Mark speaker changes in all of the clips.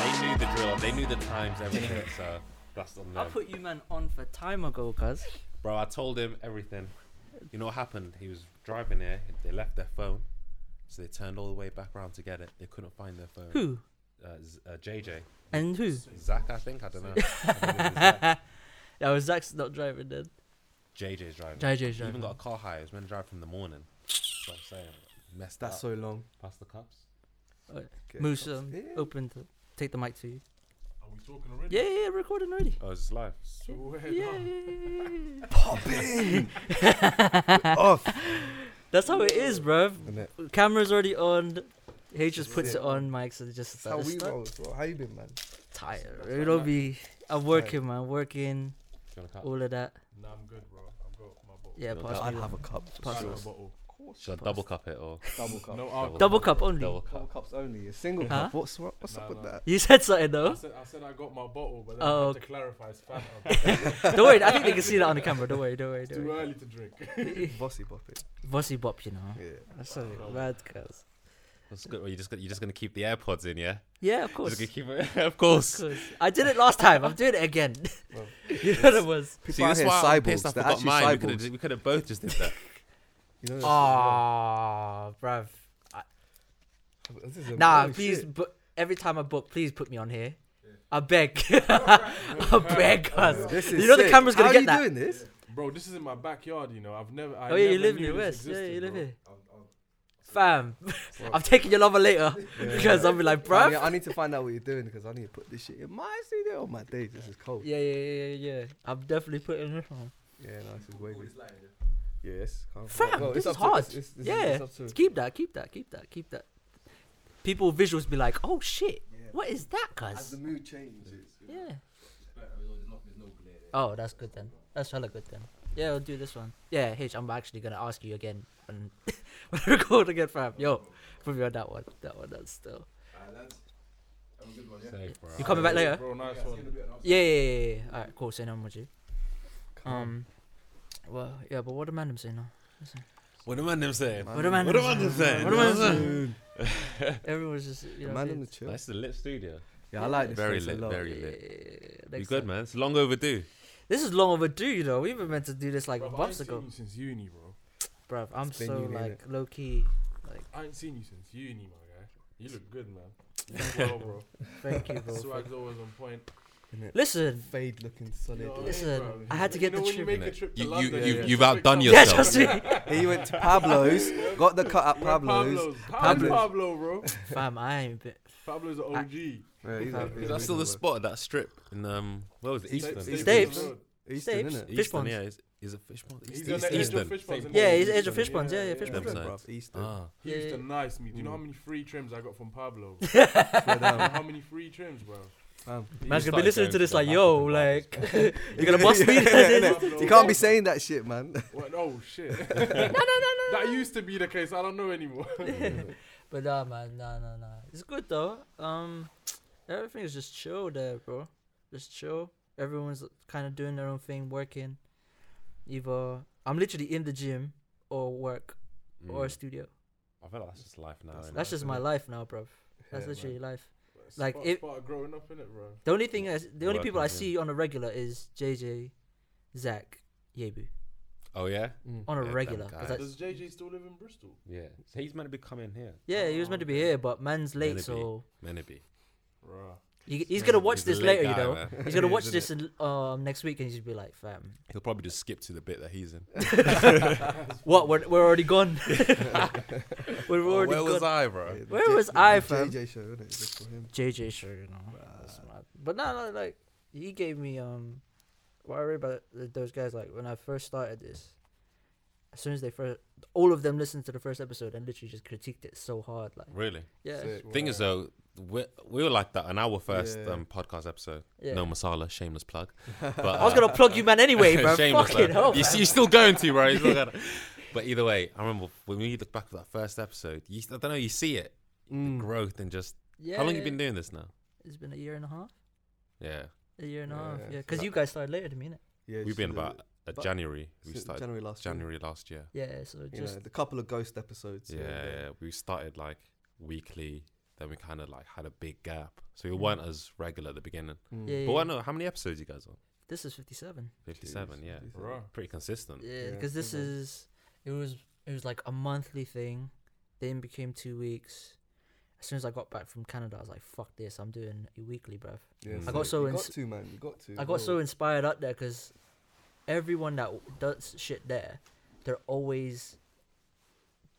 Speaker 1: I mean, they knew the drill. They knew the times, everything. So that's on
Speaker 2: I
Speaker 1: them.
Speaker 2: put you man on for time ago, cuz.
Speaker 1: Bro, I told him everything. You know what happened? He was driving here. They left their phone, so they turned all the way back around to get it. They couldn't find their phone.
Speaker 2: Who?
Speaker 1: Uh, Z- uh, JJ,
Speaker 2: And who?
Speaker 1: Zach, I think. I don't know. I think it was Zach.
Speaker 2: That was Zach's not driving then.
Speaker 1: JJ's driving.
Speaker 2: JJ's
Speaker 1: He even
Speaker 2: driving.
Speaker 1: got a car hire. He was meant to drive from the morning. That's what I'm saying. Messed
Speaker 3: That's
Speaker 1: That's up.
Speaker 3: so long.
Speaker 1: Past the cops.
Speaker 3: Okay.
Speaker 2: Moose, um,
Speaker 3: Yeah.
Speaker 2: open to take the mic to you.
Speaker 4: Are we talking already?
Speaker 2: Yeah, yeah, yeah, recording already.
Speaker 1: Oh, it's live.
Speaker 4: Swear
Speaker 2: Yeah.
Speaker 4: down.
Speaker 3: Popping off.
Speaker 2: That's how it is, bruv.
Speaker 3: Innit?
Speaker 2: Camera's already on. He just puts
Speaker 3: it.
Speaker 2: it on, mics are just
Speaker 3: That's how we roll. as well. How you been, man?
Speaker 2: tired. It'll be. I'm working, man. Working,
Speaker 1: Do you want a cup?
Speaker 2: all of that.
Speaker 4: Nah, I'm good, bro. I've got my bottle.
Speaker 2: Yeah,
Speaker 1: No,
Speaker 2: pass
Speaker 1: I'll
Speaker 2: me one.
Speaker 3: cup.
Speaker 2: Pass
Speaker 4: I've
Speaker 2: me
Speaker 4: got
Speaker 2: one.
Speaker 4: a bottle.
Speaker 1: Should I double cup it or
Speaker 3: Double cup.
Speaker 4: No alcohol.
Speaker 2: Double cup only.
Speaker 1: double
Speaker 3: Double
Speaker 1: cup?
Speaker 3: cups only. A single
Speaker 2: Huh?
Speaker 3: cup. What's what, what's up
Speaker 4: Nah,
Speaker 3: with
Speaker 4: nah.
Speaker 3: that?
Speaker 2: You said something
Speaker 4: I
Speaker 2: though.
Speaker 4: said, I said I got my bottle, but then
Speaker 2: Oh,
Speaker 4: I had
Speaker 2: okay.
Speaker 4: to clarify it's Fanta.
Speaker 2: don't worry. I think they can see that on the camera. Don't worry. Don't worry.
Speaker 4: it's
Speaker 2: Don't
Speaker 4: too
Speaker 2: worry.
Speaker 4: early to drink.
Speaker 3: Bossy bopping.
Speaker 2: Vossy bop, you know.
Speaker 3: Yeah.
Speaker 2: That's so mad, cuz.
Speaker 1: That's good. Well, you just gonna, you're just gonna keep the AirPods in, yeah?
Speaker 2: Yeah, of course.
Speaker 1: Just gonna keep it. of
Speaker 2: Of
Speaker 1: course.
Speaker 2: course. I did it last time. I'm doing it again.
Speaker 3: Well,
Speaker 2: you know what it was.
Speaker 3: People
Speaker 1: See,
Speaker 3: out
Speaker 1: this is
Speaker 3: here
Speaker 1: why I'm pissed
Speaker 3: cyborgs. They're
Speaker 1: I forgot
Speaker 3: actually
Speaker 1: mine. We
Speaker 3: cyborgs.
Speaker 1: could've- We could have both just did that.
Speaker 3: You know,
Speaker 2: Ah, bruv.
Speaker 3: this is a-
Speaker 2: Nah,
Speaker 3: oh,
Speaker 2: please.
Speaker 3: shit.
Speaker 2: Bu- every time I book, please put me on here. I beg. I beg, cuz.
Speaker 3: This is
Speaker 2: You know the
Speaker 3: sick.
Speaker 2: camera's gonna
Speaker 3: How
Speaker 2: get
Speaker 3: you
Speaker 2: that.
Speaker 3: doing this?
Speaker 4: Bro, this is in my backyard, you know. I've never. I
Speaker 2: Oh yeah, you
Speaker 4: never
Speaker 2: live in
Speaker 4: knew
Speaker 2: the
Speaker 4: this
Speaker 2: West. Yeah,
Speaker 4: existed,
Speaker 2: you live
Speaker 4: bro.
Speaker 2: here. Fam, I'm taking your number later because I'll be like,
Speaker 3: I
Speaker 2: bruv.
Speaker 3: need, I need to find out what you're doing because I need to put this shit in my studio. Oh my days, this is cold.
Speaker 2: Yeah, yeah, yeah, yeah, yeah. I'm definitely putting this on.
Speaker 3: Yeah, no, this is wavy. Yes. can't-
Speaker 2: Fam,
Speaker 3: well, it's
Speaker 2: this is
Speaker 3: up to-
Speaker 2: hard.
Speaker 3: it's- it's- it's-
Speaker 2: yeah,
Speaker 3: it's up to-
Speaker 2: keep that, keep that, keep that, keep that. People with visuals be like, oh shit, what is that,
Speaker 3: As
Speaker 2: cuz?
Speaker 3: the mood changes.
Speaker 2: Yeah. Oh, that's good then. That's hella good then. Yeah, we'll do this one. Yeah, H, I'm actually gonna ask you again when when I record again, fam. Yo, put me on that one. That one, that's still.
Speaker 1: Safe, bro.
Speaker 2: You coming back later?
Speaker 4: Bro, nice one.
Speaker 2: uh, Yeah, yeah, yeah, yeah. yeah. Alright, cool. So now I'm with you. Um, well, yeah, but what the man them saying now?
Speaker 1: What am I them saying?
Speaker 2: What the man
Speaker 1: What
Speaker 2: them
Speaker 1: am I them saying?
Speaker 2: What am I saying? Everyone's just you
Speaker 3: Man
Speaker 2: know. what I
Speaker 3: on the
Speaker 2: mean?
Speaker 3: chill.
Speaker 1: That's the lit studio.
Speaker 3: Yeah, I like this.
Speaker 1: Very
Speaker 3: place a
Speaker 1: lit,
Speaker 3: lot.
Speaker 1: very lit.
Speaker 2: Yeah,
Speaker 1: You
Speaker 2: next
Speaker 1: good,
Speaker 2: time.
Speaker 1: man? It's long overdue.
Speaker 2: This is long overdue, you know. We've been meant to do this like
Speaker 4: Bro, I ain't
Speaker 2: months
Speaker 4: seen
Speaker 2: ago,
Speaker 4: you since uni, bro.
Speaker 2: bruv. I'm
Speaker 3: It's been
Speaker 2: so
Speaker 3: uni, innit?
Speaker 2: like low key. Like,
Speaker 4: I ain't seen you since uni, my guy. You look good, man. You look well, bro.
Speaker 2: thank you, bro. for-
Speaker 4: Swag's always on point.
Speaker 2: Listen,
Speaker 3: Fade looking solid.
Speaker 4: You know what I mean,
Speaker 2: Listen,
Speaker 4: bro?
Speaker 2: I had to get
Speaker 4: you know
Speaker 2: the
Speaker 4: when
Speaker 2: trip,
Speaker 4: You make a
Speaker 1: innit?
Speaker 4: trip to
Speaker 1: You- you-
Speaker 4: London,
Speaker 1: you-
Speaker 4: yeah.
Speaker 1: you've
Speaker 4: Just pick
Speaker 1: outdone
Speaker 4: up-
Speaker 2: yeah,
Speaker 1: yourself.
Speaker 2: trust me,
Speaker 3: he went to Pablo's, got the cut at
Speaker 4: You're at
Speaker 3: Pablo's.
Speaker 4: Pablo's.
Speaker 3: Pablo's.
Speaker 4: Pablo, bro.
Speaker 2: fam. I ain't. Been,
Speaker 4: Pablo's an OG.
Speaker 3: Yeah, he's
Speaker 2: Pablo's.
Speaker 3: a-
Speaker 1: Is that still the spot of that strip in um? Where was it?
Speaker 3: East-
Speaker 1: Easton.
Speaker 3: East-
Speaker 4: Staples
Speaker 2: Stapes.
Speaker 4: Road.
Speaker 3: Eastern,
Speaker 2: Stapes.
Speaker 3: innit?
Speaker 2: Fish
Speaker 1: Easton,
Speaker 2: ponds.
Speaker 1: yeah. Is, is it fish ponds?
Speaker 4: He's
Speaker 1: East,
Speaker 4: on
Speaker 1: East,
Speaker 4: the edge of
Speaker 1: Easton.
Speaker 4: fish ponds.
Speaker 2: yeah, he's edge of fish ponds. Yeah, yeah, fish
Speaker 1: Them
Speaker 2: ponds.
Speaker 1: sides.
Speaker 3: bruv, Eastern.
Speaker 1: Ah,
Speaker 4: He used
Speaker 2: Yeah.
Speaker 4: to nice me. Do you know how
Speaker 3: Mm.
Speaker 4: many free trims I got from Pablo? um,
Speaker 3: Swear down,
Speaker 4: how many free trims, bro?
Speaker 3: fam.
Speaker 2: Man's
Speaker 1: You
Speaker 2: gonna be
Speaker 1: started
Speaker 2: listening
Speaker 1: going
Speaker 2: to this
Speaker 1: the
Speaker 2: like,
Speaker 1: back
Speaker 2: yo,
Speaker 1: of the bars.
Speaker 2: like, you're gonna bust me.
Speaker 3: Yeah,
Speaker 2: That's it.
Speaker 3: innit? You can't be saying that shit, man.
Speaker 4: What? Oh shit. no, no, no, no. That used to be the case. I don't know anymore.
Speaker 2: But nah, man, nah, nah, nah. It's good though. Um, everything is just chill there, bro. Just chill. Everyone's kind of doing their own thing, working. Either I'm literally in the gym or work or
Speaker 1: mm.
Speaker 2: studio.
Speaker 1: I feel like that's just life now.
Speaker 3: That's
Speaker 1: innit?
Speaker 2: That's just my life now, bro. That's
Speaker 3: Yeah,
Speaker 2: literally life.
Speaker 4: It's
Speaker 2: Like,
Speaker 4: part-
Speaker 2: it-
Speaker 4: part of growing up in it, bro.
Speaker 2: The only thing, I, the only
Speaker 1: Working,
Speaker 2: people I
Speaker 1: yeah.
Speaker 2: see on a regular is JJ, Zach, Yebu
Speaker 1: Oh yeah.
Speaker 3: Mm.
Speaker 2: on a
Speaker 1: Yeah, them
Speaker 2: regular. 'cause
Speaker 1: guys.
Speaker 2: that's-
Speaker 4: Does JJ still live in Bristol?
Speaker 1: Yeah. So he's meant to be coming here.
Speaker 2: yeah, he was meant to be here, but man's
Speaker 1: Oh,
Speaker 2: late,
Speaker 1: Meant to be.
Speaker 2: so
Speaker 1: Meant to be.
Speaker 4: Bro.
Speaker 2: you, he's gonna watch
Speaker 1: He's a
Speaker 2: this
Speaker 1: lit
Speaker 2: later,
Speaker 1: guy,
Speaker 2: you know.
Speaker 1: man.
Speaker 2: He's gonna
Speaker 3: He
Speaker 2: watch
Speaker 3: is,
Speaker 2: this in, um, next week, and he's be like, fam.
Speaker 1: He'll probably just skip to the bit that he's in.
Speaker 2: What? We're, we're already gone. we're
Speaker 1: Oh,
Speaker 2: already
Speaker 1: where was
Speaker 2: gone.
Speaker 1: I, bro?
Speaker 3: Yeah, the
Speaker 2: Where
Speaker 3: J-
Speaker 2: was
Speaker 3: the
Speaker 2: I, fam?
Speaker 3: JJ show, innit? It's Just for him.
Speaker 2: JJ sure, you know. that's mad. But no, no, like he gave me um. What I read about th- those guys, like when I first started this, as soon as they first, all of them listened to the first episode and literally just critiqued it so hard. Like,
Speaker 1: Really.
Speaker 2: yeah,
Speaker 5: Sick.
Speaker 1: Thing is uh, though, we we were like that on our first
Speaker 5: Yeah.
Speaker 1: um, podcast episode.
Speaker 2: yeah.
Speaker 1: No masala, shameless plug. But uh,
Speaker 2: I was gonna plug you, man. Anyway, bro.
Speaker 1: Shameless,
Speaker 2: Fucking
Speaker 1: though.
Speaker 2: hell.
Speaker 1: You,
Speaker 2: man.
Speaker 1: you're still going to, right? You're still gonna. But either way, I remember when we look back at that first episode. You, I don't know. You see it,
Speaker 5: Mm.
Speaker 1: the growth and just
Speaker 2: yeah.
Speaker 1: how long you been doing this now?
Speaker 2: It's been a year and a half.
Speaker 1: Yeah,
Speaker 2: A year and a half.
Speaker 5: Yeah.
Speaker 2: Yeah, because you guys started later than me, innit?
Speaker 5: Yeah,
Speaker 1: we've been
Speaker 5: since, uh,
Speaker 1: about uh,
Speaker 5: but-
Speaker 1: January. We
Speaker 5: since
Speaker 1: started
Speaker 5: January last year.
Speaker 1: January last year.
Speaker 2: Yeah. So
Speaker 5: You
Speaker 2: just
Speaker 5: know, the couple of ghost episodes.
Speaker 1: Yeah,
Speaker 5: here and
Speaker 1: yeah,
Speaker 5: there.
Speaker 1: we started like weekly. Then we kind of like had a big gap, so we
Speaker 2: Mm.
Speaker 1: weren't as regular at the beginning.
Speaker 5: Mm.
Speaker 2: yeah.
Speaker 1: But I know how many episodes you guys on?
Speaker 2: this is fifty-seven.
Speaker 1: Fifty-seven. Yeah,
Speaker 5: Jeez.
Speaker 4: Bro.
Speaker 1: pretty consistent.
Speaker 2: Yeah,
Speaker 5: Yeah,
Speaker 2: because this
Speaker 5: pretty much.
Speaker 2: is it was it was like a monthly thing, then became two weeks. As soon as I got back from Canada, I was like, "Fuck this! I'm doing a weekly, bruv."
Speaker 5: Yeah,
Speaker 1: I
Speaker 5: sick.
Speaker 1: got
Speaker 2: so
Speaker 5: you
Speaker 2: ins-
Speaker 5: got to man, you got to.
Speaker 2: I got so
Speaker 5: bro.
Speaker 2: inspired up there because everyone that w- does shit there, they're always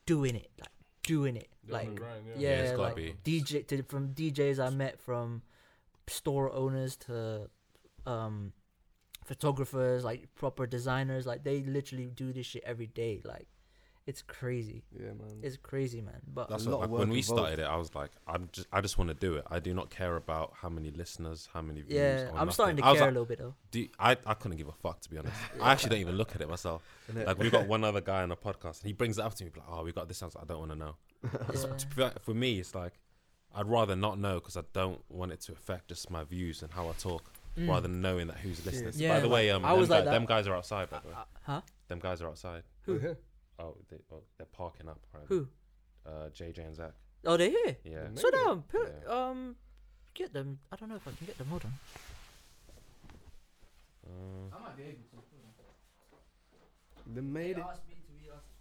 Speaker 2: doing it, like doing it,
Speaker 4: They're on
Speaker 2: like
Speaker 4: the grind,
Speaker 2: yeah,
Speaker 1: it's gotta
Speaker 2: like
Speaker 1: be.
Speaker 2: DJ to, from DJs I met from store owners to um photographers, like proper designers, like they literally do this shit every day. Like it's crazy.
Speaker 5: Yeah, man.
Speaker 2: It's crazy, man. But
Speaker 1: That's
Speaker 5: A
Speaker 1: what,
Speaker 5: lot
Speaker 1: like,
Speaker 5: of
Speaker 1: when
Speaker 5: work
Speaker 1: we
Speaker 5: involved.
Speaker 1: started it. I was like, I'm just, I just want to do it. I do not care about how many listeners, how many views.
Speaker 2: yeah,
Speaker 1: or
Speaker 2: I'm
Speaker 1: nothing.
Speaker 2: starting
Speaker 1: I
Speaker 2: to care
Speaker 1: was
Speaker 2: a
Speaker 1: like,
Speaker 2: little bit though.
Speaker 1: do you- I, I couldn't give a fuck to be honest. I actually don't even look at it myself.
Speaker 5: Innit?
Speaker 1: Like we got one other guy on a podcast, and he brings it up to me, like, oh, we got this. I was like, I don't want to know. It's-
Speaker 2: Yeah.
Speaker 1: to be like- For me, it's like I'd rather not know because I don't want it to affect just my views and how I talk,
Speaker 2: Mm.
Speaker 1: rather than knowing that who's listening.
Speaker 5: Yeah,
Speaker 1: By the
Speaker 2: like,
Speaker 1: way, um,
Speaker 2: I
Speaker 1: them,
Speaker 2: was like
Speaker 1: guy-
Speaker 2: that.
Speaker 1: them guys are outside. By the way,
Speaker 2: Uh, huh?
Speaker 1: them guys are outside.
Speaker 5: Who?
Speaker 1: Oh, they, oh they're parking up. Right?
Speaker 2: Who?
Speaker 1: Uh, JJ and Zach.
Speaker 2: Oh, they're here.
Speaker 1: Yeah.
Speaker 5: Mate.
Speaker 2: So
Speaker 5: Maybe.
Speaker 2: down. Put,
Speaker 1: Yeah.
Speaker 2: Um, get them. I don't know if I can get them. Hold on.
Speaker 1: Um,
Speaker 4: I might be able
Speaker 5: They made it.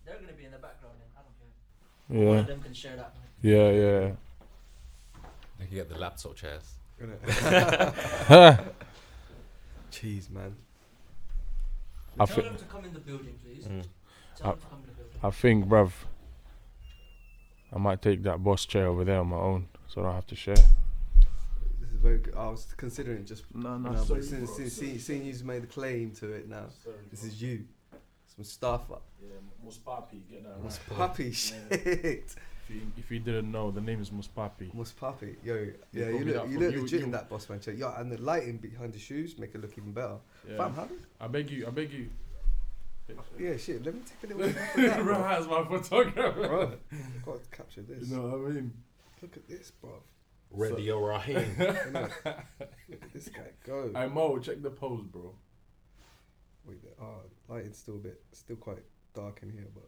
Speaker 2: They're gonna be in the background. Then. I don't care.
Speaker 4: to. Yeah.
Speaker 2: them can share that.
Speaker 4: Yeah, yeah.
Speaker 1: they can get the laptop chairs.
Speaker 5: innit? Jeez, man.
Speaker 4: I thi-
Speaker 2: to come in the building, please.
Speaker 4: I-
Speaker 2: them to come in the building.
Speaker 4: I think, bruv, I might take that boss chair over there on my own so I don't have to share.
Speaker 5: This is very good. I was considering just.
Speaker 4: No,
Speaker 5: No, but since, since, since, since you've made the claim to it now, this is you. Some stuff up.
Speaker 4: Muspapi, get that
Speaker 5: Must puppy shit.
Speaker 4: If you, if you didn't know, the name is Muspapi.
Speaker 5: Must puppy. Yo, yeah,
Speaker 4: got
Speaker 5: you
Speaker 4: me
Speaker 5: look,
Speaker 4: that
Speaker 5: you
Speaker 4: from-
Speaker 5: look
Speaker 4: you-
Speaker 5: legit in
Speaker 4: you-
Speaker 5: that boss man. check. Yo, and the lighting behind the shoes make it look even better. Fam, how did-
Speaker 4: I beg you, I beg you.
Speaker 5: Yeah, shit. Let me take a little. look at that, bro.
Speaker 4: Raz, my photographer.
Speaker 5: bro, I've got to capture this.
Speaker 4: You know what I mean?
Speaker 5: Look at this, bro.
Speaker 1: Ready or Raheem.
Speaker 5: Look at this guy go.
Speaker 4: Hey Mo, check the pose, bro.
Speaker 5: Wait, the- oh, lighting's still a bit, still quite dark in here, but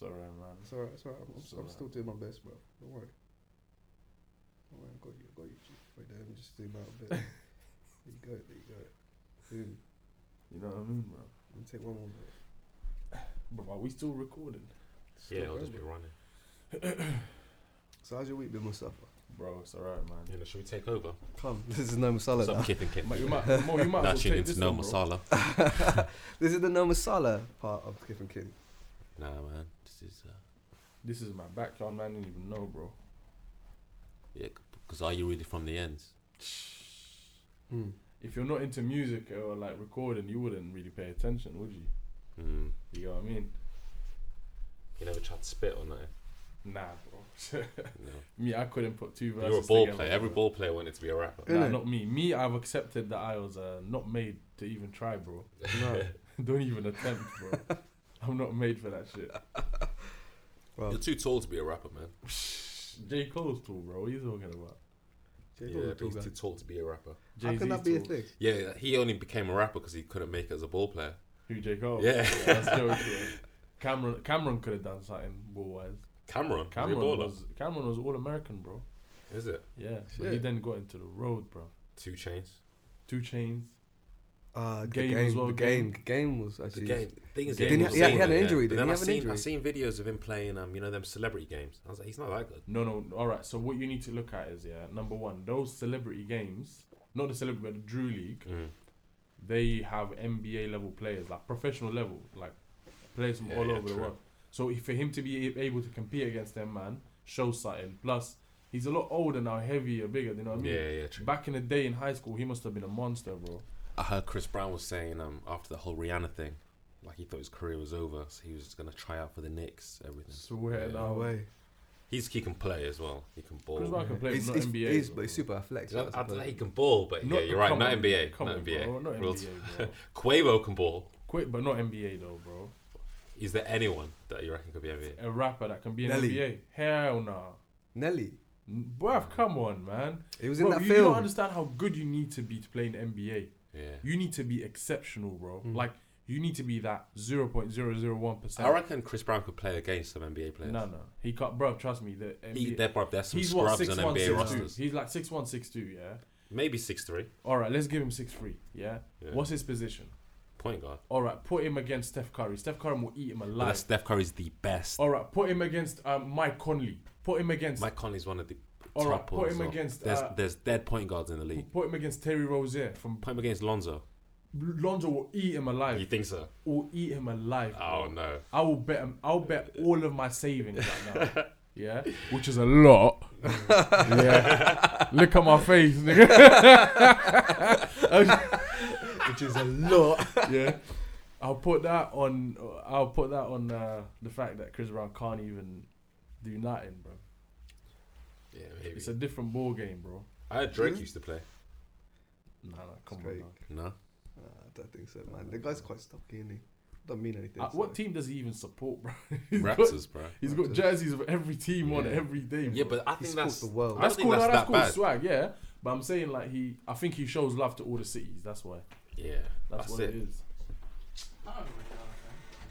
Speaker 4: Sorry, man.
Speaker 5: it's alright. It's alright. I'm,
Speaker 4: It's
Speaker 5: I'm
Speaker 4: alright.
Speaker 5: still doing my best, bro. Don't worry. Don't worry. I got you. I got you. G. Wait, there, let me just zoom out a bit. there you go. There you go. Boom.
Speaker 4: You know what I mean, bro?
Speaker 5: Let me take one more. Bit.
Speaker 4: Bro, are we still recording?
Speaker 1: yeah, it'll just be running.
Speaker 5: So how's your week been, Mustafa?
Speaker 4: Bro, it's alright, man.
Speaker 1: You know, should we take over?
Speaker 5: Come. This is no masala.
Speaker 1: What's up,
Speaker 5: now.
Speaker 1: Kip and Kip?
Speaker 4: Mate, you might, Mo, you might
Speaker 1: Now
Speaker 4: as
Speaker 1: tune
Speaker 4: well take
Speaker 1: into
Speaker 4: this
Speaker 1: No
Speaker 4: one, bro.
Speaker 1: Masala.
Speaker 5: this is the no masala part of Kif and Kin.
Speaker 1: Nah, man. This is, uh,
Speaker 4: This is my backyard, man. I didn't even know, bro.
Speaker 1: yeah, because are you really from the ends?
Speaker 4: If you're not into music or like recording, you wouldn't really pay attention, would you?
Speaker 1: Mm.
Speaker 4: You know what I mean?
Speaker 1: You never tried to spit or nothing?
Speaker 4: Nah, bro.
Speaker 1: No.
Speaker 4: me, I couldn't put two verses.
Speaker 1: You're a ball
Speaker 4: together,
Speaker 1: player. Every
Speaker 4: bro.
Speaker 1: ball player wanted to be a rapper.
Speaker 4: Nah,
Speaker 5: Innit?
Speaker 4: not me. Me, I've accepted that I was uh, not made to even try, bro.
Speaker 5: No,
Speaker 4: Don't even attempt, bro. I'm not made for that shit.
Speaker 5: bro.
Speaker 1: You're too tall to be a rapper, man.
Speaker 4: J. Cole's tall, bro. What are you talking about?
Speaker 5: J.
Speaker 1: yeah,
Speaker 5: Cole
Speaker 1: but
Speaker 5: tall
Speaker 1: he's
Speaker 5: guy.
Speaker 1: too tall to be a rapper.
Speaker 5: How
Speaker 4: Jay-Z's
Speaker 5: can that be a
Speaker 4: tall.
Speaker 5: thing?
Speaker 1: Yeah, he only became a rapper because he couldn't make it as a ball player.
Speaker 4: Who, J. Cole?
Speaker 1: Yeah.
Speaker 4: That's joke, bro. Cameron, Cameron could have done something ball wise.
Speaker 1: Cameron,
Speaker 4: Cameron
Speaker 1: was he a baller?
Speaker 4: was Cameron was all American, bro.
Speaker 1: is it?
Speaker 4: Yeah, but he
Speaker 5: Shit.
Speaker 4: then got into the road, bro.
Speaker 1: Two chains.
Speaker 4: Two chains.
Speaker 5: Uh,
Speaker 4: Game
Speaker 5: the game,
Speaker 4: as well,
Speaker 5: the game, the game was
Speaker 1: The
Speaker 5: actually.
Speaker 1: game. Thing is,
Speaker 4: Game
Speaker 1: game
Speaker 4: was
Speaker 1: was
Speaker 4: yeah, he
Speaker 1: older,
Speaker 4: had
Speaker 5: an
Speaker 1: yeah.
Speaker 5: injury,
Speaker 1: But
Speaker 5: didn't
Speaker 1: then
Speaker 5: he
Speaker 1: I
Speaker 5: have an
Speaker 1: seen I
Speaker 5: injury?
Speaker 1: seen videos of him playing um you know them celebrity games. I was like, he's not that good.
Speaker 4: No, no. All right. So what you need to look at is yeah, number one, those celebrity games, not the celebrity, but the Drew League.
Speaker 1: Mm.
Speaker 4: They have NBA level players, like professional level, like players from
Speaker 1: Yeah,
Speaker 4: all
Speaker 1: yeah,
Speaker 4: over the
Speaker 1: true.
Speaker 4: world. So if- for him to be a- able to compete against them, man, shows something. Plus, he's a lot older now, heavier, bigger. You know what I mean?
Speaker 1: Yeah, yeah, true.
Speaker 4: Back in the day in high school, he must have been a monster, bro.
Speaker 1: I heard Chris Brown was saying um after the whole Rihanna thing, Like he thought his career was over, so he was gonna try out for the Knicks. Everything.
Speaker 4: Swear
Speaker 1: Yeah.
Speaker 5: No
Speaker 4: now.
Speaker 5: way.
Speaker 1: He's he can play as well. He can ball.
Speaker 4: Chris Rock can play,
Speaker 5: He's,
Speaker 4: not
Speaker 5: he's,
Speaker 4: NBA.
Speaker 5: he's,
Speaker 4: bro.
Speaker 5: but he's super athletic.
Speaker 1: I,
Speaker 5: I
Speaker 1: I don't know,
Speaker 5: suppose.
Speaker 1: he can ball, but
Speaker 4: Not-
Speaker 1: yeah, you're right.
Speaker 4: come
Speaker 1: Not
Speaker 4: on,
Speaker 1: NBA.
Speaker 4: come
Speaker 1: Not
Speaker 4: on,
Speaker 1: NBA.
Speaker 4: Bro, not
Speaker 1: Real-
Speaker 4: NBA. Bro.
Speaker 1: Quavo can ball.
Speaker 4: Quick, but not NBA though, bro.
Speaker 1: Is there anyone that you reckon could be NBA?
Speaker 4: A rapper that can be in
Speaker 5: Nelly.
Speaker 4: NBA. Hell nah.
Speaker 5: Nelly.
Speaker 4: N- Bruv, come on, man.
Speaker 5: He was in
Speaker 4: Bro,
Speaker 5: that
Speaker 4: you don't
Speaker 5: film.
Speaker 4: understand how good you need to be to play in the NBA.
Speaker 1: Yeah.
Speaker 4: You need to be exceptional, bro.
Speaker 5: Mm.
Speaker 4: Like you need to be that zero point zero zero one percent.
Speaker 1: I reckon Chris Brown could play against some NBA players.
Speaker 4: No, no, he can't, bro. Trust me, the NBA.
Speaker 1: He, they're, prob- there's some
Speaker 4: he's what
Speaker 1: scrubs
Speaker 4: six
Speaker 1: on
Speaker 4: one
Speaker 1: NBA
Speaker 4: six two.
Speaker 1: rosters.
Speaker 4: He's like six one six two. Yeah.
Speaker 1: Maybe six three.
Speaker 4: All right, let's give him six three. Yeah?
Speaker 1: Yeah.
Speaker 4: What's his position?
Speaker 1: Point guard.
Speaker 4: All right, put him against Steph Curry. Steph Curry will eat him
Speaker 1: But
Speaker 4: alive.
Speaker 1: that's Steph Curry's the best.
Speaker 4: All right, put him against um, Mike Conley. Put him against.
Speaker 1: Mike Conley's one of the
Speaker 4: All
Speaker 1: top
Speaker 4: right, put
Speaker 1: ones
Speaker 4: him
Speaker 1: as well.
Speaker 4: against,
Speaker 1: There's
Speaker 4: uh,
Speaker 1: there's dead point guards in the league.
Speaker 4: Put him against Terry Rozier from
Speaker 1: Put him against Lonzo.
Speaker 4: Lonzo will eat him alive.
Speaker 1: Oh, You think so?
Speaker 4: will eat him alive.
Speaker 1: Oh
Speaker 4: bro.
Speaker 1: no.
Speaker 4: I will bet him. I'll bet all of my savings right now. Yeah, which is a lot. yeah, look at my face, nigga.
Speaker 5: Which is a lot.
Speaker 4: yeah, I'll put that on. I'll put that on uh, the fact that Chris Brown can't even do nothing, bro.
Speaker 1: Yeah, maybe.
Speaker 4: It's a different ball game, bro.
Speaker 1: I heard Drake
Speaker 5: Hmm?
Speaker 1: used to play.
Speaker 4: Nah, nah come
Speaker 5: Drake.
Speaker 4: on. Nah.
Speaker 1: No.
Speaker 5: Nah, I don't think so, man. The guy's quite stocky, isn't he? Don't mean anything.
Speaker 4: Uh,
Speaker 5: so.
Speaker 4: what team does he even support, bro? He's got,
Speaker 1: Raptors, bro.
Speaker 4: he's got
Speaker 5: Raptors.
Speaker 4: jerseys of every team on
Speaker 1: Yeah.
Speaker 4: every day. Bro.
Speaker 1: Yeah, but I
Speaker 5: He
Speaker 1: think
Speaker 5: sports
Speaker 1: that's
Speaker 5: the world.
Speaker 1: I don't
Speaker 4: that's
Speaker 1: think
Speaker 4: cool. That's,
Speaker 1: that's
Speaker 4: that's
Speaker 1: that
Speaker 4: cool
Speaker 1: bad.
Speaker 4: swag, yeah. But I'm saying like he, I think he shows love to all the cities. That's why.
Speaker 1: yeah.
Speaker 4: That's,
Speaker 1: That's,
Speaker 4: what
Speaker 1: it.
Speaker 4: it is.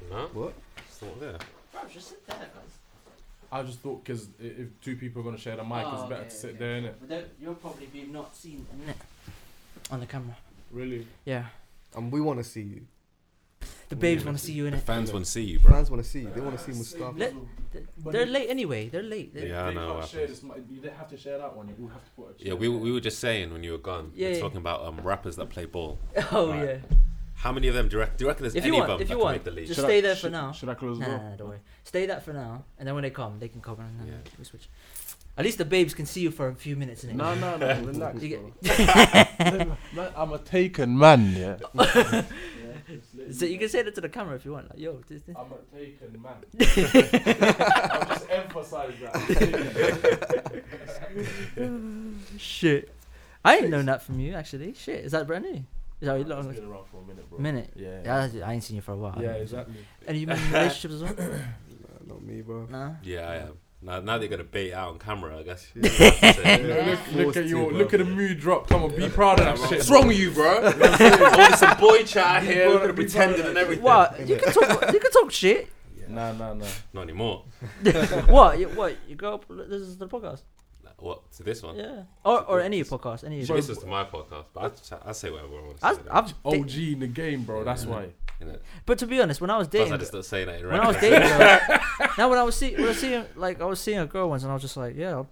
Speaker 1: No,
Speaker 5: What?
Speaker 1: it's not there.
Speaker 2: Bro, just sit there, guys.
Speaker 4: I just thought because if two people are gonna share the mic,
Speaker 2: Oh,
Speaker 4: it's better to sit there, innit?
Speaker 2: But that- you'll probably be not seen in it. on the camera.
Speaker 4: Really?
Speaker 2: Yeah,
Speaker 5: And we want to see you.
Speaker 2: the
Speaker 5: We
Speaker 2: babes
Speaker 5: wanna
Speaker 2: want to see you in
Speaker 1: The
Speaker 2: it.
Speaker 1: fans
Speaker 4: Yeah.
Speaker 1: want to see you, bro.
Speaker 5: Fans want to see you. They want to see Mustafa.
Speaker 2: Let- They're late anyway. They're late.
Speaker 1: Yeah,
Speaker 2: They're,
Speaker 1: I know what
Speaker 4: Can't share
Speaker 1: happens.
Speaker 4: this mic. You don't have to share that one. You all have to put a
Speaker 1: Yeah,
Speaker 4: chair
Speaker 1: we,
Speaker 4: there.
Speaker 1: we were just saying when you were gone, we
Speaker 2: Yeah,
Speaker 1: we're
Speaker 2: yeah.
Speaker 1: talking about um, rappers that play ball.
Speaker 2: Oh
Speaker 1: Right.
Speaker 2: yeah.
Speaker 1: How many of them do you reckon, do you reckon there's
Speaker 2: If you
Speaker 1: any
Speaker 2: want-
Speaker 1: of them
Speaker 2: if
Speaker 1: that
Speaker 2: you
Speaker 1: can
Speaker 2: want,
Speaker 1: make the league?
Speaker 2: just-
Speaker 4: Should I-
Speaker 2: stay there for
Speaker 4: should-
Speaker 2: now.
Speaker 4: Should I close the
Speaker 2: Nah,
Speaker 4: door?
Speaker 2: nah, nah, don't worry. Stay that for now, and then when they come, they can come and then
Speaker 1: Yeah.
Speaker 2: we switch. At least the babes can see you for a few minutes, innit?
Speaker 4: No, no, no. Relax.
Speaker 2: You get-
Speaker 4: bro. Man, I'm a taken man. Yeah.
Speaker 2: so you can say that to the camera if you want. Like, yo, this, this.
Speaker 4: I'm a taken man. I'll just emphasize that. I'm taken.
Speaker 2: shit. I ain't known that from you actually. Shit, is that brand new? Is that what you look
Speaker 4: It's
Speaker 2: on?
Speaker 4: been around for a minute, bro.
Speaker 2: Minute.
Speaker 4: Yeah.
Speaker 2: Yeah, I- I ain't seen you for a while.
Speaker 4: Yeah, exactly.
Speaker 2: And you been in relationships as well?
Speaker 5: Nah, not me, bro.
Speaker 2: Nah.
Speaker 1: yeah, I am. Now, now they're gonna bait out on camera, I guess.
Speaker 5: Yeah.
Speaker 4: Look, look-
Speaker 5: Forced
Speaker 4: look
Speaker 5: to,
Speaker 4: at your,
Speaker 5: bro.
Speaker 4: look at the mood drop. Come on, be proud of that shit.
Speaker 1: What's wrong with you, bro? Only some boy chat here,
Speaker 4: Bro,
Speaker 1: looking
Speaker 4: we
Speaker 1: at pretending and everything.
Speaker 2: What? You can talk. You can talk shit.
Speaker 4: Nah, nah, nah.
Speaker 1: Not anymore.
Speaker 2: what? You, what? You go. up- This is the podcast.
Speaker 1: Like, What? To this one?
Speaker 2: Yeah. Or or any podcast. Any.
Speaker 1: This is to my podcast, but I, I say whatever I want to
Speaker 2: I,
Speaker 1: say.
Speaker 2: I've da-
Speaker 4: OG in the game, bro. That's why.
Speaker 1: you know.
Speaker 2: but to be honest, when I was
Speaker 1: Plus, I
Speaker 2: dating,
Speaker 1: just don't say that in
Speaker 2: when I was
Speaker 1: reference.
Speaker 2: dating, girls, now when I was see, when I was seeing, like I was seeing a girl once, and I was just like, yeah, I'll,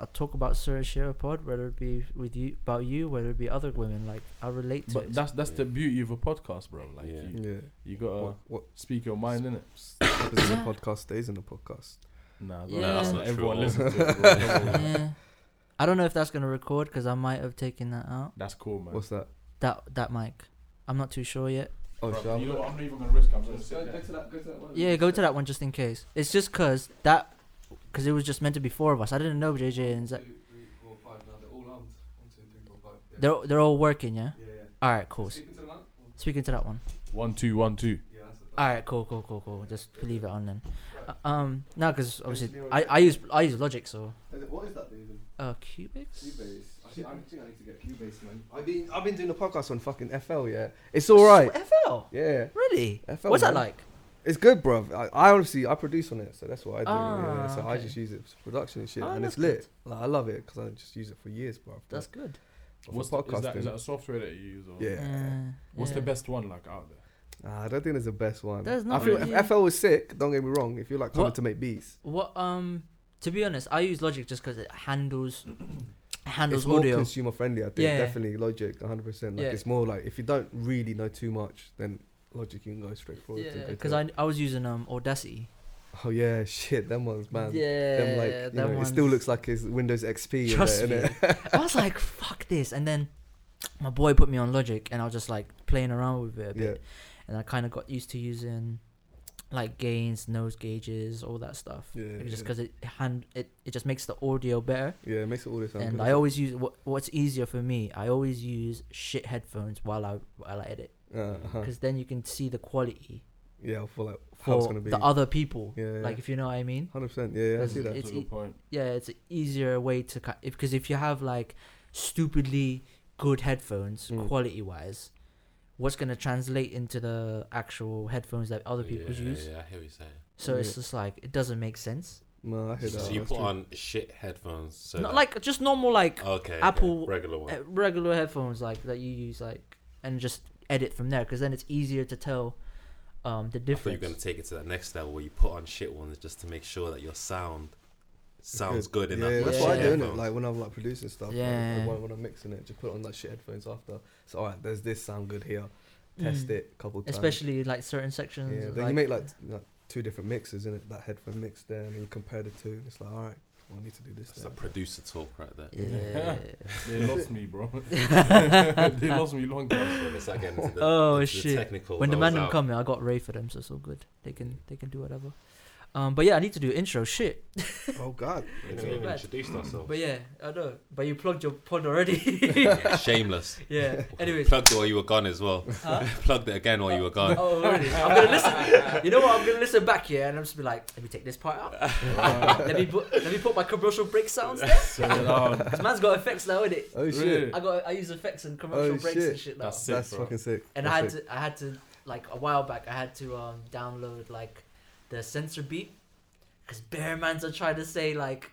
Speaker 2: I'll talk about certain shit on a pod, whether it be with you, about you, whether it be other women, like I relate to
Speaker 4: But
Speaker 2: it.
Speaker 4: that's that's the beauty of a podcast, bro. Like
Speaker 1: Yeah.
Speaker 4: you,
Speaker 5: Yeah.
Speaker 4: you gotta
Speaker 5: What, what
Speaker 4: speak your mind in it.
Speaker 5: happens in the podcast stays in the podcast.
Speaker 4: Nah,
Speaker 2: Yeah. No, that's
Speaker 1: not
Speaker 4: everyone
Speaker 1: true at
Speaker 4: listens to it. Bro. Come on.
Speaker 2: yeah. I don't know if that's gonna record because I might have taken that out.
Speaker 4: That's cool, man.
Speaker 5: What's that?
Speaker 2: That that mic, I'm not too sure yet.
Speaker 5: Oh,
Speaker 4: Bro,
Speaker 5: shall
Speaker 4: you
Speaker 5: I?
Speaker 4: know what? I'm not even gonna risk. it, I'm gonna sit there.
Speaker 5: that. Go to that one.
Speaker 2: Yeah, go to that one just in case. It's just cause that, cause it was just meant to be four of us. I didn't know JJ and Zach. They're they're all working, yeah. All right, cool. Speaking to that one.
Speaker 4: One two one two.
Speaker 2: All right, cool, cool, cool, cool. Just leave it on then. Uh, Um, no, because obviously I, I use I use Logic, so
Speaker 5: What is that even?
Speaker 2: uh, Cubics.
Speaker 5: Cubase. I think I need to get Cubase, man. I've been I've been doing a podcast on fucking FL, yeah. It's all right.
Speaker 2: FL,
Speaker 5: Yeah,
Speaker 2: really?
Speaker 5: FL,
Speaker 2: What's that
Speaker 5: man.
Speaker 2: like?
Speaker 5: it's good, bro. I, I honestly I produce on it, so that's what I do. yeah.
Speaker 2: Ah,
Speaker 5: So I
Speaker 2: okay.
Speaker 5: just use it for production and shit,
Speaker 2: Ah,
Speaker 5: and it's
Speaker 2: that's good.
Speaker 5: lit. Like, I love it because I just use it for years, bro.
Speaker 2: That's good.
Speaker 5: for
Speaker 4: What's the, is, that, is that a software that you use? Or?
Speaker 5: Yeah.
Speaker 2: Mm.
Speaker 4: What's the
Speaker 2: yeah.
Speaker 4: best one like out there?
Speaker 5: Nah, I don't think there's the best one.
Speaker 2: There's
Speaker 5: I
Speaker 2: not
Speaker 5: feel
Speaker 2: really-
Speaker 5: if FL was sick. Don't get me wrong. If you like coming
Speaker 2: What?
Speaker 5: to make beats,
Speaker 2: What um? To be honest, I use Logic just because it handles it handles
Speaker 5: it's more
Speaker 2: audio.
Speaker 5: consumer friendly. I think
Speaker 2: Yeah.
Speaker 5: definitely Logic, 100. percent Like
Speaker 2: Yeah.
Speaker 5: it's more like if you don't really know too much, then Logic you can go straight forward. to
Speaker 2: Yeah,
Speaker 5: go to
Speaker 2: because
Speaker 5: it.
Speaker 2: I I was using um Audacity.
Speaker 5: Oh yeah, shit, them ones, man.
Speaker 2: yeah,
Speaker 5: Them like, you know, it still looks like his Windows XP. in
Speaker 2: Trust
Speaker 5: there,
Speaker 2: me.
Speaker 5: innit?
Speaker 2: I was like, fuck this, and then my boy put me on Logic, and I was just like playing around with it a bit,
Speaker 5: Yeah.
Speaker 2: and I kind of got used to using like gains, nose gauges, all that stuff.
Speaker 5: Yeah,
Speaker 2: Like, just
Speaker 5: yeah.
Speaker 2: because it hand it, it just makes the audio better.
Speaker 5: Yeah, it makes it all this.
Speaker 2: and I always use what what's easier for me. I always use shit headphones while I while I edit
Speaker 5: Uh, uh-huh.
Speaker 2: because then you can see the quality
Speaker 5: Yeah, I feel like how it's
Speaker 2: for
Speaker 5: gonna be.
Speaker 2: the other people.
Speaker 5: yeah, yeah.
Speaker 2: Like if you know what I mean.
Speaker 5: hundred percent. Yeah, yeah, I
Speaker 2: That's-
Speaker 5: see that.
Speaker 2: it's
Speaker 4: That's a
Speaker 2: e-
Speaker 4: good point.
Speaker 2: yeah, it's an easier way to cut because if you have like stupidly good headphones,
Speaker 5: Mm.
Speaker 2: quality wise, what's gonna translate into the actual headphones that other people
Speaker 1: yeah,
Speaker 2: use?
Speaker 1: Yeah, I hear what you're saying.
Speaker 2: So
Speaker 5: Yeah.
Speaker 2: it's just like it doesn't make sense.
Speaker 5: No, I hear that.
Speaker 1: So you
Speaker 5: that's
Speaker 1: put
Speaker 5: true.
Speaker 1: on shit headphones. So
Speaker 2: Not
Speaker 1: that- Oh,
Speaker 2: like just normal like
Speaker 1: okay, okay,
Speaker 2: Apple-
Speaker 1: regular one.
Speaker 2: uh, regular headphones like that you use like and just edit from there because then it's easier to tell um the
Speaker 1: I thought you were
Speaker 2: difference.
Speaker 1: gonna take it to that next level where you put on shit ones just to make sure that your sound sounds good, in
Speaker 5: yeah,
Speaker 1: that.
Speaker 5: that's
Speaker 1: shit
Speaker 5: what I do in it.
Speaker 1: headphones.
Speaker 5: Like when I'm like producing stuff,
Speaker 2: Yeah.
Speaker 5: like, when, when I'm mixing it, just put on like shit headphones after. So all right, there's this sound good here. Test
Speaker 2: Mm.
Speaker 5: it a couple times.
Speaker 2: Especially like certain sections.
Speaker 5: yeah.
Speaker 2: of,
Speaker 5: Then you make like, t- like two different mixes in it. That headphone mix there, and then you compare the two. And it's like all right, well, I need to do this.
Speaker 1: That's
Speaker 5: now.
Speaker 1: a producer talk right there.
Speaker 2: Yeah.
Speaker 4: They lost me, bro. they lost me long time.
Speaker 1: It's like getting into the,
Speaker 2: Oh,
Speaker 1: into the
Speaker 2: shit.
Speaker 1: technical.
Speaker 2: when the
Speaker 1: I
Speaker 2: man
Speaker 1: was
Speaker 2: don't
Speaker 1: out.
Speaker 2: come, I got Ray for them, so it's all good. They can they can do whatever. Um, but yeah, I need to do intro shit.
Speaker 5: oh God.
Speaker 1: we didn't even
Speaker 2: Bad.
Speaker 1: introduce ourselves.
Speaker 2: But yeah, I know. But you plugged your pod already.
Speaker 1: Yeah, Shameless.
Speaker 2: yeah. Anyways,
Speaker 1: plugged it while you were gone as well.
Speaker 2: huh?
Speaker 1: plugged it again while you were gone.
Speaker 2: oh really? I'm gonna listen. You know what? I'm gonna listen back here, and I'm just be like, let me take this part out. let me put let me put my commercial break sounds there.
Speaker 4: So they're like,
Speaker 2: This man's got effects now, innit?
Speaker 5: Oh shit.
Speaker 4: Really?
Speaker 2: I got I use effects and commercial breaks and
Speaker 5: Oh, shit.
Speaker 2: shit now.
Speaker 4: That's sick,
Speaker 5: That's
Speaker 4: bro.
Speaker 5: fucking sick.
Speaker 2: and
Speaker 5: That's
Speaker 2: I had
Speaker 5: sick.
Speaker 2: to I had to like a while back I had to um download like the censor beat because bear mans are trying to say like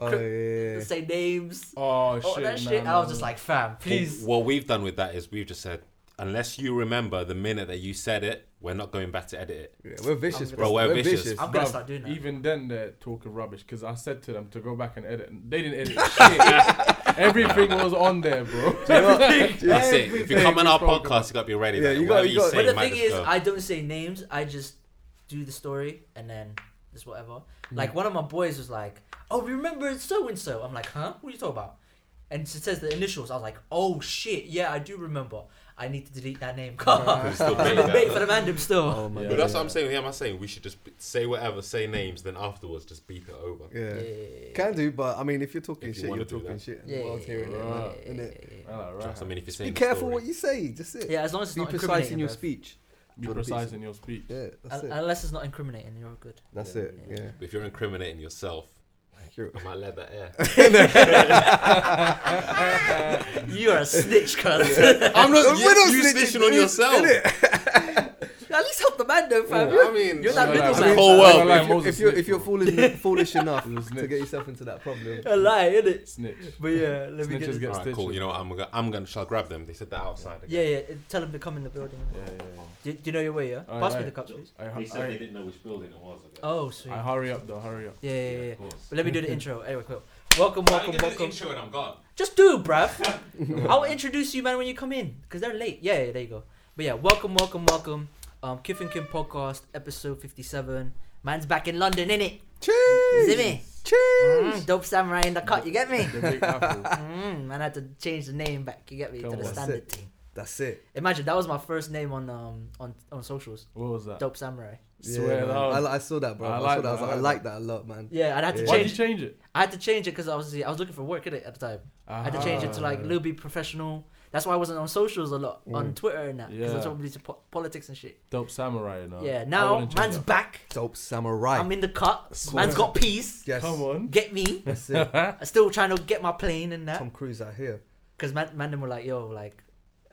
Speaker 5: Oh
Speaker 2: cri-
Speaker 5: yeah.
Speaker 2: say names
Speaker 4: oh,
Speaker 2: oh
Speaker 4: shit.
Speaker 2: that
Speaker 4: nah,
Speaker 2: shit I
Speaker 4: nah,
Speaker 2: was just
Speaker 1: um,
Speaker 4: nah.
Speaker 2: like fam
Speaker 1: oh,
Speaker 2: please
Speaker 1: What we've done with that is we've just said, unless you remember the minute that you said it, we're not going back to edit it.
Speaker 5: Yeah, we're vicious,
Speaker 2: I'm
Speaker 5: bro.
Speaker 1: gonna-
Speaker 5: We're
Speaker 1: Bro, we're
Speaker 5: vicious.
Speaker 1: vicious.
Speaker 2: I'm gonna
Speaker 4: Bruv,
Speaker 2: start doing that
Speaker 4: Even then, they're talking rubbish because I said to them to go back and edit. and They didn't edit shit. Everything was on there, bro.
Speaker 1: That's it. If you come on our
Speaker 4: Everything.
Speaker 1: podcast, you gotta be ready.
Speaker 5: Yeah,
Speaker 1: like,
Speaker 5: you gotta-
Speaker 1: whatever
Speaker 5: you
Speaker 1: you
Speaker 5: gotta-
Speaker 1: say,
Speaker 2: but the
Speaker 1: you might
Speaker 2: thing is
Speaker 1: just go.
Speaker 2: I don't say names I just do the story and then just
Speaker 5: Mm.
Speaker 2: whatever like one of my boys was like oh remember so and so I'm like huh what are you talking about and it says the initials I was like oh shit yeah I do remember I need to delete that name
Speaker 1: It's still
Speaker 2: I'm
Speaker 1: really
Speaker 2: in bait
Speaker 1: that.
Speaker 2: for the random still
Speaker 5: Oh my
Speaker 4: Yeah.
Speaker 1: But
Speaker 5: god.
Speaker 1: that's what I'm saying with him. I'm saying we should just b- say whatever, say names, then afterwards just beep it over.
Speaker 5: Yeah.
Speaker 2: Yeah.
Speaker 5: Can do, but I mean, if you're talking
Speaker 1: If you
Speaker 5: shit,
Speaker 1: wanna
Speaker 5: you're
Speaker 1: do
Speaker 5: talking
Speaker 1: that.
Speaker 5: shit. And
Speaker 2: Yeah,
Speaker 5: the world's hearing it,
Speaker 4: yeah,
Speaker 5: innit? Innit?
Speaker 4: Well, all right.
Speaker 1: Just, I mean, if you're
Speaker 5: Be
Speaker 1: saying.
Speaker 5: careful what you say. Just it.
Speaker 2: Yeah, as long as it's
Speaker 5: Be
Speaker 2: not
Speaker 5: precise
Speaker 2: incriminating.
Speaker 5: in your
Speaker 2: bruv.
Speaker 5: speech.
Speaker 4: Be
Speaker 5: What a piece
Speaker 4: precise
Speaker 5: of-
Speaker 4: in your speech.
Speaker 5: Yeah, that's
Speaker 2: Un-
Speaker 5: it.
Speaker 2: Unless it's not incriminating, you're good.
Speaker 5: That's
Speaker 4: Yeah.
Speaker 5: it. Yeah.
Speaker 1: If you're incriminating yourself,
Speaker 5: You're-
Speaker 1: I might let that air.
Speaker 2: you are a snitch, cunt.
Speaker 1: I'm not.
Speaker 5: We're not
Speaker 1: you
Speaker 5: snitching,
Speaker 1: snitching on
Speaker 5: dude,
Speaker 1: yourself.
Speaker 5: innit?
Speaker 2: At least help the man, though, fam.
Speaker 1: I mean,
Speaker 2: You're that
Speaker 4: Yeah,
Speaker 2: middle
Speaker 4: like,
Speaker 1: it's
Speaker 2: man.
Speaker 1: a whole
Speaker 4: Well,
Speaker 1: world.
Speaker 4: like,
Speaker 5: if,
Speaker 4: Moses
Speaker 5: if you're
Speaker 4: snitch,
Speaker 5: if you're
Speaker 4: bro.
Speaker 5: foolish, foolish enough
Speaker 4: You're a
Speaker 5: to
Speaker 4: snitch.
Speaker 5: get yourself into that problem,
Speaker 2: A lie, innit?
Speaker 4: Snitch.
Speaker 2: But yeah, let me
Speaker 4: Snitches
Speaker 2: get. This.
Speaker 4: get
Speaker 1: Alright, cool.
Speaker 4: stitches.
Speaker 1: You know what? I'm gonna, I'm gonna, shall I grab them? They said that outside.
Speaker 2: Yeah, yeah. uh, Tell him to come in the building.
Speaker 4: Yeah, yeah,
Speaker 2: Do, do you know your way? Yeah.
Speaker 5: Oh,
Speaker 4: Aye,
Speaker 2: Pass me
Speaker 4: aye.
Speaker 2: the cups, please.
Speaker 4: yeah. I, hu- I,
Speaker 1: didn't know which building it was.
Speaker 2: Oh, sweet.
Speaker 4: I hurry up though. Hurry up.
Speaker 2: Yeah, yeah, yeah. yeah.
Speaker 1: of course.
Speaker 2: But let me do the intro. Anyway, cool. Welcome, welcome, welcome.
Speaker 1: Intro and I'm gone.
Speaker 2: Just do, bruv. I'll introduce you, man, when you come in, because they're late. Yeah, yeah, there you go. But yeah, welcome, welcome, welcome. Um, Kif and Kim podcast, episode 57. Man's back in London, innit?
Speaker 5: cheers,
Speaker 2: Zimmy.
Speaker 5: cheers.
Speaker 2: Mm, dope samurai in the cut, you get me?
Speaker 4: The big apple.
Speaker 2: Mm, man, I had to change the name back, you get me?
Speaker 4: Come
Speaker 2: to the
Speaker 4: on.
Speaker 2: standard
Speaker 5: That's
Speaker 2: thing.
Speaker 5: That's it.
Speaker 2: Imagine, that was my first name on um on, on socials.
Speaker 4: What was that?
Speaker 2: Dope samurai.
Speaker 4: Swear
Speaker 5: man.
Speaker 4: that
Speaker 5: I,
Speaker 4: was-
Speaker 5: li- I saw that, bro.
Speaker 4: I
Speaker 5: I,
Speaker 4: like
Speaker 5: saw that. I, was
Speaker 4: that,
Speaker 5: like, I
Speaker 4: I
Speaker 5: like that a lot, man.
Speaker 2: Yeah, and I had to
Speaker 5: Yeah.
Speaker 4: Why did
Speaker 2: change.
Speaker 4: you change it?
Speaker 2: I had to change it because obviously I was looking for work in it at the time. I had to change it to like
Speaker 5: Ah.
Speaker 2: little bit professional. That's why I wasn't on socials a lot, on
Speaker 5: Mm.
Speaker 2: Twitter and that, because I was
Speaker 4: Yeah.
Speaker 2: probably to po- politics and shit.
Speaker 4: Dope Samurai now.
Speaker 2: yeah, now man's back.
Speaker 5: Dope samurai.
Speaker 2: I'm in the cut.
Speaker 5: Swear.
Speaker 2: Man's got peace.
Speaker 5: yes.
Speaker 4: Come on.
Speaker 2: Get me.
Speaker 5: That's it.
Speaker 2: I'm still trying to get my plane and that.
Speaker 5: Tom Cruise out here.
Speaker 2: Because man, man, them were like, yo, like,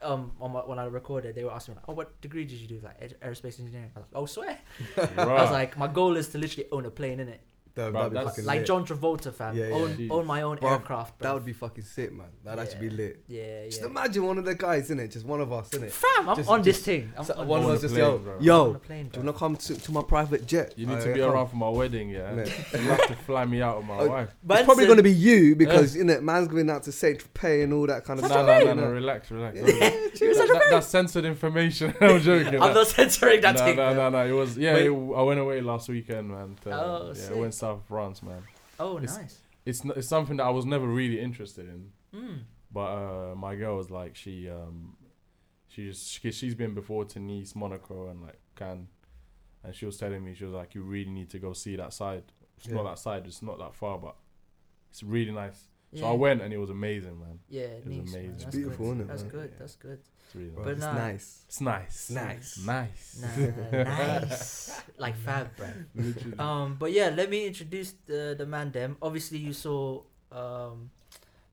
Speaker 2: um, on my, when I recorded, they were asking me, like, oh, what degree did you do? Like, aer- aerospace engineering. I was like, oh, swear. I was like, my goal is to literally own a plane, innit?
Speaker 5: That
Speaker 4: Bro,
Speaker 5: would be
Speaker 4: that's-
Speaker 5: fucking
Speaker 2: Like
Speaker 5: lit.
Speaker 2: John Travolta, fam.
Speaker 5: Yeah, yeah.
Speaker 2: own,
Speaker 4: Jeez.
Speaker 2: own my own
Speaker 5: Bruv,
Speaker 2: aircraft, bro.
Speaker 5: That would be fucking sick, man. That'd actually be
Speaker 2: Yeah.
Speaker 5: lit.
Speaker 2: Yeah, yeah.
Speaker 5: Just imagine one of the guys in it, just one of us in it.
Speaker 2: Fam, I'm
Speaker 5: just-
Speaker 2: on this
Speaker 5: just-
Speaker 2: thing. I'm
Speaker 5: So
Speaker 2: on
Speaker 5: one of
Speaker 4: on
Speaker 5: us
Speaker 4: the
Speaker 5: just
Speaker 4: plane,
Speaker 5: yo,
Speaker 4: bro.
Speaker 2: I'm on
Speaker 5: yo,
Speaker 2: the plane,
Speaker 5: do
Speaker 2: bruv.
Speaker 5: you wanna come to, to my private jet?
Speaker 4: You need
Speaker 5: Oh,
Speaker 4: to
Speaker 5: yeah,
Speaker 4: be
Speaker 5: come.
Speaker 4: around for my wedding, yeah.
Speaker 5: Yeah.
Speaker 4: you have to fly me out of my
Speaker 5: Oh,
Speaker 4: wife.
Speaker 2: Man
Speaker 5: It's probably
Speaker 2: said-
Speaker 5: gonna be you because in it, man's going out to Saint Tropez and all that kind of
Speaker 4: No,
Speaker 5: stuff.
Speaker 4: no,
Speaker 5: you
Speaker 4: no, no,
Speaker 5: know?
Speaker 4: relax, relax.
Speaker 5: Yeah, chill.
Speaker 4: That- that- that's censored information. I'm joking.
Speaker 2: I'm
Speaker 4: man.
Speaker 2: not censoring that
Speaker 4: no,
Speaker 2: thing.
Speaker 4: no,
Speaker 2: man.
Speaker 4: no, no. It was yeah.
Speaker 2: Wait.
Speaker 4: It, I went away last weekend, man. To,
Speaker 2: Oh,
Speaker 4: yeah,
Speaker 2: sick.
Speaker 4: I went south of France, man.
Speaker 2: Oh,
Speaker 4: It's-
Speaker 2: nice.
Speaker 4: It's n- it's something that I was never really interested in,
Speaker 2: Mm.
Speaker 4: But uh, my girl was like, she um, she just she, she's been before to Nice, Monaco, and like Cannes, and she was telling me she was like, you really need to go see that side. It's not
Speaker 3: Yeah.
Speaker 4: that side. It's not that far, but it's really nice.
Speaker 2: Yeah.
Speaker 4: So I went, and it was amazing, man.
Speaker 2: Yeah, nice.
Speaker 4: was
Speaker 2: man.
Speaker 4: amazing. It's
Speaker 2: That's
Speaker 3: beautiful,
Speaker 2: good.
Speaker 3: isn't it,
Speaker 2: That's
Speaker 3: man?
Speaker 2: good.
Speaker 4: Yeah.
Speaker 2: That's good.
Speaker 4: It's really
Speaker 3: Bro,
Speaker 4: nice.
Speaker 2: But
Speaker 3: it's
Speaker 2: nah.
Speaker 3: nice.
Speaker 4: It's nice.
Speaker 3: Nice.
Speaker 4: Nice.
Speaker 2: Nah, nice. Like fab, bro.
Speaker 4: Literally.
Speaker 2: Um, but yeah, let me introduce the the man. Dem. Obviously, you saw um,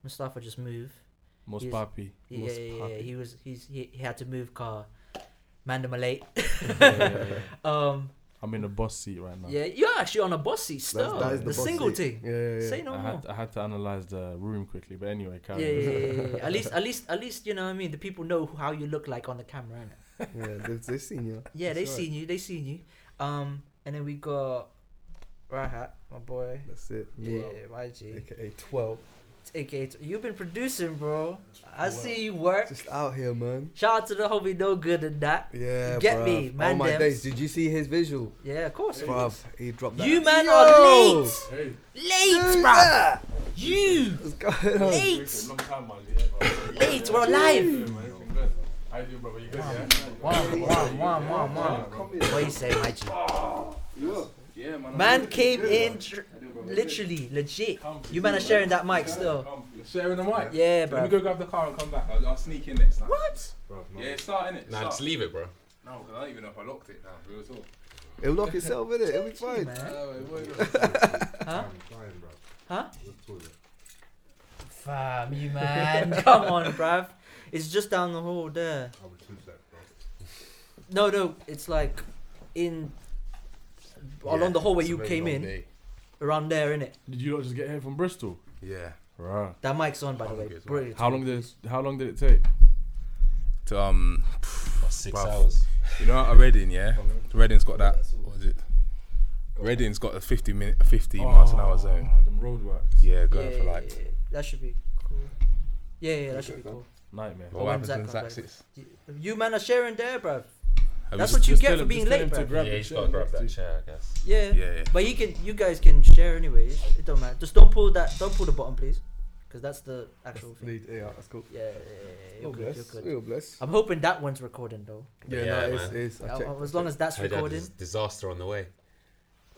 Speaker 2: Mustafa just move.
Speaker 4: Most
Speaker 2: he's-
Speaker 4: papi.
Speaker 2: Yeah,
Speaker 4: Most
Speaker 2: yeah, yeah.
Speaker 4: papi.
Speaker 2: He was he's he, he had to move car. Mandem late.
Speaker 4: Yeah, yeah, yeah.
Speaker 2: Um,
Speaker 4: I'm in a bus seat right now.
Speaker 2: yeah, you're actually on a bus seat still.
Speaker 3: that is
Speaker 2: the,
Speaker 3: the boss
Speaker 2: single
Speaker 3: seat.
Speaker 2: thing.
Speaker 3: Yeah, yeah, yeah.
Speaker 2: Say no
Speaker 4: I
Speaker 2: more.
Speaker 4: had, I had to analyze the room quickly, but anyway,
Speaker 2: Yeah,
Speaker 4: carry
Speaker 2: yeah,
Speaker 4: on.
Speaker 2: yeah, yeah, yeah. At least, at least, at least, you know what I mean. The people know who- how you look like on the camera. innit?
Speaker 3: yeah, they've, they've seen you.
Speaker 2: Yeah,
Speaker 3: That's
Speaker 2: they
Speaker 3: right.
Speaker 2: seen you. They seen you. Um, and then we got Rahat, my boy.
Speaker 3: That's it.
Speaker 2: Yeah,
Speaker 3: You
Speaker 2: my
Speaker 3: yeah.
Speaker 2: G.
Speaker 3: AKA 12.
Speaker 2: AKA, you've been producing, bro. I see you work.
Speaker 3: Just out here, man.
Speaker 2: Shout out to the homie, no good in that.
Speaker 3: Yeah,
Speaker 2: Get
Speaker 3: bruv.
Speaker 2: me, man
Speaker 3: Oh my
Speaker 2: dems.
Speaker 3: days, did you see his visual?
Speaker 2: Yeah, of course.
Speaker 3: Bruv, he dropped that.
Speaker 2: You man
Speaker 3: Yo!
Speaker 2: are late,
Speaker 4: Hey,
Speaker 2: late,
Speaker 3: Who's
Speaker 2: bro.
Speaker 3: that?
Speaker 2: You
Speaker 3: What's going on?
Speaker 2: late,
Speaker 4: long time, man.
Speaker 2: late. We're alive.
Speaker 4: I do, brother. You good,
Speaker 2: One, one, one, one, one. What you say, my G?
Speaker 4: Yeah, man.
Speaker 2: Man came in, tr- literally legit. You man are sharing that mic still.
Speaker 4: Sharing the mic.
Speaker 2: Yeah,
Speaker 4: Let me
Speaker 2: bro.
Speaker 4: go grab the car and come back. I'll, I'll sneak in next time.
Speaker 2: What?
Speaker 4: Yeah, it's starting it.
Speaker 6: Nah, just leave it, bro.
Speaker 4: No, because I don't even know if I locked it now. Real talk.
Speaker 3: It'll knock itself in it. It'll be fine.
Speaker 2: Man.
Speaker 6: Huh?
Speaker 2: Huh? Fam, you man. Come on, bruv. It's just down the hall there. No, no, it's like in along the hallway you came in, around there, innit?
Speaker 4: Did you not just get here from Bristol?
Speaker 6: Yeah.
Speaker 4: Right.
Speaker 2: That mic's on, by the way.
Speaker 6: Okay, it's
Speaker 2: Brilliant.
Speaker 4: How long did it, how long did it take?
Speaker 6: To um,
Speaker 1: six
Speaker 6: Bruv.
Speaker 1: hours.
Speaker 6: you know, at Reading, yeah. Reading's got that. What was it? Reading's got a 50 minute, 50 miles an hour zone.
Speaker 4: Oh, Them roadworks.
Speaker 6: Yeah, going
Speaker 2: yeah,
Speaker 6: for like.
Speaker 2: yeah, yeah. that should be cool. Yeah, yeah, that should be cool.
Speaker 4: Nightmare.
Speaker 6: What
Speaker 2: When's
Speaker 6: happens
Speaker 2: that
Speaker 6: in
Speaker 2: come
Speaker 6: Zach
Speaker 2: back?
Speaker 6: Six?
Speaker 2: You man are sharing there, bruv.
Speaker 6: Have
Speaker 2: That's
Speaker 6: you-
Speaker 2: what you
Speaker 4: Just
Speaker 2: get
Speaker 4: tell
Speaker 2: for
Speaker 4: him-
Speaker 2: being
Speaker 4: just tell
Speaker 2: late,
Speaker 4: him to
Speaker 2: bruv.
Speaker 4: grab
Speaker 1: yeah,
Speaker 4: the
Speaker 1: he's
Speaker 4: chair
Speaker 1: got to grab
Speaker 4: next
Speaker 1: that
Speaker 4: to
Speaker 1: chair, I guess.
Speaker 2: Yeah.
Speaker 6: Yeah, yeah.
Speaker 2: But you can, you guys can share anyway. It it don't matter. Just don't pull that. Don't pull the bottom, please, because that's the actual thing.
Speaker 3: Need- Yeah, that's cool.
Speaker 2: Yeah, yeah, yeah, yeah. You're
Speaker 3: We'll
Speaker 2: good. You're
Speaker 3: bless.
Speaker 2: good.
Speaker 3: We'll bless.
Speaker 2: I'm hoping that one's recording though.
Speaker 3: Yeah,
Speaker 1: Yeah,
Speaker 3: no, it's,
Speaker 1: man.
Speaker 3: it's. I
Speaker 2: Uh,
Speaker 3: checked.
Speaker 2: As long as that's
Speaker 1: Tell your dad
Speaker 2: recording,
Speaker 1: there's disaster on the way.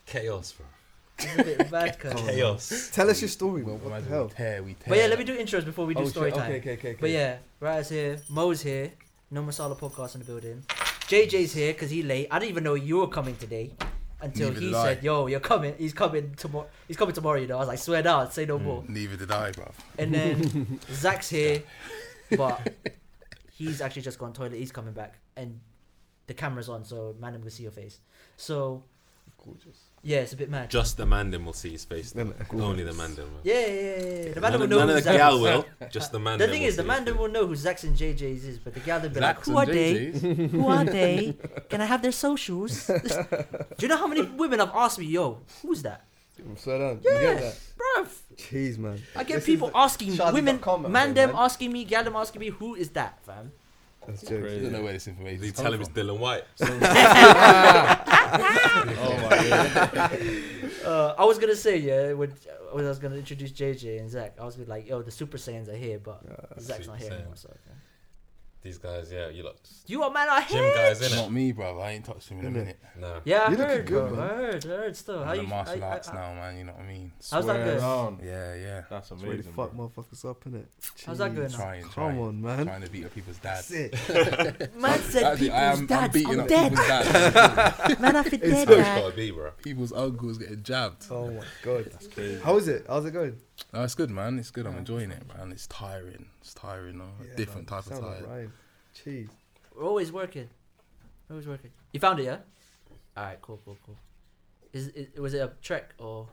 Speaker 1: Chaos, bro.
Speaker 2: it's a bit bad. cuz.
Speaker 1: Chaos.
Speaker 3: Tell us your story, man. What the
Speaker 6: Imagine
Speaker 3: hell?
Speaker 6: we tear, we tear.
Speaker 2: But yeah, let me do intros before we do
Speaker 3: Oh,
Speaker 2: story
Speaker 3: shit.
Speaker 2: time.
Speaker 3: Okay, okay, okay. okay.
Speaker 2: But yeah, Raz here, Mo's here, No Masala podcast in the building. JJ's here because he late. I didn't even know you were coming today until
Speaker 6: Neither
Speaker 2: he
Speaker 6: did I.
Speaker 2: said, "Yo, you're coming. He's coming tomorrow. He's coming tomorrow." You know, I was like, "Swear down, say
Speaker 6: Hmm.
Speaker 2: no more."
Speaker 6: Neither did I, bro.
Speaker 2: And then Zach's here, but he's actually just gone toilet. He's coming back, and the camera's on, so man, I'm gonna see your face. So
Speaker 3: Gorgeous.
Speaker 2: yeah, it's a bit mad.
Speaker 1: Just the Mandan will see his face.
Speaker 3: No, no,
Speaker 1: Only the
Speaker 3: gorgeous.
Speaker 1: Mandan will.
Speaker 2: yeah, yeah, yeah, yeah. The
Speaker 1: none
Speaker 2: man will
Speaker 1: of,
Speaker 2: know
Speaker 1: none
Speaker 2: who
Speaker 1: of the
Speaker 2: Zach
Speaker 1: gal
Speaker 2: is.
Speaker 1: will. Just the Mandan.
Speaker 2: The thing
Speaker 1: will
Speaker 2: is, the
Speaker 1: see his
Speaker 2: man
Speaker 1: face.
Speaker 2: will know who Zach's and JJ's is, but the gal will be like,
Speaker 6: Zax
Speaker 2: "Who
Speaker 6: and
Speaker 2: are they?
Speaker 6: JJ's.
Speaker 2: Who are they? Can I have their socials?" Do you know how many women have asked me, "Yo, who's that?"
Speaker 3: I'm so down. You get
Speaker 2: Yeah,
Speaker 3: that?
Speaker 2: bruv.
Speaker 3: Jeez, man.
Speaker 2: I get
Speaker 3: This is
Speaker 2: people
Speaker 3: the-
Speaker 2: asking
Speaker 3: Shadi.com
Speaker 2: women,
Speaker 3: out
Speaker 2: man,
Speaker 3: here,
Speaker 2: them
Speaker 3: man.
Speaker 2: asking me, gal them asking me, "Who is that, fam?"
Speaker 3: That's
Speaker 6: I
Speaker 3: jokes.
Speaker 6: don't know where this information
Speaker 1: They
Speaker 6: is.
Speaker 1: tell him it's
Speaker 6: coming
Speaker 1: Dylan White.
Speaker 4: Oh my god.
Speaker 2: Uh, I was gonna say yeah when, when I was gonna introduce JJ and Zach, I was gonna be like, "Yo, the Super Saiyans are here," but Zach's
Speaker 1: Super
Speaker 2: not here
Speaker 1: Saiyan.
Speaker 2: anymore. So yeah.
Speaker 1: These guys, yeah, you lot.
Speaker 2: you are man are
Speaker 1: Gym
Speaker 2: here.
Speaker 1: guys,
Speaker 6: from.
Speaker 1: innit?
Speaker 6: Not me, bro. I ain't touched him in a
Speaker 3: Innit?
Speaker 6: minute.
Speaker 1: No.
Speaker 2: Yeah,
Speaker 3: You're
Speaker 2: I
Speaker 3: looking
Speaker 2: heard,
Speaker 3: good,
Speaker 2: bro. I
Speaker 3: man.
Speaker 2: heard, I heard still. How
Speaker 6: I'm in
Speaker 2: you?
Speaker 6: the martial
Speaker 2: I- I-
Speaker 6: arts
Speaker 2: I-
Speaker 6: now, man. You know what I mean?
Speaker 2: How's that
Speaker 4: Swear
Speaker 2: going?
Speaker 4: down.
Speaker 6: Yeah, yeah.
Speaker 4: That's
Speaker 3: It's really
Speaker 4: amazing.
Speaker 3: fuck
Speaker 4: bro.
Speaker 3: motherfuckers up, innit?
Speaker 2: How's that
Speaker 3: Jeez.
Speaker 2: going?
Speaker 6: Trying,
Speaker 3: Come
Speaker 6: trying,
Speaker 3: on, man.
Speaker 6: trying to beat up people's
Speaker 3: That's
Speaker 6: dads.
Speaker 3: it.
Speaker 2: Man said
Speaker 6: Actually,
Speaker 2: people's
Speaker 6: I am I'm
Speaker 2: dads.
Speaker 6: beating
Speaker 2: I'm
Speaker 6: up
Speaker 2: dead.
Speaker 6: people's dads.
Speaker 2: Man, I fit dead.
Speaker 1: That's what it's
Speaker 2: man.
Speaker 1: gotta be, bro.
Speaker 6: people's uncles getting jabbed.
Speaker 3: Oh my god.
Speaker 4: crazy.
Speaker 3: How is it? How's it going?
Speaker 6: No, it's good, man. It's good. I'm enjoying it, man. It's tiring. It's tiring. No?
Speaker 3: Yeah,
Speaker 6: Different
Speaker 3: man.
Speaker 6: type of
Speaker 3: Sound like
Speaker 6: tired.
Speaker 3: Ryan. Jeez.
Speaker 2: We're always working. We're always working. You found it, yeah? All right, cool, cool, cool. Is, is was it a trek or?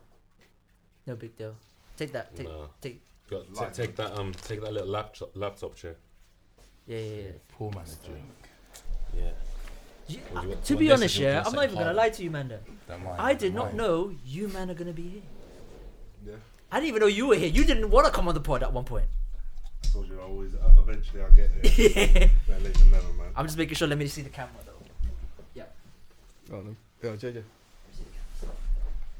Speaker 2: No big deal. Take that. Take,
Speaker 1: No.
Speaker 2: take.
Speaker 1: Got, ta- take that um, take that little laptop laptop chair.
Speaker 2: Yeah, yeah, yeah.
Speaker 6: Poor man's drink.
Speaker 1: Yeah. Well, you
Speaker 2: You- uh,
Speaker 1: want-
Speaker 2: to
Speaker 1: well,
Speaker 2: be
Speaker 1: this
Speaker 2: honest,
Speaker 1: is your
Speaker 2: yeah, I'm not
Speaker 1: consent
Speaker 2: even gonna
Speaker 1: part.
Speaker 2: lie to you, Manda.
Speaker 6: Don't mind.
Speaker 2: I did
Speaker 6: don't
Speaker 2: not
Speaker 6: mind.
Speaker 2: know you man are gonna be here.
Speaker 7: Yeah.
Speaker 2: I didn't even know you were here. You didn't want to come on the pod at one point.
Speaker 7: told you I always uh, eventually I get there. Better late than never, man.
Speaker 2: I'm just making sure. Let me see the camera though.
Speaker 3: Go on, then. Go on, JJ.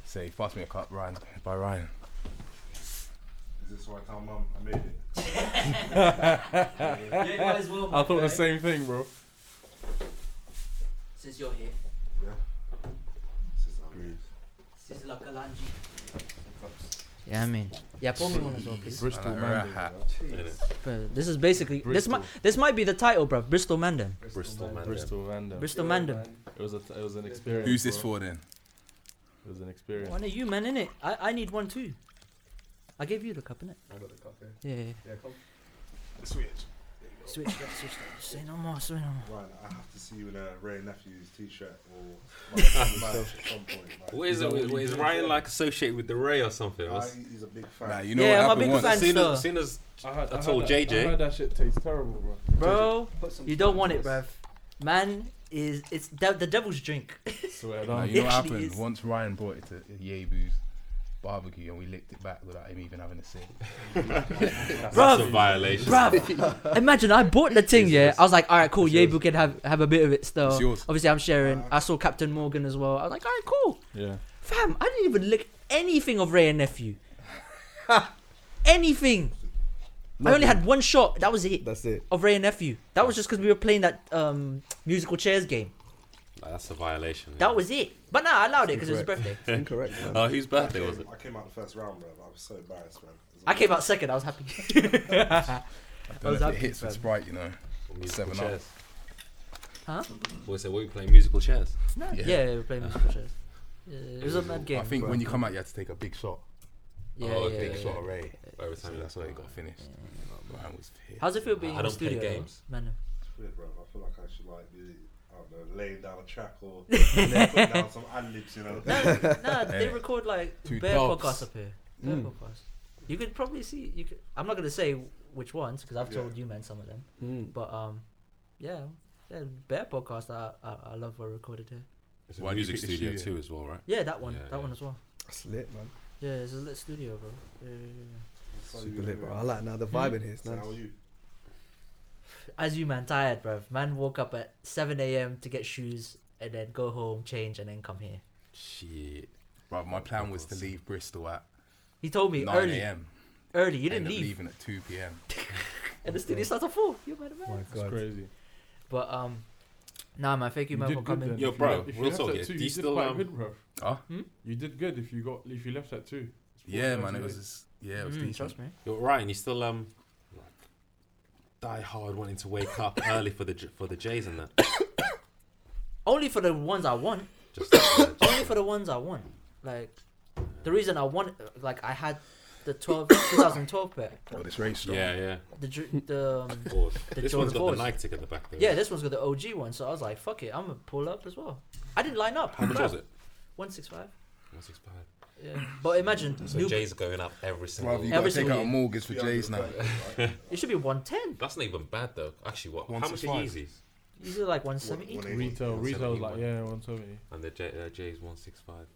Speaker 6: Say, pass me a cup, Ryan. By Ryan.
Speaker 7: Is This is why I tell mum I made it.
Speaker 2: Yeah, you might as well,
Speaker 4: I
Speaker 2: my
Speaker 4: thought
Speaker 2: guy,
Speaker 4: the same thing, bro.
Speaker 2: Since you're here,
Speaker 7: This is how it is.
Speaker 2: this is like a lunge. Yeah, I mean, yeah, pour me one as well, please.
Speaker 4: Bristol man.
Speaker 2: But this is basically this
Speaker 4: Bristol.
Speaker 2: might this might be the title, bro. Bristol Mandem.
Speaker 1: Bristol man.
Speaker 4: Bristol Mandem.
Speaker 2: Bristol Mandem.
Speaker 4: It was a, it was an experience.
Speaker 6: Who's this
Speaker 4: bro.
Speaker 6: for then?
Speaker 4: It was an experience.
Speaker 2: One of you, man, innit? I I need one too. I gave you the cup, innit?
Speaker 3: I got the cup here.
Speaker 2: Yeah, yeah. yeah.
Speaker 3: Yeah, come.
Speaker 7: Switch.
Speaker 2: Switch, that, switch. that. Say no more. Say no more.
Speaker 7: Ryan, I have to see you in a Ray Nephews t-shirt or like, match at some point. Like,
Speaker 1: What is it? with- Is Ryan like associated with the Ray or something?
Speaker 7: I,
Speaker 1: As
Speaker 7: he's a big fan.
Speaker 6: Nah, you know
Speaker 2: Yeah, I'm a
Speaker 6: what
Speaker 2: big
Speaker 6: happened
Speaker 2: fan.
Speaker 6: once.
Speaker 1: soon
Speaker 2: Sir.
Speaker 1: as, soon as
Speaker 4: I, heard,
Speaker 1: I told JJ.
Speaker 4: heard That, I heard that shit tastes terrible, bro.
Speaker 2: Bro,
Speaker 3: Put some
Speaker 2: you don't
Speaker 3: cup
Speaker 2: want
Speaker 3: in
Speaker 2: it,
Speaker 3: this.
Speaker 2: bruv. Man is it's de- the devil's drink.
Speaker 4: Swear
Speaker 6: Nah,
Speaker 4: down.
Speaker 6: you know what
Speaker 2: actually
Speaker 6: happened
Speaker 2: is.
Speaker 6: once Ryan brought it to Yebu's barbecue and we licked it back without him even having a sip.
Speaker 1: that's,
Speaker 2: Bruv.
Speaker 1: a violation.
Speaker 2: Bruv, imagine I bought the thing, yeah.
Speaker 1: Jesus.
Speaker 2: I was like, all right, cool.
Speaker 1: It's yours.
Speaker 2: Yebu can have have a bit of it still.
Speaker 6: It's yours.
Speaker 2: Obviously, I'm sharing. I saw Captain Morgan as well. I was like, all right, cool.
Speaker 4: Yeah.
Speaker 2: Fam, I didn't even lick anything of Ray and Nephew. anything. I only had one shot. That was it.
Speaker 5: That's it.
Speaker 2: Of Ray and Nephew. That was just because we were playing that um, musical chairs game.
Speaker 1: Like, that's a violation.
Speaker 2: That was it. But nah, I allowed it because it was his birthday.
Speaker 5: Incorrect. man.
Speaker 6: Uh,
Speaker 1: Oh, whose
Speaker 7: I
Speaker 1: birthday
Speaker 7: came-
Speaker 1: was it?
Speaker 7: I came out the first round, bro. I was so embarrassed, man. It was
Speaker 2: I came out second. I was happy.
Speaker 6: I
Speaker 2: I
Speaker 6: don't
Speaker 2: was
Speaker 6: know if
Speaker 2: happy,
Speaker 6: it hits with
Speaker 2: fam.
Speaker 6: Sprite, you know.
Speaker 1: Musical
Speaker 6: Seven
Speaker 1: chairs.
Speaker 2: Huh?
Speaker 1: Well, so we playing musical chairs.
Speaker 2: No, yeah.
Speaker 6: Yeah.
Speaker 2: we were playing musical chairs. Yeah, it was a mad game.
Speaker 6: I think
Speaker 2: bro.
Speaker 6: when you come out, you had to take a big shot.
Speaker 2: yeah,
Speaker 1: Oh,
Speaker 2: yeah,
Speaker 1: okay,
Speaker 6: big
Speaker 2: yeah,
Speaker 6: shot
Speaker 2: yeah.
Speaker 6: of Ray.
Speaker 1: Every time
Speaker 6: So
Speaker 1: that's
Speaker 6: that's
Speaker 1: what
Speaker 6: why
Speaker 1: you
Speaker 6: it
Speaker 1: got.
Speaker 6: got finished. Ryan was pissed.
Speaker 2: How's it feel being
Speaker 1: I
Speaker 2: in the
Speaker 1: don't play
Speaker 2: studio? though,
Speaker 1: games.
Speaker 2: Man,
Speaker 7: weird, bro. I feel like I should like be, I don't know, laying down a track or putting down some ad libs, you know.
Speaker 2: no, no, they
Speaker 6: Yeah.
Speaker 2: record like
Speaker 6: Two
Speaker 2: bare
Speaker 6: dogs.
Speaker 2: podcasts up here. Bare podcasts. You could probably see. You could. I'm not gonna say which ones because I've
Speaker 7: Yeah.
Speaker 2: told you, man, some of them.
Speaker 5: Mm.
Speaker 2: But um, yeah, yeah, bare podcasts that I, I, I love were recorded here.
Speaker 1: It's
Speaker 6: Why
Speaker 1: a
Speaker 6: do you
Speaker 1: music
Speaker 6: pick the
Speaker 1: studio
Speaker 6: studio?
Speaker 1: too, as well, right?
Speaker 2: Yeah, that one,
Speaker 1: Yeah, yeah.
Speaker 2: that one as well.
Speaker 5: That's lit, man.
Speaker 2: Yeah, it's a lit studio, bro. Yeah, yeah, yeah.
Speaker 7: So you
Speaker 5: Super lit,
Speaker 7: know,
Speaker 5: bro. I like now the vibe in here. It's
Speaker 7: So
Speaker 5: nice.
Speaker 7: how are you?
Speaker 2: As you man, tired, bro. Man, woke up at 7 a.m. to get shoes and then go home, change, and then come here.
Speaker 1: Shit.
Speaker 6: Bro, my plan was to leave Bristol at
Speaker 2: He told me
Speaker 6: 9
Speaker 2: early,
Speaker 6: a.m.
Speaker 2: early. You didn't
Speaker 6: Ended up
Speaker 2: leave,
Speaker 6: leaving at 2 p.m.
Speaker 2: and the studio starts at four. You might have
Speaker 5: My
Speaker 4: It's
Speaker 5: God.
Speaker 4: crazy.
Speaker 2: But um, nah, man. Thank you, man,
Speaker 4: did
Speaker 2: for
Speaker 4: good
Speaker 2: coming.
Speaker 4: then.
Speaker 1: Yo,
Speaker 4: If you
Speaker 1: bro,
Speaker 4: left- if you
Speaker 1: real
Speaker 4: left
Speaker 1: talk,
Speaker 4: at
Speaker 1: yeah,
Speaker 4: two,
Speaker 1: do
Speaker 4: you
Speaker 1: you
Speaker 4: did
Speaker 1: still,
Speaker 4: quite
Speaker 1: um,
Speaker 4: good, bro.
Speaker 6: Huh?
Speaker 4: You did good if you got if you left at two. It's
Speaker 6: Yeah,
Speaker 4: four
Speaker 6: man, it
Speaker 4: hours
Speaker 6: was
Speaker 4: late.
Speaker 6: just, yeah, it was
Speaker 2: Mm,
Speaker 6: decent.
Speaker 2: trust me.
Speaker 1: You're Ryan. You still um, like, die hard, wanting to wake up early for the J- for the Jays and that.
Speaker 2: Only for the ones I want.
Speaker 1: Just, uh, just-
Speaker 2: Only for the ones I want. Like the reason I want, like I had the 12, 2012 pair.
Speaker 6: Oh, this race strong.
Speaker 1: yeah, yeah.
Speaker 2: The dr- the um,
Speaker 1: Pause.
Speaker 2: The
Speaker 1: this one's got
Speaker 2: Jordan
Speaker 1: the Nike tick at the back. Though.
Speaker 2: yeah, this one's got the OG one. So I was like, fuck it, I'm gonna pull up as well. I didn't line up.
Speaker 1: How much was it?
Speaker 2: One six five.
Speaker 1: What's expired?
Speaker 2: Yeah. But imagine
Speaker 1: So
Speaker 2: new,
Speaker 1: Jays are going up every single.
Speaker 6: Bro, you
Speaker 2: Every
Speaker 6: gotta take
Speaker 2: single
Speaker 6: out a
Speaker 2: year.
Speaker 6: mortgage for Jay's now.
Speaker 2: it should be one ten.
Speaker 1: That's not even bad though. Actually, what? How much are
Speaker 4: 165.
Speaker 1: Yeezys?
Speaker 2: These are like one seventy.
Speaker 7: One- one eighty.
Speaker 4: Retail,
Speaker 1: Yeah,
Speaker 4: retail's
Speaker 1: 71.
Speaker 4: like yeah, one seventy.
Speaker 1: And the J, uh, Jays one six five.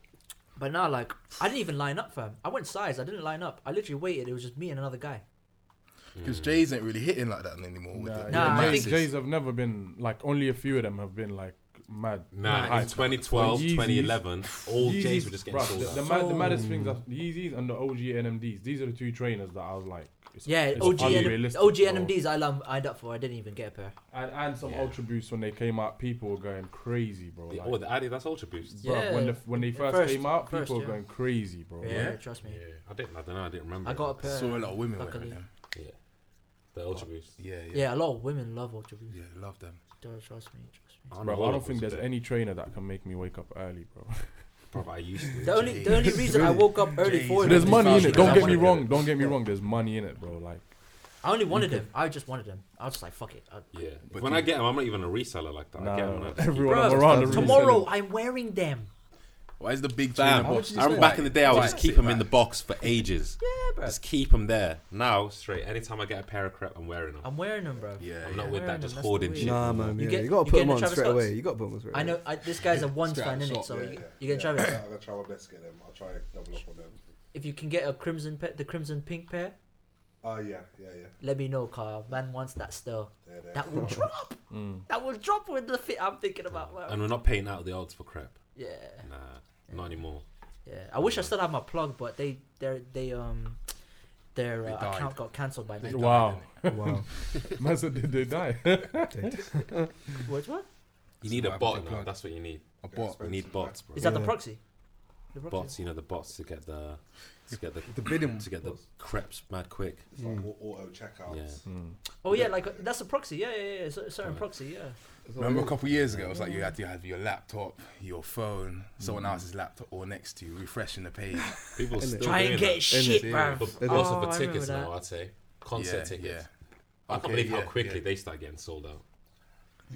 Speaker 2: But now, like, I didn't even line up, fam. I went size. I didn't line up. I literally waited. It was just me and another guy.
Speaker 4: Mm.
Speaker 1: Mm.
Speaker 6: Because Jay's ain't really hitting like that
Speaker 1: Oh,
Speaker 6: anymore. With
Speaker 4: Nah,
Speaker 6: the, with
Speaker 2: Nah,
Speaker 6: the
Speaker 2: I
Speaker 4: Jays,
Speaker 2: think-
Speaker 6: masses.
Speaker 4: Jays have never been like only a few of them have been like mad.
Speaker 1: Nah,
Speaker 4: hype.
Speaker 1: in 2012,
Speaker 4: Yeezys-
Speaker 1: 2011, all Jays were just getting
Speaker 4: bruh,
Speaker 1: sold
Speaker 4: The, the,
Speaker 1: out.
Speaker 4: mad- the maddest things are the Yeezys and the OG NMDs. These are the two trainers that I was like. It's,
Speaker 2: Yeah,
Speaker 4: it's
Speaker 2: OG, N-
Speaker 4: unrealistic,
Speaker 2: OG
Speaker 4: bro.
Speaker 2: NMDs I lum- lined up for. I didn't even get a pair.
Speaker 4: And, and some
Speaker 1: Yeah.
Speaker 4: Ultra Boosts when they came out, people were going crazy, bro.
Speaker 1: The,
Speaker 4: Like,
Speaker 1: oh, the Adidas Ultra Boost.
Speaker 4: bruh,
Speaker 2: Yeah.
Speaker 4: when, the, when they
Speaker 2: At
Speaker 4: first,
Speaker 2: first-
Speaker 4: came out,
Speaker 2: first,
Speaker 4: people
Speaker 2: yeah.
Speaker 4: were going crazy, bro.
Speaker 2: Yeah,
Speaker 6: Yeah?
Speaker 2: trust me.
Speaker 1: Yeah, I didn't. I don't know. I didn't remember.
Speaker 2: I got a
Speaker 1: it.
Speaker 2: pair.
Speaker 6: Saw a lot of women
Speaker 2: Luckily.
Speaker 6: wearing them.
Speaker 1: Yeah, the Ultra Boost.
Speaker 6: Yeah, yeah.
Speaker 2: Yeah, a lot of women love Ultra Boost.
Speaker 6: Yeah, love them.
Speaker 2: Trust me, trust me.
Speaker 4: Bro, I
Speaker 1: Arnold
Speaker 4: don't think
Speaker 1: was
Speaker 4: there's
Speaker 1: a-
Speaker 4: any trainer that can make me wake up early, bro.
Speaker 1: Bro, I used to.
Speaker 2: The only, the only reason I woke up early
Speaker 6: Jeez.
Speaker 2: for
Speaker 6: But
Speaker 2: it
Speaker 4: there's
Speaker 2: was
Speaker 4: money in
Speaker 2: because
Speaker 4: it. Don't
Speaker 2: I
Speaker 4: get me
Speaker 2: wanted
Speaker 4: wrong. Don't get me wrong. There's money in it, bro. Like,
Speaker 2: I only wanted them. I just wanted them. I was just like, fuck it. I-
Speaker 1: Yeah,
Speaker 6: But
Speaker 1: when
Speaker 6: you-
Speaker 1: I get them, I'm not even a reseller like that. I get them.
Speaker 4: nah,
Speaker 1: and I-
Speaker 4: everyone
Speaker 2: Bruh,
Speaker 4: around the
Speaker 2: tomorrow I'm wearing them.
Speaker 6: Why is the big
Speaker 1: Damn,
Speaker 6: trainer box?
Speaker 1: I remember back in the day, I would just keep them in the box for ages.
Speaker 2: Yeah, bro.
Speaker 1: Just keep them there. Now, straight, anytime I get a pair of crap, I'm wearing them.
Speaker 2: I'm wearing them, bro.
Speaker 6: Yeah,
Speaker 1: I'm
Speaker 6: yeah.
Speaker 1: not with
Speaker 2: Wearing
Speaker 1: that just
Speaker 2: them, that's
Speaker 1: hoarding
Speaker 2: the
Speaker 1: shit.
Speaker 2: way.
Speaker 5: Nah,
Speaker 1: anymore.
Speaker 5: man.
Speaker 2: You
Speaker 5: You,
Speaker 2: get-
Speaker 5: you gotta
Speaker 2: you
Speaker 5: put
Speaker 2: get
Speaker 5: them
Speaker 2: the
Speaker 5: on
Speaker 2: Travis
Speaker 5: straight
Speaker 2: Scotts.
Speaker 5: away. You gotta put them on straight
Speaker 2: I
Speaker 5: away.
Speaker 2: know I, this guy's a one
Speaker 6: Straight
Speaker 2: fan
Speaker 6: out
Speaker 2: in
Speaker 6: the
Speaker 2: it,
Speaker 6: shop,
Speaker 2: so
Speaker 6: yeah.
Speaker 2: you, you can try
Speaker 7: Yeah,
Speaker 2: it.
Speaker 7: I'm gonna try my best to get them. I'll try and double up on them.
Speaker 2: If you can get a crimson pair, the crimson pink pair,
Speaker 7: Oh yeah, yeah, yeah.
Speaker 2: let me know, Carl. Man wants that still.
Speaker 7: They're there.
Speaker 2: That will drop.
Speaker 4: mm.
Speaker 2: That will drop with the fit I'm thinking about. bro.
Speaker 1: And we're not paying out the odds for crap.
Speaker 2: Yeah,
Speaker 1: Nah, not anymore.
Speaker 2: yeah. I wish I still had my plug, but they they they um their
Speaker 6: They
Speaker 2: uh,
Speaker 6: died.
Speaker 2: account got cancelled by
Speaker 6: They
Speaker 2: Nike.
Speaker 6: died,
Speaker 4: Wow.
Speaker 5: Wow.
Speaker 4: Man said, did they die?
Speaker 2: Which one?
Speaker 1: You need a
Speaker 6: Slap
Speaker 1: bot
Speaker 6: the
Speaker 1: now.
Speaker 6: plug.
Speaker 1: That's what you need.
Speaker 6: A bot.
Speaker 1: You need bots, bro.
Speaker 2: Is that the
Speaker 5: Yeah.
Speaker 2: proxy? The proxy.
Speaker 1: Bots. You know the bots to get the to get the
Speaker 5: The bidding.
Speaker 1: to get the creps mad quick.
Speaker 7: It's like au- auto checkouts.
Speaker 1: Yeah.
Speaker 4: Hmm.
Speaker 2: Oh yeah, like uh, that's a proxy. Yeah, yeah, yeah. So, certain
Speaker 1: Yeah.
Speaker 2: proxy. Yeah.
Speaker 6: Remember a couple years ago, it was like you had to have your laptop, your phone, someone else's laptop, or next to you, refreshing the page.
Speaker 1: People
Speaker 5: Innit?
Speaker 1: still
Speaker 2: Try
Speaker 1: doing
Speaker 2: and get shit, bruv.
Speaker 1: that. But
Speaker 5: Innit?
Speaker 1: also
Speaker 2: Oh,
Speaker 1: for
Speaker 2: I remember
Speaker 1: tickets
Speaker 2: that.
Speaker 1: now, I'd say concert
Speaker 6: yeah,
Speaker 1: tickets.
Speaker 6: yeah.
Speaker 1: I can't
Speaker 6: Okay,
Speaker 1: believe how
Speaker 6: yeah,
Speaker 1: quickly
Speaker 6: yeah.
Speaker 1: they start getting sold out.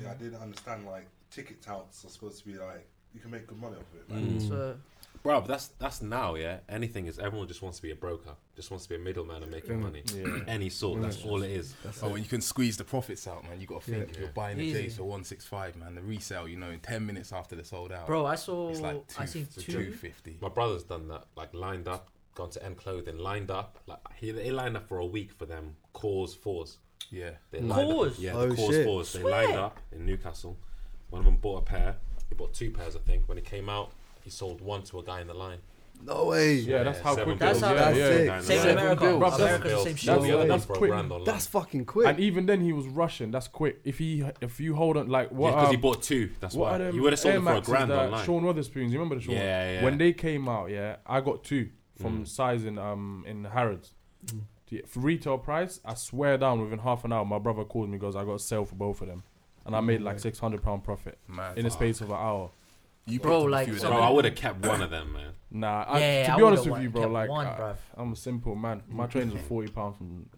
Speaker 7: Yeah, I didn't understand like ticket touts are supposed to be like you can make good money off it. Like,
Speaker 1: Mm.
Speaker 2: So
Speaker 1: Bro, that's that's now, yeah. Anything is everyone just wants to be a broker, just wants to be a middleman and making money,
Speaker 4: Mm. Yeah. Mm.
Speaker 1: any sort. That's all it is.
Speaker 5: That's
Speaker 6: Oh,
Speaker 5: it.
Speaker 6: when you can squeeze the profits out, man, you got to think
Speaker 1: Yeah.
Speaker 6: if you're buying a
Speaker 2: Easy.
Speaker 6: case for one six five, man, the resale, you know, in ten minutes after they're sold out,
Speaker 2: Bro, I saw.
Speaker 6: it's like
Speaker 2: I seen
Speaker 6: two, two
Speaker 2: two.
Speaker 6: fifty.
Speaker 1: My brother's done that, like lined up, gone to End Clothing, lined up, like he they lined up for a week for them cause fours.
Speaker 6: Yeah,
Speaker 1: They lined
Speaker 2: Cause?
Speaker 1: Up, yeah,
Speaker 5: Oh,
Speaker 1: the cause
Speaker 5: shit.
Speaker 1: fours. They
Speaker 2: Swear.
Speaker 1: lined up in Newcastle. One of them bought a pair. He bought two pairs, I think. When he came out, he sold one to a guy in the line.
Speaker 5: No way.
Speaker 4: Yeah, that's how
Speaker 1: seven
Speaker 4: quick.
Speaker 1: bills.
Speaker 2: That's how-
Speaker 4: yeah,
Speaker 5: that's
Speaker 4: yeah.
Speaker 5: it.
Speaker 1: Guy in the
Speaker 2: Same in
Speaker 1: line.
Speaker 2: America.
Speaker 4: bills. Bruv,
Speaker 1: Seven
Speaker 2: America's the same
Speaker 1: bills.
Speaker 2: shit.
Speaker 1: No, the other
Speaker 4: That's
Speaker 1: one's for a
Speaker 4: quick.
Speaker 1: grand online.
Speaker 5: That's fucking quick.
Speaker 4: And even then, he was rushing. That's quick. If he, if you hold on, like what?
Speaker 1: yeah, because he
Speaker 4: um,
Speaker 1: bought two. That's
Speaker 4: what
Speaker 1: why
Speaker 4: are them
Speaker 1: he would have sold
Speaker 4: Air
Speaker 1: them for a
Speaker 4: Maxes
Speaker 1: grand
Speaker 4: that
Speaker 1: online.
Speaker 4: Sean Witherspoon, you remember the Sean?
Speaker 1: Yeah, yeah.
Speaker 4: When they came out, yeah, I got two from
Speaker 1: Mm.
Speaker 4: size in um in Harrods. Yeah, For retail price, I swear down within half an hour, my brother called me goes, I got a sale for both of them, and I made like six hundred pound profit
Speaker 1: Hmm.
Speaker 6: man.
Speaker 4: in the
Speaker 6: fuck.
Speaker 4: space of an hour.
Speaker 6: you
Speaker 2: Bro,
Speaker 6: picked up a
Speaker 2: like,
Speaker 6: few of
Speaker 2: so-
Speaker 1: Bro,
Speaker 6: them.
Speaker 1: I would have kept one of them, man.
Speaker 4: Nah, I,
Speaker 2: Yeah,
Speaker 4: to
Speaker 2: I
Speaker 4: be honest
Speaker 2: would've
Speaker 4: with you,
Speaker 2: wa-
Speaker 4: bro,
Speaker 2: kept
Speaker 4: like
Speaker 2: one,
Speaker 4: I,
Speaker 2: bruv.
Speaker 4: am a simple man. My trains are forty pound from.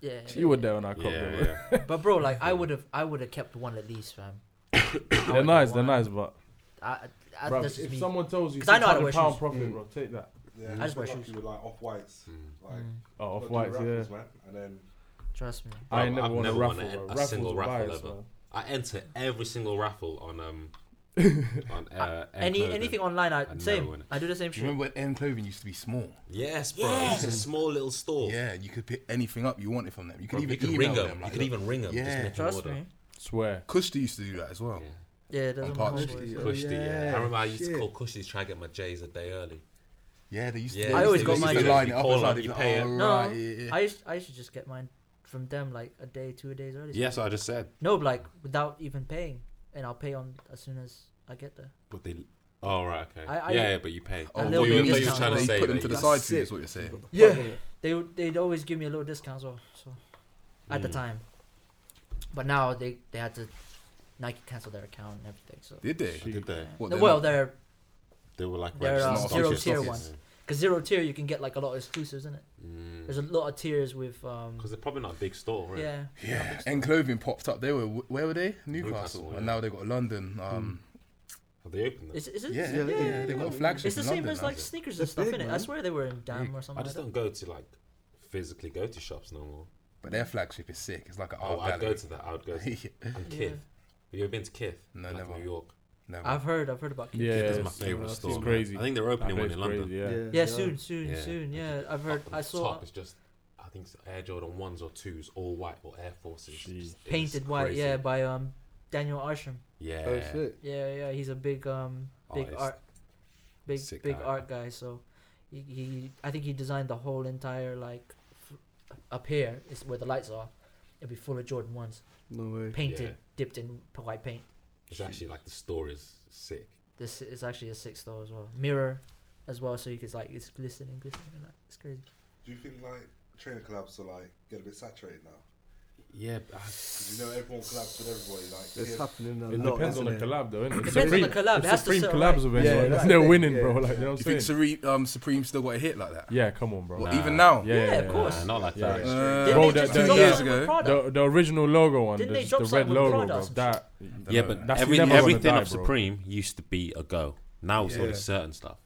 Speaker 2: Yeah.
Speaker 4: You were there when I copped them.
Speaker 1: Yeah,
Speaker 4: bro.
Speaker 1: yeah.
Speaker 2: But bro, like I would have, I would have kept one of these, fam.
Speaker 4: They're nice. They're nice, but
Speaker 2: I, I,
Speaker 4: bruv,
Speaker 2: that's just
Speaker 4: if
Speaker 2: me.
Speaker 4: someone tells you
Speaker 2: 'Cause I
Speaker 4: six
Speaker 2: know how to
Speaker 4: hundred
Speaker 2: wear
Speaker 4: pound
Speaker 2: shoes.
Speaker 4: profit,
Speaker 5: Mm.
Speaker 4: bro, take that.
Speaker 7: yeah,
Speaker 2: I just wear
Speaker 7: lucky
Speaker 2: shoes.
Speaker 7: with like off whites. Like
Speaker 2: Mm,
Speaker 4: Oh,
Speaker 7: gotta
Speaker 4: off
Speaker 7: do
Speaker 4: whites, yeah.
Speaker 7: raffles, man, and then
Speaker 2: trust me.
Speaker 1: Bro,
Speaker 4: I ain't never
Speaker 1: I've
Speaker 4: won
Speaker 1: never
Speaker 4: a
Speaker 1: won
Speaker 4: raffle.
Speaker 1: a-
Speaker 4: bro.
Speaker 1: a
Speaker 4: Raffles
Speaker 1: single
Speaker 4: are
Speaker 1: raffle
Speaker 4: biased,
Speaker 1: ever.
Speaker 4: man.
Speaker 1: I enter every single raffle on um on uh, Air
Speaker 2: Any
Speaker 1: Clothing.
Speaker 2: anything online, I,
Speaker 1: I never
Speaker 2: same.
Speaker 1: win.
Speaker 2: I do the same
Speaker 6: Do
Speaker 2: shit.
Speaker 6: you remember when M Clothing used to be small?
Speaker 1: Yes, bro. It's a small little store.
Speaker 6: Yeah, you could pick anything up you wanted from them. You could
Speaker 1: Bro,
Speaker 6: even
Speaker 1: you could
Speaker 6: email
Speaker 1: ring 'em.
Speaker 6: them.
Speaker 1: you
Speaker 6: Like,
Speaker 1: could even ring them.
Speaker 6: Yeah.
Speaker 2: Trust me.
Speaker 4: Swear.
Speaker 6: Kushta used to do that as well.
Speaker 1: Yeah.
Speaker 2: Yeah, it doesn't
Speaker 6: On
Speaker 2: matter.
Speaker 6: Park Street.
Speaker 2: boys.
Speaker 1: Kushti, yeah. I remember I used to
Speaker 5: shit.
Speaker 1: call Kushti to try and get my J's a day early.
Speaker 6: Yeah, they used to.
Speaker 1: Yeah,
Speaker 6: they
Speaker 2: I always
Speaker 6: used
Speaker 2: got
Speaker 6: to,
Speaker 2: mine.
Speaker 6: They used to line it
Speaker 1: You
Speaker 6: up
Speaker 1: call
Speaker 6: as
Speaker 1: up,
Speaker 6: like,
Speaker 1: you
Speaker 6: oh,
Speaker 1: pay it.
Speaker 2: No,
Speaker 6: right, yeah, yeah.
Speaker 2: I used, I used to just get mine from them like a day, two days early.
Speaker 1: Yes, I just said.
Speaker 2: No, like without even paying, and I'll pay on as soon as I get there.
Speaker 1: But they. Oh, right, okay.
Speaker 2: I- I-
Speaker 1: yeah, yeah, but you pay.
Speaker 2: A
Speaker 1: I
Speaker 6: Oh,
Speaker 2: little
Speaker 1: thought you were- I
Speaker 2: bit
Speaker 1: thought you were
Speaker 2: discount.
Speaker 1: trying to
Speaker 6: They
Speaker 1: say
Speaker 6: put them
Speaker 1: that
Speaker 6: to
Speaker 1: you-
Speaker 6: the
Speaker 5: That's
Speaker 6: side too.
Speaker 5: sick.
Speaker 6: Is what you're saying.
Speaker 2: Yeah, they would- they'd always give me a little discount as well. So at the
Speaker 1: Mm.
Speaker 2: time, but now they they had to Nike cancel their account and everything. So
Speaker 6: Did they?
Speaker 1: Did they?
Speaker 6: What,
Speaker 2: No,
Speaker 6: they're
Speaker 2: well,
Speaker 6: not-
Speaker 2: they're
Speaker 1: They were like
Speaker 2: They're,
Speaker 1: registered
Speaker 6: um,
Speaker 1: stock
Speaker 6: zero
Speaker 1: exchange.
Speaker 6: tier
Speaker 2: ones. because zero tier you can get like a lot of exclusives in it.
Speaker 1: Mm.
Speaker 2: There's a lot of tiers with um.
Speaker 1: Because they're probably not a big store, right?
Speaker 2: Yeah.
Speaker 6: Yeah, and clothing popped up. They were where were they? Newcastle,
Speaker 1: Newcastle,
Speaker 6: and
Speaker 1: yeah.
Speaker 6: now they got London. Um,
Speaker 1: Have they opened them?
Speaker 2: Is, is it?
Speaker 6: yeah,
Speaker 5: yeah,
Speaker 6: yeah,
Speaker 5: yeah,
Speaker 6: they
Speaker 5: yeah.
Speaker 6: got a flagship.
Speaker 2: It's the
Speaker 6: in
Speaker 2: same
Speaker 6: London,
Speaker 2: as
Speaker 6: now.
Speaker 2: like sneakers and
Speaker 5: It's
Speaker 2: stuff
Speaker 5: big,
Speaker 2: in it. I
Speaker 5: man.
Speaker 2: swear they were in Dam or something.
Speaker 1: I just
Speaker 2: like
Speaker 1: don't go to like physically go to shops no more.
Speaker 6: but their flagship is sick. It's like an
Speaker 1: Oh,
Speaker 6: art
Speaker 1: I'd go
Speaker 6: gallery.
Speaker 1: to that. I would go to and
Speaker 2: Yeah.
Speaker 1: Kith. Have you ever been to Kith?
Speaker 6: No,
Speaker 1: like
Speaker 6: never.
Speaker 1: New York.
Speaker 6: Never.
Speaker 2: that. I've heard. I've heard about. Kith.
Speaker 4: Yeah,
Speaker 1: Kith is
Speaker 4: it's-
Speaker 1: my favorite
Speaker 4: it's
Speaker 1: store. man.
Speaker 4: crazy.
Speaker 1: I think they're
Speaker 4: That
Speaker 1: opening one
Speaker 4: place
Speaker 1: in London.
Speaker 4: crazy, yeah.
Speaker 2: Yeah, soon, soon,
Speaker 1: Yeah.
Speaker 2: soon. Yeah, I've heard.
Speaker 1: Up on
Speaker 2: I
Speaker 1: the
Speaker 2: saw
Speaker 1: top, it's just I think it's Air Jordan ones or twos, all white or Air Forces.
Speaker 4: Jeez.
Speaker 1: It's
Speaker 2: painted white.
Speaker 1: crazy.
Speaker 2: Yeah, by um Daniel Arsham.
Speaker 1: yeah.
Speaker 5: Oh shit.
Speaker 2: Yeah, yeah, he's a big um big
Speaker 1: Artist.
Speaker 2: art big
Speaker 1: Oh, Sick
Speaker 2: big
Speaker 1: guy.
Speaker 2: art guy. So he, he I think he designed the whole entire like f- up here is where the lights are. It'd be full of Jordan ones,
Speaker 5: No way.
Speaker 2: painted,
Speaker 1: Yeah.
Speaker 2: dipped in p- white paint.
Speaker 1: It's actually like the store is sick.
Speaker 2: This is actually a six though as well. Mirror, as well, so you could like it's glistening, glistening. and that. It's crazy.
Speaker 7: do you think like trainer collabs are like get a bit saturated now?
Speaker 1: Yeah, but I,
Speaker 7: 'Cause you know everyone collabs with everybody. Like
Speaker 5: It's
Speaker 7: yeah,
Speaker 5: happening a
Speaker 4: It
Speaker 5: lot.
Speaker 4: depends on the
Speaker 5: isn't it?
Speaker 4: collab, though, innit?
Speaker 2: It depends on the collab. It has
Speaker 4: If
Speaker 2: to
Speaker 4: Supreme
Speaker 2: sell,
Speaker 4: collabs
Speaker 2: right?
Speaker 4: are
Speaker 5: Yeah,
Speaker 4: yeah,
Speaker 5: that's
Speaker 4: they're
Speaker 5: the thing,
Speaker 4: winning,
Speaker 5: yeah.
Speaker 4: bro. Like, you know
Speaker 6: Do
Speaker 4: what
Speaker 6: you
Speaker 4: I'm
Speaker 6: think
Speaker 4: saying?
Speaker 6: Sere- um, Supreme still got a hit like that?
Speaker 4: Yeah, come on, bro.
Speaker 6: Well,
Speaker 1: Nah.
Speaker 6: even now.
Speaker 4: Yeah, yeah,
Speaker 2: Yeah, of
Speaker 4: yeah.
Speaker 2: course.
Speaker 1: nah, not like
Speaker 4: Yeah.
Speaker 1: that.
Speaker 6: Uh,
Speaker 2: Didn't
Speaker 6: bro,
Speaker 2: they just
Speaker 6: that-
Speaker 2: do
Speaker 6: two
Speaker 2: something
Speaker 6: years
Speaker 2: with
Speaker 6: ago,
Speaker 2: Prada?
Speaker 4: The, the original logo one,
Speaker 2: Didn't
Speaker 4: the,
Speaker 2: they drop
Speaker 4: the
Speaker 2: something
Speaker 4: red
Speaker 2: with
Speaker 4: logo,
Speaker 2: Prada or
Speaker 4: bro.
Speaker 2: some
Speaker 4: That,
Speaker 1: Yeah, but
Speaker 4: that's
Speaker 1: every,
Speaker 4: never gonna
Speaker 1: everything
Speaker 4: die,
Speaker 1: of
Speaker 4: bro.
Speaker 1: Supreme used to be a go. Now it's
Speaker 5: Yeah.
Speaker 1: only certain stuff.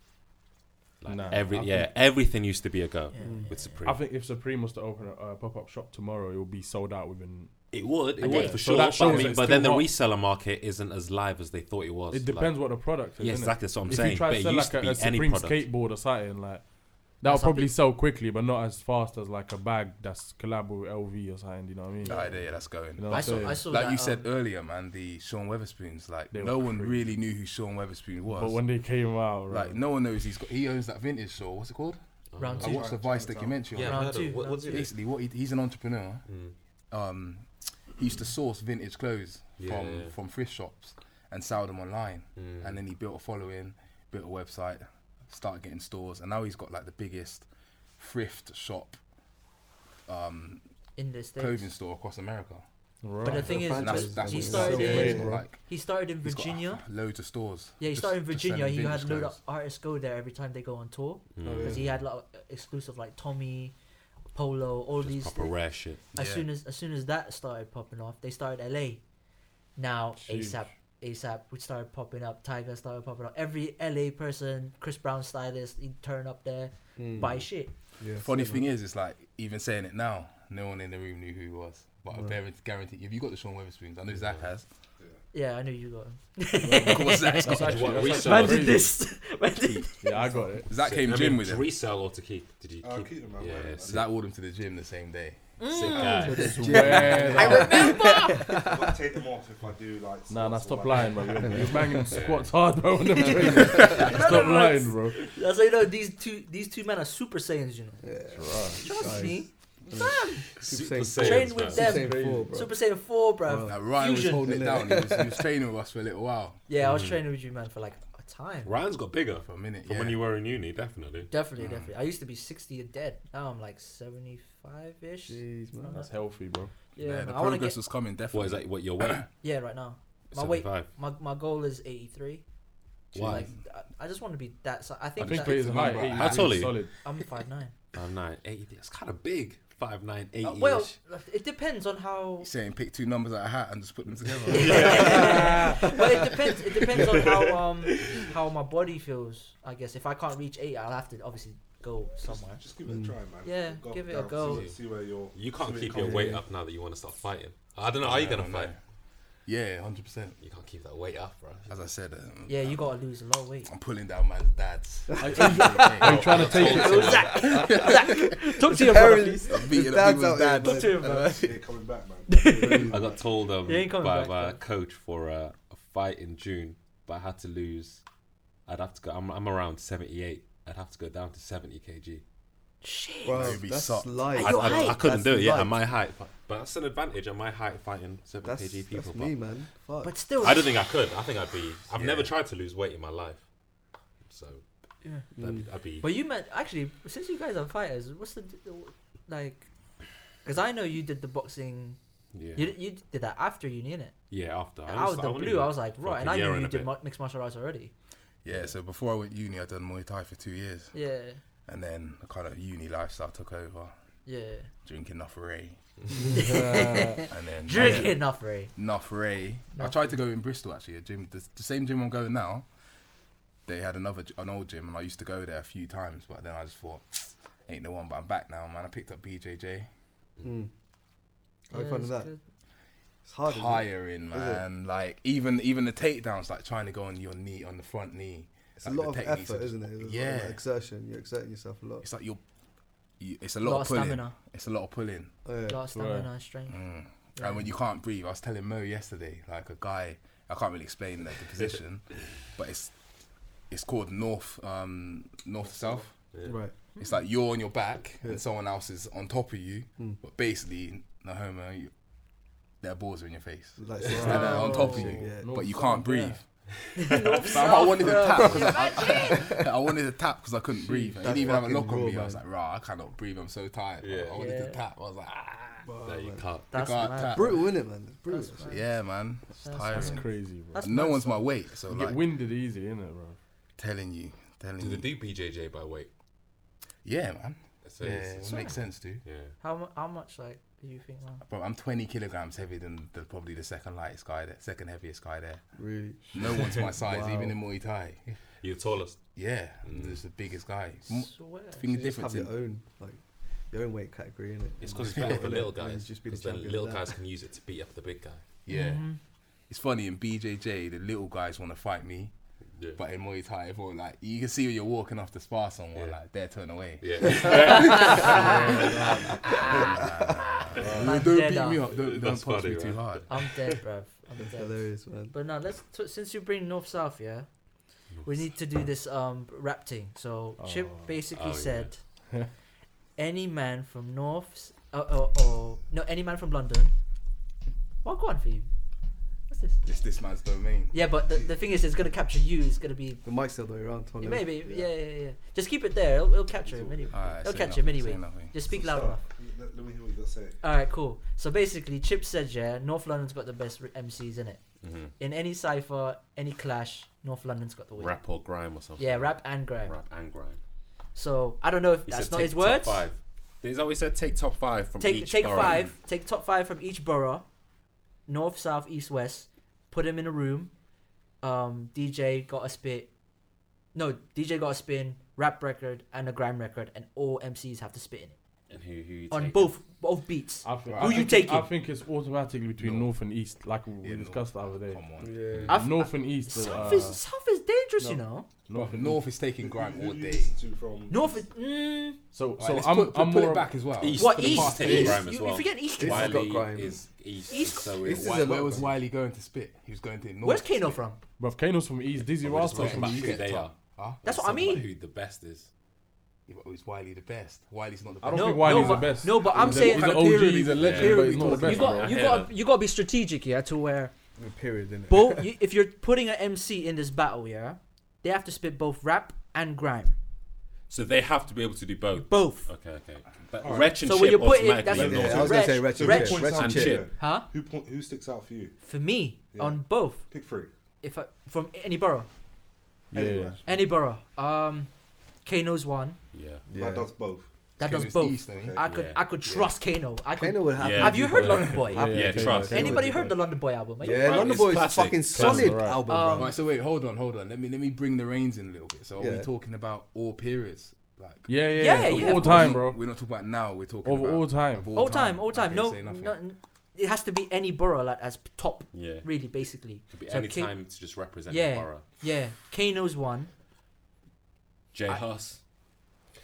Speaker 1: Like
Speaker 4: Nah,
Speaker 1: every
Speaker 4: I
Speaker 1: yeah, everything used to be a go
Speaker 2: Yeah.
Speaker 1: with Supreme.
Speaker 4: I think if Supreme was to open a uh, pop up shop tomorrow, it will be sold out within.
Speaker 1: it would, it
Speaker 2: Okay.
Speaker 1: would for
Speaker 4: So
Speaker 1: sure.
Speaker 4: that
Speaker 1: but,
Speaker 4: shows
Speaker 1: I
Speaker 4: that
Speaker 1: mean,
Speaker 4: it's
Speaker 1: but
Speaker 4: still
Speaker 1: then the
Speaker 4: hot.
Speaker 1: reseller market isn't as live as they thought it was.
Speaker 4: It
Speaker 1: Like,
Speaker 4: depends what the product is.
Speaker 1: yeah,
Speaker 4: innit?
Speaker 1: exactly. That's what I'm
Speaker 4: if you
Speaker 1: saying.
Speaker 4: try
Speaker 1: But
Speaker 4: to
Speaker 1: it
Speaker 4: sell
Speaker 1: used
Speaker 4: like
Speaker 1: to
Speaker 4: a, a
Speaker 1: be any
Speaker 4: Supreme
Speaker 1: product.
Speaker 4: skateboard or something like that, will
Speaker 2: That's how
Speaker 4: probably
Speaker 2: big-
Speaker 4: sell quickly, but not as fast as like a bag that's collab with LV or something. You know what I mean?
Speaker 6: Nah, yeah, that's going.
Speaker 4: You know what
Speaker 2: I
Speaker 4: I'm
Speaker 2: saw.
Speaker 4: saying?
Speaker 2: I saw
Speaker 6: like
Speaker 2: that,
Speaker 6: you said
Speaker 2: um,
Speaker 6: earlier, man, the Sean Weatherspoons. Like
Speaker 4: They
Speaker 6: no
Speaker 4: were
Speaker 6: one
Speaker 4: crazy.
Speaker 6: really knew who Sean Weatherspoon was.
Speaker 4: But when they came out, right?
Speaker 6: like no one knows he's got. He owns that vintage store. What's it called?
Speaker 2: Round
Speaker 6: I
Speaker 2: two.
Speaker 6: watched the Vice documentary.
Speaker 1: Yeah,
Speaker 6: on
Speaker 2: Round
Speaker 1: I've heard of
Speaker 2: two,
Speaker 1: it. What,
Speaker 2: round
Speaker 1: what's
Speaker 6: it.
Speaker 1: it?
Speaker 6: Basically, what he, he's an entrepreneur.
Speaker 1: Mm.
Speaker 6: Um, he used to source vintage clothes
Speaker 1: Yeah.
Speaker 6: from from thrift shops and sell them online,
Speaker 1: Mm.
Speaker 6: and then he built a following, built a website, started getting stores, and now he's got like the biggest thrift shop um,
Speaker 2: in the states.
Speaker 6: clothing store across America.
Speaker 4: Right.
Speaker 2: But the thing is,
Speaker 6: And that's that's
Speaker 2: he
Speaker 6: what's
Speaker 2: started
Speaker 6: so
Speaker 2: in
Speaker 6: amazing, like
Speaker 2: he started in
Speaker 6: he's got
Speaker 2: Virginia.
Speaker 6: loads of stores.
Speaker 2: Yeah, he
Speaker 6: just-
Speaker 2: started in
Speaker 6: just
Speaker 2: Virginia.
Speaker 6: selling
Speaker 2: He had
Speaker 6: vintage
Speaker 2: load of
Speaker 6: clothes.
Speaker 2: artists go there every time they go on tour
Speaker 4: Oh,
Speaker 1: Mm.
Speaker 2: because he had like exclusive like Tommy, Polo, all
Speaker 1: Just
Speaker 2: these.
Speaker 1: proper rare shit.
Speaker 2: As
Speaker 6: Yeah.
Speaker 2: soon as as soon as that started popping off, they started LA. Now
Speaker 4: Sheesh.
Speaker 2: ASAP, ASAP, we started popping up. Tiger started popping up. Every LA person, Chris Brown stylist, he'd turn up there,
Speaker 5: Hmm.
Speaker 2: buy shit.
Speaker 3: Yeah,
Speaker 6: The funny thing is, it's like even saying it now, no one in the room knew who he was. But I
Speaker 3: Right.
Speaker 6: guarantee, guarantee, if you got the Sean Weatherspoons, I know Zach has.
Speaker 2: Yeah, I know you got him.
Speaker 6: of course, Zach's got.
Speaker 4: That's actually-
Speaker 1: What
Speaker 4: that's
Speaker 1: we
Speaker 4: actually
Speaker 1: sell
Speaker 2: Man
Speaker 1: is-
Speaker 2: did
Speaker 4: crazy.
Speaker 2: this. Man did
Speaker 4: yeah, I got it.
Speaker 6: Zach came
Speaker 1: I
Speaker 6: gym
Speaker 1: mean,
Speaker 6: with
Speaker 1: to
Speaker 6: him.
Speaker 1: resell or to keep? Did you keep?
Speaker 2: Uh,
Speaker 7: I'll Uh, keep them, I wear
Speaker 1: yeah,
Speaker 7: them.
Speaker 1: sick
Speaker 6: Zach ordered him to the gym the same day.
Speaker 2: Mm.
Speaker 1: guy.
Speaker 4: Swear.
Speaker 7: I've got to take them off if I do like.
Speaker 4: Nah, nah,
Speaker 7: squats or
Speaker 4: stop
Speaker 7: like-
Speaker 4: lying, bro. You're, you're banging squats hard, bro. On the trainer. stop lying, bro.
Speaker 2: That's how you know these two these two men are super saiyans. You know. Trust me.
Speaker 1: Super
Speaker 5: Saiyans,
Speaker 2: Train
Speaker 1: man.
Speaker 2: with them.
Speaker 5: Same four, bro.
Speaker 2: Super Saiyan 4, bro.
Speaker 6: Like, Ryan was
Speaker 2: Fusion.
Speaker 6: holding it down. He was, he was training with us for a little while,
Speaker 2: Yeah, I was training with you, man, for like a time.
Speaker 1: Ryan's got bigger
Speaker 6: for a minute.
Speaker 1: from
Speaker 6: Yeah.
Speaker 1: when you were in uni, definitely.
Speaker 2: Definitely, definitely. I used to be 60 and dead. Now I'm like 75 ish.
Speaker 5: Jeez, man.
Speaker 4: That's healthy, bro.
Speaker 2: Yeah,
Speaker 6: Nah,
Speaker 2: man,
Speaker 6: the
Speaker 2: I want to
Speaker 6: progress
Speaker 2: get.
Speaker 6: was coming definitely.
Speaker 1: What is that? What your weight?
Speaker 2: Yeah, right now. My weight.
Speaker 1: 75.
Speaker 2: My, my goal is 83.
Speaker 1: Why?
Speaker 2: Like, I, I just want to be that. So I
Speaker 4: I
Speaker 2: think,
Speaker 4: think
Speaker 2: that,
Speaker 4: for his
Speaker 6: number.
Speaker 4: height,
Speaker 1: How tall are you?
Speaker 4: Solid.
Speaker 2: I'm 5'9.
Speaker 1: Five nine eighty. It's kind of big. Five nine eighty.
Speaker 2: Uh, well, it depends on how.
Speaker 6: He's saying pick two numbers out of a hat and just put them together.
Speaker 2: but it depends. It depends on how um how my body feels. I guess if I can't reach eight, I'll have to obviously go somewhere.
Speaker 7: Just give it a try, man.
Speaker 2: Mm. Yeah, give it a
Speaker 7: down,
Speaker 2: go.
Speaker 7: See, see where you're.
Speaker 1: you can't
Speaker 7: see
Speaker 1: keep
Speaker 7: where
Speaker 1: your weight
Speaker 7: comes
Speaker 1: up now that you want to start fighting. I don't know. Are you gonna fight?
Speaker 6: yeah, hundred percent.
Speaker 1: You can't keep that weight up, bro.
Speaker 6: As I said, um,
Speaker 2: Yeah, you gotta lose a lot of weight.
Speaker 6: I'm pulling down my dad's.
Speaker 4: Are you trying to take it?
Speaker 2: Talk to your brother.
Speaker 5: His
Speaker 6: I'm beating up
Speaker 5: dad's out
Speaker 6: people's dad.
Speaker 5: there, man.
Speaker 7: from. See it coming back, man.
Speaker 1: I got told um,
Speaker 2: You ain't coming
Speaker 1: by
Speaker 2: back,
Speaker 1: by a
Speaker 2: though.
Speaker 1: coach for uh, a fight in June, but I had to lose. I'd have to go. I'm, I'm around 78. I'd have to go down to 70 kg.
Speaker 2: Shit.
Speaker 5: Bro,
Speaker 6: You'd be
Speaker 5: that's
Speaker 6: sucked.
Speaker 5: light.
Speaker 1: I,
Speaker 2: your
Speaker 1: I, I
Speaker 2: height.
Speaker 1: couldn't do it.
Speaker 5: That's
Speaker 1: Yeah,
Speaker 5: light.
Speaker 1: at my height, but, but that's an advantage at my height fighting 70
Speaker 5: That's,
Speaker 1: kg people.
Speaker 5: that's
Speaker 1: but
Speaker 5: me, man. Fuck.
Speaker 2: But still,
Speaker 1: I don't think I could. I think I'd be. I've
Speaker 6: Yeah.
Speaker 1: never tried to lose weight in my life, so
Speaker 2: Yeah.
Speaker 5: Hmm.
Speaker 1: that'd, be- I'd be.
Speaker 2: Mm. But you meant actually, since you guys are fighters, what's the d- like? Because I know you did the boxing.
Speaker 1: Yeah.
Speaker 2: You, you did that after uni, innit?
Speaker 1: Yeah. After I
Speaker 2: Out
Speaker 1: was-
Speaker 2: of
Speaker 1: I
Speaker 2: the
Speaker 1: only
Speaker 2: blue, I
Speaker 1: did
Speaker 2: was like,
Speaker 1: like
Speaker 2: right,
Speaker 1: a
Speaker 2: and I
Speaker 1: year
Speaker 2: knew
Speaker 1: and
Speaker 2: you
Speaker 1: a
Speaker 2: did
Speaker 1: bit.
Speaker 2: mu- mixed martial arts already.
Speaker 6: Yeah, so before I went uni, I'd done Muay Thai for two years,
Speaker 2: Yeah,
Speaker 6: and then the kind of uni lifestyle took over.
Speaker 2: yeah.
Speaker 6: Drinking enough Ray,
Speaker 4: Uh,
Speaker 6: and then
Speaker 2: Drink enough, Ray.
Speaker 6: Nuff Ray. I
Speaker 2: Nuff
Speaker 6: tried to go in Bristol actually, a gym, the, the same gym I'm going now. They had another, g- an old gym, and I used to go there a few times, but then I just thought, ain't the one. But I'm back now, man. I picked up BJJ.
Speaker 5: Mm. How you
Speaker 2: Yeah,
Speaker 5: finding
Speaker 2: it's
Speaker 5: that?
Speaker 2: good.
Speaker 5: It's hard. isn't it?
Speaker 6: Tiring,
Speaker 5: it?
Speaker 6: man. Like even even the takedowns, like trying to go on your knee, on the front knee.
Speaker 5: It's a
Speaker 6: like, the
Speaker 5: lot of
Speaker 6: techniques
Speaker 5: effort,
Speaker 6: are-
Speaker 5: isn't it? It's a lot of,
Speaker 6: Yeah.
Speaker 5: like, exertion. You're exerting yourself a lot.
Speaker 6: It's like you're, you, it's
Speaker 2: A
Speaker 6: a lot,
Speaker 2: lot
Speaker 6: of
Speaker 2: of
Speaker 6: pulling.
Speaker 2: stamina,
Speaker 6: It's a lot of pulling.
Speaker 5: Oh, yeah.
Speaker 2: a lot of stamina and strength.
Speaker 6: Mm.
Speaker 2: Yeah.
Speaker 6: And when you can't breathe, I was telling Mo yesterday, like a guy, I can't really explain like, the position, but it's it's called north um, north to south.
Speaker 1: Yeah.
Speaker 5: Right.
Speaker 6: It's like you're on your back
Speaker 5: Yeah.
Speaker 6: and someone else is on top of you,
Speaker 5: Mm.
Speaker 6: but basically, no homo, you, their balls are in your face.
Speaker 5: Like,
Speaker 6: It's
Speaker 5: so-
Speaker 6: like they're on top of
Speaker 5: Yeah.
Speaker 6: you,
Speaker 5: Yeah.
Speaker 6: but you can't breathe.
Speaker 2: North,
Speaker 6: Fam, I
Speaker 2: south,
Speaker 6: wanted to
Speaker 2: bro.
Speaker 6: tap 'cause I, I, I wanted to tap because I couldn't breathe. I didn't
Speaker 5: That's
Speaker 6: even have a
Speaker 5: fucking
Speaker 6: lock on
Speaker 5: raw,
Speaker 6: me. I was
Speaker 5: man.
Speaker 6: like, rah, I cannot breathe. I'm so tired.
Speaker 1: Yeah.
Speaker 6: I, I wanted
Speaker 2: Yeah.
Speaker 6: to tap. I was like, ah.
Speaker 1: No, you
Speaker 2: oh,
Speaker 5: man.
Speaker 1: can't.
Speaker 2: That's
Speaker 6: I can't
Speaker 2: mad.
Speaker 6: tap.
Speaker 5: Brutal, innit, man? It's brutal.
Speaker 2: That's mad.
Speaker 6: Yeah, man. It's
Speaker 2: That's
Speaker 6: tiring.
Speaker 4: that's crazy, bro.
Speaker 2: That's
Speaker 6: no
Speaker 2: mad,
Speaker 6: one's
Speaker 2: son.
Speaker 6: my weight, so
Speaker 4: you get
Speaker 6: like
Speaker 4: winded easy, innit, bro?
Speaker 6: telling you, telling
Speaker 1: Do they
Speaker 6: you.
Speaker 1: do BJJ by weight?
Speaker 6: Yeah, man.
Speaker 1: So
Speaker 6: yeah,
Speaker 1: it's-
Speaker 6: it makes sense, dude.
Speaker 1: yeah.
Speaker 2: How mu- how much like do you think? Man?
Speaker 6: Bro, I'm 20 kilograms heavier than the, probably the second lightest guy there, second heaviest guy there.
Speaker 5: Really.
Speaker 6: No one's my size,
Speaker 5: Wow.
Speaker 6: even in Muay Thai.
Speaker 1: You're tallest.
Speaker 6: Yeah,
Speaker 1: Mm.
Speaker 6: it's the biggest guy. M-
Speaker 2: Swear.
Speaker 6: Thing
Speaker 5: You
Speaker 6: the
Speaker 5: just
Speaker 6: difference
Speaker 5: have your
Speaker 6: in,
Speaker 5: own, like, your own weight category, innit?
Speaker 1: It's because it's better for little
Speaker 5: And
Speaker 1: guys.
Speaker 5: just be the
Speaker 1: Because then
Speaker 5: champion of
Speaker 1: little
Speaker 5: that.
Speaker 1: guys can use it to beat up the big guy.
Speaker 6: yeah,
Speaker 2: Mhm.
Speaker 6: it's funny in BJJ the little guys want to fight me,
Speaker 1: Yeah.
Speaker 6: but in Muay Thai, everyone like you can see when you're walking off to spar someone
Speaker 1: Yeah.
Speaker 6: like they're turn away.
Speaker 1: yeah.
Speaker 6: Don't
Speaker 2: I'm
Speaker 6: beat
Speaker 2: dead,
Speaker 6: me
Speaker 2: uh.
Speaker 6: up. Don't, don't
Speaker 1: That's
Speaker 6: punch
Speaker 1: funny,
Speaker 6: me too
Speaker 1: man.
Speaker 6: hard.
Speaker 2: I'm dead, bruv. I'm
Speaker 5: That's
Speaker 2: dead.
Speaker 5: hilarious, man.
Speaker 2: But now let's t- since you bring north south, yeah, we need to do this um rap thing. So Chip
Speaker 4: Oh.
Speaker 2: basically
Speaker 1: Oh, yeah.
Speaker 2: said any man from North s- or, or, or no, any man from London. Well, go on for you. What's this?
Speaker 6: It's this man's domain.
Speaker 2: Yeah, but the, the thing is, it's gonna capture you. It's gonna be
Speaker 5: The mic's the other way around,
Speaker 1: Oh,
Speaker 5: Tony.
Speaker 2: maybe yeah. yeah yeah yeah. Just keep it there. It'll, it'll capture him anyway.
Speaker 6: Alright,
Speaker 2: They'll
Speaker 6: say
Speaker 2: catch him
Speaker 6: nothing, say
Speaker 2: anyway.
Speaker 6: nothing.
Speaker 2: Just speak
Speaker 7: So
Speaker 2: loud
Speaker 7: start.
Speaker 2: enough.
Speaker 7: Let, let me hear what you got to say.
Speaker 2: All right, cool. So basically, Chip said, yeah, North London's got the best r- MCs in it.
Speaker 1: Mhm.
Speaker 2: In any cipher, any clash, North London's got the win.
Speaker 1: Rap or grime or something.
Speaker 2: Yeah, rap and grime.
Speaker 1: Rap and grime.
Speaker 2: So I don't know if
Speaker 1: He
Speaker 2: that's
Speaker 1: said
Speaker 2: not
Speaker 1: take
Speaker 2: his words.
Speaker 1: Top five. He's always said take top five from
Speaker 2: Take
Speaker 1: each
Speaker 2: take
Speaker 1: borough.
Speaker 2: five, take top five from each borough, north, south, east, west. Put him in a room. Um, DJ got a spit. No, DJ got a spin, rap record, and a grime record, and all MCs have to spit in it
Speaker 1: And who who you
Speaker 2: on
Speaker 1: take?
Speaker 2: both both beats.
Speaker 4: I think,
Speaker 6: Who
Speaker 4: I
Speaker 2: you
Speaker 4: think-
Speaker 2: taking?
Speaker 4: I think it's automatic between
Speaker 6: No.
Speaker 4: North and East, like we
Speaker 6: Yeah,
Speaker 4: discussed
Speaker 6: North.
Speaker 4: the other day.
Speaker 6: Come on.
Speaker 3: Yeah.
Speaker 2: I've-
Speaker 4: North and East. uh,
Speaker 2: South is South is dangerous, you know.
Speaker 4: North and
Speaker 6: North is taking
Speaker 7: Who-
Speaker 6: grime
Speaker 7: who
Speaker 6: all
Speaker 7: do you
Speaker 6: day.
Speaker 7: listen to from
Speaker 2: North is mm,
Speaker 4: So,
Speaker 6: so
Speaker 4: so
Speaker 6: let's
Speaker 4: I'm,
Speaker 6: put, put,
Speaker 4: I'm
Speaker 6: put
Speaker 4: more
Speaker 6: it back as well.
Speaker 1: East
Speaker 2: what
Speaker 1: for the
Speaker 2: east?
Speaker 1: past
Speaker 2: East.
Speaker 1: eight grime as
Speaker 2: You,
Speaker 1: well.
Speaker 2: you forget east.
Speaker 5: East has got
Speaker 1: Wiley
Speaker 5: grime.
Speaker 1: is east,
Speaker 2: East-
Speaker 1: so
Speaker 6: This
Speaker 1: is
Speaker 6: is
Speaker 1: Wi-
Speaker 6: a where was Wiley going to spit? He was going to North.
Speaker 2: Where's
Speaker 6: to
Speaker 2: Kano
Speaker 6: spit.
Speaker 2: from?
Speaker 4: bruv, Kano's from East. Dizzy
Speaker 1: We're just
Speaker 4: Rastar's
Speaker 1: talking
Speaker 4: from
Speaker 1: about
Speaker 4: East.
Speaker 1: who they
Speaker 6: Tom.
Speaker 1: are.
Speaker 6: Huh?
Speaker 2: That's what I
Speaker 1: Talking about
Speaker 2: mean.
Speaker 1: Who the best is?
Speaker 6: Yeah, but Is Wiley the best? Wiley's not the
Speaker 4: I
Speaker 6: best.
Speaker 4: don't
Speaker 2: No,
Speaker 4: think Wiley's
Speaker 2: no,
Speaker 4: the
Speaker 2: but-
Speaker 4: best.
Speaker 2: no, but I'm
Speaker 4: he's
Speaker 2: saying-
Speaker 4: he's an
Speaker 6: Kinda
Speaker 4: OG,
Speaker 6: period
Speaker 4: he's a
Speaker 6: we
Speaker 4: legend,
Speaker 6: talking
Speaker 4: but he's not the
Speaker 6: about.
Speaker 2: You
Speaker 4: best.
Speaker 1: You got-
Speaker 4: Bro.
Speaker 2: got
Speaker 1: Right.
Speaker 2: you
Speaker 1: I hear
Speaker 2: got
Speaker 1: that.
Speaker 2: you got to be strategic, yeah, to where
Speaker 5: Period, innit?
Speaker 2: both you, if you're putting an MC in this battle, yeah, they have to spit both rap and grime,
Speaker 1: So they have to be able to do both.
Speaker 2: both.
Speaker 1: Okay, okay. But
Speaker 7: Alright.
Speaker 1: Wretch and
Speaker 2: So
Speaker 1: Chip
Speaker 2: when you put it- that's-
Speaker 1: Uh, automatically
Speaker 5: yeah,
Speaker 1: goes
Speaker 5: I was
Speaker 1: on.
Speaker 5: gonna say
Speaker 7: Wretch-
Speaker 5: Rich and
Speaker 7: So who
Speaker 2: Wretch
Speaker 5: Chip. Rich
Speaker 7: points
Speaker 5: and
Speaker 7: out
Speaker 1: and
Speaker 7: to you?
Speaker 1: Chip.
Speaker 5: Chip.
Speaker 7: Yeah.
Speaker 2: Huh?
Speaker 7: Who point? Who sticks out for you?
Speaker 2: For me,
Speaker 7: Yeah.
Speaker 2: on both,
Speaker 7: Pick three.
Speaker 2: if I, from any borough,
Speaker 4: Yeah.
Speaker 2: any borough, um, Kano's one.
Speaker 1: Yeah.
Speaker 7: Yeah. That does both.
Speaker 2: That does
Speaker 6: Kano's
Speaker 2: both.
Speaker 6: East, ain't he?
Speaker 2: I could
Speaker 1: Yeah.
Speaker 2: I could trust Kano. I could.
Speaker 5: Kano would have.
Speaker 1: Yeah.
Speaker 2: Have you heard
Speaker 1: Yeah.
Speaker 2: London Boy?
Speaker 1: Yeah, trust. Kano
Speaker 2: Anybody heard the London Boy album? Are you
Speaker 5: Yeah,
Speaker 1: Right,
Speaker 5: London
Speaker 1: it's
Speaker 5: Boys is
Speaker 1: classic.
Speaker 5: fucking
Speaker 1: Classic,
Speaker 5: solid
Speaker 4: right.
Speaker 5: album,
Speaker 2: Um,
Speaker 5: bro.
Speaker 6: Right, so wait, hold on, hold on. Let me let me bring the reins in a little bit. So are
Speaker 5: Yeah.
Speaker 6: we talking about all periods? Like
Speaker 4: Yeah, yeah,
Speaker 2: Yeah,
Speaker 4: yeah.
Speaker 2: yeah,
Speaker 4: Of
Speaker 2: of
Speaker 4: all
Speaker 2: course.
Speaker 4: time, bro.
Speaker 6: We're not talking about now. We're talking
Speaker 4: Of
Speaker 6: about
Speaker 4: all time.
Speaker 6: of
Speaker 2: All time, all time.
Speaker 6: Okay,
Speaker 2: No,
Speaker 6: say nothing.
Speaker 2: no, it has to be any borough like as top,
Speaker 1: Yeah.
Speaker 2: really, basically.
Speaker 1: Could be
Speaker 2: So
Speaker 1: any
Speaker 2: Ki-
Speaker 1: time to just represent
Speaker 2: Yeah.
Speaker 1: the borough.
Speaker 2: Yeah, Kano's one.
Speaker 1: Jay Huss.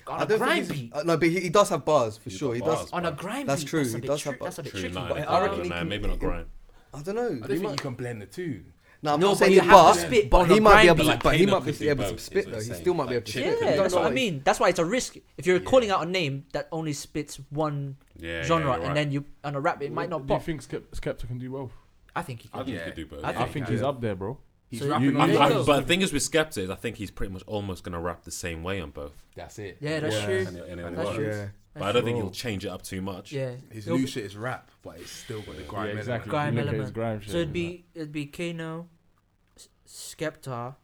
Speaker 2: On
Speaker 5: I
Speaker 2: a
Speaker 5: don't
Speaker 2: grime
Speaker 5: think he's-
Speaker 2: beat.
Speaker 5: uh, no, but he, he does have bars for
Speaker 1: He's
Speaker 5: sure.
Speaker 1: got
Speaker 5: He
Speaker 1: bars.
Speaker 5: does.
Speaker 2: On a grime
Speaker 5: That's
Speaker 2: beat.
Speaker 5: true,
Speaker 2: That's a
Speaker 5: he
Speaker 2: bit,
Speaker 5: does
Speaker 2: tri-
Speaker 5: have
Speaker 2: that's a bit
Speaker 1: True
Speaker 2: tricky.
Speaker 1: nine.
Speaker 5: I
Speaker 1: I
Speaker 5: reckon he
Speaker 1: nine.
Speaker 5: can-
Speaker 1: Maybe not grime.
Speaker 5: I don't know.
Speaker 6: I
Speaker 5: He
Speaker 6: don't think
Speaker 5: might-
Speaker 6: you can blend the two.
Speaker 5: No, I'm
Speaker 2: No,
Speaker 5: not
Speaker 2: but
Speaker 5: saying
Speaker 2: you
Speaker 5: he's
Speaker 2: have to
Speaker 5: bars,
Speaker 2: spit
Speaker 5: but
Speaker 2: on a
Speaker 5: he might be
Speaker 2: grime
Speaker 5: able,
Speaker 2: beat.
Speaker 5: like, but
Speaker 1: Like
Speaker 5: he
Speaker 1: Kano
Speaker 5: might be
Speaker 1: could do
Speaker 5: able
Speaker 1: both,
Speaker 5: to
Speaker 1: is
Speaker 5: spit
Speaker 1: what
Speaker 5: though.
Speaker 1: I'm
Speaker 5: He
Speaker 1: saying.
Speaker 5: still might be
Speaker 1: Like
Speaker 5: able to
Speaker 1: Chip
Speaker 5: spit.
Speaker 2: Yeah,
Speaker 5: You don't
Speaker 2: that's what I
Speaker 5: know.
Speaker 2: mean. That's why it's a risk. If you're calling
Speaker 6: Yeah.
Speaker 2: out a name that only spits one
Speaker 1: Yeah. yeah,
Speaker 2: genre
Speaker 1: you're
Speaker 2: and
Speaker 1: right.
Speaker 2: then you on a rap, it might not
Speaker 4: Do you
Speaker 2: pop.
Speaker 4: think Skep- Skepta can do both?
Speaker 2: I think he
Speaker 1: I
Speaker 2: can.
Speaker 1: think
Speaker 6: Yeah.
Speaker 1: he could do both.
Speaker 2: I
Speaker 4: I
Speaker 2: think
Speaker 4: think
Speaker 6: he
Speaker 4: he's
Speaker 6: can.
Speaker 4: up there, bro.
Speaker 6: He's
Speaker 2: So you-
Speaker 6: rapping
Speaker 2: you-
Speaker 6: on
Speaker 1: I'm-
Speaker 2: There
Speaker 6: his
Speaker 2: you
Speaker 1: I'm-
Speaker 2: go.
Speaker 6: own.
Speaker 1: but the thing is with Skepta is I think he's pretty much almost gonna rap the same way on both.
Speaker 6: That's it.
Speaker 2: Yeah, that's
Speaker 5: Yeah.
Speaker 2: true.
Speaker 1: And it, and it
Speaker 2: That's
Speaker 1: works.
Speaker 2: true.
Speaker 5: Yeah.
Speaker 1: But I don't think
Speaker 4: true.
Speaker 1: he'll change it up too much.
Speaker 2: Yeah.
Speaker 6: His
Speaker 2: It'll
Speaker 6: new
Speaker 2: be-
Speaker 6: shit is rap, but it's still got the
Speaker 4: Yeah,
Speaker 6: grime
Speaker 4: exactly.
Speaker 6: element.
Speaker 2: Grime
Speaker 4: You look at his
Speaker 2: element.
Speaker 4: grime shit
Speaker 2: So it'd
Speaker 4: and
Speaker 2: be it'd be Kano, S- Skepta.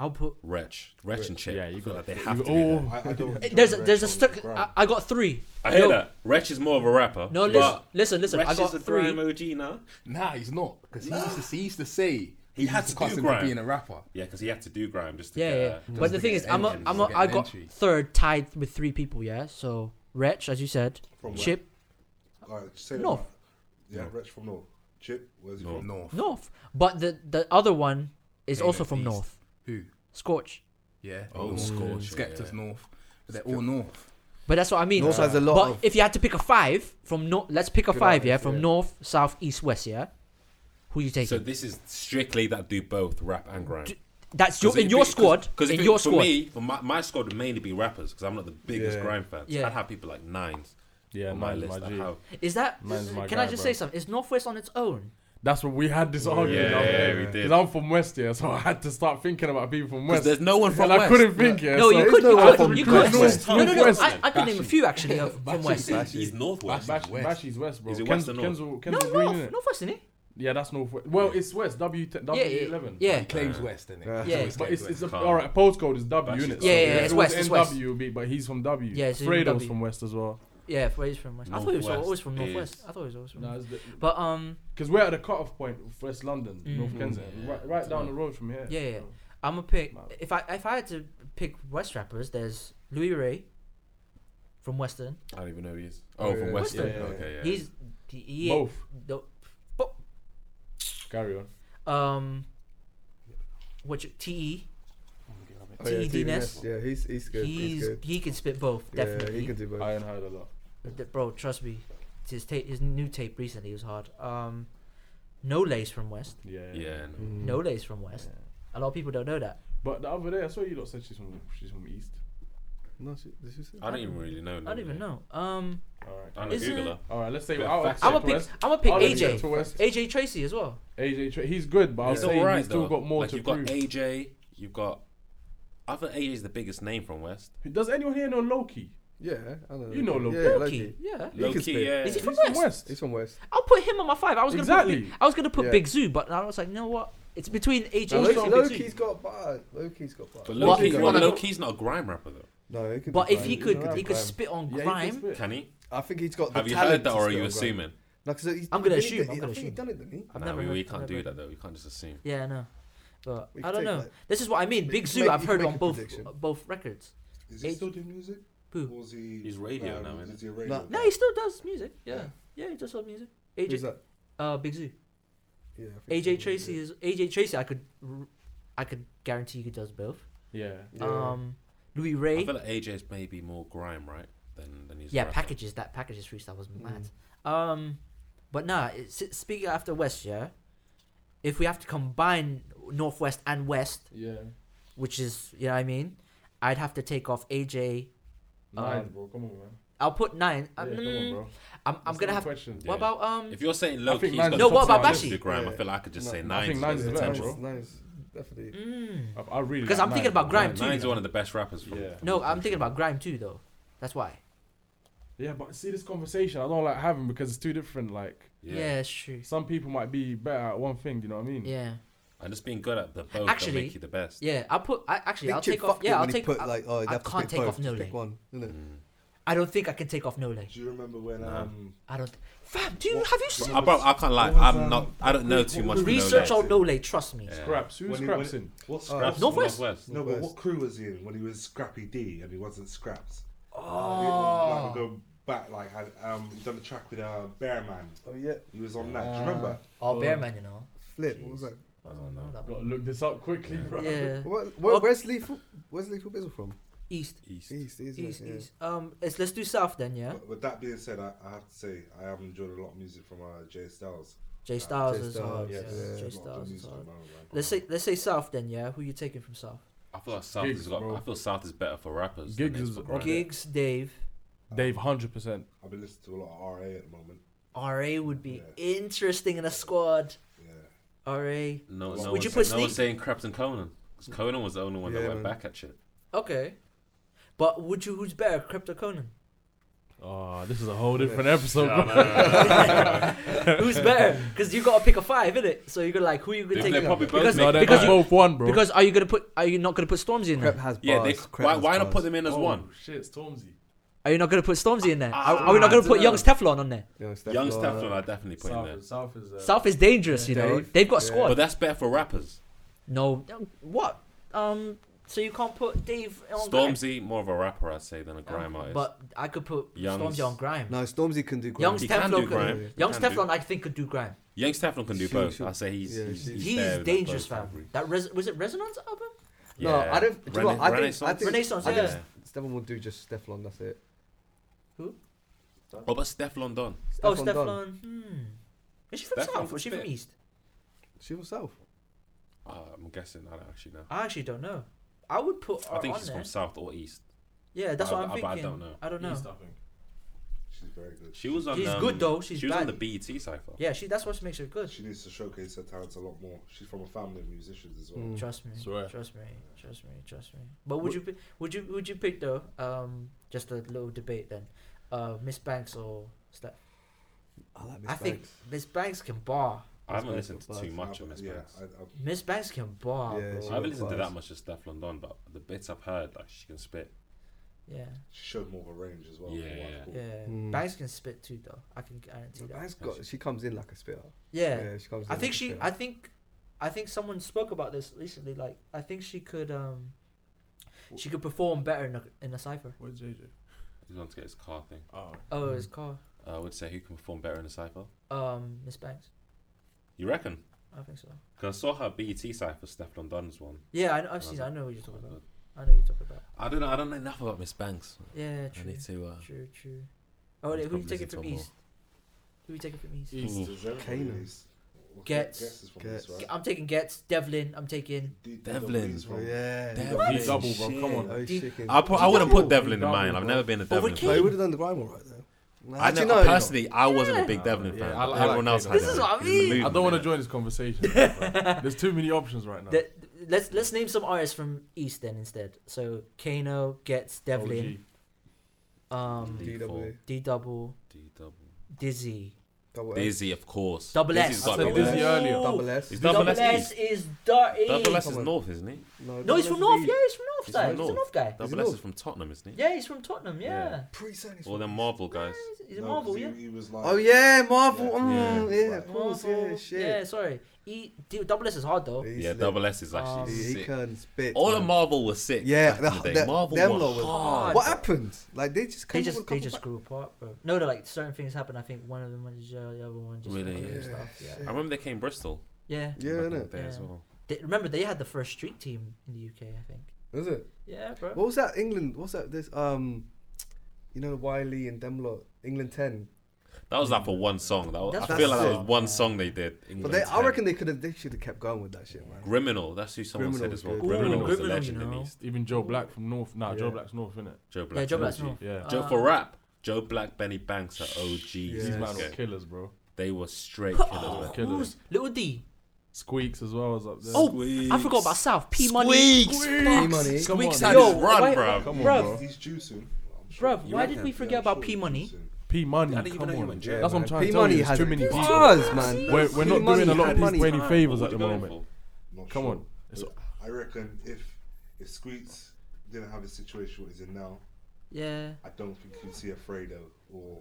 Speaker 2: I'll put
Speaker 1: Wretch. Wretch and Chip.
Speaker 4: Yeah, you
Speaker 1: I feel
Speaker 4: got-
Speaker 1: like they
Speaker 4: you
Speaker 1: have to
Speaker 4: got-
Speaker 1: do that.
Speaker 4: oh.
Speaker 7: I, I don't.
Speaker 2: Eh, There's a,
Speaker 7: enjoy
Speaker 2: there's a uh,
Speaker 7: Wretch
Speaker 2: stuck.
Speaker 7: on
Speaker 2: I,
Speaker 7: grime.
Speaker 2: I got three.
Speaker 1: I hear
Speaker 2: No,
Speaker 1: that. Wretch is more of a rapper.
Speaker 2: No, listen,
Speaker 1: but
Speaker 2: listen, listen. I
Speaker 1: Wretch
Speaker 2: got
Speaker 1: is a
Speaker 2: three.
Speaker 1: grime OG now.
Speaker 6: Nah, he's not. Because he, used to- he used to say he,
Speaker 1: had
Speaker 6: used
Speaker 1: to do
Speaker 6: cuss him
Speaker 1: grime.
Speaker 6: for being a rapper.
Speaker 1: Yeah, because he had to do grime just to
Speaker 2: Yeah,
Speaker 1: get.
Speaker 2: yeah.
Speaker 1: Uh,
Speaker 2: But the
Speaker 6: to
Speaker 2: thing
Speaker 6: get
Speaker 2: is,
Speaker 6: an
Speaker 2: I'm a,
Speaker 6: engine,
Speaker 2: I'm
Speaker 6: to
Speaker 2: a,
Speaker 6: get
Speaker 2: I
Speaker 6: an
Speaker 2: got
Speaker 6: entry.
Speaker 2: third tied with three people. Yeah. So Wretch, as you said,
Speaker 7: From where?
Speaker 2: Chip
Speaker 7: Alright, say it
Speaker 2: North.
Speaker 7: right. Yeah, Wretch from North. Chip, where's he
Speaker 1: North.
Speaker 7: from?
Speaker 6: North.
Speaker 2: North, but the the other one is
Speaker 6: Kano
Speaker 2: also from
Speaker 6: East.
Speaker 2: North.
Speaker 6: Who?
Speaker 2: Scorch.
Speaker 6: Yeah.
Speaker 1: Oh,
Speaker 6: North.
Speaker 1: Scorch, yeah,
Speaker 6: Skepta's
Speaker 1: yeah.
Speaker 6: North. But they're all North.
Speaker 2: But that's what I mean.
Speaker 5: North has a lot
Speaker 2: but
Speaker 5: of-
Speaker 2: if you had to pick a five from North, let's pick a
Speaker 5: Good
Speaker 2: five. Yeah,
Speaker 5: artists,
Speaker 2: from
Speaker 5: yeah.
Speaker 2: North, South, East, West. Yeah. Who you taking?
Speaker 1: So this is strictly that do both rap and grime.
Speaker 2: that's your in your squad.
Speaker 1: Because
Speaker 2: in your
Speaker 1: for
Speaker 2: squad.
Speaker 1: me, for my, my squad would mainly be rappers because I'm not the biggest
Speaker 5: Yeah.
Speaker 1: grime fan.
Speaker 2: Yeah.
Speaker 1: I'd have people like Nines
Speaker 4: Yeah,
Speaker 1: on my
Speaker 4: man,
Speaker 1: list.
Speaker 4: my
Speaker 1: I'd
Speaker 4: G.
Speaker 1: have-
Speaker 2: Is that?
Speaker 4: Man's my
Speaker 2: can I
Speaker 4: guy,
Speaker 2: just
Speaker 4: bro.
Speaker 2: say something? Is Northwest on its own?
Speaker 4: That's what we had this
Speaker 1: yeah,
Speaker 4: argument.
Speaker 1: yeah,
Speaker 4: now.
Speaker 1: we did.
Speaker 4: Because I'm from West, yeah, so I had to start thinking about people from
Speaker 1: 'Cause
Speaker 4: West.
Speaker 1: there's no one from
Speaker 4: and
Speaker 1: West.
Speaker 4: I couldn't think, yeah.
Speaker 2: No,
Speaker 4: so
Speaker 2: you could.
Speaker 5: no
Speaker 2: You
Speaker 5: one
Speaker 2: could.
Speaker 5: from
Speaker 2: you could.
Speaker 1: Northwest.
Speaker 2: No, no, no.
Speaker 1: Northwest.
Speaker 2: I, I could name a few actually uh, from
Speaker 6: Bashy,
Speaker 2: West.
Speaker 6: Bashy.
Speaker 1: He's Northwest.
Speaker 6: Bash-
Speaker 4: Bash,
Speaker 6: West.
Speaker 4: Bash is West, bro.
Speaker 1: Is it
Speaker 4: Ken's,
Speaker 1: West or North?
Speaker 4: Ken's,
Speaker 2: No,
Speaker 4: Ken's green,
Speaker 2: North.
Speaker 4: innit?
Speaker 2: Northwest, isn't it?
Speaker 4: Yeah, that's North West. Well, it's West, W, E
Speaker 2: Yeah, yeah,
Speaker 4: 11
Speaker 2: yeah.
Speaker 6: He claims West, is
Speaker 5: Yeah.
Speaker 2: Yeah.
Speaker 4: But it's, it's a,
Speaker 1: Calm.
Speaker 4: all right. Postcode is W,
Speaker 1: Bash
Speaker 4: innit?
Speaker 1: is
Speaker 4: So
Speaker 1: Yeah, yeah,
Speaker 4: if
Speaker 1: yeah,
Speaker 4: it
Speaker 2: it's
Speaker 4: was
Speaker 2: West, it's
Speaker 4: NW,
Speaker 2: West.
Speaker 4: it would be, but he's from W.
Speaker 2: Yeah, it's in
Speaker 4: Fredo's
Speaker 2: W.
Speaker 4: from West as well.
Speaker 2: Yeah, where he's from West. I thought he was
Speaker 1: Northwest
Speaker 2: always from
Speaker 1: is-
Speaker 2: Northwest. I thought he was always from.
Speaker 4: No,
Speaker 2: North.
Speaker 4: it's the-
Speaker 2: But um,
Speaker 4: Because we're at the cut-off point of West London,
Speaker 2: Mm.
Speaker 4: North Kensington,
Speaker 1: Yeah.
Speaker 4: right, right down the road from here.
Speaker 2: Yeah, yeah. I'm gonna pick.
Speaker 4: Man.
Speaker 2: If I if I had to pick West rappers, there's Louis Ray from Western.
Speaker 1: I don't even know who he is.
Speaker 5: Oh,
Speaker 1: Oh, from
Speaker 5: yeah.
Speaker 1: West. Yeah,
Speaker 4: Western.
Speaker 1: yeah, okay, yeah.
Speaker 2: He's he, he
Speaker 4: Both.
Speaker 2: the-
Speaker 4: Carry on.
Speaker 2: um E, what you- Te
Speaker 5: Oh, yeah,
Speaker 2: T.E.
Speaker 5: T.E.
Speaker 2: Dines.
Speaker 5: Dines. Yeah, he's he's good. He's,
Speaker 2: he's
Speaker 5: good.
Speaker 2: he can spit both
Speaker 5: Yeah,
Speaker 2: definitely.
Speaker 5: he can do both.
Speaker 4: Iron Hide a lot.
Speaker 2: D- Bro, trust me. His tape his new tape recently was hard. Um, No Lace from West.
Speaker 4: Yeah.
Speaker 1: yeah, no.
Speaker 5: Mm.
Speaker 2: No Lace from West. A
Speaker 4: Yeah.
Speaker 2: lot of people don't know that.
Speaker 4: But the other day, I saw you lot said she's from she's from East.
Speaker 3: No, she, did she say?
Speaker 1: I don't even really know.
Speaker 2: I don't even know. Um,
Speaker 4: All right.
Speaker 1: I'm a
Speaker 2: Isn't
Speaker 1: Googler.
Speaker 4: All right. Let's say
Speaker 1: Yeah,
Speaker 4: I'll
Speaker 1: facts
Speaker 2: I'm
Speaker 1: check
Speaker 2: gonna
Speaker 4: accept
Speaker 2: pick.
Speaker 4: West.
Speaker 2: I'm gonna pick
Speaker 4: I'll
Speaker 2: AJ.
Speaker 4: accept West.
Speaker 2: AJ Tracy as well.
Speaker 4: AJ, Tra- he's good, but I'll
Speaker 1: He's
Speaker 4: say
Speaker 1: alright
Speaker 4: he's still
Speaker 1: though.
Speaker 4: got more
Speaker 1: like
Speaker 4: to
Speaker 1: you've got
Speaker 4: prove.
Speaker 1: AJ, you've got. I think AJ is the biggest name from West.
Speaker 4: Does anyone here know Loki?
Speaker 3: Yeah, I know.
Speaker 4: You know Loki.
Speaker 3: Yeah,
Speaker 2: Loki.
Speaker 3: Loki.
Speaker 2: Yeah.
Speaker 3: He can
Speaker 1: Low key,
Speaker 3: spit.
Speaker 1: yeah.
Speaker 2: Is he from
Speaker 4: He's from
Speaker 2: West?
Speaker 4: West.
Speaker 3: He's from West.
Speaker 2: I'll put him on my five. I was gonna
Speaker 4: Exactly.
Speaker 2: Put, I was gonna put
Speaker 3: Yeah.
Speaker 2: Big Zoo, but I was like, you know what? It's between AJ
Speaker 3: No,
Speaker 2: and
Speaker 3: Loki,
Speaker 2: Big
Speaker 3: Loki's
Speaker 2: Zoo.
Speaker 3: got bars. Loki's got bars.
Speaker 1: But
Speaker 2: Well,
Speaker 1: Loki,
Speaker 2: he's
Speaker 1: well,
Speaker 2: one of-
Speaker 1: Loki's not a grime rapper though.
Speaker 3: No, he could.
Speaker 2: But
Speaker 3: be
Speaker 2: if he
Speaker 3: grime.
Speaker 2: could,
Speaker 3: can
Speaker 2: he
Speaker 3: be
Speaker 2: could
Speaker 3: grime.
Speaker 2: spit on
Speaker 4: Yeah, he can
Speaker 2: grime.
Speaker 4: spit.
Speaker 1: Can he?
Speaker 3: I think he's got. The
Speaker 1: Have you
Speaker 3: talent
Speaker 1: heard that,
Speaker 3: to
Speaker 1: or are
Speaker 3: spit
Speaker 1: you
Speaker 3: on grime.
Speaker 1: assuming?
Speaker 3: No, 'cause he's-
Speaker 2: I'm gonna
Speaker 3: I think he
Speaker 2: assume,
Speaker 3: did-
Speaker 2: I'm
Speaker 3: I
Speaker 2: gonna
Speaker 3: think he
Speaker 2: assume.
Speaker 3: done it, didn't he?
Speaker 2: I've
Speaker 1: Nah,
Speaker 2: never
Speaker 1: we,
Speaker 2: heard-
Speaker 1: we
Speaker 2: I've
Speaker 1: can't
Speaker 2: never
Speaker 1: do
Speaker 2: heard.
Speaker 1: that though. We can't just assume.
Speaker 2: Yeah, I know. But
Speaker 3: We can
Speaker 2: I don't
Speaker 3: take,
Speaker 2: know.
Speaker 3: like-
Speaker 2: This is what I mean.
Speaker 3: make-
Speaker 2: Big Zoo,
Speaker 3: make-
Speaker 2: I've
Speaker 3: you
Speaker 2: heard
Speaker 3: can
Speaker 2: on
Speaker 3: make a
Speaker 2: both
Speaker 3: prediction.
Speaker 2: both records.
Speaker 7: Is he
Speaker 2: Age-
Speaker 7: still doing music?
Speaker 2: Who?
Speaker 7: Or is he?
Speaker 1: He's radio now, isn't
Speaker 7: Is he a radio?
Speaker 3: No.
Speaker 7: guy?
Speaker 2: No, he still does music. Yeah,
Speaker 3: Yeah.
Speaker 2: yeah, he does some music.
Speaker 3: Who's
Speaker 2: AJ,
Speaker 3: that?
Speaker 2: uh, Big Zoo,
Speaker 3: Yeah, I think
Speaker 2: AJ
Speaker 3: so.
Speaker 2: Tracy is AJ Tracy. I could, r- I could guarantee he does both.
Speaker 4: Yeah.
Speaker 3: Yeah.
Speaker 2: Um, Louis
Speaker 1: I
Speaker 2: Ray.
Speaker 1: feel like AJ is maybe more grime, right? Than than he's.
Speaker 2: Yeah,
Speaker 1: rapper.
Speaker 2: packages. That packages freestyle was mad. Um, but nah. It's, it's- speaking after West, yeah. If we have to combine Northwest and West,
Speaker 4: Yeah.
Speaker 2: which is you know what I mean, I'd have to take off AJ.
Speaker 4: Nine,
Speaker 2: Um,
Speaker 4: bro. Come on, man.
Speaker 2: I'll put nine.
Speaker 4: Yeah,
Speaker 2: um, I'm,
Speaker 4: come on, bro.
Speaker 2: I'm, I'm gonna
Speaker 4: That's not a
Speaker 2: have.
Speaker 4: question.
Speaker 1: Yeah.
Speaker 2: What about um?
Speaker 1: If you're saying
Speaker 4: I think
Speaker 1: Loki's got
Speaker 4: nine's the
Speaker 2: No, what
Speaker 4: top
Speaker 2: about
Speaker 4: five.
Speaker 2: Bashi?
Speaker 1: the grime, I feel like I could
Speaker 3: No,
Speaker 1: just
Speaker 3: I
Speaker 1: say
Speaker 3: think
Speaker 1: nine.
Speaker 4: nine's
Speaker 3: Yeah,
Speaker 4: the
Speaker 3: nine's-
Speaker 4: bro.
Speaker 3: nine's definitely.
Speaker 2: mm,
Speaker 4: I, I really.
Speaker 2: 'Cause
Speaker 4: like
Speaker 2: I'm thinking
Speaker 4: nine,
Speaker 2: about
Speaker 4: bro.
Speaker 2: grime too.
Speaker 1: Nine's one of the best rappers. From
Speaker 4: Yeah.
Speaker 2: no, I'm thinking about Grime too, though. That's why.
Speaker 4: Yeah, but see this conversation, I don't like having because it's too different. Like
Speaker 2: Yeah, it's true.
Speaker 4: some people might be better at one thing. You know what I mean?
Speaker 2: Yeah,
Speaker 1: And just being good at the both
Speaker 2: Actually-
Speaker 1: actually, make you the best.
Speaker 2: yeah. I'll put. I actually,
Speaker 5: Big
Speaker 2: I'll
Speaker 5: Jim
Speaker 2: take off.
Speaker 5: fucked it
Speaker 2: Yeah, I'll
Speaker 5: when he
Speaker 2: take.
Speaker 5: put,
Speaker 2: I-
Speaker 5: like, oh, you'd
Speaker 2: I
Speaker 5: have to
Speaker 2: can't
Speaker 5: pick
Speaker 2: take
Speaker 5: both,
Speaker 2: off
Speaker 5: just
Speaker 2: Nole.
Speaker 5: pick one, innit?
Speaker 2: I don't think I can take off Nole.
Speaker 7: Do you remember when um?
Speaker 2: I don't. Fam, do you have you seen
Speaker 1: I, bro, I can't lie.
Speaker 7: What was,
Speaker 1: I'm
Speaker 7: um,
Speaker 1: not. I don't know too much.
Speaker 2: research
Speaker 1: on
Speaker 2: on Nole? Trust me.
Speaker 1: Yeah.
Speaker 4: Scraps. Who's
Speaker 7: When he
Speaker 4: scraps
Speaker 7: went-
Speaker 4: in?
Speaker 7: What's
Speaker 3: Oh,
Speaker 7: Scraps?
Speaker 2: Northwest?
Speaker 7: No, but
Speaker 3: Northwest.
Speaker 7: what crew was he in when he was Scrappy D and he wasn't Scraps? Like,
Speaker 2: Oh.
Speaker 7: we go back, like I- um, he done the track with uh, Bearman.
Speaker 3: Oh yeah,
Speaker 7: He was on that. Do you remember?
Speaker 2: Oh, Bearman, you know.
Speaker 3: flip. What was that?
Speaker 1: I don't know.
Speaker 2: That
Speaker 4: Gotta look this up quickly, bro.
Speaker 2: one. Yeah.
Speaker 3: What, where,
Speaker 2: Oh.
Speaker 3: where's Lee? Fu- Where's Lee Bizzle from?
Speaker 2: East,
Speaker 1: East.
Speaker 3: East, isn't
Speaker 2: east,
Speaker 3: it? Yeah.
Speaker 2: east. Um, it's, let's do South then, yeah.
Speaker 7: But with that being said, I, I have to say I have enjoyed a lot of music from uh, Jay Styles.
Speaker 2: J Styles
Speaker 3: Jay
Speaker 2: is
Speaker 3: Styles,
Speaker 2: hard. Yeah.
Speaker 3: yeah.
Speaker 2: J
Speaker 7: There's a lot of
Speaker 2: Styles
Speaker 7: good
Speaker 2: is
Speaker 7: music
Speaker 2: hard.
Speaker 7: from him, man.
Speaker 2: Let's say let's say South then, yeah. Who you taking from South?
Speaker 1: I feel like South
Speaker 4: Gigs,
Speaker 1: is a lot-
Speaker 4: bro.
Speaker 1: I feel South is better for rappers. than
Speaker 4: Gigs
Speaker 1: it
Speaker 4: is-
Speaker 1: for grime.
Speaker 4: Right.
Speaker 2: Gigs, Dave.
Speaker 4: Dave, hundred percent.
Speaker 7: I've been listening to a lot of RA at the moment.
Speaker 2: RA would be
Speaker 7: Yeah.
Speaker 2: interesting in a squad.
Speaker 7: Yeah.
Speaker 2: RA.
Speaker 1: No,
Speaker 7: Would
Speaker 1: no,
Speaker 7: you
Speaker 1: one's,
Speaker 2: put
Speaker 1: no one's
Speaker 2: Sneak?
Speaker 1: saying Krebs and Conan. 'Cause Conan was the only one that
Speaker 3: Yeah,
Speaker 1: went
Speaker 3: man.
Speaker 1: back at shit.
Speaker 2: Okay. But would you who's better, Crypto Conan?
Speaker 4: Oh, this is a whole different episode, bro.
Speaker 2: who's better? Because you gotta pick a five, innit? So you're gonna like who you gonna
Speaker 1: They-
Speaker 2: take.
Speaker 1: they probably both
Speaker 2: because
Speaker 1: make
Speaker 4: No, they're
Speaker 2: because, you,
Speaker 4: both one, bro.
Speaker 2: because are you gonna put are you not gonna put Stormzy in
Speaker 5: Crep
Speaker 2: there?
Speaker 5: has bars.
Speaker 1: Yeah, they,
Speaker 5: Crep
Speaker 1: why,
Speaker 5: has
Speaker 1: why not
Speaker 5: bars.
Speaker 1: put them in as
Speaker 4: Oh,
Speaker 1: one?
Speaker 4: Shit, it's Stormzy.
Speaker 2: Are you not gonna put Stormzy in there? are, are
Speaker 1: Ah,
Speaker 2: we not gonna put Young's Teflon on there?
Speaker 5: Young Steph
Speaker 1: Young
Speaker 5: Lawler.
Speaker 1: Steflon, I definitely put in
Speaker 4: South,
Speaker 1: there.
Speaker 4: is- South is. Uh,
Speaker 2: South is dangerous, you know.
Speaker 3: Dave.
Speaker 2: They've got a
Speaker 3: Yeah.
Speaker 2: squad.
Speaker 1: But that's better for rappers.
Speaker 2: no, what? Um, so you can't put Dave on Grime?
Speaker 1: Stormzy, more of a rapper, I'd say, than a grime artist.
Speaker 2: But I could put
Speaker 1: Young's-
Speaker 2: Stormzy on Grime.
Speaker 5: No, Stormzy can do grime.
Speaker 2: Young's
Speaker 1: He can
Speaker 2: Teflon
Speaker 1: do grime.
Speaker 2: could,
Speaker 1: He
Speaker 2: Young's
Speaker 1: can do.
Speaker 2: Teflon, I think could do Grime.
Speaker 1: Young Steflon can do
Speaker 5: She-
Speaker 1: both.
Speaker 5: she-
Speaker 1: I say he's
Speaker 3: yeah,
Speaker 1: he's,
Speaker 3: she-
Speaker 1: he's,
Speaker 2: He's
Speaker 1: there in that
Speaker 2: dangerous,
Speaker 1: both
Speaker 2: fam.
Speaker 1: category.
Speaker 2: That res- was it Resonance album?
Speaker 5: No, I don't- do you know what, I think- I
Speaker 1: Renaissance?
Speaker 5: think-
Speaker 2: Renaissance,
Speaker 5: I
Speaker 2: yeah.
Speaker 5: think Stefan will do just Steflon. That's it.
Speaker 1: What about Steflon Don?
Speaker 2: Oh,
Speaker 5: Stefan Don.
Speaker 2: Stefan. Hmm. Is she from
Speaker 1: Steflon
Speaker 2: South or
Speaker 1: could
Speaker 2: is she from
Speaker 1: spit.
Speaker 2: East?
Speaker 5: She was south.
Speaker 1: Uh, I'm guessing. I don't actually know.
Speaker 2: I actually don't know. I would put her
Speaker 1: I think
Speaker 2: on
Speaker 1: she's
Speaker 2: there.
Speaker 1: from South or East.
Speaker 2: yeah, that's
Speaker 1: I-
Speaker 2: what I'm
Speaker 1: I- but
Speaker 2: thinking.
Speaker 1: I don't know.
Speaker 2: I don't know.
Speaker 4: East, I think.
Speaker 7: She's very good.
Speaker 1: She was on.
Speaker 2: She's
Speaker 1: um,
Speaker 2: good though, she's
Speaker 1: she was on the
Speaker 2: bad.
Speaker 1: BET cipher.
Speaker 2: Yeah, she. That's what makes her good.
Speaker 7: She needs to showcase her talents a lot more. She's from a family of musicians as well.
Speaker 5: Mm.
Speaker 2: Trust me.
Speaker 4: Swear.
Speaker 2: Trust me. Trust me. Trust me. But would you pick? Would you would you pick though? Um, just a little debate then. Uh, Miss Banks or Steph?
Speaker 5: I like Miss
Speaker 2: I think
Speaker 5: Banks.
Speaker 2: Miss Banks can bar.
Speaker 1: I haven't
Speaker 5: Miss
Speaker 1: listened
Speaker 5: Banks got
Speaker 1: to too
Speaker 7: I-
Speaker 1: much of Miss
Speaker 7: yeah,
Speaker 1: Banks.
Speaker 7: I, I,
Speaker 2: Miss Banks can bar.
Speaker 5: Yeah,
Speaker 2: Yeah.
Speaker 5: she
Speaker 1: I haven't
Speaker 5: got
Speaker 1: listened to
Speaker 5: bars.
Speaker 1: that much of Steflon Don, but the bits I've heard, like she can spit.
Speaker 2: Yeah.
Speaker 7: she showed more of a range as well. from
Speaker 1: Yeah,
Speaker 7: what I
Speaker 1: yeah.
Speaker 7: thought.
Speaker 2: yeah.
Speaker 5: Mm.
Speaker 2: Banks can spit too though. I can guarantee that.
Speaker 5: Banks got. She comes in like a spitter.
Speaker 2: Yeah.
Speaker 5: she comes. In
Speaker 2: I
Speaker 5: like
Speaker 2: think
Speaker 5: a
Speaker 2: she.
Speaker 5: spitter.
Speaker 2: I think. I think someone spoke about this recently. Like, I think she could. Um, she could perform better in a in a cipher.
Speaker 4: Where's JJ?
Speaker 1: He's on to get his car thing.
Speaker 4: Oh,
Speaker 2: Oh, it's called
Speaker 1: Uh, I would say who can perform better in a cipher.
Speaker 2: um Miss Banks.
Speaker 1: You reckon?
Speaker 2: I think so.
Speaker 1: Because I saw her BET cipher, Steflon Don's one.
Speaker 2: Yeah, I, know-
Speaker 1: And
Speaker 2: I've
Speaker 1: I
Speaker 2: seen.
Speaker 1: was
Speaker 2: it. I
Speaker 1: like,
Speaker 2: know what you're
Speaker 1: "Oh,
Speaker 2: talking about.
Speaker 1: good."
Speaker 2: I know what you're talking about.
Speaker 1: I don't know. I don't know enough about Miss Banks.
Speaker 2: Yeah,
Speaker 1: I
Speaker 2: true,
Speaker 1: need to. Uh,
Speaker 2: true, true. Oh,
Speaker 1: need to
Speaker 2: yeah, who you
Speaker 1: probably
Speaker 2: take it
Speaker 1: listen
Speaker 2: from
Speaker 1: to her more.
Speaker 2: East? Who you take it from East?
Speaker 4: East.
Speaker 7: There's everybody in
Speaker 5: Kano.
Speaker 7: East. We'll
Speaker 2: Gets.
Speaker 7: Gets is from
Speaker 5: Gets.
Speaker 7: this, right?
Speaker 2: I'm taking Getz, Devlin. I'm taking.
Speaker 7: D-
Speaker 1: Devlin.
Speaker 7: D's
Speaker 5: Oh,
Speaker 7: from-
Speaker 5: yeah.
Speaker 1: Devlin.
Speaker 4: He double, bro. Come on.
Speaker 5: Oh,
Speaker 2: D-
Speaker 5: chicken.
Speaker 1: I, put, I wouldn't put
Speaker 4: Double.
Speaker 1: Devlin in mine. I've
Speaker 4: Double.
Speaker 1: never been a
Speaker 2: But we
Speaker 1: Devlin
Speaker 5: But
Speaker 1: fan.
Speaker 5: he would have done the grime all right, though. Nah,
Speaker 1: Actually,
Speaker 5: no, you're not.
Speaker 1: personally, I wasn't a big
Speaker 4: Yeah.
Speaker 1: Devlin
Speaker 4: Yeah,
Speaker 1: fan.
Speaker 4: I like
Speaker 1: Everyone
Speaker 4: Kane.
Speaker 1: else had
Speaker 2: This
Speaker 1: him.
Speaker 2: is what I
Speaker 1: It was
Speaker 2: mean.
Speaker 1: losing
Speaker 4: I don't want to
Speaker 1: it.
Speaker 4: join this conversation. bro. There's too many options right now.
Speaker 2: That, let's let's name some artists from East then instead. So Kano, Getz, Devlin, um,
Speaker 5: DW.
Speaker 2: D Double,
Speaker 1: D double.
Speaker 2: Dizzy,
Speaker 5: Double S.
Speaker 1: Dizzy, of course.
Speaker 2: Double
Speaker 1: Dizzy's
Speaker 2: S.
Speaker 1: gotta
Speaker 4: I
Speaker 1: be
Speaker 4: said Dizzy
Speaker 1: there.
Speaker 4: earlier.
Speaker 2: Ooh.
Speaker 5: Double S.
Speaker 1: He's
Speaker 2: Double,
Speaker 1: double
Speaker 2: S
Speaker 1: S.
Speaker 2: is dirty.
Speaker 1: Double S is
Speaker 5: Come on.
Speaker 1: north, isn't he?
Speaker 2: No, he's
Speaker 5: Double
Speaker 2: from
Speaker 5: S
Speaker 2: North.
Speaker 5: is
Speaker 2: Yeah,
Speaker 5: E.
Speaker 2: he's from North
Speaker 1: He's
Speaker 2: side.
Speaker 1: from
Speaker 2: He's a
Speaker 1: North.
Speaker 2: North guy.
Speaker 1: Double
Speaker 5: he
Speaker 1: S
Speaker 5: north?
Speaker 1: is from Tottenham, isn't he?
Speaker 2: Yeah, he's from Tottenham. Yeah.
Speaker 1: Yeah.
Speaker 5: Pre-sign is
Speaker 1: All
Speaker 5: from-
Speaker 1: them Marvel guys.
Speaker 2: He's- He's a
Speaker 7: No, 'cause
Speaker 2: Marvel.
Speaker 7: he,
Speaker 2: Yeah.
Speaker 7: he was like,
Speaker 5: Oh yeah, Marvel.
Speaker 7: Yeah.
Speaker 5: Mm,
Speaker 7: Yeah.
Speaker 5: yeah, of course. Yeah,
Speaker 2: Marvel. Yeah,
Speaker 5: shit.
Speaker 2: sorry. E D, double S is hard though.
Speaker 5: He's
Speaker 1: Yeah,
Speaker 5: lit.
Speaker 1: double S is
Speaker 2: Um,
Speaker 1: actually
Speaker 5: He, he
Speaker 1: sick.
Speaker 5: can spit.
Speaker 1: All
Speaker 5: man.
Speaker 1: of Marvel was sick.
Speaker 5: Yeah,
Speaker 1: back in
Speaker 5: the-
Speaker 1: the, day.
Speaker 5: the-
Speaker 1: Marvel
Speaker 5: them
Speaker 1: were
Speaker 5: lot was
Speaker 1: hard.
Speaker 5: What happened? Like they just
Speaker 2: They
Speaker 5: came
Speaker 2: just they just
Speaker 5: back.
Speaker 2: grew apart, bro. No, no, like certain things happen. I think one of them went to jail, the other one just
Speaker 1: Really?
Speaker 2: yeah.
Speaker 1: Yeah.
Speaker 2: stuff. Yeah.
Speaker 1: I remember they came Bristol.
Speaker 2: Yeah.
Speaker 5: Yeah,
Speaker 1: back in
Speaker 5: innit?
Speaker 1: the day as
Speaker 2: Yeah.
Speaker 1: well.
Speaker 2: They, remember they had the first street team in the UK, I think.
Speaker 5: Was it?
Speaker 2: Yeah, bro.
Speaker 5: What was that? England. What's that? This um, you know Wiley and them lot. England ten.
Speaker 1: That was like for one song. That was, I
Speaker 2: That's
Speaker 1: feel like that
Speaker 5: it.
Speaker 1: was one song they did.
Speaker 5: But
Speaker 1: England
Speaker 5: they, I
Speaker 1: 10.
Speaker 5: reckon they could have. They should have kept going with that shit, man.
Speaker 1: Criminal. That's who someone
Speaker 5: Criminal
Speaker 1: said
Speaker 5: was
Speaker 1: as well.
Speaker 5: good.
Speaker 1: Ooh, Criminal was a
Speaker 2: Criminal,
Speaker 1: legend
Speaker 2: you
Speaker 1: in
Speaker 2: know.
Speaker 1: the East.
Speaker 4: Even Joe Black from North. Nah,
Speaker 5: Yeah.
Speaker 4: Joe Black's North, innit?
Speaker 1: Joe Black.
Speaker 2: yeah, Joe
Speaker 1: is
Speaker 2: Black's
Speaker 1: OG.
Speaker 2: North.
Speaker 4: Yeah.
Speaker 1: Joe
Speaker 2: Uh,
Speaker 1: for rap. Joe Black, Benny Banks are OGs.
Speaker 4: These
Speaker 5: Yes.
Speaker 4: man
Speaker 1: Okay.
Speaker 4: were killers, bro.
Speaker 1: They were straight
Speaker 4: Oh,
Speaker 1: killers. man.
Speaker 4: killers.
Speaker 2: Who's Little D?
Speaker 4: Squeaks as well as up there.
Speaker 2: Oh, I forgot about South. P Money.
Speaker 1: Squeaks.
Speaker 5: Money.
Speaker 4: Come
Speaker 1: Squeaks
Speaker 4: on.
Speaker 1: had
Speaker 2: Yo,
Speaker 1: his run,
Speaker 2: why-
Speaker 1: bruv.
Speaker 4: Come on,
Speaker 2: Bruv.
Speaker 4: bro.
Speaker 7: he's due soon. I'm sure.
Speaker 2: Bruv, why did we forget about P Money?
Speaker 4: P Money.
Speaker 1: I didn't even
Speaker 4: Come
Speaker 1: know you were
Speaker 4: on.
Speaker 1: in jail.
Speaker 4: That's what I'm
Speaker 5: man.
Speaker 4: trying to tell
Speaker 5: P-Money
Speaker 4: you. There's
Speaker 5: has
Speaker 4: too
Speaker 5: it.
Speaker 4: many
Speaker 5: It's
Speaker 4: people.
Speaker 5: ours, man.
Speaker 4: We're, we're not
Speaker 5: P-Money
Speaker 4: doing a lot
Speaker 5: had
Speaker 4: of
Speaker 5: it.
Speaker 4: people any
Speaker 1: Time.
Speaker 4: favors
Speaker 1: What
Speaker 4: at
Speaker 1: would
Speaker 4: the
Speaker 1: you go
Speaker 4: moment.
Speaker 1: for?
Speaker 4: Come on. It's-
Speaker 7: I reckon if if Squeaks didn't have the situation what he's in now,
Speaker 2: Yeah.
Speaker 7: I don't think you'd see Fredo or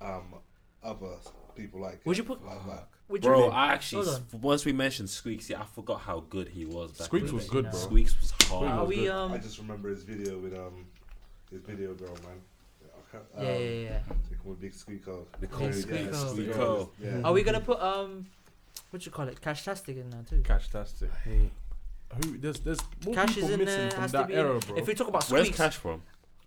Speaker 7: um other people like
Speaker 2: Would
Speaker 7: him,
Speaker 2: you put-
Speaker 7: like that.
Speaker 2: Would you
Speaker 1: Bro, I actually
Speaker 2: Hold
Speaker 1: s- once we mentioned Squeaks, yeah, I forgot how good he was. Back
Speaker 4: Squeaks
Speaker 1: in the
Speaker 4: was
Speaker 1: day.
Speaker 4: good, bro.
Speaker 1: Squeaks was
Speaker 2: Are
Speaker 1: hard.
Speaker 2: we
Speaker 4: good.
Speaker 7: I
Speaker 2: um?
Speaker 7: just remember his video with um his video girl man. I can't-
Speaker 2: Yeah, yeah,
Speaker 7: um,
Speaker 2: yeah. yeah.
Speaker 7: They call him Big Squeako.
Speaker 1: They
Speaker 2: call him Big Squeako.
Speaker 1: Squeako.
Speaker 7: Yeah.
Speaker 2: Are we gonna put um? What you call it? Cash Tastic in there too.
Speaker 4: Cash Tastic. Who? There's there's more
Speaker 2: Cash is
Speaker 4: people
Speaker 2: in there.
Speaker 4: missing from
Speaker 2: Has to
Speaker 4: that
Speaker 2: be.
Speaker 4: era, bro.
Speaker 2: If we talk about
Speaker 1: Where's
Speaker 2: Squeaks,
Speaker 1: Cash from?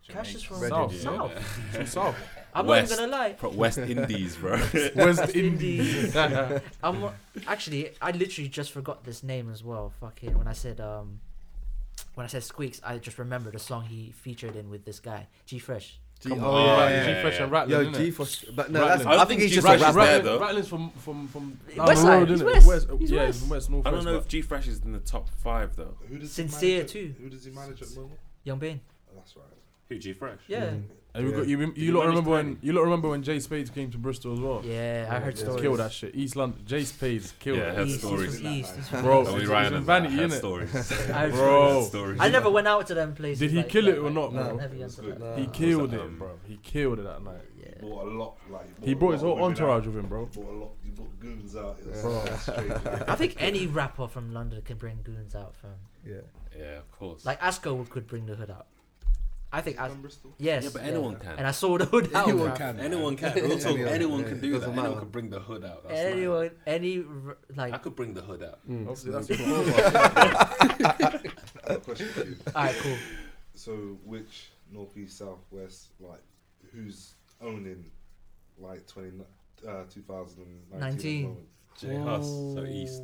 Speaker 2: Cash is from
Speaker 4: South.
Speaker 2: South.
Speaker 4: Yeah. From South.
Speaker 2: I'm
Speaker 1: West.
Speaker 2: not even gonna lie.
Speaker 1: Pro- West Indies, bro.
Speaker 4: West
Speaker 2: Indies.
Speaker 4: Indies.
Speaker 2: I'm actually I literally just forgot this name as well. Fucking when I said um, when I said Squeaks, I just remembered a song he featured in with this guy G Fresh.
Speaker 5: G-
Speaker 1: Come
Speaker 5: oh,
Speaker 1: on.
Speaker 5: yeah,
Speaker 1: Yeah,
Speaker 5: yeah,
Speaker 1: yeah,
Speaker 4: G Fresh and Rattling.
Speaker 5: Yo,
Speaker 4: innit?
Speaker 5: G for. But no,
Speaker 4: Rattling.
Speaker 5: that's,
Speaker 4: I
Speaker 5: I
Speaker 1: don't
Speaker 5: think
Speaker 1: think
Speaker 5: he's
Speaker 1: G
Speaker 5: just
Speaker 1: Fresh
Speaker 5: a
Speaker 1: is
Speaker 4: Rattling,
Speaker 5: rapper.
Speaker 1: there,
Speaker 4: Rattling,
Speaker 1: though.
Speaker 4: Rattling's from from from
Speaker 2: West side.
Speaker 4: road,
Speaker 2: He's
Speaker 4: innit?
Speaker 2: west. He's
Speaker 4: yeah,
Speaker 2: west.
Speaker 4: from West North.
Speaker 1: I don't
Speaker 4: West,
Speaker 1: know
Speaker 4: but-
Speaker 1: if G Fresh is in the top five though.
Speaker 7: Who does he
Speaker 2: Sincere
Speaker 7: manage at-
Speaker 2: too.
Speaker 7: Who does he manage at the moment?
Speaker 2: Young Bane.
Speaker 7: Oh, That's right.
Speaker 1: Who G Fresh?
Speaker 2: Yeah.
Speaker 5: Mm.
Speaker 4: And we got, you you,
Speaker 1: you
Speaker 4: lot
Speaker 1: manage
Speaker 4: remember when
Speaker 1: Tiny?
Speaker 4: you lot remember when Jay Spades came to Bristol as well?
Speaker 2: Yeah, I heard
Speaker 5: yeah.
Speaker 2: stories.
Speaker 4: Killed that shit. East London. Jay Spades killed.
Speaker 1: Yeah, I heard
Speaker 2: East, he's
Speaker 1: stories.
Speaker 2: from East. he's from-
Speaker 4: Bro,
Speaker 1: Are we
Speaker 4: it's,
Speaker 1: Ryan
Speaker 4: it's in
Speaker 1: and that? I
Speaker 4: Vanity,
Speaker 1: heard
Speaker 4: innit?
Speaker 1: stories.
Speaker 2: I, heard
Speaker 4: Bro.
Speaker 1: Stories.
Speaker 2: I never went out to them places.
Speaker 4: Did he
Speaker 2: like
Speaker 4: kill
Speaker 2: that,
Speaker 4: it or
Speaker 2: like-
Speaker 4: not,
Speaker 2: No,
Speaker 4: bro?
Speaker 2: never
Speaker 7: That's
Speaker 2: gone to
Speaker 7: good.
Speaker 2: that.
Speaker 4: He
Speaker 1: was
Speaker 4: killed
Speaker 1: that,
Speaker 4: it,
Speaker 1: um,
Speaker 4: bro. He killed it that night.
Speaker 7: He
Speaker 2: Yeah.
Speaker 7: bought a lot. Like
Speaker 4: He
Speaker 7: a
Speaker 4: brought his
Speaker 7: lot of
Speaker 4: whole
Speaker 7: women out.
Speaker 4: entourage with him, bro.
Speaker 7: He brought a lot. He brought goons out. It was
Speaker 4: Bro.
Speaker 7: straight, like-
Speaker 2: I think any rapper from London can bring goons out from.
Speaker 5: Yeah.
Speaker 1: Yeah, of course.
Speaker 2: Like Asco would- could bring the hood out. I think. As-
Speaker 7: From Bristol?
Speaker 2: yes.
Speaker 1: yeah, but anyone can.
Speaker 2: And I saw the hood out.
Speaker 6: Anyone
Speaker 2: bruv.
Speaker 6: can.
Speaker 1: Anyone can. Real talk,
Speaker 5: Anyone,
Speaker 1: anyone
Speaker 5: yeah,
Speaker 1: can
Speaker 5: it
Speaker 1: do that.
Speaker 5: doesn't
Speaker 1: Anyone
Speaker 5: matter.
Speaker 1: can bring the hood out. That's mad.
Speaker 2: Anyone, any r- like.
Speaker 1: I could bring the hood out.
Speaker 5: Mm.
Speaker 4: Obviously, that's
Speaker 7: I have a question for you.
Speaker 2: Alright, cool.
Speaker 7: So, which northeast, southwest, like, who's owning, like, 20, uh, 2019?
Speaker 2: Nineteen.
Speaker 1: Jay Huss, so East.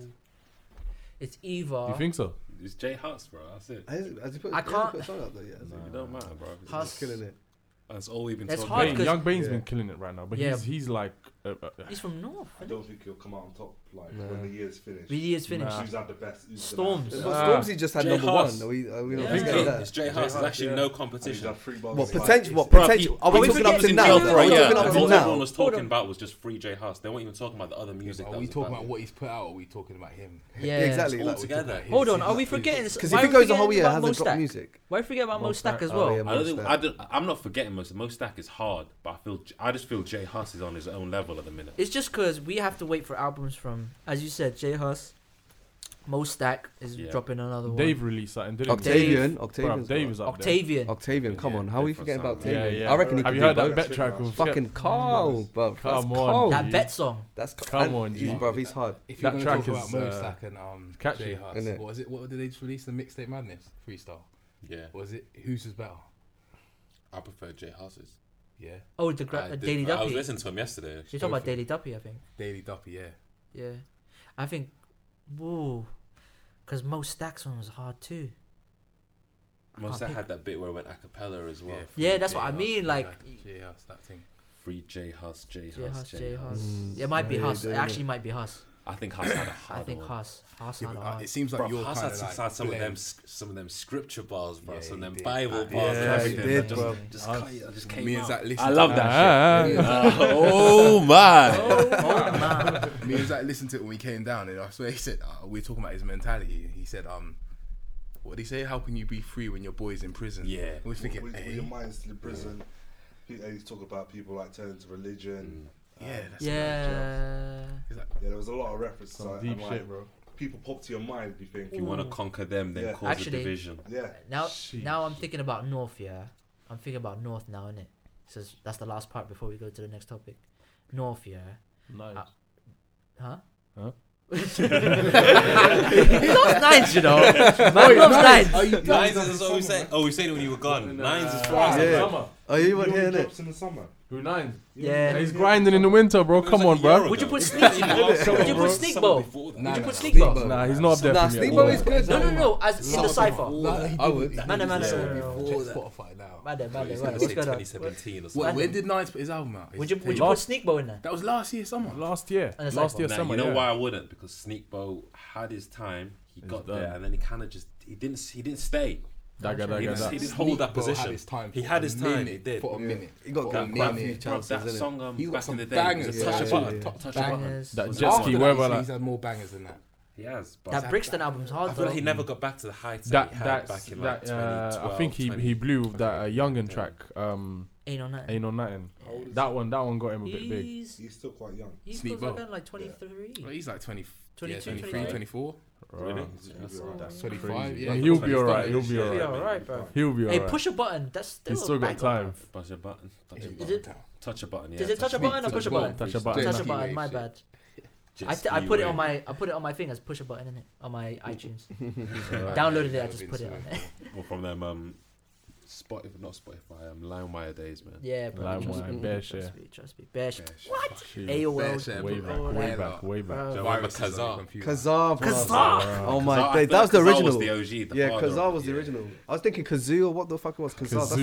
Speaker 2: It's
Speaker 4: you
Speaker 2: either
Speaker 4: think so?
Speaker 1: It's Jay Huss, bro. That's it.
Speaker 5: Has, has he put,
Speaker 2: I
Speaker 5: I can't.
Speaker 2: can't-
Speaker 5: put a song out though yet? has he?
Speaker 1: It don't matter, bro. It's
Speaker 2: Huss-
Speaker 5: He's killing it.
Speaker 1: That's all we've been
Speaker 2: That's
Speaker 1: talking
Speaker 2: hard
Speaker 1: about.
Speaker 4: Bane,
Speaker 2: because-
Speaker 4: Young Bane's been
Speaker 5: Yeah.
Speaker 4: killing it right now, but
Speaker 2: Yeah.
Speaker 4: he's he's like uh, uh, uh,
Speaker 2: he's from North.
Speaker 7: I don't think he'll come out on top, like, when
Speaker 5: Nah.
Speaker 7: the year's finished.
Speaker 2: Really is finished.
Speaker 4: Nah.
Speaker 7: Who's had the best? Who's
Speaker 2: Storms.
Speaker 7: The
Speaker 5: But
Speaker 7: man?
Speaker 4: Ah.
Speaker 5: Stormzy just had
Speaker 1: Jay
Speaker 5: number
Speaker 1: Huss.
Speaker 5: one. Are we, are we
Speaker 2: Yeah.
Speaker 5: not
Speaker 1: It's
Speaker 5: thinking
Speaker 1: Jay,
Speaker 5: about
Speaker 1: it's
Speaker 5: that?
Speaker 1: Jay Huss. There's actually no
Speaker 7: He's
Speaker 1: competition.
Speaker 7: had three balls.
Speaker 5: What
Speaker 7: like,
Speaker 5: potential? What
Speaker 1: Bro,
Speaker 5: potential?
Speaker 1: people-
Speaker 5: Are we
Speaker 2: Are we
Speaker 5: talking up to
Speaker 1: He was in
Speaker 5: now?
Speaker 1: jail
Speaker 5: Are
Speaker 1: for a
Speaker 5: we
Speaker 1: year,
Speaker 5: talking up
Speaker 1: and
Speaker 5: to
Speaker 1: all everyone
Speaker 5: now?
Speaker 1: was talking about was just free Jay Huss. They weren't even talking about the other music.
Speaker 6: Are
Speaker 1: that
Speaker 6: we
Speaker 1: was
Speaker 6: talking
Speaker 1: about
Speaker 6: about what he's put out? Or are we talking about him?
Speaker 2: Yeah.
Speaker 5: Exactly.
Speaker 1: All
Speaker 5: like we're
Speaker 1: together.
Speaker 5: talking about his-
Speaker 2: Hold on,
Speaker 6: his-
Speaker 2: are we
Speaker 6: his-
Speaker 2: forgetting?
Speaker 5: Because
Speaker 2: why
Speaker 5: if
Speaker 2: are
Speaker 5: he
Speaker 2: we
Speaker 5: goes the whole
Speaker 2: forgetting
Speaker 5: year,
Speaker 2: about
Speaker 5: hasn't dropped
Speaker 2: Mostak?
Speaker 5: music.
Speaker 2: Why forget about
Speaker 4: Mostak,
Speaker 2: Mostak as
Speaker 4: oh,
Speaker 2: well?
Speaker 5: yeah,
Speaker 1: I don't think,
Speaker 5: Mostak.
Speaker 1: I don't, I'm not forgetting most. Mostak is hard, but I feel I just feel Jay Huss is on his own level at the minute.
Speaker 2: It's just because we have to wait for albums from, as you said, J Hus. Mostak is
Speaker 1: Yeah.
Speaker 2: dropping another
Speaker 4: Dave released that and didn't he?
Speaker 2: Octave-
Speaker 5: Octavian.
Speaker 4: Bruv,
Speaker 5: Octavian's
Speaker 4: Dave is
Speaker 2: one.
Speaker 4: up
Speaker 2: Octavian.
Speaker 5: got- Octavian. Come on. How are we
Speaker 1: Different
Speaker 5: forgetting about
Speaker 1: sound.
Speaker 4: there.
Speaker 5: Octavian?
Speaker 4: Yeah, yeah.
Speaker 5: I reckon he
Speaker 4: Have
Speaker 5: could
Speaker 4: you
Speaker 5: do
Speaker 4: heard
Speaker 5: that.
Speaker 4: that bet track? with-
Speaker 5: Fucking Carl, bro. That's
Speaker 4: Come on,
Speaker 5: Carl.
Speaker 4: G.
Speaker 2: that bet song.
Speaker 5: That's
Speaker 4: Come on, G.
Speaker 5: He's, bro, he's hard.
Speaker 4: That
Speaker 6: If you're going to
Speaker 4: track
Speaker 6: talk about
Speaker 4: is, uh,
Speaker 6: Mostack and um,
Speaker 4: catchy,
Speaker 6: Jay Huss,
Speaker 5: innit?
Speaker 6: what was it? What did they just release? The mixtape Madness freestyle.
Speaker 1: Yeah,
Speaker 6: Was it Whose was better?
Speaker 1: I prefer Jay Huss's.
Speaker 6: Yeah,
Speaker 2: Oh, the gra-
Speaker 1: I
Speaker 2: uh,
Speaker 1: did-
Speaker 2: Daily
Speaker 1: I was
Speaker 2: Duppy.
Speaker 1: listening to him yesterday.
Speaker 2: You're talking about
Speaker 6: Sophie.
Speaker 2: Daily Duppy, I think.
Speaker 6: Daily Duppy. Yeah,
Speaker 2: Yeah. I think, ooh, because Mo Stack's one was hard too. I
Speaker 1: Most
Speaker 2: can't
Speaker 1: that
Speaker 2: pick.
Speaker 1: had that bit where it went a cappella as well.
Speaker 2: Yeah, that's what I mean, like-
Speaker 6: yeah, that's that thing.
Speaker 1: Free J Huss, J
Speaker 2: J
Speaker 1: Huss,
Speaker 2: Huss,
Speaker 1: J
Speaker 2: J
Speaker 1: Huss.
Speaker 2: Huss.
Speaker 5: Mm.
Speaker 2: It might be
Speaker 5: Yeah,
Speaker 2: Huss. It
Speaker 5: yeah,
Speaker 2: actually might be Huss.
Speaker 1: I think Huss had a hard
Speaker 2: I think
Speaker 1: one.
Speaker 2: Huss. Huss
Speaker 6: Yeah,
Speaker 2: had
Speaker 6: but,
Speaker 2: a
Speaker 6: uh,
Speaker 2: hard.
Speaker 6: it seems like
Speaker 1: Bro,
Speaker 6: you're
Speaker 1: Huss
Speaker 6: kind
Speaker 1: had
Speaker 6: of
Speaker 1: some,
Speaker 6: like
Speaker 1: had some of
Speaker 6: blame-
Speaker 1: them, s- some of them scripture bars, bro.
Speaker 6: Yeah,
Speaker 1: some
Speaker 6: he
Speaker 1: of them
Speaker 6: did.
Speaker 1: Bible
Speaker 6: Yeah,
Speaker 1: bars. and
Speaker 5: he
Speaker 1: everything
Speaker 5: did,
Speaker 1: that just,
Speaker 5: bro.
Speaker 1: Just, ca- that just came
Speaker 6: Me
Speaker 1: out.
Speaker 6: and Zach listened
Speaker 8: I
Speaker 6: to
Speaker 8: love
Speaker 6: that
Speaker 8: that.
Speaker 6: shit.
Speaker 8: ah. oh my!
Speaker 6: Me and Zach listened to it when we came down, and I swear he said uh, we were talking about his mentality. and He said, "Um, what did he say? How can you be free when your boy's in prison?"
Speaker 1: Yeah.
Speaker 6: we were thinking,
Speaker 7: with,
Speaker 6: eh?
Speaker 7: with your mind still in prison. Pe- uh, He's talking about people like turning to religion.
Speaker 4: Mm.
Speaker 6: yeah, that's
Speaker 2: Yeah.
Speaker 7: Yeah, there was a lot of references.
Speaker 4: Some
Speaker 7: like,
Speaker 4: deep
Speaker 7: and, like,
Speaker 4: shit, bro.
Speaker 7: People pop to your mind. You think,
Speaker 1: If you want to conquer them, then
Speaker 7: Yeah.
Speaker 1: cause
Speaker 2: Actually-
Speaker 1: a division.
Speaker 7: yeah,
Speaker 2: Now,
Speaker 4: Sheesh.
Speaker 2: now I'm thinking about North. Yeah, I'm thinking about North now, innit? So that's the last part before we go to the next topic. North. Yeah.
Speaker 4: Nice.
Speaker 2: Ah. Huh?
Speaker 4: Huh?
Speaker 2: North's nines, you know. Man, North's nines.
Speaker 1: Nines is what we say. Oh, we said it when you were gone. Nines is for us.
Speaker 4: Yeah.
Speaker 1: bro.
Speaker 4: Summer.
Speaker 5: Oh, you
Speaker 7: He
Speaker 5: weren't
Speaker 7: only
Speaker 5: hearing it?
Speaker 7: drops in the summer.
Speaker 4: Who nines?
Speaker 2: Yeah.
Speaker 4: He's grinding in the winter, bro.
Speaker 1: It was
Speaker 4: Come
Speaker 1: like
Speaker 4: on,
Speaker 1: a
Speaker 4: bro.
Speaker 1: year
Speaker 2: Would you
Speaker 1: ago.
Speaker 2: put sneak? Would you
Speaker 1: Bro,
Speaker 2: put sneak
Speaker 1: summer
Speaker 2: bow?
Speaker 1: before that.
Speaker 6: Nah,
Speaker 2: Would you
Speaker 6: nah,
Speaker 2: put sneak bow?
Speaker 5: Steamboat.
Speaker 4: Nah, he's not up there.
Speaker 5: Nah,
Speaker 4: for me at
Speaker 5: Steamboat
Speaker 4: all.
Speaker 5: is good.
Speaker 2: No, no, no. As in
Speaker 6: Summer
Speaker 2: the cipher.
Speaker 6: before that.
Speaker 5: I would.
Speaker 2: Man,
Speaker 6: That was
Speaker 2: man,
Speaker 6: the
Speaker 2: man,
Speaker 6: summer
Speaker 2: man, man.
Speaker 6: before that. Spotify now.
Speaker 2: My bad, my
Speaker 1: He's
Speaker 2: bad.
Speaker 1: gonna
Speaker 2: What's
Speaker 1: say
Speaker 2: going on?
Speaker 1: 2017 or
Speaker 6: What,
Speaker 1: something.
Speaker 6: when did Nines put his album out?
Speaker 2: Would you would you put
Speaker 4: Last-
Speaker 2: sneak bow in there?
Speaker 6: That was last year, summer.
Speaker 4: Last year,
Speaker 2: And it's
Speaker 4: last
Speaker 2: like-
Speaker 4: year
Speaker 1: Nah,
Speaker 4: summer.
Speaker 1: you know
Speaker 4: yeah.
Speaker 1: why I wouldn't? Because Sneakbo had his time. He got there,
Speaker 4: done.
Speaker 1: and then he kind of just he didn't he didn't stay.
Speaker 4: Dagger,
Speaker 1: He
Speaker 4: dagger,
Speaker 1: didn't, he
Speaker 4: dagger.
Speaker 1: didn't hold that
Speaker 6: Sneak Bo
Speaker 1: position.
Speaker 6: Had his time
Speaker 1: he
Speaker 6: for
Speaker 1: had
Speaker 6: a
Speaker 1: his time.
Speaker 6: minute,
Speaker 1: He did.
Speaker 6: For a minute.
Speaker 5: He got
Speaker 6: For a
Speaker 5: given
Speaker 1: That,
Speaker 6: minute.
Speaker 5: few
Speaker 1: bro, that
Speaker 5: chances, innit?
Speaker 1: song um,
Speaker 6: He got
Speaker 1: back in
Speaker 6: some
Speaker 1: the day
Speaker 6: bangers,
Speaker 1: was a
Speaker 6: yeah,
Speaker 1: touch
Speaker 6: yeah,
Speaker 1: a button,
Speaker 6: yeah.
Speaker 1: top- touch a button.
Speaker 2: Bangers.
Speaker 4: That
Speaker 1: Was
Speaker 4: jet
Speaker 1: after
Speaker 4: ski,
Speaker 1: that,
Speaker 4: wherever
Speaker 6: he's,
Speaker 4: like.
Speaker 6: he's had more bangers than that.
Speaker 1: He has, but
Speaker 2: That Brixton album's
Speaker 1: I
Speaker 2: hard
Speaker 1: feel
Speaker 2: though.
Speaker 1: like he never got back to the heights that,
Speaker 4: That,
Speaker 1: he had
Speaker 4: that's,
Speaker 1: back in like
Speaker 4: that, uh,
Speaker 1: 2012.
Speaker 4: I think he,
Speaker 1: 20.
Speaker 4: he blew with that uh, Youngin
Speaker 1: Yeah.
Speaker 4: track, um,
Speaker 2: Ain't on that.
Speaker 4: Ain't No Nothing.
Speaker 7: How old is
Speaker 4: That one, that one got him a bit big.
Speaker 2: He's
Speaker 7: He's still quite young.
Speaker 2: he's
Speaker 6: Sneak
Speaker 2: still
Speaker 6: bow.
Speaker 2: like 23.
Speaker 6: Well, he's like 20,
Speaker 2: 22,
Speaker 6: 23,
Speaker 2: 25.
Speaker 6: 24,
Speaker 1: Really?
Speaker 4: Right.
Speaker 7: He's
Speaker 1: Yeah,
Speaker 7: gonna be
Speaker 1: that's-
Speaker 7: alright.
Speaker 2: that's
Speaker 6: 25.
Speaker 4: crazy.
Speaker 6: Yeah,
Speaker 4: He'll
Speaker 6: he's
Speaker 4: be alright,
Speaker 6: started
Speaker 4: he'll
Speaker 6: this
Speaker 4: be
Speaker 6: shit.
Speaker 4: alright.
Speaker 2: Be alright, bro.
Speaker 4: He'll be
Speaker 2: Hey,
Speaker 4: alright.
Speaker 2: push a button. That's still.
Speaker 4: He's still got
Speaker 2: bang on.
Speaker 4: time.
Speaker 1: Touch a button. Touch a
Speaker 6: Is
Speaker 1: button.
Speaker 2: it-
Speaker 1: Touch a button. Yeah.
Speaker 2: Does it touch a button or
Speaker 6: touch
Speaker 2: push a
Speaker 6: a
Speaker 2: button?
Speaker 4: Touch a button.
Speaker 2: Touch a
Speaker 6: Jet
Speaker 2: button.
Speaker 6: ski
Speaker 2: My
Speaker 6: wave
Speaker 2: bad.
Speaker 1: Jet
Speaker 2: I, th- I
Speaker 1: ski
Speaker 2: put it
Speaker 1: way.
Speaker 2: on my I put it on my thing as push a button in it on my iTunes.
Speaker 6: Alright.
Speaker 2: Downloaded it. I
Speaker 6: That
Speaker 2: just
Speaker 6: would've
Speaker 2: put it
Speaker 6: been
Speaker 2: on
Speaker 6: so
Speaker 2: there.
Speaker 1: Well, from them um, Spotify, not Spotify, um, LimeWire days, man.
Speaker 2: Yeah, bro.
Speaker 4: Like
Speaker 2: trust
Speaker 4: why,
Speaker 2: me,
Speaker 4: bear
Speaker 2: trust
Speaker 4: share.
Speaker 2: me, Trust me. Bear share.
Speaker 6: Shit.
Speaker 4: Jeez.
Speaker 6: Bear
Speaker 2: AOL.
Speaker 6: share,
Speaker 4: Way
Speaker 6: bro.
Speaker 4: back,
Speaker 2: all
Speaker 4: way
Speaker 2: that.
Speaker 4: back, way back.
Speaker 2: Bro.
Speaker 1: Don't worry,
Speaker 6: Viruses on the
Speaker 1: Kazaa.
Speaker 6: computer.
Speaker 5: Kazaa, bro.
Speaker 2: Kazaa!
Speaker 5: Oh
Speaker 1: Kazaa-
Speaker 5: my
Speaker 1: I
Speaker 5: day,
Speaker 1: feel
Speaker 5: that was the
Speaker 1: like Kazaa was
Speaker 5: original.
Speaker 1: the OG, the
Speaker 5: yeah,
Speaker 1: father
Speaker 5: Kazaa
Speaker 1: of
Speaker 5: was the
Speaker 1: it, yeah.
Speaker 5: original. I was thinking Kazoo or what the fuck it was. Kazaa, that's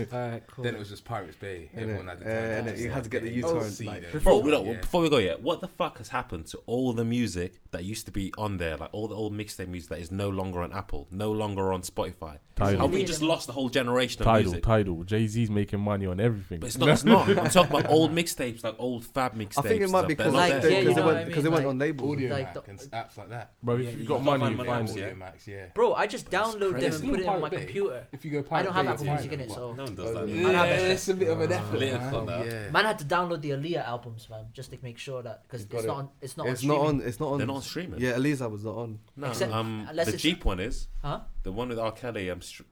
Speaker 5: it. Yeah.
Speaker 2: Alright, cool.
Speaker 6: Then it was just Pirates Bay. Everyone had the
Speaker 5: Yeah, and
Speaker 6: time.
Speaker 5: it- you had to get the
Speaker 6: Yeah, you
Speaker 5: U-turn,
Speaker 6: could see
Speaker 5: like,
Speaker 6: them.
Speaker 1: Before Oh, we, look,
Speaker 6: Yeah.
Speaker 1: before we go yet, what the fuck has happened to all the music that used to be on there, like all the old mixtape music that is no longer on Apple, no longer on Spotify?
Speaker 4: Tidal.
Speaker 1: Have we just lost the whole generation of
Speaker 4: Tidal,
Speaker 1: music?
Speaker 4: Tidal. Jay Z's making money on everything.
Speaker 1: But it's not. It's not. I'm talking about old mixtapes, like old Fab mixtapes.
Speaker 5: I think it might be
Speaker 1: because
Speaker 5: because
Speaker 2: Like,
Speaker 5: like,
Speaker 2: yeah, you
Speaker 5: they,
Speaker 2: know what I
Speaker 5: went, because they
Speaker 2: mean,
Speaker 5: went
Speaker 2: like-
Speaker 5: on label.
Speaker 6: Audio
Speaker 2: Like
Speaker 6: Mac
Speaker 2: the-
Speaker 6: and apps like that.
Speaker 4: Bro, if
Speaker 1: Yeah,
Speaker 4: you
Speaker 1: you
Speaker 4: got
Speaker 1: can't
Speaker 4: money,
Speaker 1: find
Speaker 4: you
Speaker 1: money
Speaker 4: find
Speaker 1: on
Speaker 4: it.
Speaker 1: it.
Speaker 6: Audio Max, yeah.
Speaker 2: Bro, I just download them
Speaker 6: crazy.
Speaker 2: and put it on my
Speaker 6: Pirate Bay.
Speaker 2: computer.
Speaker 6: If you go
Speaker 2: I
Speaker 6: Pirate
Speaker 2: don't have
Speaker 6: Bay,
Speaker 2: Apple
Speaker 6: it's
Speaker 2: Music in it,
Speaker 1: No
Speaker 6: fine.
Speaker 2: so
Speaker 1: one does that.
Speaker 2: Yeah,
Speaker 1: anymore.
Speaker 5: it's a bit of an effort.
Speaker 1: Political now.
Speaker 6: Yeah.
Speaker 2: man I had to download the Aaliyah album, man, just to make sure that because
Speaker 5: got
Speaker 2: it's
Speaker 5: it.
Speaker 2: not on, it's not
Speaker 5: It's
Speaker 2: on
Speaker 5: not
Speaker 2: streaming.
Speaker 5: on. It's not on.
Speaker 1: They're not streaming.
Speaker 5: Yeah, Eliza was not on.
Speaker 1: No.
Speaker 2: Except-
Speaker 1: um,
Speaker 2: unless
Speaker 1: the
Speaker 2: it's-
Speaker 1: Jeep one is
Speaker 2: Huh?
Speaker 1: the one with R. Kelly. Um, str-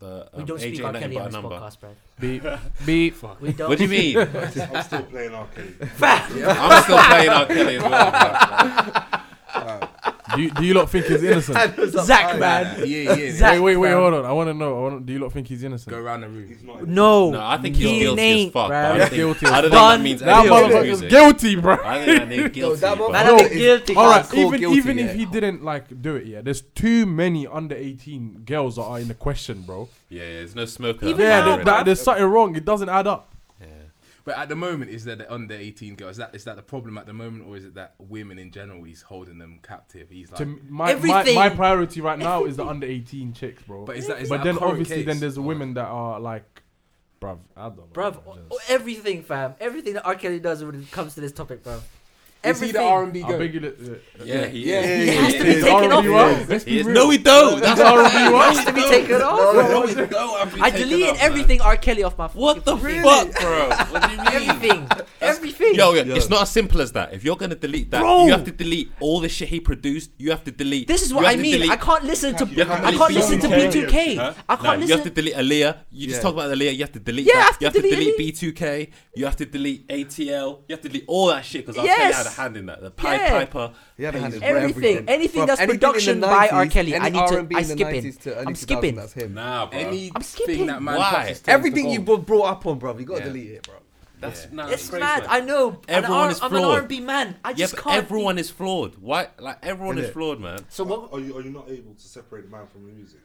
Speaker 1: the um,
Speaker 2: We don't
Speaker 1: AJ
Speaker 2: speak R.
Speaker 1: nothing
Speaker 2: Kelly
Speaker 1: but a
Speaker 2: on this
Speaker 1: number.
Speaker 2: podcast, bro.
Speaker 4: Beep, beep.
Speaker 2: We don't.
Speaker 1: What do you mean?
Speaker 7: I'm still playing arcade.
Speaker 1: I'm still playing R. Kelly as well.
Speaker 4: Do you, do you lot think he's innocent?
Speaker 2: Zach, man.
Speaker 6: Yeah, yeah.
Speaker 4: wait, wait, wait, hold on. I want to know. I wanna, do you lot think he's innocent?
Speaker 6: Go around the room.
Speaker 7: He's not.
Speaker 2: No.
Speaker 1: No, I think he's
Speaker 2: He
Speaker 1: guilty as
Speaker 2: ain't,
Speaker 1: fuck. but
Speaker 2: bruv.
Speaker 1: I don't think,
Speaker 4: Oh. Guilty
Speaker 1: I don't think
Speaker 2: fuck.
Speaker 1: that means
Speaker 4: That
Speaker 1: anything about
Speaker 4: motherfucker's
Speaker 1: music.
Speaker 4: guilty, bro.
Speaker 1: I think that means guilty.
Speaker 5: that
Speaker 1: but-
Speaker 2: Man,
Speaker 5: Bro,
Speaker 2: I think
Speaker 5: it's-
Speaker 2: guilty.
Speaker 4: All right,
Speaker 2: guys.
Speaker 5: called
Speaker 4: even
Speaker 5: guilty,
Speaker 4: even if
Speaker 5: yeah.
Speaker 4: he didn't like do it, yeah, there's too many under 18 girls that are in the question, bro.
Speaker 1: Yeah, yeah, there's no smoker.
Speaker 2: Even
Speaker 4: Yeah,
Speaker 2: now,
Speaker 4: there- that- there's something wrong. It doesn't add up.
Speaker 6: But at the moment, is that the under 18 girl? Is that is that the problem at the moment, or is it that women in general he's holding them captive? He's like,
Speaker 4: To m- my, my
Speaker 2: Everything.
Speaker 4: my priority right now is the under 18 chicks, bro.
Speaker 6: but
Speaker 4: But,
Speaker 6: is that is that a
Speaker 4: then
Speaker 6: current
Speaker 4: obviously
Speaker 6: case?
Speaker 4: then there's the
Speaker 6: Oh.
Speaker 4: women that are like, bruv, I don't know.
Speaker 2: Bruv, oh,
Speaker 4: man,
Speaker 2: o-
Speaker 4: just-
Speaker 2: o- everything, fam. Everything that R. Kelly does when it comes to this topic, bruv.
Speaker 6: Is he the
Speaker 2: Everything.
Speaker 6: R&B
Speaker 4: I
Speaker 6: girl?
Speaker 4: beg you to- uh,
Speaker 1: Yeah, he
Speaker 5: Yeah,
Speaker 1: is.
Speaker 2: He has to be
Speaker 4: It's
Speaker 2: taken
Speaker 4: already
Speaker 2: off.
Speaker 4: wrong. Let's
Speaker 1: He
Speaker 4: be
Speaker 1: is.
Speaker 4: real.
Speaker 1: No, we don't. That's
Speaker 4: That's
Speaker 1: our.
Speaker 4: already
Speaker 2: He
Speaker 4: wrong.
Speaker 2: has to be taken off.
Speaker 1: No, we don't have to be
Speaker 2: I
Speaker 1: taken
Speaker 2: deleted
Speaker 1: off, man.
Speaker 2: everything R. Kelly off my
Speaker 1: What the
Speaker 2: fucking computer.
Speaker 1: fuck, bro? What do you mean?
Speaker 2: Everything. Everything.
Speaker 1: Yo, yo, it's not as simple as that. If you're gonna delete that,
Speaker 2: Bro.
Speaker 1: you have to delete all the shit he produced. You have to delete.
Speaker 2: This is
Speaker 1: you
Speaker 2: what
Speaker 1: have
Speaker 2: I
Speaker 1: to
Speaker 2: mean.
Speaker 1: delete-
Speaker 2: I can't listen to
Speaker 1: you have to
Speaker 2: I
Speaker 1: delete
Speaker 2: can't listen to
Speaker 1: B2K.
Speaker 2: B2K.
Speaker 1: Huh?
Speaker 2: I
Speaker 1: No,
Speaker 2: can't
Speaker 1: You have
Speaker 2: listen.
Speaker 1: to delete Aaliyah. You just
Speaker 5: Yeah.
Speaker 1: talked about Aaliyah. You have to delete
Speaker 2: Yeah, I
Speaker 1: that.
Speaker 2: have
Speaker 1: You have
Speaker 2: to
Speaker 1: to
Speaker 2: delete
Speaker 1: delete B2K. You have to delete ATL. You have to delete all that shit because I'll tell you I
Speaker 2: Yes.
Speaker 1: had a hand in that. The Pied
Speaker 2: Yeah.
Speaker 1: Piper.
Speaker 5: He had a hand in
Speaker 2: Everything. Anything that's production by R. Kelly, I need to- I skip in. I'm skipping.
Speaker 5: That's him.
Speaker 1: Nah, bro.
Speaker 6: Anything
Speaker 2: I'm skipping.
Speaker 6: that man
Speaker 1: Why?
Speaker 6: touches turns to
Speaker 5: Everything you
Speaker 6: gold.
Speaker 5: brought up on, bro, you gotta
Speaker 6: Yeah.
Speaker 5: delete it, bro.
Speaker 1: That's
Speaker 6: Yeah.
Speaker 1: nah, that's
Speaker 2: it's
Speaker 1: crazy,
Speaker 2: mad.
Speaker 1: man.
Speaker 2: I know.
Speaker 1: Everyone
Speaker 2: Everyone
Speaker 1: is
Speaker 2: I'm an
Speaker 1: flawed.
Speaker 2: R&B man. I
Speaker 1: yeah,
Speaker 2: just
Speaker 1: but
Speaker 2: can't. be-
Speaker 1: everyone is flawed. Why? Like everyone is
Speaker 6: Innit?
Speaker 1: flawed, man.
Speaker 2: So what?
Speaker 7: Are you are you not able to separate the man from the music?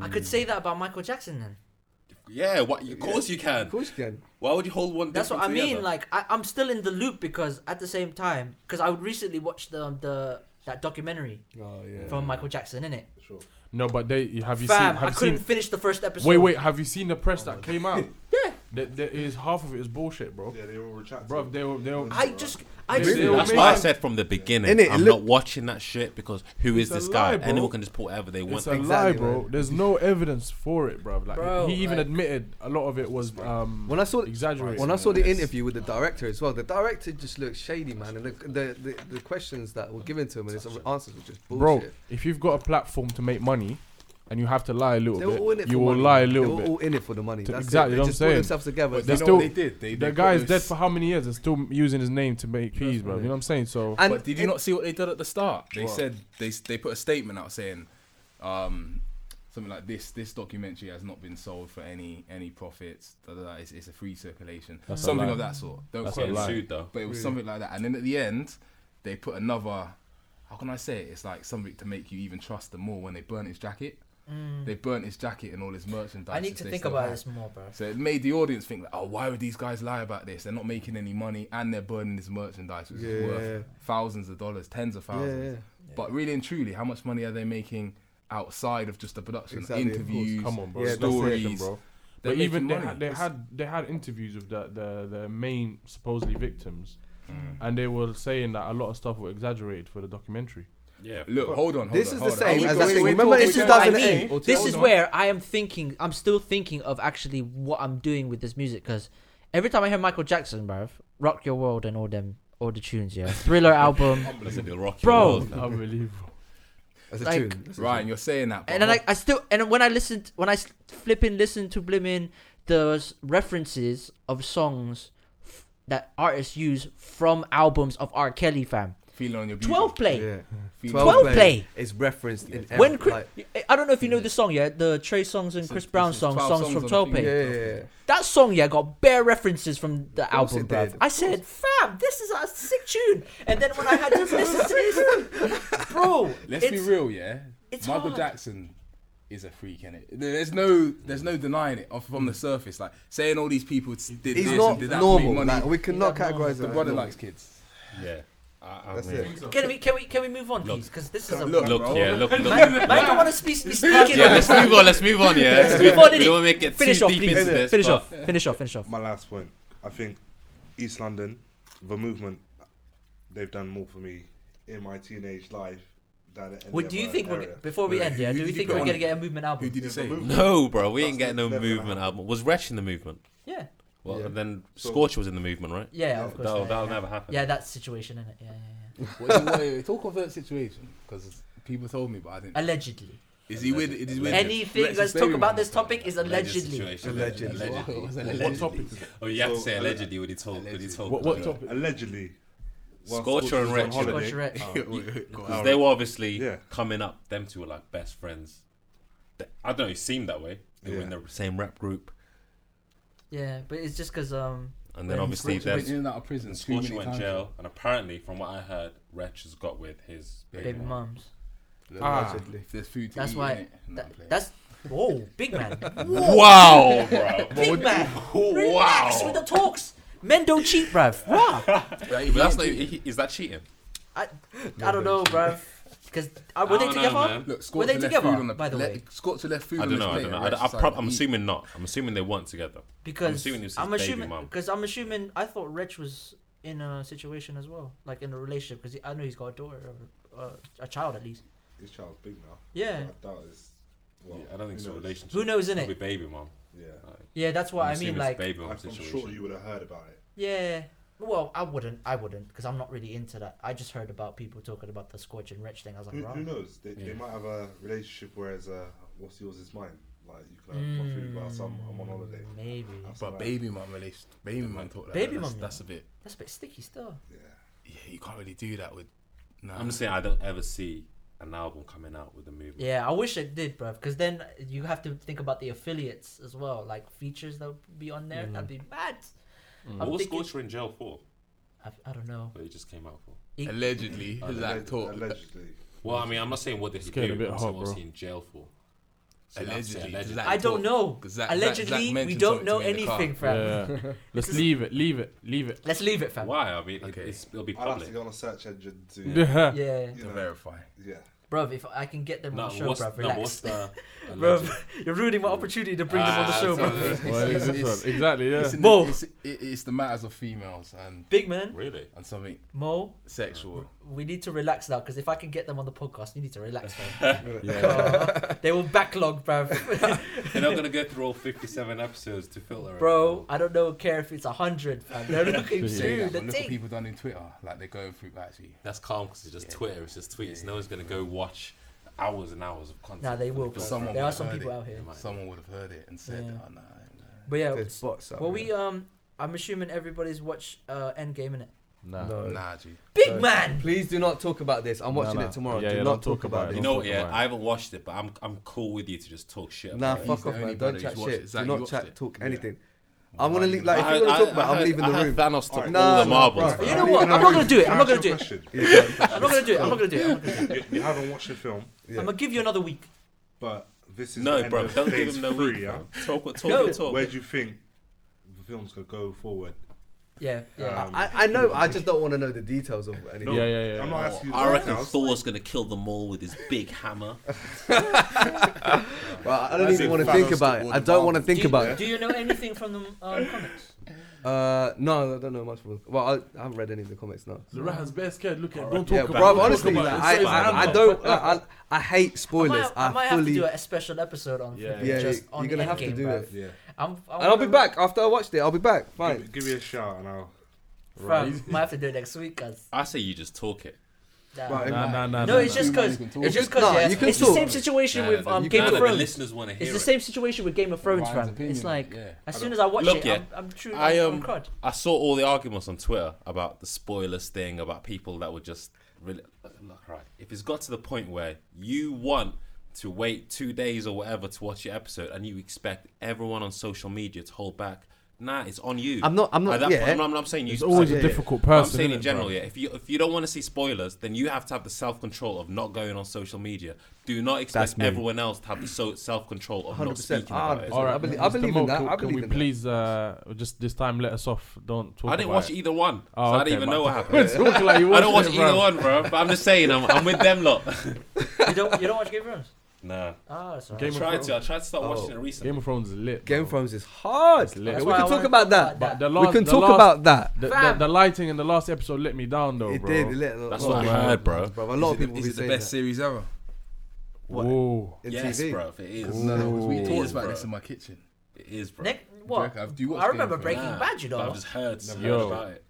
Speaker 2: I could say that about Michael Jackson then.
Speaker 1: Yeah, what? Of course you
Speaker 5: Of
Speaker 1: can.
Speaker 5: course you can.
Speaker 1: Why would you hold one?
Speaker 2: That's what I
Speaker 1: different to the
Speaker 2: mean.
Speaker 1: other?
Speaker 2: Like I, I'm still in the loop because at the same time, because I recently watched the the that documentary
Speaker 5: Oh yeah.
Speaker 2: from Michael Jackson in it.
Speaker 7: Sure.
Speaker 4: No, but they have you
Speaker 2: Fam,
Speaker 4: seen? Have
Speaker 2: I
Speaker 4: you
Speaker 2: couldn't
Speaker 4: seen?
Speaker 2: finish the first episode.
Speaker 4: Wait, wait. Have you seen the press that came out? yeah. There, there is half of it is bullshit, bro.
Speaker 7: Yeah, they all retracted.
Speaker 4: Bro, they were they were.
Speaker 2: I just, I
Speaker 4: They
Speaker 2: just,
Speaker 4: still
Speaker 1: That's
Speaker 4: Amazing.
Speaker 1: why I said from the beginning,
Speaker 5: Innit, it
Speaker 1: I'm
Speaker 5: look-
Speaker 1: not watching that shit because who is
Speaker 4: It's a
Speaker 1: this guy?
Speaker 4: lie, bro.
Speaker 1: Anyone can just put whatever they want.
Speaker 4: It's a lie,
Speaker 5: Exactly,
Speaker 4: bro.
Speaker 5: man.
Speaker 4: There's no evidence for it, bro. Like
Speaker 2: Bro,
Speaker 4: he even
Speaker 2: like-
Speaker 4: admitted a lot of it was um
Speaker 5: When I saw
Speaker 4: exaggerated.
Speaker 5: when I saw the interview with the director as well, the director just looked shady, man, and the the, the, the questions that were given to him and his answers were just
Speaker 4: bro,
Speaker 5: bullshit.
Speaker 4: if you've got a platform to make money, and you have to lie a little
Speaker 5: they were all in
Speaker 4: bit,
Speaker 5: it
Speaker 4: you
Speaker 5: for
Speaker 4: will
Speaker 5: money.
Speaker 4: lie a
Speaker 5: they
Speaker 4: little
Speaker 5: were
Speaker 4: bit.
Speaker 5: all in it for the money.
Speaker 4: To-
Speaker 5: That's It.
Speaker 4: exactly,
Speaker 5: They
Speaker 4: what I'm
Speaker 5: just pulled
Speaker 4: saying.
Speaker 5: themselves together.
Speaker 6: But
Speaker 4: they
Speaker 6: you
Speaker 5: They-
Speaker 6: know
Speaker 4: still-
Speaker 6: what they did. They, they
Speaker 4: The
Speaker 6: put
Speaker 4: guy's
Speaker 6: those-
Speaker 4: dead for how many years? They're still using his name to make peas, bro. You know what I'm saying? So
Speaker 5: and
Speaker 6: But did you not see what they did at the start? They
Speaker 4: What?
Speaker 6: said they they put a statement out saying um, something like this: this documentary has not been sold for any any profits. Da, da, da. It's, it's a free circulation,
Speaker 4: That's a
Speaker 6: something
Speaker 4: lie.
Speaker 6: of that sort. Don't
Speaker 4: That's
Speaker 6: quote
Speaker 4: a
Speaker 6: me,
Speaker 4: lie.
Speaker 1: sued though.
Speaker 6: but it was something like that. And then at the end, they put another. How can I say it? It's like something to make you even trust them more when they burnt his jacket. They burnt his jacket and all his merchandise.
Speaker 2: Mm. I need
Speaker 6: that
Speaker 2: to
Speaker 6: they
Speaker 2: think
Speaker 6: still
Speaker 2: about
Speaker 6: had.
Speaker 2: this more, bro.
Speaker 6: So it made the audience think, like, oh, why would these guys lie about this? They're not making any money and they're burning this merchandise, which is worth thousands of dollars, tens of thousands.
Speaker 5: yeah.
Speaker 6: But really and truly, how much money are they making outside of just the production?
Speaker 5: Exactly, of course.
Speaker 6: Interviews,
Speaker 4: come on, bro.
Speaker 5: Yeah, that's the
Speaker 6: stories.
Speaker 4: bro.
Speaker 6: They're
Speaker 4: But even
Speaker 6: making
Speaker 4: they
Speaker 6: money.
Speaker 4: had, they had they had interviews with the the, the main supposedly victims,
Speaker 5: Mm.
Speaker 4: and they were saying that a lot of stuff were exaggerated for the documentary.
Speaker 1: Yeah,
Speaker 6: Look, hold on. Hold
Speaker 5: This
Speaker 6: on,
Speaker 5: is the
Speaker 6: hold on.
Speaker 5: same
Speaker 6: Are
Speaker 5: as
Speaker 6: we
Speaker 5: that
Speaker 6: going-
Speaker 5: thing.
Speaker 6: we're
Speaker 5: Remember in
Speaker 6: talking
Speaker 2: This is what I
Speaker 5: 2008?
Speaker 2: mean.
Speaker 5: Or
Speaker 2: This is
Speaker 5: 2009?
Speaker 2: where I am thinking. I'm still thinking of actually what I'm doing with this music because every time I hear Michael Jackson, bruv, "Rock Your World" and all them, all the tunes, yeah, Thriller album,
Speaker 1: listen to the Rocky
Speaker 2: Bro.
Speaker 1: World.
Speaker 4: Unbelievable.
Speaker 5: As a
Speaker 2: like-
Speaker 5: tune. as a
Speaker 6: Ryan, you're saying that. but
Speaker 2: and then I,
Speaker 6: what-
Speaker 2: I still and then when I listened, when I s- flipping listened to blimmin' the s- references of songs f- that artists use from albums of R. Kelly, fam.
Speaker 6: feeling on your beauty.
Speaker 2: Twelve play.
Speaker 5: Yeah.
Speaker 6: Feeling-
Speaker 2: 12 play.
Speaker 5: is referenced in every,
Speaker 2: When Chris,
Speaker 5: like,
Speaker 2: I don't know if you know the song, yeah, the Trey songs and
Speaker 6: It's-
Speaker 2: Chris
Speaker 6: it's-
Speaker 2: Brown
Speaker 6: it's
Speaker 2: songs,
Speaker 6: 12
Speaker 2: songs
Speaker 6: songs
Speaker 2: from
Speaker 6: on
Speaker 2: Twelve
Speaker 6: the
Speaker 2: Play.
Speaker 6: thing.
Speaker 5: yeah, yeah, yeah.
Speaker 2: That song, yeah, got bare references from the
Speaker 5: course
Speaker 2: album,
Speaker 5: it
Speaker 2: bruv.
Speaker 5: did.
Speaker 2: I said, fam, this is a sick tune. And then when I had to listen to this, bro,
Speaker 6: Let's be
Speaker 2: it's-
Speaker 6: real, yeah.
Speaker 2: it's
Speaker 6: Michael
Speaker 2: hard.
Speaker 6: Jackson is a freak, innit? There's no, there's no denying it. Off from the surface, like saying all these people did
Speaker 5: He's
Speaker 6: this
Speaker 5: not
Speaker 6: and did that to
Speaker 5: normal.
Speaker 6: make money.
Speaker 5: Like, we
Speaker 2: not
Speaker 5: cannot
Speaker 2: normal.
Speaker 5: categorize
Speaker 6: the
Speaker 5: him.
Speaker 6: brother likes kids.
Speaker 1: Yeah, I, I
Speaker 5: That's
Speaker 1: mean,
Speaker 5: it.
Speaker 2: Can we, can we, can we move on,
Speaker 1: Look.
Speaker 2: please? Because this is a.
Speaker 6: Look,
Speaker 1: Look,
Speaker 6: bro.
Speaker 1: yeah, look, look.
Speaker 2: Man, man don't want to speak, be speaking.
Speaker 1: yeah, let's move on. Let's move on. Yeah,
Speaker 2: Let's move on,
Speaker 1: We
Speaker 2: innit?
Speaker 1: don't wanna make it
Speaker 2: finish
Speaker 1: too
Speaker 2: off,
Speaker 1: deep
Speaker 2: please.
Speaker 1: into this,
Speaker 2: Finish
Speaker 1: but-
Speaker 2: off, finish off, finish off.
Speaker 7: My last point. I think East London, the movement, they've done more for me in my teenage life than at any
Speaker 2: Well, do you
Speaker 7: other
Speaker 2: think we're
Speaker 7: area.
Speaker 2: g- before we end? Yeah, do
Speaker 6: Who
Speaker 2: we
Speaker 6: did you
Speaker 2: think
Speaker 6: put
Speaker 2: we're
Speaker 6: on
Speaker 2: gonna
Speaker 6: it?
Speaker 2: get a movement
Speaker 6: Who
Speaker 2: album?
Speaker 6: did you say?
Speaker 1: No, bro, we ain't
Speaker 7: That's
Speaker 1: getting no
Speaker 7: never gonna
Speaker 1: movement
Speaker 7: happen.
Speaker 1: album. Was Wretch in the movement?
Speaker 2: Yeah,
Speaker 1: Well,
Speaker 5: Yeah.
Speaker 1: and then
Speaker 7: So-
Speaker 1: Scorcher was in the movement, right?
Speaker 2: yeah,
Speaker 7: Yeah,
Speaker 2: of course.
Speaker 1: That'll,
Speaker 2: yeah,
Speaker 1: that'll
Speaker 2: yeah.
Speaker 1: Oh, never happen.
Speaker 2: Yeah, that situation in it. Yeah, yeah, yeah.
Speaker 6: Wait, wait, wait, talk of that situation because people told me, but I didn't.
Speaker 2: Allegedly,
Speaker 6: Is he with? Is he with
Speaker 2: anything.
Speaker 6: Let's
Speaker 2: Let's
Speaker 6: just
Speaker 2: talk
Speaker 6: bury
Speaker 2: about
Speaker 6: him.
Speaker 2: this topic is
Speaker 1: Alleged
Speaker 2: allegedly.
Speaker 1: situation.
Speaker 5: Allegedly.
Speaker 1: Allegedly.
Speaker 6: What was
Speaker 4: What
Speaker 6: allegedly?
Speaker 4: topic?
Speaker 1: Oh, you have to
Speaker 7: So,
Speaker 1: say
Speaker 7: alle-
Speaker 1: allegedly. What he told. What he
Speaker 6: Allegedly.
Speaker 1: told.
Speaker 4: What, what
Speaker 1: them.
Speaker 4: topic?
Speaker 7: Allegedly. while
Speaker 1: Scorcher
Speaker 7: Scorcher
Speaker 1: and
Speaker 7: was on
Speaker 1: Wretch.
Speaker 7: holiday- um,
Speaker 2: Scorcher Wretch.
Speaker 6: Wait, wait, wait, go
Speaker 1: Because
Speaker 6: on.
Speaker 1: they were obviously
Speaker 7: Yeah.
Speaker 1: coming up. Them two were like best friends. Th- I don't know. It seemed that way. They were in
Speaker 7: Yeah.
Speaker 1: the same rap group,
Speaker 2: Yeah, but it's just because um.
Speaker 1: and then
Speaker 2: When
Speaker 1: obviously
Speaker 6: Scorcher went
Speaker 1: there's
Speaker 6: in and out of prison. too
Speaker 1: Scorcher
Speaker 6: many
Speaker 1: went
Speaker 6: times.
Speaker 1: jail, and apparently, from what I heard, Wretch has got with his baby,
Speaker 2: Baby
Speaker 1: mum.
Speaker 2: mums.
Speaker 4: Ah,
Speaker 6: If there's food to
Speaker 2: That's
Speaker 6: eat,
Speaker 2: why.
Speaker 6: innit? No, I'm
Speaker 2: That,
Speaker 6: playing.
Speaker 2: that's whoa, big man. Whoa,
Speaker 1: Wow, bro.
Speaker 2: big man. Relax with
Speaker 1: wow.
Speaker 2: the talks. Men don't cheat, bruv. Bruh.
Speaker 6: Right,
Speaker 1: But that's
Speaker 6: he-
Speaker 1: not, he- is that cheating?
Speaker 2: I, I don't know, bruv. Because uh, were
Speaker 1: I
Speaker 2: they
Speaker 1: don't know,
Speaker 2: together?
Speaker 1: man.
Speaker 6: Look,
Speaker 2: Were
Speaker 6: Scorcher
Speaker 2: they
Speaker 6: left
Speaker 2: together,
Speaker 6: food on the
Speaker 2: by the
Speaker 6: le-
Speaker 2: way?
Speaker 6: Scorcher left food
Speaker 1: I
Speaker 6: on
Speaker 1: don't
Speaker 6: his
Speaker 1: know. I
Speaker 6: plate,
Speaker 1: don't know.
Speaker 6: and
Speaker 1: I,
Speaker 6: Rex
Speaker 1: I
Speaker 6: was like,
Speaker 1: prob- I'm
Speaker 6: eat.
Speaker 1: assuming not. I'm assuming they weren't together.
Speaker 2: Because
Speaker 1: assuming it was his
Speaker 2: I'm
Speaker 1: baby
Speaker 2: assuming
Speaker 1: mum.
Speaker 2: because I'm assuming I thought Rich was in a situation as well, like in a relationship. Because I know he's got a daughter, or, uh, a child at least.
Speaker 7: His child's big now.
Speaker 2: Yeah.
Speaker 7: I doubt it's. Well,
Speaker 1: I don't think it's a
Speaker 7: who knows?
Speaker 1: relationship.
Speaker 2: Who knows, innit?
Speaker 1: Probably baby mom.
Speaker 7: Yeah.
Speaker 2: Yeah, that's what
Speaker 1: I'm
Speaker 2: i mean.
Speaker 1: assuming
Speaker 2: Like,
Speaker 1: it's baby mom
Speaker 7: I'm
Speaker 1: situation.
Speaker 7: sure you would have heard about it.
Speaker 2: yeah. Well, I wouldn't. I wouldn't because I'm not really into that. I just heard about people talking about the Scorch and Rich thing. I was like,
Speaker 7: Who,
Speaker 2: right.
Speaker 7: who knows? They, they
Speaker 1: Yeah.
Speaker 7: might have a relationship whereas uh, what's yours is mine. Like you can have
Speaker 2: Hmm.
Speaker 7: my food whilst I'm, I'm on holiday.
Speaker 2: Mm, Maybe
Speaker 7: That's
Speaker 6: But
Speaker 7: alright.
Speaker 6: baby mum released. Baby mum talk like
Speaker 2: Baby
Speaker 6: that.
Speaker 2: mum,
Speaker 6: That's, that's a bit.
Speaker 2: that's a bit sticky still.
Speaker 7: Yeah.
Speaker 6: Yeah, you can't really do that with. Nah.
Speaker 1: I'm just saying I don't ever see. I an album coming out with the movement.
Speaker 2: Yeah, I wish it did, bro. Because then you have to think about the affiliates as well, like features that would be on there. That'd be
Speaker 6: Mm.
Speaker 2: mad.
Speaker 1: What
Speaker 2: I'm
Speaker 1: was
Speaker 2: thinking-
Speaker 1: Scorcher in jail for?
Speaker 2: I, I don't know.
Speaker 1: That he just came out for.
Speaker 2: He-
Speaker 6: Allegedly, his act
Speaker 7: Alleg-
Speaker 6: talk.
Speaker 7: Allegedly.
Speaker 1: Well, I mean, I'm not saying what did he
Speaker 4: Scared
Speaker 1: do.
Speaker 4: a bit
Speaker 1: I'm
Speaker 4: hot,
Speaker 1: saying what was
Speaker 4: bro.
Speaker 1: he in jail for? So that's
Speaker 6: Allegedly,
Speaker 1: it, allegedly.
Speaker 6: Zach
Speaker 2: I don't
Speaker 6: talk.
Speaker 2: know.
Speaker 6: 'Cause Zach- Zach-
Speaker 2: Allegedly,
Speaker 6: Zach
Speaker 2: we
Speaker 6: mentioned
Speaker 2: don't
Speaker 6: something to
Speaker 2: know
Speaker 6: me in the car.
Speaker 2: anything, fam.
Speaker 4: Yeah. Let's leave it, leave it, leave it.
Speaker 2: Let's leave it, fam.
Speaker 1: Why? I mean, it-
Speaker 6: Okay.
Speaker 1: it's, it'll be
Speaker 7: I'll have to
Speaker 1: public.
Speaker 7: go on a search engine to,
Speaker 4: Yeah.
Speaker 2: Yeah,
Speaker 7: you
Speaker 6: To
Speaker 7: know,
Speaker 6: verify.
Speaker 7: yeah.
Speaker 2: bro. If I can get them
Speaker 1: No,
Speaker 2: on the show,
Speaker 1: what's,
Speaker 2: bro,
Speaker 1: no, what's
Speaker 2: relax.
Speaker 1: the
Speaker 2: bro,
Speaker 1: alleged-
Speaker 2: you're ruining my opportunity to bring them on the
Speaker 1: Ah,
Speaker 2: show,
Speaker 1: sorry.
Speaker 2: bro.
Speaker 6: It's-
Speaker 4: Well, it is
Speaker 6: it's-
Speaker 4: this
Speaker 6: it's-
Speaker 4: one. Exactly, yeah.
Speaker 6: it's in
Speaker 2: Bo.
Speaker 6: the- It's it- it's the matters of females and
Speaker 2: Big man,
Speaker 1: really?
Speaker 6: and something
Speaker 2: Mo,
Speaker 6: sexual.
Speaker 2: we need to relax now because if I can get them on the podcast, you need to relax, fam.
Speaker 4: yeah.
Speaker 2: Uh, they will backlog, bro.
Speaker 1: They're not gonna go through all 57 episodes to filter.
Speaker 2: bro, I don't know care if it's a hundred, fam. They're looking
Speaker 4: Say
Speaker 6: Say
Speaker 2: through
Speaker 6: that,
Speaker 2: the
Speaker 6: but look what
Speaker 2: thing.
Speaker 6: people done in Twitter. Like they're going through actually.
Speaker 1: That's calm because it's just
Speaker 6: Yeah.
Speaker 1: Twitter. It's just tweets.
Speaker 6: Yeah,
Speaker 1: No one's gonna go watch hours and hours of content.
Speaker 2: Nah, they
Speaker 1: from
Speaker 2: will.
Speaker 1: the
Speaker 2: Bro.
Speaker 1: people.
Speaker 6: Someone
Speaker 2: there are
Speaker 6: would've
Speaker 2: some
Speaker 6: heard
Speaker 2: people
Speaker 6: it.
Speaker 2: out here,
Speaker 1: They might.
Speaker 6: Someone would have heard it and said,
Speaker 2: Yeah.
Speaker 6: "Oh no." no."
Speaker 2: but yeah.
Speaker 5: There's bots out
Speaker 2: Well,
Speaker 5: there.
Speaker 2: we um, I'm assuming everybody's watched uh, Endgame in it.
Speaker 4: Nah.
Speaker 5: No.
Speaker 6: Nah, G.
Speaker 2: Big
Speaker 5: No.
Speaker 2: man.
Speaker 5: Please do not talk about this. I'm
Speaker 4: No,
Speaker 5: watching
Speaker 4: no.
Speaker 5: it tomorrow.
Speaker 4: Yeah,
Speaker 5: do
Speaker 4: yeah,
Speaker 5: not
Speaker 4: don't
Speaker 5: talk, about,
Speaker 1: You
Speaker 5: this.
Speaker 1: know,
Speaker 4: Don't
Speaker 1: yeah,
Speaker 4: talk about it.
Speaker 1: I haven't watched it, but I'm I'm cool with you to just talk shit.
Speaker 5: Nah,
Speaker 1: about it.
Speaker 5: fuck
Speaker 6: the
Speaker 5: off,
Speaker 6: only
Speaker 5: man.
Speaker 6: brother
Speaker 5: Don't
Speaker 6: who's
Speaker 5: chat
Speaker 6: watched
Speaker 5: shit.
Speaker 6: it.
Speaker 5: Do
Speaker 6: Zach,
Speaker 5: not
Speaker 6: you watched
Speaker 5: chat,
Speaker 6: it.
Speaker 5: talk
Speaker 6: Yeah.
Speaker 5: anything.
Speaker 6: Why
Speaker 5: I'm gonna
Speaker 6: you
Speaker 5: leave.
Speaker 6: laugh?
Speaker 5: Like, if
Speaker 1: I-
Speaker 5: you want
Speaker 1: I-
Speaker 5: to talk about,
Speaker 1: I
Speaker 5: it, I'm
Speaker 1: had-
Speaker 5: leaving
Speaker 1: I
Speaker 5: the
Speaker 1: had
Speaker 5: room.
Speaker 1: Thanos took
Speaker 5: Alright.
Speaker 1: all the
Speaker 5: No,
Speaker 1: marbles.
Speaker 5: bro.
Speaker 1: bro.
Speaker 2: You know what? I'm not gonna do it. I'm not gonna do it.
Speaker 7: Question.
Speaker 2: I'm not gonna do it. I'm not gonna do it. I'm, not gonna do it.
Speaker 7: You, you haven't watched the film,
Speaker 5: Yeah.
Speaker 2: I'm gonna give you another week.
Speaker 7: but this is the
Speaker 1: No,
Speaker 7: end
Speaker 1: bro,
Speaker 7: of
Speaker 1: don't give
Speaker 7: phase
Speaker 1: him no
Speaker 7: three,
Speaker 1: week.
Speaker 7: yeah?
Speaker 1: bro. Talk what talk
Speaker 2: No.
Speaker 1: what talk.
Speaker 7: Where do you think the film's gonna go forward?
Speaker 2: Yeah, yeah.
Speaker 7: Um,
Speaker 5: I, I know. I just don't want to know the details of anything.
Speaker 4: Yeah, yeah, yeah.
Speaker 7: I'm not asking you.
Speaker 1: I
Speaker 7: the
Speaker 1: reckon
Speaker 7: details.
Speaker 1: Thor's gonna kill them all with his big hammer.
Speaker 5: Well, I don't
Speaker 6: That's
Speaker 5: even
Speaker 6: it.
Speaker 5: want to
Speaker 6: Thanos
Speaker 5: think
Speaker 6: took
Speaker 5: about
Speaker 6: all
Speaker 5: it.
Speaker 6: the
Speaker 5: I don't want to
Speaker 6: marbles.
Speaker 5: think
Speaker 2: do, you,
Speaker 5: about it.
Speaker 2: do you know anything from the um, comics?
Speaker 5: Uh, no, I don't know much. From, well, I, I haven't read any of the comics now.
Speaker 4: The rat has bare scared. Look at. Don't talk
Speaker 5: Yeah,
Speaker 4: about.
Speaker 5: bro.
Speaker 4: it.
Speaker 5: Honestly,
Speaker 4: Talk about
Speaker 5: like,
Speaker 4: it.
Speaker 5: I,
Speaker 4: It's
Speaker 5: I, I,
Speaker 4: so
Speaker 5: don't. I, I, I hate
Speaker 2: I
Speaker 5: spoilers.
Speaker 2: might, I might have to
Speaker 5: fully.
Speaker 2: do a special episode on
Speaker 4: Yeah.
Speaker 2: freaking
Speaker 5: yeah,
Speaker 2: just on
Speaker 5: you're gonna have to
Speaker 2: Endgame,
Speaker 5: do
Speaker 2: bruv.
Speaker 5: it.
Speaker 7: Yeah.
Speaker 2: I'm, I
Speaker 5: And I'll be
Speaker 2: wanna-
Speaker 5: back after I watched it. I'll be back. Fine.
Speaker 7: Give, give me a shout and I'll.
Speaker 2: Fam, might have to do it next week, cause
Speaker 1: I say you just talk it.
Speaker 2: nah.
Speaker 5: Right,
Speaker 4: Nah, nah, nah.
Speaker 2: no,
Speaker 4: nah,
Speaker 2: it's
Speaker 4: nah.
Speaker 2: just cause
Speaker 6: can talk.
Speaker 2: it's just cause
Speaker 5: Nah,
Speaker 2: yeah,
Speaker 5: you can
Speaker 2: it's the
Speaker 5: talk.
Speaker 2: same situation
Speaker 1: Nah,
Speaker 2: with
Speaker 1: nah,
Speaker 2: um,
Speaker 1: you
Speaker 2: Game
Speaker 1: can't.
Speaker 2: of
Speaker 1: The
Speaker 2: Thrones.
Speaker 1: listeners want to hear
Speaker 2: It's the
Speaker 1: it.
Speaker 2: same situation with Game of Thrones,
Speaker 6: Ryan's
Speaker 2: fam. It's
Speaker 6: opinion,
Speaker 2: like
Speaker 6: yeah.
Speaker 2: as soon as I watch
Speaker 1: Look,
Speaker 2: it,
Speaker 1: yeah.
Speaker 2: I'm, I'm true.
Speaker 1: I,
Speaker 2: I'm,
Speaker 1: um,
Speaker 2: I'm crud.
Speaker 1: I saw all the arguments on Twitter about the spoilers thing, about people that were just really look right. If it's got to the point where you want to wait two days or whatever to watch your episode, and you expect everyone on social media to hold back, nah, it's on you.
Speaker 5: I'm not. I'm
Speaker 1: At
Speaker 5: not.
Speaker 1: that
Speaker 5: Yeah.
Speaker 1: point- I'm, not- I'm saying you.
Speaker 4: It's always
Speaker 1: I'm
Speaker 4: a
Speaker 1: saying-
Speaker 4: difficult
Speaker 1: I'm
Speaker 4: person.
Speaker 1: saying in
Speaker 4: innit,
Speaker 1: general,
Speaker 4: bro?
Speaker 1: yeah. If you if you don't want to see spoilers, then you have to have the self control of not going on social media. Do not
Speaker 4: That's
Speaker 1: expect
Speaker 4: me.
Speaker 1: everyone else to have the so, self control of not
Speaker 5: 100%.
Speaker 1: speaking about it.
Speaker 5: All right, I
Speaker 4: Mr.
Speaker 5: believe- I believe in that.
Speaker 4: can-
Speaker 5: I
Speaker 4: Can we
Speaker 5: believe in that.
Speaker 4: please uh, just this time let us off? Don't talk.
Speaker 1: I didn't
Speaker 4: about
Speaker 1: watch
Speaker 4: it.
Speaker 1: either one,
Speaker 4: Oh,
Speaker 1: so I
Speaker 4: okay,
Speaker 1: didn't even know
Speaker 4: man.
Speaker 1: what happened.
Speaker 4: Talk like you
Speaker 1: I don't watch
Speaker 4: it,
Speaker 1: either
Speaker 4: bro.
Speaker 1: one, bro. But I'm just saying, I'm, I'm with them lot.
Speaker 2: You don't you don't watch Game of Thrones?
Speaker 1: Nah,
Speaker 2: Ah, that's
Speaker 1: I
Speaker 4: Game
Speaker 2: alright.
Speaker 1: tried to. I
Speaker 4: of Thrones.
Speaker 1: tried to start
Speaker 5: Oh.
Speaker 1: watching it recently.
Speaker 4: Game of Thrones is lit.
Speaker 5: Game of
Speaker 4: bro.
Speaker 5: Thrones is hard.
Speaker 4: It's lit.
Speaker 5: Yeah,
Speaker 2: That's
Speaker 5: we
Speaker 2: why I
Speaker 5: can talk
Speaker 2: wanna
Speaker 5: about that.
Speaker 4: But the
Speaker 5: We
Speaker 4: last,
Speaker 5: can
Speaker 4: the
Speaker 5: talk
Speaker 4: last-
Speaker 5: about that.
Speaker 4: the, the,
Speaker 2: Fam.
Speaker 4: the lighting in the last episode let me down though,
Speaker 5: It
Speaker 4: bro.
Speaker 5: did. It let a
Speaker 1: That's
Speaker 5: lot
Speaker 1: what I
Speaker 5: of
Speaker 1: heard, bro.
Speaker 5: people- A lot of people
Speaker 6: Is
Speaker 5: be
Speaker 6: it the
Speaker 5: saying
Speaker 6: best
Speaker 5: that.
Speaker 6: series ever?
Speaker 5: What?
Speaker 4: Whoa.
Speaker 5: In
Speaker 1: yes,
Speaker 5: TV.
Speaker 1: bro. It is.
Speaker 6: No, no, 'cause we
Speaker 1: It
Speaker 6: talked
Speaker 1: is,
Speaker 6: about
Speaker 1: bro.
Speaker 6: this in my kitchen.
Speaker 1: It is, bro.
Speaker 2: Nick,
Speaker 6: Do you
Speaker 2: what?
Speaker 6: reckon- do you watch
Speaker 2: I remember
Speaker 6: Game of
Speaker 2: Breaking
Speaker 1: Nah,
Speaker 2: Bad, you
Speaker 1: but I've
Speaker 2: know.
Speaker 1: just heard, so
Speaker 4: Yo.
Speaker 1: much about it.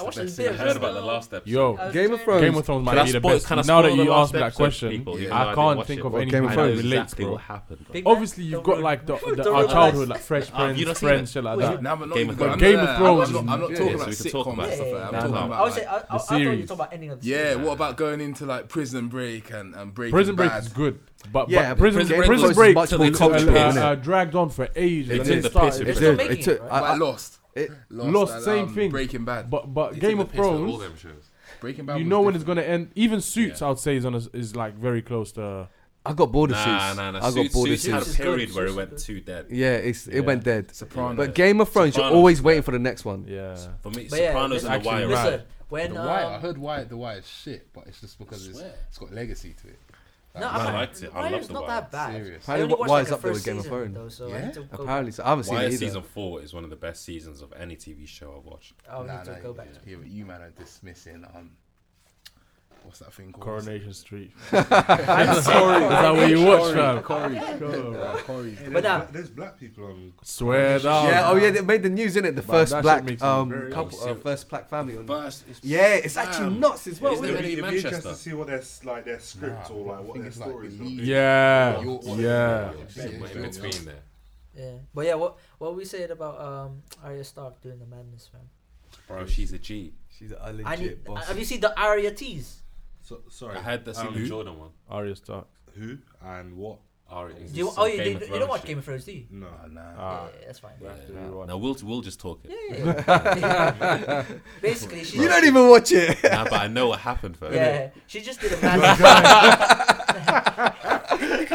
Speaker 2: I
Speaker 6: the
Speaker 2: watched
Speaker 6: best
Speaker 2: the bit
Speaker 1: I
Speaker 6: series
Speaker 1: heard
Speaker 6: ever.
Speaker 1: about the last episode.
Speaker 4: Yo.
Speaker 2: I was
Speaker 5: Game of
Speaker 2: doing-
Speaker 5: Thrones.
Speaker 4: Game of Thrones
Speaker 1: Can I
Speaker 4: might be the
Speaker 1: spoil-
Speaker 4: best.
Speaker 1: can I
Speaker 4: Now that
Speaker 1: spoil the
Speaker 4: you
Speaker 1: last
Speaker 4: asked me that
Speaker 1: episode,
Speaker 4: question,
Speaker 1: people?
Speaker 6: Yeah.
Speaker 1: Even though
Speaker 4: I
Speaker 1: didn't
Speaker 4: can't
Speaker 1: watch
Speaker 4: think
Speaker 1: it,
Speaker 4: of
Speaker 1: bro.
Speaker 5: Well,
Speaker 4: anything
Speaker 5: Game of
Speaker 4: that
Speaker 1: I know
Speaker 5: Thrones.
Speaker 4: relates,
Speaker 1: exactly
Speaker 4: bro.
Speaker 1: what happened. bro.
Speaker 2: Big man,
Speaker 4: Obviously, you've
Speaker 2: don't
Speaker 4: got
Speaker 2: worry.
Speaker 4: like the,
Speaker 2: Don't
Speaker 4: the, our
Speaker 2: worry.
Speaker 4: childhood, like Fresh
Speaker 6: Ah, have
Speaker 4: Prince,
Speaker 6: you
Speaker 1: not seen
Speaker 4: Friends, shit like
Speaker 2: Wait,
Speaker 4: that.
Speaker 6: Nah, but not
Speaker 1: Game
Speaker 6: even
Speaker 1: of
Speaker 6: going
Speaker 1: Thrones.
Speaker 6: there.
Speaker 4: Game of Thrones
Speaker 6: I'm
Speaker 4: is-
Speaker 6: not, I'm not
Speaker 4: yeah,
Speaker 6: talking
Speaker 1: so
Speaker 6: about
Speaker 1: we can talk
Speaker 6: sitcom
Speaker 1: about
Speaker 6: and
Speaker 1: it.
Speaker 6: stuff like that. I'm
Speaker 2: Yeah,
Speaker 6: talking
Speaker 1: yeah, yeah.
Speaker 6: about
Speaker 2: I was
Speaker 6: like-
Speaker 2: say, I, I, I
Speaker 4: the
Speaker 2: thought you were
Speaker 4: series.
Speaker 2: talking about ending of the
Speaker 6: yeah,
Speaker 2: series.
Speaker 6: what about going into like Prison Break and, and Breaking
Speaker 4: Prison Break
Speaker 6: Bad?
Speaker 4: is good, but
Speaker 5: Yeah,
Speaker 4: but
Speaker 5: but
Speaker 4: Prison,
Speaker 5: Prison
Speaker 4: Break,
Speaker 5: Break
Speaker 4: Prison
Speaker 5: was
Speaker 4: Break
Speaker 5: much
Speaker 4: took,
Speaker 5: more
Speaker 4: uh,
Speaker 5: cultural,
Speaker 4: uh,
Speaker 5: innit?
Speaker 4: uh, dragged on for ages.
Speaker 1: They
Speaker 4: and
Speaker 1: took the
Speaker 4: then
Speaker 1: piss
Speaker 4: started.
Speaker 1: with
Speaker 5: It
Speaker 1: It's
Speaker 5: did.
Speaker 2: making
Speaker 5: It
Speaker 2: it,
Speaker 5: took.
Speaker 6: But I
Speaker 5: I- I-
Speaker 6: lost.
Speaker 5: it-
Speaker 6: Lost,
Speaker 4: Lost,
Speaker 6: and,
Speaker 4: same
Speaker 6: um,
Speaker 4: thing.
Speaker 6: Breaking Bad.
Speaker 4: But but
Speaker 1: They
Speaker 4: Game
Speaker 1: took the
Speaker 4: of
Speaker 1: piss with all
Speaker 4: Thrones,
Speaker 1: them shows.
Speaker 6: Breaking Bad.
Speaker 4: you
Speaker 6: was
Speaker 4: know when it's
Speaker 6: different.
Speaker 4: gonna end. Even Suits,
Speaker 1: Yeah.
Speaker 4: I'd say, is on a, is like very close to.
Speaker 5: I got bored of
Speaker 1: Nah,
Speaker 5: Suits.
Speaker 1: nah, nah.
Speaker 5: I got
Speaker 1: Suits,
Speaker 5: bored of
Speaker 1: Suits had a
Speaker 5: Suits.
Speaker 2: Suits is
Speaker 1: period
Speaker 2: good,
Speaker 1: where it
Speaker 2: Suits is
Speaker 1: went
Speaker 2: good.
Speaker 1: too dead.
Speaker 5: Yeah, it's
Speaker 4: Yeah.
Speaker 5: it went dead.
Speaker 6: Sopranos.
Speaker 5: But Game of Thrones, you're
Speaker 1: Sopranos.
Speaker 5: always waiting for the next one.
Speaker 4: Yeah.
Speaker 1: For me,
Speaker 2: But yeah,
Speaker 1: Sopranos and
Speaker 2: listen,
Speaker 1: The
Speaker 4: actually
Speaker 1: Wire.
Speaker 4: right.
Speaker 1: right?
Speaker 2: Listen, when
Speaker 6: the
Speaker 2: um,
Speaker 6: Wire. I heard Wire. The Wire is shit, but it's just because it's,
Speaker 1: swear.
Speaker 6: it's got legacy to it.
Speaker 2: no,
Speaker 1: I
Speaker 2: I
Speaker 1: liked it. I
Speaker 2: Wire's
Speaker 1: loved The
Speaker 2: not
Speaker 1: Wire.
Speaker 2: that bad. I
Speaker 6: Serious.
Speaker 2: only
Speaker 5: Apparently,
Speaker 2: watched,
Speaker 5: Wire's
Speaker 2: like,
Speaker 5: up there
Speaker 2: the
Speaker 5: with Game of
Speaker 2: first season,
Speaker 5: Thrones.
Speaker 2: though, so I
Speaker 6: Yeah?
Speaker 2: need to go
Speaker 5: Apparently, so I haven't seen
Speaker 1: Wire
Speaker 5: it either.
Speaker 1: season four is one of the best seasons of any TV show I've watched.
Speaker 2: I'll need
Speaker 6: Nah,
Speaker 2: to
Speaker 6: nah,
Speaker 2: go back.
Speaker 6: yeah, yeah, but you man are dismissing um, what's that thing called?
Speaker 4: Coronation Street.
Speaker 2: I'm
Speaker 4: Sorry, is that what you watch,
Speaker 6: Corey,
Speaker 4: fam?
Speaker 6: Corey,
Speaker 4: Go.
Speaker 6: uh, Corey's
Speaker 7: Hey,
Speaker 2: But
Speaker 7: there's,
Speaker 2: now-
Speaker 7: bla- there's black people on.
Speaker 4: Swear down.
Speaker 5: Yeah, oh yeah, they made the news in it. The
Speaker 4: But
Speaker 5: first
Speaker 4: that shit
Speaker 5: black
Speaker 4: makes me
Speaker 5: um
Speaker 4: very
Speaker 5: couple, uh,
Speaker 1: upset.
Speaker 5: first black family. On
Speaker 1: But it's-
Speaker 5: yeah, it's actually
Speaker 1: Damn.
Speaker 5: nuts as well.
Speaker 1: Is there
Speaker 5: isn't it?
Speaker 1: any
Speaker 7: It'd be
Speaker 1: in
Speaker 7: interesting
Speaker 1: Manchester?
Speaker 7: to see what their s- like their script
Speaker 6: Nah,
Speaker 7: or
Speaker 6: I
Speaker 7: like what
Speaker 6: think
Speaker 7: their
Speaker 6: it's like
Speaker 7: story is.
Speaker 6: the
Speaker 7: gonna be.
Speaker 4: Yeah.
Speaker 6: Your-
Speaker 4: Yeah.
Speaker 1: Yeah, but in between there.
Speaker 2: Yeah, but yeah, what what we said about um Arya Stark doing the madness, man.
Speaker 1: Bro, she's a G.
Speaker 5: She's a
Speaker 2: I need,
Speaker 5: legit boss.
Speaker 2: have you seen the Arya tease?
Speaker 7: So, sorry.
Speaker 1: I heard that's in
Speaker 7: Um,
Speaker 1: the Jordan one. E
Speaker 4: Arya Stark.
Speaker 7: Who and what?
Speaker 1: Ari, it's
Speaker 2: Do you,
Speaker 1: some
Speaker 2: oh, you,
Speaker 1: Game
Speaker 2: you,
Speaker 1: of
Speaker 2: you don't
Speaker 1: Thrones
Speaker 2: watch
Speaker 1: shit.
Speaker 2: Game of Thrones, do you?
Speaker 7: No.
Speaker 6: Oh, nah.
Speaker 4: Ah,
Speaker 2: yeah, yeah, that's fine.
Speaker 4: we have to
Speaker 1: Yeah.
Speaker 4: rewind.
Speaker 1: Now we'll we'll just talk it.
Speaker 2: Yeah. Basically, she
Speaker 5: You don't even watch it.
Speaker 1: Nah, but I know what happened first.
Speaker 2: Yeah, she just did a madness.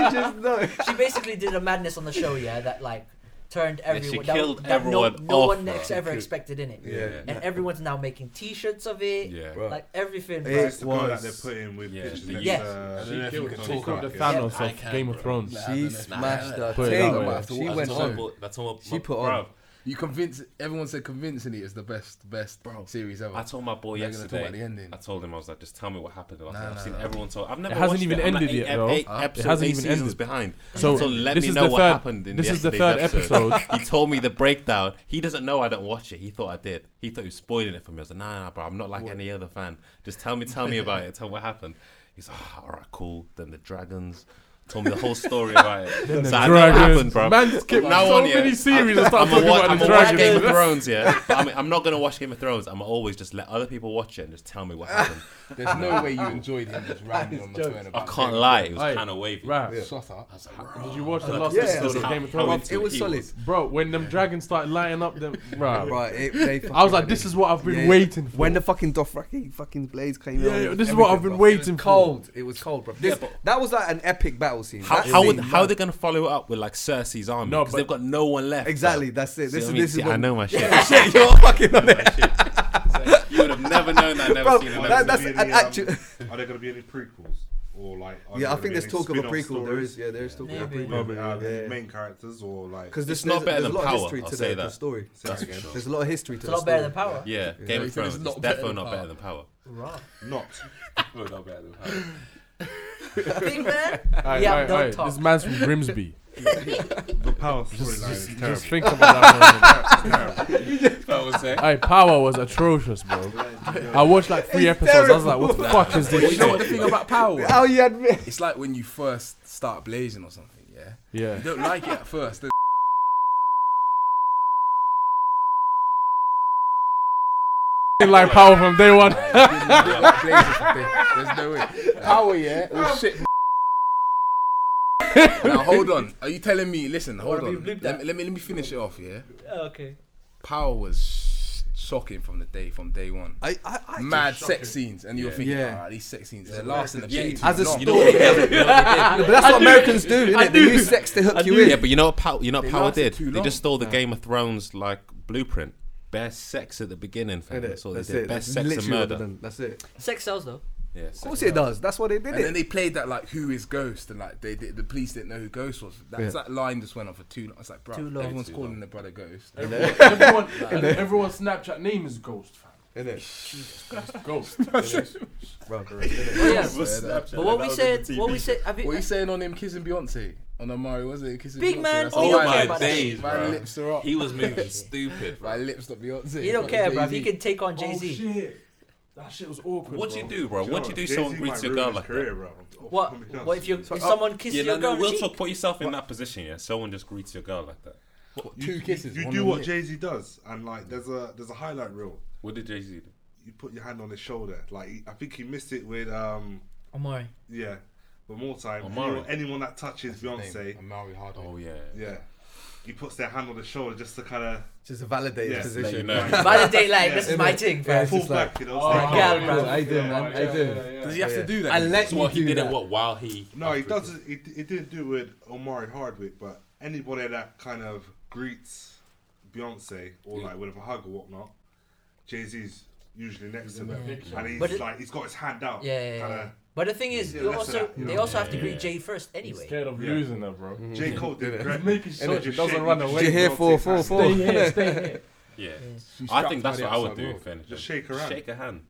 Speaker 5: Just know.
Speaker 2: she basically did a madness on the show, yeah, that like turned
Speaker 1: Yeah, she
Speaker 2: everyone.
Speaker 1: killed
Speaker 2: that, that
Speaker 1: everyone
Speaker 2: No, no
Speaker 1: off,
Speaker 2: one
Speaker 1: bro.
Speaker 2: ex- ever expected in it,
Speaker 1: Yeah.
Speaker 2: and everyone's now making T-shirts of it.
Speaker 1: Yeah.
Speaker 5: Bro.
Speaker 2: Like everything.
Speaker 5: It-
Speaker 2: bro.
Speaker 7: It's the guy that
Speaker 5: was-
Speaker 7: they put in with
Speaker 1: Yeah,
Speaker 7: pictures.
Speaker 1: the
Speaker 7: next,
Speaker 2: youth.
Speaker 7: uh,
Speaker 6: She
Speaker 7: I don't know if you
Speaker 6: killed
Speaker 7: can
Speaker 6: the
Speaker 7: talk
Speaker 4: She called the
Speaker 7: about it.
Speaker 4: Thanos
Speaker 1: I
Speaker 4: of
Speaker 1: can,
Speaker 4: Game of
Speaker 1: bro.
Speaker 4: Thrones.
Speaker 5: She
Speaker 1: Nah,
Speaker 5: smashed
Speaker 1: nah,
Speaker 5: her
Speaker 4: Put it
Speaker 5: thing,
Speaker 4: that way.
Speaker 5: bruv. She
Speaker 6: That's
Speaker 5: went
Speaker 6: all I
Speaker 5: on.
Speaker 6: bought.
Speaker 1: That's what
Speaker 5: She put on.
Speaker 6: You convince everyone said convincingly it's the best, best
Speaker 1: Bro,
Speaker 6: series ever.
Speaker 1: I told my boy
Speaker 6: They're gonna talk about the
Speaker 1: yesterday.
Speaker 6: ending.
Speaker 1: I told him I was like, just tell me what happened. And I was
Speaker 6: Nah,
Speaker 1: like, I've
Speaker 6: nah,
Speaker 1: seen
Speaker 6: nah.
Speaker 1: everyone talk. I've never.
Speaker 4: hasn't
Speaker 1: watched
Speaker 4: even
Speaker 1: I'm like,
Speaker 4: ended
Speaker 1: eight,
Speaker 4: yet,
Speaker 1: eight,
Speaker 4: bro.
Speaker 1: Eight
Speaker 6: Huh? It
Speaker 1: episodes,
Speaker 4: hasn't
Speaker 1: eight
Speaker 4: even
Speaker 1: seasons
Speaker 4: ended.
Speaker 1: behind.
Speaker 4: So,
Speaker 1: So, let
Speaker 4: this
Speaker 1: me
Speaker 4: is
Speaker 1: know
Speaker 4: the
Speaker 1: what
Speaker 4: third-
Speaker 1: happened. In
Speaker 4: this is the
Speaker 1: yesterday's
Speaker 4: third
Speaker 1: he told me the breakdown. He doesn't know I don't watch it. He thought I did. He thought he was spoiling it for me. I was like, nah, nah, bro. I'm not like any other fan. Just tell me, tell me about it. Tell me what happened. He's like, "Ah, all right, cool. Then the dragons. Told me the whole story about it. so I know what happened, bro.
Speaker 4: Man skipped
Speaker 1: Now
Speaker 4: so
Speaker 1: on, yeah.
Speaker 4: many series and
Speaker 1: I'm
Speaker 4: started
Speaker 1: gonna
Speaker 4: talking
Speaker 1: watch,
Speaker 4: about
Speaker 1: I'm
Speaker 4: the
Speaker 1: gonna watch Game of
Speaker 4: dragons.
Speaker 1: Thrones, yeah. But I mean, I'm not gonna watch Game of Thrones. I'm always just let other people watch it and just tell me what happened.
Speaker 6: There's no way you enjoyed him just rambling on the phone
Speaker 1: I
Speaker 6: about
Speaker 1: can't
Speaker 6: Game
Speaker 1: lie, it
Speaker 4: Aye.
Speaker 1: was kind of wavy.
Speaker 4: Right.
Speaker 6: of Thrones. Shut up.
Speaker 1: I was like, bro,
Speaker 4: Did you watch the
Speaker 1: like,
Speaker 4: last
Speaker 1: this is
Speaker 5: episode
Speaker 4: of
Speaker 1: how-
Speaker 4: Game of
Speaker 1: how
Speaker 4: Thrones?
Speaker 5: It was
Speaker 1: he
Speaker 5: solid.
Speaker 4: Bro, when them dragons started lighting up them, bro.
Speaker 5: Right, it, they
Speaker 4: I
Speaker 5: fucking-
Speaker 4: was like, this is what I've been
Speaker 5: Yeah, yeah.
Speaker 4: waiting for.
Speaker 5: When the fucking Dothraki fucking blades came out.
Speaker 4: Yeah,
Speaker 5: it was
Speaker 4: this is what I've been
Speaker 5: everything, bruv.
Speaker 4: waiting
Speaker 5: It was
Speaker 4: for.
Speaker 5: Cold. It was cold, bro. This, that was like an epic battle scene.
Speaker 1: How,
Speaker 5: That
Speaker 1: how, would,
Speaker 5: scene,
Speaker 1: how are
Speaker 5: man.
Speaker 1: they gonna follow it up with like Cersei's army?
Speaker 4: No,
Speaker 1: Because they've got no one left. bro.
Speaker 5: Exactly. That's it.
Speaker 1: See
Speaker 5: This
Speaker 1: what
Speaker 5: is
Speaker 1: I mean?
Speaker 5: this
Speaker 1: See,
Speaker 5: is
Speaker 1: I
Speaker 5: what.
Speaker 1: know my shit.
Speaker 5: Yeah, shit, you're fucking on it,
Speaker 1: You would have never known that. I'd Never
Speaker 5: bro.
Speaker 1: seen
Speaker 7: Are
Speaker 1: it.
Speaker 5: That,
Speaker 7: there
Speaker 5: that's
Speaker 7: gonna
Speaker 5: an
Speaker 7: be any, um,
Speaker 5: actual.
Speaker 7: Are there going to be any prequels? Or like, are there
Speaker 5: Yeah, I
Speaker 7: gonna
Speaker 5: think
Speaker 7: be
Speaker 5: there's
Speaker 7: any
Speaker 5: talk of a prequel.
Speaker 7: spin-off
Speaker 5: There
Speaker 7: stories
Speaker 5: is, yeah, there is talk of a
Speaker 2: Maybe.
Speaker 5: prequel.
Speaker 7: With, uh,
Speaker 5: Yeah.
Speaker 7: main characters or like.
Speaker 5: Because
Speaker 1: It's not better
Speaker 5: there's
Speaker 1: than
Speaker 5: a lot
Speaker 1: Power,
Speaker 5: of history
Speaker 1: I'll
Speaker 5: to
Speaker 1: say
Speaker 5: the,
Speaker 1: that.
Speaker 5: the story.
Speaker 7: Say that again.
Speaker 5: There's a lot of history to
Speaker 2: It's a
Speaker 5: the
Speaker 2: lot
Speaker 5: story.
Speaker 2: better than Power.
Speaker 1: Yeah, Game
Speaker 6: he
Speaker 1: of
Speaker 6: said it's
Speaker 1: Thrones. It's
Speaker 6: not
Speaker 1: definitely
Speaker 6: better
Speaker 1: not
Speaker 6: than
Speaker 1: better
Speaker 6: Power.
Speaker 1: than Power.
Speaker 2: Right.
Speaker 7: Not.
Speaker 1: Not better than Power.
Speaker 2: Big man.
Speaker 4: Aye,
Speaker 2: yeah,
Speaker 4: aye,
Speaker 2: don't
Speaker 4: aye.
Speaker 2: talk.
Speaker 4: This man's from Grimsby.
Speaker 7: The power
Speaker 4: Just,
Speaker 7: storyline
Speaker 4: just,
Speaker 7: is terrible.
Speaker 4: just think about that.
Speaker 1: That was it.
Speaker 4: moment. Aye, Power was atrocious, bro. I watched like three episodes. I was like, what the fuck is
Speaker 6: But
Speaker 4: this
Speaker 6: you know what
Speaker 4: shit?
Speaker 6: the thing about power?
Speaker 5: How you admit?
Speaker 6: It's like when you first start blazing or something, yeah?
Speaker 4: Yeah.
Speaker 6: You don't like it at first. then
Speaker 4: like Power from day one.
Speaker 6: you like blazing for days. There's no way. Power, yeah? Or shit. now hold on. Are you telling me? Listen, hold on. Let, me- let me let me finish it off. Yeah,
Speaker 2: Oh, okay.
Speaker 6: power was sh- shocking from the day from day one.
Speaker 5: I, I, I
Speaker 6: Mad sex scenes, and you're thinking,
Speaker 5: Yeah.
Speaker 6: ah, these sex scenes they're lasting a bit too
Speaker 5: As a
Speaker 6: long.
Speaker 1: You know what they did? You know what they did?
Speaker 5: but that's what Americans do, innit? They
Speaker 4: do.
Speaker 5: use sex to hook you in.
Speaker 1: Yeah, but you know what Power, you know what
Speaker 6: They
Speaker 1: Power
Speaker 6: lasted
Speaker 1: did?
Speaker 6: too
Speaker 1: They just stole
Speaker 6: long.
Speaker 1: the Game of Thrones like blueprint. Best sex at the beginning, fam. That's all they
Speaker 5: That's
Speaker 1: did.
Speaker 5: it.
Speaker 1: Best
Speaker 5: That's
Speaker 1: sex and
Speaker 5: literally what they
Speaker 1: murder.
Speaker 5: done. That's it.
Speaker 2: Sex sells though.
Speaker 1: Yeah,
Speaker 5: Of course it does. That's what they did
Speaker 6: And then
Speaker 5: it.
Speaker 6: they played that like who is Ghost, and like they, they the police didn't know who Ghost was. That, that line just went on for too long. It's like, bro,
Speaker 2: Too long.
Speaker 6: everyone's
Speaker 1: Too
Speaker 6: calling
Speaker 1: long.
Speaker 6: their brother Ghost.
Speaker 4: everyone, uh, everyone's Snapchat name is Ghost, fam.
Speaker 5: Innit?
Speaker 4: Ghost.
Speaker 5: Bro.
Speaker 2: But Oh, yeah.
Speaker 1: Snapchat,
Speaker 2: But what
Speaker 1: that
Speaker 2: we
Speaker 1: was
Speaker 2: said,
Speaker 1: the
Speaker 2: what
Speaker 1: TV
Speaker 2: we said, have
Speaker 6: What are
Speaker 2: you,
Speaker 6: you saying on him kissing Beyonce? On Amari, was it kissing
Speaker 2: Big
Speaker 6: Beyonce?
Speaker 2: man,
Speaker 6: That's
Speaker 2: we
Speaker 6: all
Speaker 2: don't
Speaker 6: I
Speaker 2: care
Speaker 1: Oh my
Speaker 6: did.
Speaker 2: about that.
Speaker 1: days,
Speaker 6: My
Speaker 1: bro.
Speaker 6: lips are up.
Speaker 1: He was moving stupid,
Speaker 6: My
Speaker 1: bro.
Speaker 6: lips are Beyonce.
Speaker 2: you don't care, bro.
Speaker 6: bruv.
Speaker 2: He can take on Jay
Speaker 4: Oh,
Speaker 2: Z.
Speaker 4: shit. That shit was awkward.
Speaker 1: What do you
Speaker 4: bro.
Speaker 1: do, bro? What do you do? if Someone greets your girl like that?
Speaker 2: What? What if you? If someone kisses
Speaker 1: Yeah,
Speaker 2: your
Speaker 1: no,
Speaker 2: girl?
Speaker 1: no,
Speaker 2: on the
Speaker 1: we'll
Speaker 2: cheek?
Speaker 1: talk. Put yourself in that position, yeah. Someone just greets your girl like that.
Speaker 6: Two
Speaker 7: you,
Speaker 6: kisses,
Speaker 7: You
Speaker 6: one
Speaker 7: do
Speaker 6: on
Speaker 7: what
Speaker 6: the
Speaker 7: Jay Z does, and like there's a there's a highlight reel.
Speaker 1: What did Jay Z do?
Speaker 7: You put your hand on his shoulder. Like he- I think he missed it with um
Speaker 2: Amari.
Speaker 7: yeah, but more time.
Speaker 1: Omari.
Speaker 7: Anyone, anyone that touches Beyonce,
Speaker 6: Name, Amari Hardaway.
Speaker 1: Oh yeah.
Speaker 7: yeah, he puts their hand on the shoulder just to kind of
Speaker 5: Just a validated
Speaker 7: Yeah.
Speaker 1: Let you
Speaker 5: position.
Speaker 1: know.
Speaker 2: Validate like this is my thing, bro.
Speaker 5: It's
Speaker 7: fall
Speaker 5: just like-
Speaker 7: back. you know,
Speaker 4: Oh,
Speaker 7: what I'm
Speaker 2: my
Speaker 7: saying?
Speaker 2: God, bro.
Speaker 5: I do, man. I do.
Speaker 6: Does he have
Speaker 5: Yeah.
Speaker 6: to do that?
Speaker 5: And let
Speaker 1: That's what
Speaker 5: you
Speaker 1: he
Speaker 5: do
Speaker 1: did it.
Speaker 5: that.
Speaker 1: What while he?
Speaker 7: No, he does. He, he didn't do it with Omari Hardwick, but anybody that kind of greets Beyonce or like with a hug or whatnot, Jay Z's usually next to them, and he's
Speaker 2: But it-
Speaker 7: like he's got his hand out.
Speaker 2: Yeah, yeah, yeah.
Speaker 7: kinda-
Speaker 2: But the thing is,
Speaker 7: Yeah,
Speaker 2: you
Speaker 7: that's
Speaker 2: also
Speaker 7: that, you
Speaker 2: they
Speaker 7: know.
Speaker 2: also have to
Speaker 1: Yeah,
Speaker 2: greet
Speaker 1: yeah.
Speaker 2: Jay first
Speaker 4: He's
Speaker 2: anyway. Mm-hmm.
Speaker 4: scared of
Speaker 7: Yeah.
Speaker 4: losing her, bro.
Speaker 7: J Cole did it.
Speaker 4: Making sure
Speaker 7: Just
Speaker 4: she doesn't
Speaker 7: shake-
Speaker 4: run away.
Speaker 5: You're here
Speaker 7: Beyonce's
Speaker 5: for
Speaker 7: hand.
Speaker 5: four four.
Speaker 4: Stay here, stay here.
Speaker 1: Yeah.
Speaker 6: She's
Speaker 1: I think
Speaker 6: trapped by
Speaker 1: that's
Speaker 6: the
Speaker 1: what I would
Speaker 6: outside
Speaker 1: do.
Speaker 6: world.
Speaker 1: If anything.
Speaker 7: Just shake her hand.
Speaker 1: Shake a hand.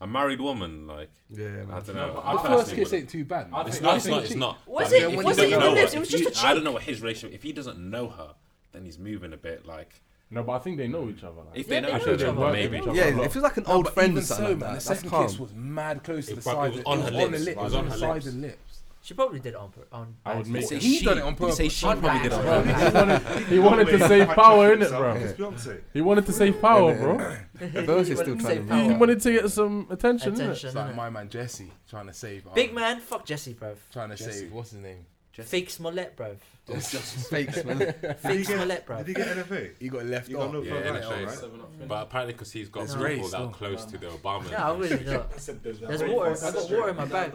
Speaker 1: A married woman, like
Speaker 5: Yeah,
Speaker 1: I
Speaker 5: man.
Speaker 1: don't know.
Speaker 4: but
Speaker 1: I
Speaker 4: my
Speaker 6: The first
Speaker 1: personally
Speaker 6: kiss
Speaker 1: wouldn't.
Speaker 6: ain't too bad. man.
Speaker 4: I
Speaker 1: It's
Speaker 4: think-
Speaker 1: not.
Speaker 4: I
Speaker 1: It's
Speaker 4: think
Speaker 1: not. It's
Speaker 4: she-
Speaker 1: not.
Speaker 2: Was
Speaker 1: I
Speaker 2: it-
Speaker 1: mean, when
Speaker 6: was
Speaker 1: you
Speaker 6: it
Speaker 1: don't
Speaker 6: even
Speaker 1: know
Speaker 2: lips?
Speaker 1: her-
Speaker 2: It was
Speaker 1: if
Speaker 2: just
Speaker 1: you-
Speaker 2: a
Speaker 1: I don't know what his relationship. If he doesn't know her, then he's moving a bit like.
Speaker 4: No, but I think they know each other. Like.
Speaker 1: If they
Speaker 2: Yeah,
Speaker 1: know
Speaker 2: they
Speaker 1: each
Speaker 2: know each
Speaker 1: other,
Speaker 2: other.
Speaker 1: maybe.
Speaker 4: Yeah,
Speaker 5: Yeah, it feels like an old
Speaker 6: But
Speaker 5: friend or
Speaker 6: even
Speaker 5: something
Speaker 6: so,
Speaker 5: like
Speaker 6: man,
Speaker 5: that.
Speaker 6: the
Speaker 5: That's
Speaker 6: second
Speaker 5: calm.
Speaker 6: kiss was mad close to
Speaker 1: It
Speaker 6: the
Speaker 1: prob-
Speaker 6: side.
Speaker 1: it was
Speaker 6: of-
Speaker 1: on
Speaker 6: it
Speaker 1: her
Speaker 6: was on the
Speaker 1: lips,
Speaker 6: lip.
Speaker 1: bro.
Speaker 6: It was on
Speaker 1: It
Speaker 6: her
Speaker 1: was
Speaker 6: side
Speaker 1: on
Speaker 6: and lips.
Speaker 2: She probably did it on pur- on.
Speaker 4: I would
Speaker 2: accident.
Speaker 4: make
Speaker 6: Say he done it on
Speaker 1: Did he say
Speaker 6: purpose.
Speaker 1: she probably did it on purpose.
Speaker 4: he wanted, he wanted
Speaker 7: Wait,
Speaker 4: to save
Speaker 7: I
Speaker 4: power,
Speaker 7: trust
Speaker 4: innit,
Speaker 7: myself,
Speaker 4: bro?
Speaker 7: It's Beyonce.
Speaker 4: He wanted to save power, bro.
Speaker 5: Beyonce's
Speaker 2: You
Speaker 5: still
Speaker 2: wouldn't
Speaker 5: trying
Speaker 2: say
Speaker 5: to reach
Speaker 4: He
Speaker 2: power.
Speaker 4: wanted to get some attention, innit?
Speaker 2: Attention.
Speaker 6: It's like
Speaker 2: innit?
Speaker 6: my man Jesse trying to save. um,
Speaker 2: Big man, fuck Jesse, bruv.
Speaker 6: Trying to
Speaker 1: Jesse.
Speaker 6: save. What's his name?
Speaker 2: Fake Smollett, bruv.
Speaker 5: fakes, man.
Speaker 2: Fake Smollett,
Speaker 7: Did
Speaker 2: bruv.
Speaker 7: he get NFA?
Speaker 6: He got left
Speaker 7: He
Speaker 6: off.
Speaker 7: got no
Speaker 1: Yeah,
Speaker 7: further
Speaker 1: yeah,
Speaker 7: action,
Speaker 1: yeah.
Speaker 7: right?
Speaker 1: But apparently, because he's got
Speaker 6: It's
Speaker 1: people
Speaker 6: race,
Speaker 1: that are
Speaker 6: no.
Speaker 1: close to the Obama.
Speaker 2: No, I really don't. There's water. I got water in my bag.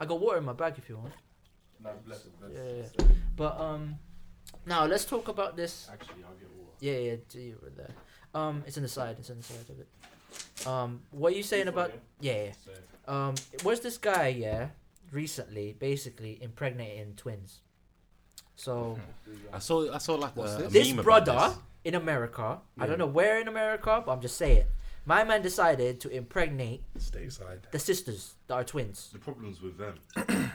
Speaker 2: I got water in my bag if you want. Yeah, yeah. yeah. But um, now let's talk about this.
Speaker 4: Actually, I'll get water.
Speaker 2: Yeah, yeah, do you were there. Um, it's in the side. It's in the side of it. Um, what are you saying about? Yeah, yeah. Um, was this guy yeah recently basically impregnating twins? So
Speaker 1: I saw, I saw like a, a
Speaker 2: this
Speaker 1: meme about
Speaker 2: brother in America, I don't know where in America, but I'm just saying, my man decided to impregnate
Speaker 6: Stateside.
Speaker 2: the sisters that are twins,
Speaker 7: The problems with them.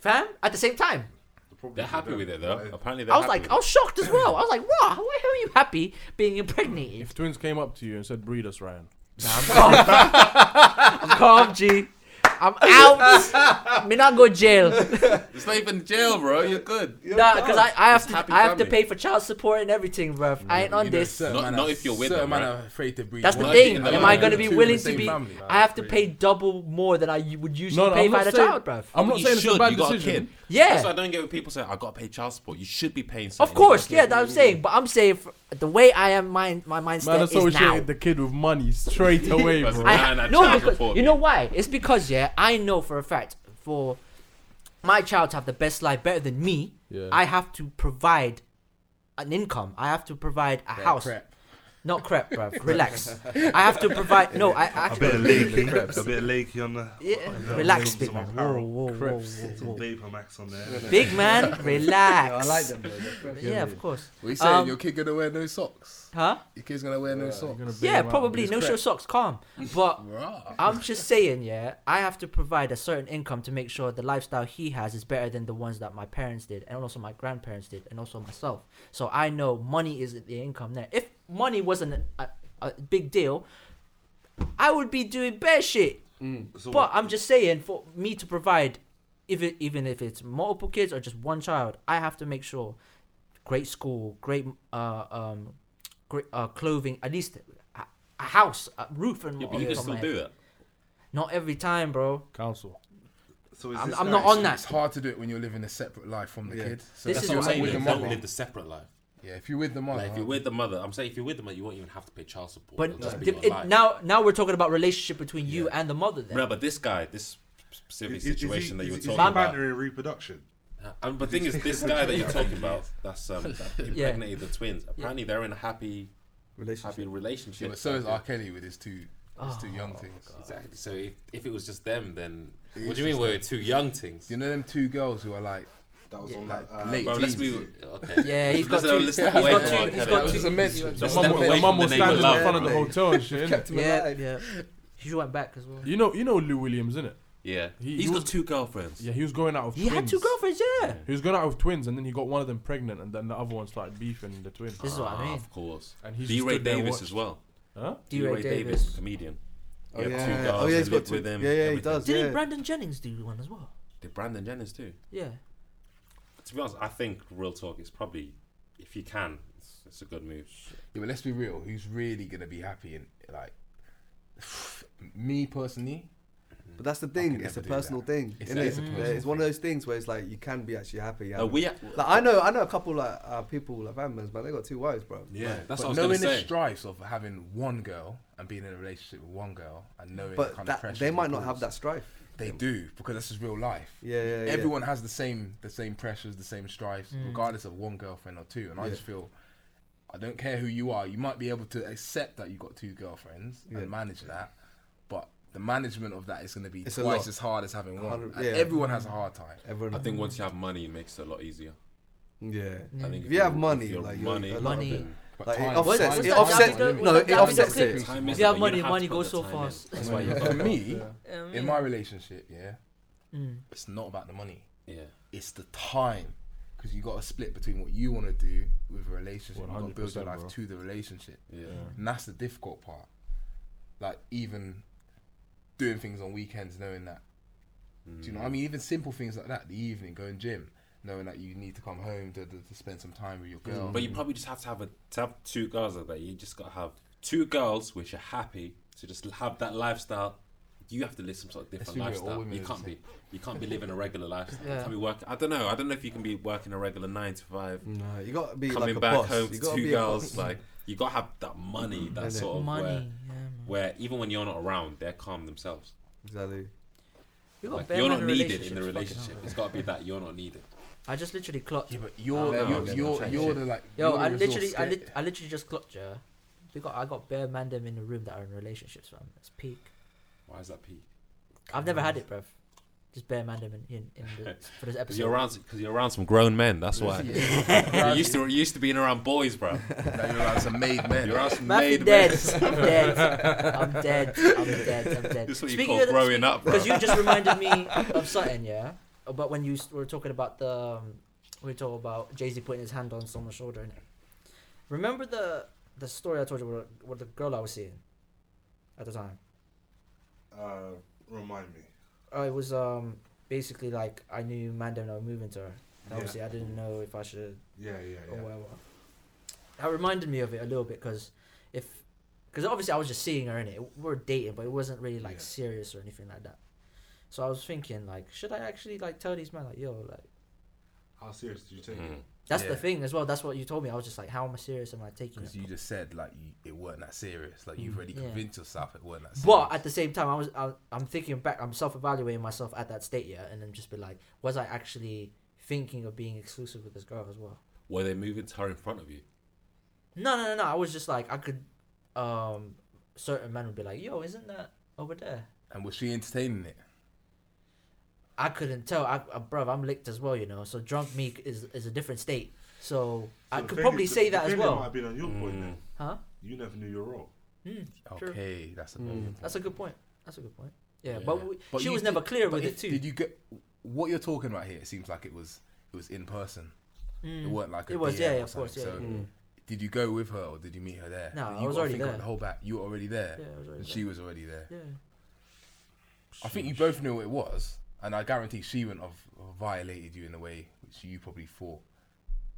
Speaker 2: fam, at the same time.
Speaker 7: The problems
Speaker 1: They're happy with it though.
Speaker 7: Like,
Speaker 1: Apparently, they're
Speaker 2: I was
Speaker 1: happy
Speaker 2: like, oh. I
Speaker 1: with
Speaker 2: was shocked as well. I was like, wow, why are you happy being impregnated?
Speaker 4: If twins came up to you and said, breed us, Ryan.
Speaker 2: Nah, I'm calm. I'm calm, G. I'm out. Me not go jail.
Speaker 1: it. It's not even jail, bro. You're good.
Speaker 2: Nah, because I, I have to
Speaker 1: happy
Speaker 2: I have to
Speaker 1: family.
Speaker 2: pay for child support and everything, bruv. I ain't on this.
Speaker 1: Not- not if you're with them,
Speaker 6: certain man
Speaker 1: right?
Speaker 6: are afraid to breathe.
Speaker 2: That's the
Speaker 6: one
Speaker 1: working in
Speaker 2: thing.
Speaker 6: and
Speaker 1: the
Speaker 2: Am
Speaker 6: another
Speaker 2: I
Speaker 1: land.
Speaker 2: gonna
Speaker 6: two
Speaker 2: be
Speaker 6: in the
Speaker 2: willing to
Speaker 6: same
Speaker 2: be?
Speaker 6: family.
Speaker 2: I have to pay double more than I u- would usually
Speaker 4: No, no,
Speaker 2: pay
Speaker 4: I'm
Speaker 2: if I
Speaker 4: not
Speaker 2: had a
Speaker 4: saying-
Speaker 2: child, bruv.
Speaker 4: I'm not
Speaker 1: you
Speaker 4: saying it's
Speaker 1: should.
Speaker 4: a bad
Speaker 1: you got a kid.
Speaker 4: decision.
Speaker 1: That's
Speaker 2: Yeah,
Speaker 1: why I don't get when people say I got to pay child support. You should be paying.
Speaker 2: of
Speaker 1: something.
Speaker 2: course. Yeah, that I'm saying. But I'm saying f the way I am, my my
Speaker 4: Man
Speaker 2: mindset is now.
Speaker 4: associated the kid with money straight away,
Speaker 1: That's
Speaker 4: bro.
Speaker 1: right.
Speaker 2: I
Speaker 1: Nah,
Speaker 2: ha-
Speaker 1: nah,
Speaker 2: no,
Speaker 1: child
Speaker 2: because
Speaker 1: support,
Speaker 2: you know
Speaker 1: yeah.
Speaker 2: why? It's because yeah, I know for a fact for my child to have the best life, better than me.
Speaker 4: Yeah.
Speaker 2: I have to provide an income. I have to provide a house, not crap, bruv. Relax. I have to provide. No, I
Speaker 7: A bit of
Speaker 2: actually.
Speaker 7: lakey. A bit of lakey on the.
Speaker 2: Yeah,
Speaker 7: on the
Speaker 2: relax,
Speaker 7: wheels
Speaker 2: big
Speaker 7: of
Speaker 2: man. Whoa,
Speaker 7: apparel.
Speaker 2: whoa, whoa,
Speaker 4: Crips.
Speaker 2: whoa,
Speaker 7: Some
Speaker 2: whoa.
Speaker 7: Vapor Max on there.
Speaker 2: Big man, relax.
Speaker 5: I like them. Though. They're fresh.
Speaker 2: Yeah, of course.
Speaker 6: What you saying?
Speaker 2: Um,
Speaker 6: your kid gonna wear no socks?
Speaker 2: Huh?
Speaker 6: Your kid's gonna wear no socks.
Speaker 2: Yeah, probably.
Speaker 6: It's
Speaker 2: No show
Speaker 6: crap.
Speaker 2: socks, calm. But
Speaker 6: Rah.
Speaker 2: I'm just saying, yeah, I have to provide a certain income to make sure the lifestyle he has is better than the ones that my parents did, and also my grandparents did, and also myself. So I know money isn't the income there. If money wasn't a, a big deal, I would be doing bear shit.
Speaker 7: So
Speaker 2: But
Speaker 1: mm.
Speaker 2: I'm just saying, for me to provide, if it, even if it's multiple kids or just one child, I have to make sure great school, great uh, um, great uh, clothing, at least a, a house, a roof, and
Speaker 1: Yeah, but you can still do that.
Speaker 2: not every time, bro.
Speaker 4: Council.
Speaker 7: so is
Speaker 2: I'm-
Speaker 7: this
Speaker 2: I'm
Speaker 7: guy-
Speaker 2: not on that.
Speaker 6: It's hard to do it when you're living a separate life from the
Speaker 7: Yeah.
Speaker 6: kid. So
Speaker 2: This
Speaker 6: that's
Speaker 2: is
Speaker 6: what
Speaker 2: what
Speaker 6: I'm
Speaker 2: I'm
Speaker 6: saying. With the
Speaker 2: saying.
Speaker 1: don't
Speaker 6: mother.
Speaker 1: live the separate life.
Speaker 6: Yeah, if you're with the mother.
Speaker 1: Like if you're with the mother, I'm saying if you're with the mother, you won't even have to pay child support.
Speaker 2: Uh-huh. But
Speaker 1: It'll just be
Speaker 2: th-
Speaker 1: your
Speaker 2: it-
Speaker 1: life.
Speaker 2: now, now we're talking about relationship between you and the mother. Then,
Speaker 1: Bro, but this guy, this specific
Speaker 7: is- is- is he-
Speaker 1: situation that you were
Speaker 7: is-
Speaker 1: talking
Speaker 7: Is he
Speaker 1: about.
Speaker 7: mandatory reproduction?
Speaker 1: And the thing is, this guy that you're talking about, that's um, that
Speaker 2: Yeah.
Speaker 1: impregnated the twins. Apparently, they're in a happy, happy
Speaker 5: Relationship.
Speaker 1: relationship.
Speaker 6: Yeah, but so is R. Kelly with his two, his two
Speaker 2: Oh,
Speaker 6: young things.
Speaker 1: Exactly. So if, if it was just them, then what do you mean we're two young things?
Speaker 6: You know them two girls who are like,
Speaker 7: That was on
Speaker 6: like
Speaker 7: that. uh,
Speaker 6: late
Speaker 1: Bro, let's
Speaker 6: teens?
Speaker 1: move. Okay.
Speaker 2: yeah, he's got
Speaker 1: Let's-
Speaker 2: two.
Speaker 1: let's
Speaker 2: He's
Speaker 1: step
Speaker 2: got
Speaker 1: away
Speaker 2: two.
Speaker 1: from R.
Speaker 2: He's
Speaker 1: Kelly.
Speaker 2: got
Speaker 1: Let's
Speaker 2: two.
Speaker 1: just
Speaker 2: The
Speaker 4: The
Speaker 1: Step
Speaker 4: mum,
Speaker 1: away
Speaker 4: the
Speaker 1: from
Speaker 4: mum
Speaker 1: the
Speaker 4: was
Speaker 1: name
Speaker 4: standing in
Speaker 1: Love,
Speaker 4: front of the
Speaker 1: bro.
Speaker 4: hotel and shit. innit?
Speaker 5: Kept him
Speaker 2: Yeah,
Speaker 5: alive.
Speaker 2: yeah. She went back as well.
Speaker 4: You know, you know Lou Williams, innit?
Speaker 1: Yeah.
Speaker 4: He-
Speaker 1: He's
Speaker 4: he
Speaker 1: got
Speaker 4: was-
Speaker 1: two girlfriends.
Speaker 4: Yeah, he was going out of
Speaker 2: He
Speaker 4: twins.
Speaker 2: had two girlfriends. Yeah.
Speaker 4: He was going out of twins, and then he got one of them pregnant, and then the other one started beefing the twin.
Speaker 2: This is what I
Speaker 1: Ah,
Speaker 2: mean.
Speaker 1: Of course.
Speaker 4: And he
Speaker 1: D. Ray
Speaker 4: stood there and
Speaker 1: Davis
Speaker 4: watched.
Speaker 1: as well.
Speaker 4: Huh?
Speaker 1: D. Ray Davis, comedian.
Speaker 5: Oh
Speaker 1: He had
Speaker 5: yeah,
Speaker 1: two
Speaker 5: yeah.
Speaker 1: girls
Speaker 5: oh yeah,
Speaker 1: that
Speaker 5: he's
Speaker 1: lived
Speaker 5: got two.
Speaker 1: with him,
Speaker 5: yeah, yeah, he
Speaker 1: everything.
Speaker 5: does.
Speaker 2: Didn't
Speaker 5: yeah.
Speaker 2: Brandon Jennings do one as well?
Speaker 1: Did Brandon Jennings too?
Speaker 2: Yeah.
Speaker 1: To be honest, I think real talk is probably, if you can, it's, it's a good move.
Speaker 6: yeah, but let's be real. Who's really gonna be happy and like, me personally,
Speaker 5: But that's the thing.
Speaker 6: could
Speaker 5: It's
Speaker 6: never
Speaker 5: a
Speaker 6: do that.
Speaker 5: personal thing.
Speaker 6: It's-
Speaker 5: It's, it?
Speaker 6: it's a personal
Speaker 5: it's one of those things where it's like you can be actually happy.
Speaker 1: Uh,
Speaker 5: yeah.
Speaker 1: we,
Speaker 5: like I know, I know a couple like uh, people like Vanmans, man. They got two wives, bro.
Speaker 1: yeah, that's what I
Speaker 6: but
Speaker 1: was going to
Speaker 6: knowing the
Speaker 1: say.
Speaker 6: strives of having one girl and being in a relationship with one girl and knowing the
Speaker 5: But
Speaker 6: kind of
Speaker 5: that,
Speaker 6: pressure
Speaker 5: they might not have that strife.
Speaker 6: They do because this is real life.
Speaker 5: Yeah, yeah, yeah.
Speaker 6: Everyone has the same the same pressures, the same strives, regardless of one girlfriend or two. And I
Speaker 5: Yeah.
Speaker 6: just feel I don't care who you are. You might be able to accept that you got two girlfriends
Speaker 5: Yeah.
Speaker 6: and manage that, but the management of that is going to be
Speaker 5: It's a
Speaker 6: twice
Speaker 5: lot.
Speaker 6: as hard as having one.
Speaker 5: Hundred-
Speaker 6: And
Speaker 5: yeah.
Speaker 6: Everyone has a hard time.
Speaker 5: Everyone.
Speaker 1: I think once you have money, it makes it a lot easier.
Speaker 5: Yeah.
Speaker 1: I
Speaker 2: Mm.
Speaker 1: think
Speaker 5: If you have
Speaker 1: you're-
Speaker 5: money,
Speaker 1: if you're
Speaker 5: like, you're-
Speaker 1: money,
Speaker 5: a
Speaker 2: lot of it-
Speaker 1: then
Speaker 6: But
Speaker 5: Like, it
Speaker 6: time-
Speaker 5: offsets-
Speaker 6: time
Speaker 2: it
Speaker 6: is a
Speaker 2: offsets-
Speaker 6: limit.
Speaker 2: no, it
Speaker 6: Time is a
Speaker 2: offsets it.
Speaker 6: limit.
Speaker 1: time is
Speaker 2: If you
Speaker 1: it,
Speaker 2: have
Speaker 1: but
Speaker 2: money,
Speaker 1: don't have
Speaker 2: money
Speaker 1: to put
Speaker 2: goes
Speaker 1: the
Speaker 2: so
Speaker 1: time in.
Speaker 2: fast.
Speaker 1: That's why you
Speaker 6: For me,
Speaker 2: Um,
Speaker 6: in my relationship, yeah,
Speaker 2: mm.
Speaker 6: it's not about the money.
Speaker 1: Yeah.
Speaker 6: it's the time because you got to split between what you want to do with a relationship. You got to build your
Speaker 4: 100%,
Speaker 6: life
Speaker 4: bro.
Speaker 6: to the relationship,
Speaker 1: Yeah.
Speaker 2: Mm.
Speaker 6: and that's the difficult part. Like even doing things on weekends, knowing that Do you know what I mean? Even simple things like that, the evening, going gym, knowing that you need to come home to, to, to spend some time with your girl.
Speaker 1: But you probably just have to have a to have two girls like that. You just gotta have two girls which are happy to just have that lifestyle. You have to live some sort of different
Speaker 6: Let's be real, all
Speaker 1: lifestyle.
Speaker 6: women
Speaker 1: You
Speaker 6: are the
Speaker 1: can't be you can't be living a regular lifestyle. You
Speaker 2: Yeah.
Speaker 1: can't be working. I don't know. I don't know if you can be working a regular nine to five.
Speaker 5: No, you gotta be
Speaker 1: coming
Speaker 5: like a
Speaker 1: back
Speaker 5: boss.
Speaker 1: home to
Speaker 5: you gotta
Speaker 1: two
Speaker 5: be A
Speaker 1: girls,
Speaker 5: boss.
Speaker 1: like you gotta have that money, that
Speaker 5: Innit?
Speaker 1: sort of
Speaker 2: Money.
Speaker 1: Where,
Speaker 2: yeah, man.
Speaker 1: where even when you're not around, they're calm themselves.
Speaker 5: Exactly.
Speaker 2: You got
Speaker 1: Like,
Speaker 2: bare
Speaker 1: you're
Speaker 2: man
Speaker 1: not needed in
Speaker 2: relationships,
Speaker 1: the
Speaker 2: fucking
Speaker 1: relationship.
Speaker 2: hell.
Speaker 1: It's gotta be that you're not needed.
Speaker 2: I just literally clocked.
Speaker 6: Yeah, but you're
Speaker 1: Oh,
Speaker 6: you're
Speaker 1: no,
Speaker 6: you're,
Speaker 1: no,
Speaker 6: you're
Speaker 1: no.
Speaker 6: the like.
Speaker 2: Yo,
Speaker 6: you're
Speaker 2: I
Speaker 6: the resource
Speaker 2: literally, I,
Speaker 6: scarce-
Speaker 2: lit I literally just clocked you. We got, I got bare man them in the room that are in relationships, fam. It's peak.
Speaker 1: Why is that peak?
Speaker 2: I've never had it, bruv. Just bare man them in, in, in the, for
Speaker 1: Because
Speaker 2: this episode.
Speaker 1: you're around, because you're around some grown men. That's why. you used to, you used to being around boys, bro.
Speaker 6: Now you're like some made men.
Speaker 1: You're around some
Speaker 2: Matthew
Speaker 1: made men.
Speaker 2: dead. I'm dead. I'm dead. I'm dead. I'm dead.
Speaker 1: This is what you call growing up, bro.
Speaker 2: Because you just reminded me of something, yeah. Oh, But when you s- were talking about the, um, we were talking about Jay Z putting his hand on someone's shoulder, and remember the the story I told you where, where the girl I was seeing at the time.
Speaker 7: Uh, remind me.
Speaker 2: Uh, it was um basically like I knew Mandem and I was moving to her. And obviously, I didn't know if I should
Speaker 7: Yeah, yeah,
Speaker 2: or
Speaker 7: yeah.
Speaker 2: whatever. That reminded me of it a little bit because if because obviously I was just seeing her in it. We were dating, but it wasn't really like
Speaker 7: Yeah.
Speaker 2: serious or anything like that. So I was thinking like, should I actually like tell these men like, yo, like
Speaker 7: How serious did you take it?
Speaker 1: Mm.
Speaker 2: that's the
Speaker 6: Yeah.
Speaker 2: thing as well. That's what you told me. I was just like, how am I serious? Am I taking
Speaker 6: Because
Speaker 2: it?
Speaker 6: you just said like you, it weren't that serious. Like
Speaker 2: Mm.
Speaker 6: you've already
Speaker 2: Yeah.
Speaker 6: convinced yourself it weren't that. serious.
Speaker 2: But at the same time, I was I, I'm thinking back. I'm self evaluating myself at that state yeah, and then just be like, was I actually thinking of being exclusive with this girl as well?
Speaker 1: Were they moving to her in front of you?
Speaker 2: No, no, no, no. I was just like, I could. um Certain men would be like, yo, isn't that over there?
Speaker 6: and was she entertaining it?
Speaker 2: I couldn't tell. I, uh, bro, I'm licked as well, you know. So drunk me c- is is a different state. So, I
Speaker 7: So
Speaker 2: could
Speaker 7: the
Speaker 2: probably say
Speaker 7: failure- the
Speaker 2: that as
Speaker 7: failure Might
Speaker 2: well,
Speaker 7: have been on your point then.
Speaker 1: Hmm.
Speaker 2: huh?
Speaker 7: You never knew your role.
Speaker 2: Mm, True.
Speaker 6: Okay, that's a
Speaker 5: Mm.
Speaker 6: mm.
Speaker 2: That's a good point. That's a good point. Yeah,
Speaker 1: Yeah.
Speaker 2: but, we,
Speaker 6: But
Speaker 2: she
Speaker 6: you
Speaker 2: was
Speaker 6: did-
Speaker 2: never clear
Speaker 6: But
Speaker 2: with
Speaker 6: if-
Speaker 2: it too.
Speaker 6: Did you get what you're talking about here? It seems like it was it was in person.
Speaker 2: Mm.
Speaker 6: It weren't like a
Speaker 2: It was,
Speaker 6: DM
Speaker 2: yeah,
Speaker 6: or
Speaker 2: yeah, of course,
Speaker 6: something.
Speaker 2: yeah,
Speaker 6: So
Speaker 2: yeah,
Speaker 5: Mm.
Speaker 6: did you go with her or did you meet her there?
Speaker 2: No,
Speaker 6: you
Speaker 2: I
Speaker 6: gotta
Speaker 2: was already
Speaker 6: think on
Speaker 2: there.
Speaker 6: The whole back, you were already there.
Speaker 2: yeah, it was
Speaker 6: and
Speaker 2: already
Speaker 6: she was already there.
Speaker 2: there. yeah.
Speaker 6: I think you both knew what it was, and I guarantee she wouldn't have violated you in a way which you probably thought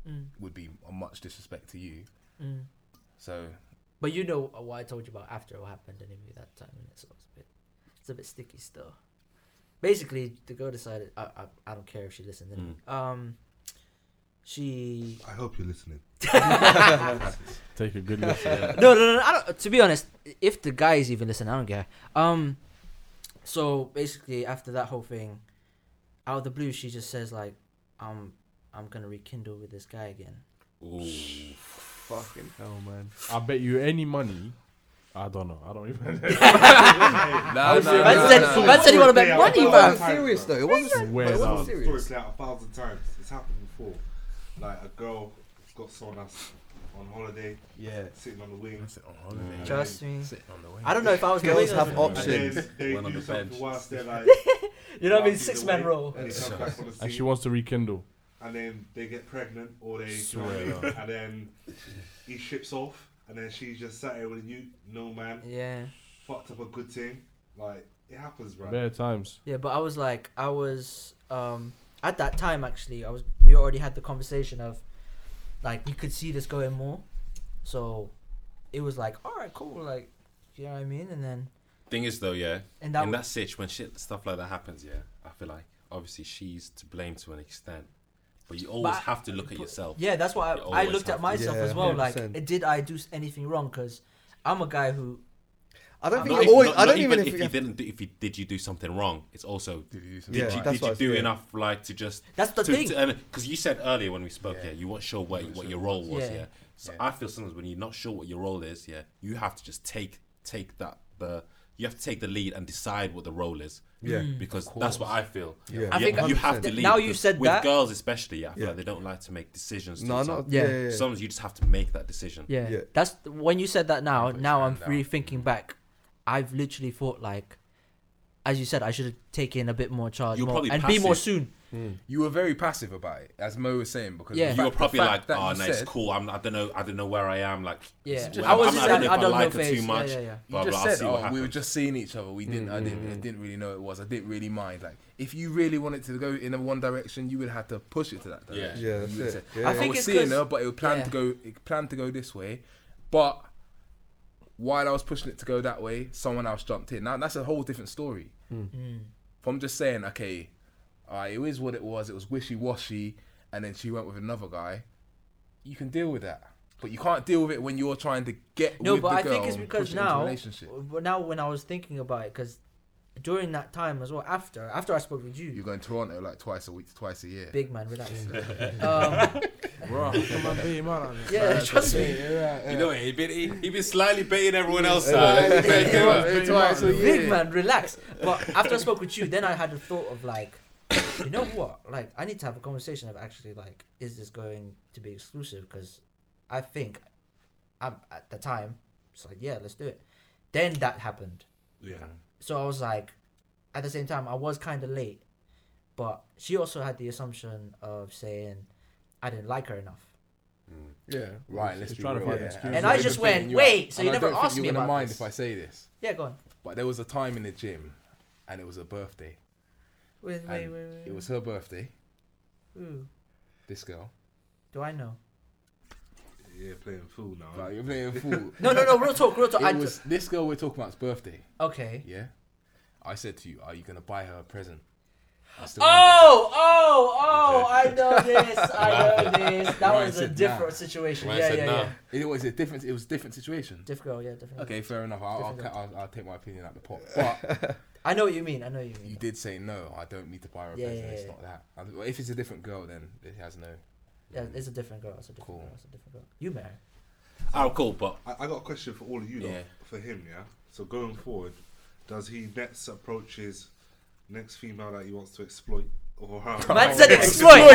Speaker 2: Mm,
Speaker 6: would be a much disrespect to you.
Speaker 2: mm.
Speaker 6: So
Speaker 2: But you know what I told you about after what happened anyway that time, and so it's a bit, it's a bit sticky still. Basically, the girl decided. I I, I don't care if she listened. anyway.
Speaker 6: Hmm.
Speaker 2: Um, she
Speaker 7: I hope you're listening.
Speaker 4: Take a good listen. yeah.
Speaker 2: no, no, no. I don't, to be honest, if the guy is even listening, I don't care. Um, so basically, after that whole thing, out of the blue, she just says like, "I'm, I'm gonna rekindle with this guy again."
Speaker 1: Ooh.
Speaker 5: Fucking hell, man.
Speaker 4: I bet you any money. I don't know. I don't even.
Speaker 6: no, no,
Speaker 4: said-
Speaker 6: no,
Speaker 4: I
Speaker 6: no,
Speaker 2: said-
Speaker 6: no,
Speaker 2: man said he wanna bet
Speaker 7: Yeah,
Speaker 2: money,
Speaker 7: I
Speaker 5: It
Speaker 7: know.
Speaker 2: fam.
Speaker 5: wasn't serious though. It wasn't.
Speaker 4: Where
Speaker 5: it
Speaker 4: now?
Speaker 5: wasn't
Speaker 7: story
Speaker 5: serious.
Speaker 7: played out a thousand times. It's happened before. Like a girl got someone else on holiday,
Speaker 5: Yeah.
Speaker 7: sitting on the
Speaker 6: I'm
Speaker 7: wing.
Speaker 6: sitting on holiday.
Speaker 7: Mm.
Speaker 2: Trust me.
Speaker 6: Sitting on the wing.
Speaker 2: I don't know if I was
Speaker 5: Girls
Speaker 2: the
Speaker 5: have
Speaker 1: options.
Speaker 7: And
Speaker 5: options.
Speaker 7: then they
Speaker 1: One on
Speaker 7: do
Speaker 1: the
Speaker 7: something
Speaker 1: bench.
Speaker 7: whilst they're like,
Speaker 2: You know what I mean?
Speaker 7: laughing
Speaker 2: Six
Speaker 7: the
Speaker 2: man
Speaker 7: way,
Speaker 2: roll.
Speaker 7: And, they come back on the
Speaker 4: And
Speaker 7: seat,
Speaker 4: she wants to rekindle.
Speaker 7: and then they get pregnant, or they, you know what I mean? and then he ships off, and then she's just sat here with you, no man,
Speaker 2: Yeah.
Speaker 7: fucked up a good thing. Like it happens, bro.
Speaker 4: Bare times.
Speaker 2: Yeah, but I was like, I was um at that time actually. I was we already had the conversation of like you could see this going more, so it was like, all right, cool, like you know what I mean, and then
Speaker 1: Thing is, though, yeah,
Speaker 2: and that
Speaker 1: in
Speaker 2: was,
Speaker 1: that sitch when shit stuff like that happens, yeah, I feel like obviously she's to blame to an extent, but you always
Speaker 2: But-
Speaker 1: have to look at yourself.
Speaker 2: yeah, that's why
Speaker 1: You
Speaker 2: I, I
Speaker 1: always
Speaker 2: looked
Speaker 1: have
Speaker 2: at
Speaker 1: to-
Speaker 2: myself
Speaker 5: Yeah,
Speaker 2: as well. Like, eh,
Speaker 5: 100%.
Speaker 2: did I do s- anything wrong? Because I'm a guy who
Speaker 5: I don't
Speaker 2: Not
Speaker 5: think.
Speaker 1: if-
Speaker 5: it always,
Speaker 1: not-
Speaker 5: I
Speaker 1: not
Speaker 5: don't even.
Speaker 1: if,
Speaker 5: if
Speaker 1: you didn't. Do, if you did, you do something wrong. It's also
Speaker 6: Did you do something
Speaker 1: did
Speaker 5: Yeah,
Speaker 6: like
Speaker 1: you,
Speaker 5: that's
Speaker 1: did
Speaker 5: what I
Speaker 1: you
Speaker 5: was
Speaker 1: do
Speaker 5: saying.
Speaker 1: enough like to just
Speaker 2: that's the thing.
Speaker 1: because you said earlier when we spoke, yeah,
Speaker 6: Yeah.
Speaker 1: you weren't sure what
Speaker 6: Not
Speaker 1: what
Speaker 6: sure.
Speaker 1: your role was, yeah.
Speaker 2: Yeah.
Speaker 1: So
Speaker 6: Yeah.
Speaker 1: I feel sometimes when you're not sure what your role is, yeah, you have to just take take that the you have to take the lead and decide what the role is.
Speaker 5: Yeah.
Speaker 2: Mm.
Speaker 1: because
Speaker 6: Of
Speaker 1: that's what I feel.
Speaker 5: Yeah.
Speaker 2: I
Speaker 1: you,
Speaker 2: think
Speaker 1: you have to
Speaker 2: 100%.
Speaker 1: lead.
Speaker 2: Now you
Speaker 1: because
Speaker 2: said
Speaker 1: with
Speaker 2: that-
Speaker 1: girls especially, yeah, I feel
Speaker 5: Yeah.
Speaker 1: like they don't like to make decisions.
Speaker 5: No,
Speaker 1: no.
Speaker 5: not.
Speaker 2: Yeah.
Speaker 5: Yeah. yeah, yeah.
Speaker 1: Sometimes you just have to make that decision.
Speaker 2: Yeah.
Speaker 5: Yeah.
Speaker 2: That's th- when you said that now,
Speaker 6: Put
Speaker 2: now
Speaker 6: your
Speaker 2: I'm
Speaker 6: hand
Speaker 2: really
Speaker 6: down.
Speaker 2: thinking back. I've literally thought like as you said, I should have taken a bit more charge
Speaker 1: You're
Speaker 2: more,
Speaker 1: probably
Speaker 2: and be more
Speaker 1: passive.
Speaker 2: soon.
Speaker 5: Mm.
Speaker 6: You were very passive about it, as Mo was saying, because
Speaker 2: Yeah.
Speaker 1: You
Speaker 2: You
Speaker 6: the fact-
Speaker 1: were
Speaker 6: the
Speaker 1: probably
Speaker 6: fact
Speaker 1: like,
Speaker 6: that
Speaker 1: oh,
Speaker 6: you
Speaker 1: no, it's
Speaker 6: said-
Speaker 1: cool. I'm, I don't know. I don't know where I am. Like,
Speaker 2: Yeah.
Speaker 1: it's-
Speaker 6: I was
Speaker 1: I'm-
Speaker 6: just
Speaker 1: I don't
Speaker 6: like,
Speaker 1: know
Speaker 2: I
Speaker 1: if I
Speaker 2: don't know
Speaker 1: like it
Speaker 2: face.
Speaker 1: too
Speaker 2: Yeah,
Speaker 1: much.
Speaker 2: yeah, yeah.
Speaker 6: You
Speaker 1: Blah, blah,
Speaker 6: just
Speaker 1: I'll
Speaker 6: said,
Speaker 1: see what
Speaker 6: oh, we were
Speaker 1: happens.
Speaker 6: just seeing each other. We didn't, I
Speaker 2: Mm-hmm.
Speaker 6: didn't, I didn't really know it was. I didn't really mind. Like, if you really wanted to go in a one direction, you would have to push it to that
Speaker 1: Yeah.
Speaker 6: direction.
Speaker 5: Yeah, that's
Speaker 6: You would
Speaker 5: it.
Speaker 6: say,
Speaker 5: Yeah.
Speaker 6: I,
Speaker 5: I
Speaker 2: think
Speaker 6: was
Speaker 2: it's
Speaker 6: seeing
Speaker 2: 'cause-
Speaker 6: her, but it was planned
Speaker 2: yeah.
Speaker 6: to go, it planned to go this way, but while I was pushing it to go that way, someone else jumped in. Now that's a whole different story.
Speaker 2: Mm.
Speaker 6: From just saying, okay, uh, it is what it was. It was wishy washy, and then she went with another guy. You can deal with that, but you can't deal with it when you're trying to get
Speaker 2: No,
Speaker 6: with
Speaker 2: but
Speaker 6: the
Speaker 2: I
Speaker 6: girl
Speaker 2: think it's
Speaker 6: and
Speaker 2: because
Speaker 6: push it into a
Speaker 2: now,
Speaker 6: relationship.
Speaker 2: but now when I was thinking about it, because during that time as well, after after I spoke with you,
Speaker 6: You go in Toronto like twice a week, twice a year.
Speaker 2: big man, relax. um,
Speaker 4: Bro, come on, be man. on this.
Speaker 2: yeah, trust me.
Speaker 1: You know, he'd been, he- he'd been slightly baiting everyone else uh,
Speaker 6: Yeah,
Speaker 1: out.
Speaker 6: yeah, yeah,
Speaker 4: Yeah.
Speaker 6: twice a year.
Speaker 2: Big man, relax. But after I spoke with you, then I had a thought of like, you know what? Like, I need to have a conversation of actually like, is this going to be exclusive? Because I think, I'm at the time, it's like yeah, let's do it. Then that happened.
Speaker 7: Yeah.
Speaker 2: So I was like, at the same time, I was kind of late, but she also had the assumption of saying I didn't like her enough.
Speaker 5: Yeah.
Speaker 6: Right, let's
Speaker 4: He's
Speaker 6: be
Speaker 4: trying to
Speaker 6: real.
Speaker 4: find
Speaker 6: yeah.
Speaker 4: excuses.
Speaker 2: And I just went,
Speaker 6: And
Speaker 2: wait, so
Speaker 6: and
Speaker 2: you
Speaker 6: I
Speaker 2: never
Speaker 6: don't think
Speaker 2: asked me
Speaker 6: you're gonna
Speaker 2: about
Speaker 6: mind
Speaker 2: this.
Speaker 6: if I say this,
Speaker 2: Yeah, go on.
Speaker 6: but there was a time in the gym, and it was a birthday.
Speaker 2: Wait, wait, wait,
Speaker 6: And
Speaker 2: wait.
Speaker 6: It was her birthday.
Speaker 2: Ooh,
Speaker 6: This girl.
Speaker 2: do I know?
Speaker 7: Yeah, playing fool now.
Speaker 6: Like you're playing fool.
Speaker 2: No, no, no. Real talk, real talk. I
Speaker 6: it
Speaker 2: d-
Speaker 6: was this girl we're talking about's birthday.
Speaker 2: okay.
Speaker 6: Yeah. I said to you, are you gonna buy her a present? I still
Speaker 2: Oh, oh, oh! I know this. I know this. That
Speaker 6: Ryan
Speaker 2: was a
Speaker 6: said
Speaker 2: different
Speaker 6: nah.
Speaker 2: situation.
Speaker 1: Ryan
Speaker 2: yeah,
Speaker 1: said
Speaker 2: yeah,
Speaker 1: nah.
Speaker 2: yeah.
Speaker 6: remember. it was a different. It was a different situation.
Speaker 2: Diff girl, yeah, definitely.
Speaker 6: Okay, fair enough. I'll, I'll,
Speaker 2: Different
Speaker 6: I'll, I'll take my opinion out the pot. But
Speaker 2: I know what you mean. I know what you mean.
Speaker 6: you did say no. I don't need to buy her a
Speaker 2: Yeah,
Speaker 6: present.
Speaker 2: yeah,
Speaker 6: It's
Speaker 2: yeah.
Speaker 6: not that. I- well, If it's a different girl, then it has no.
Speaker 2: Yeah, it's a different girl. It's a different
Speaker 6: Cool.
Speaker 2: girl. It's a different girl. You married.
Speaker 1: Oh, cool, but
Speaker 7: I, I got a question for all of you, lot,
Speaker 1: Yeah.
Speaker 7: for him, yeah? So going forward, does he next approach his next female that he wants to exploit? Or
Speaker 2: Man said exploit.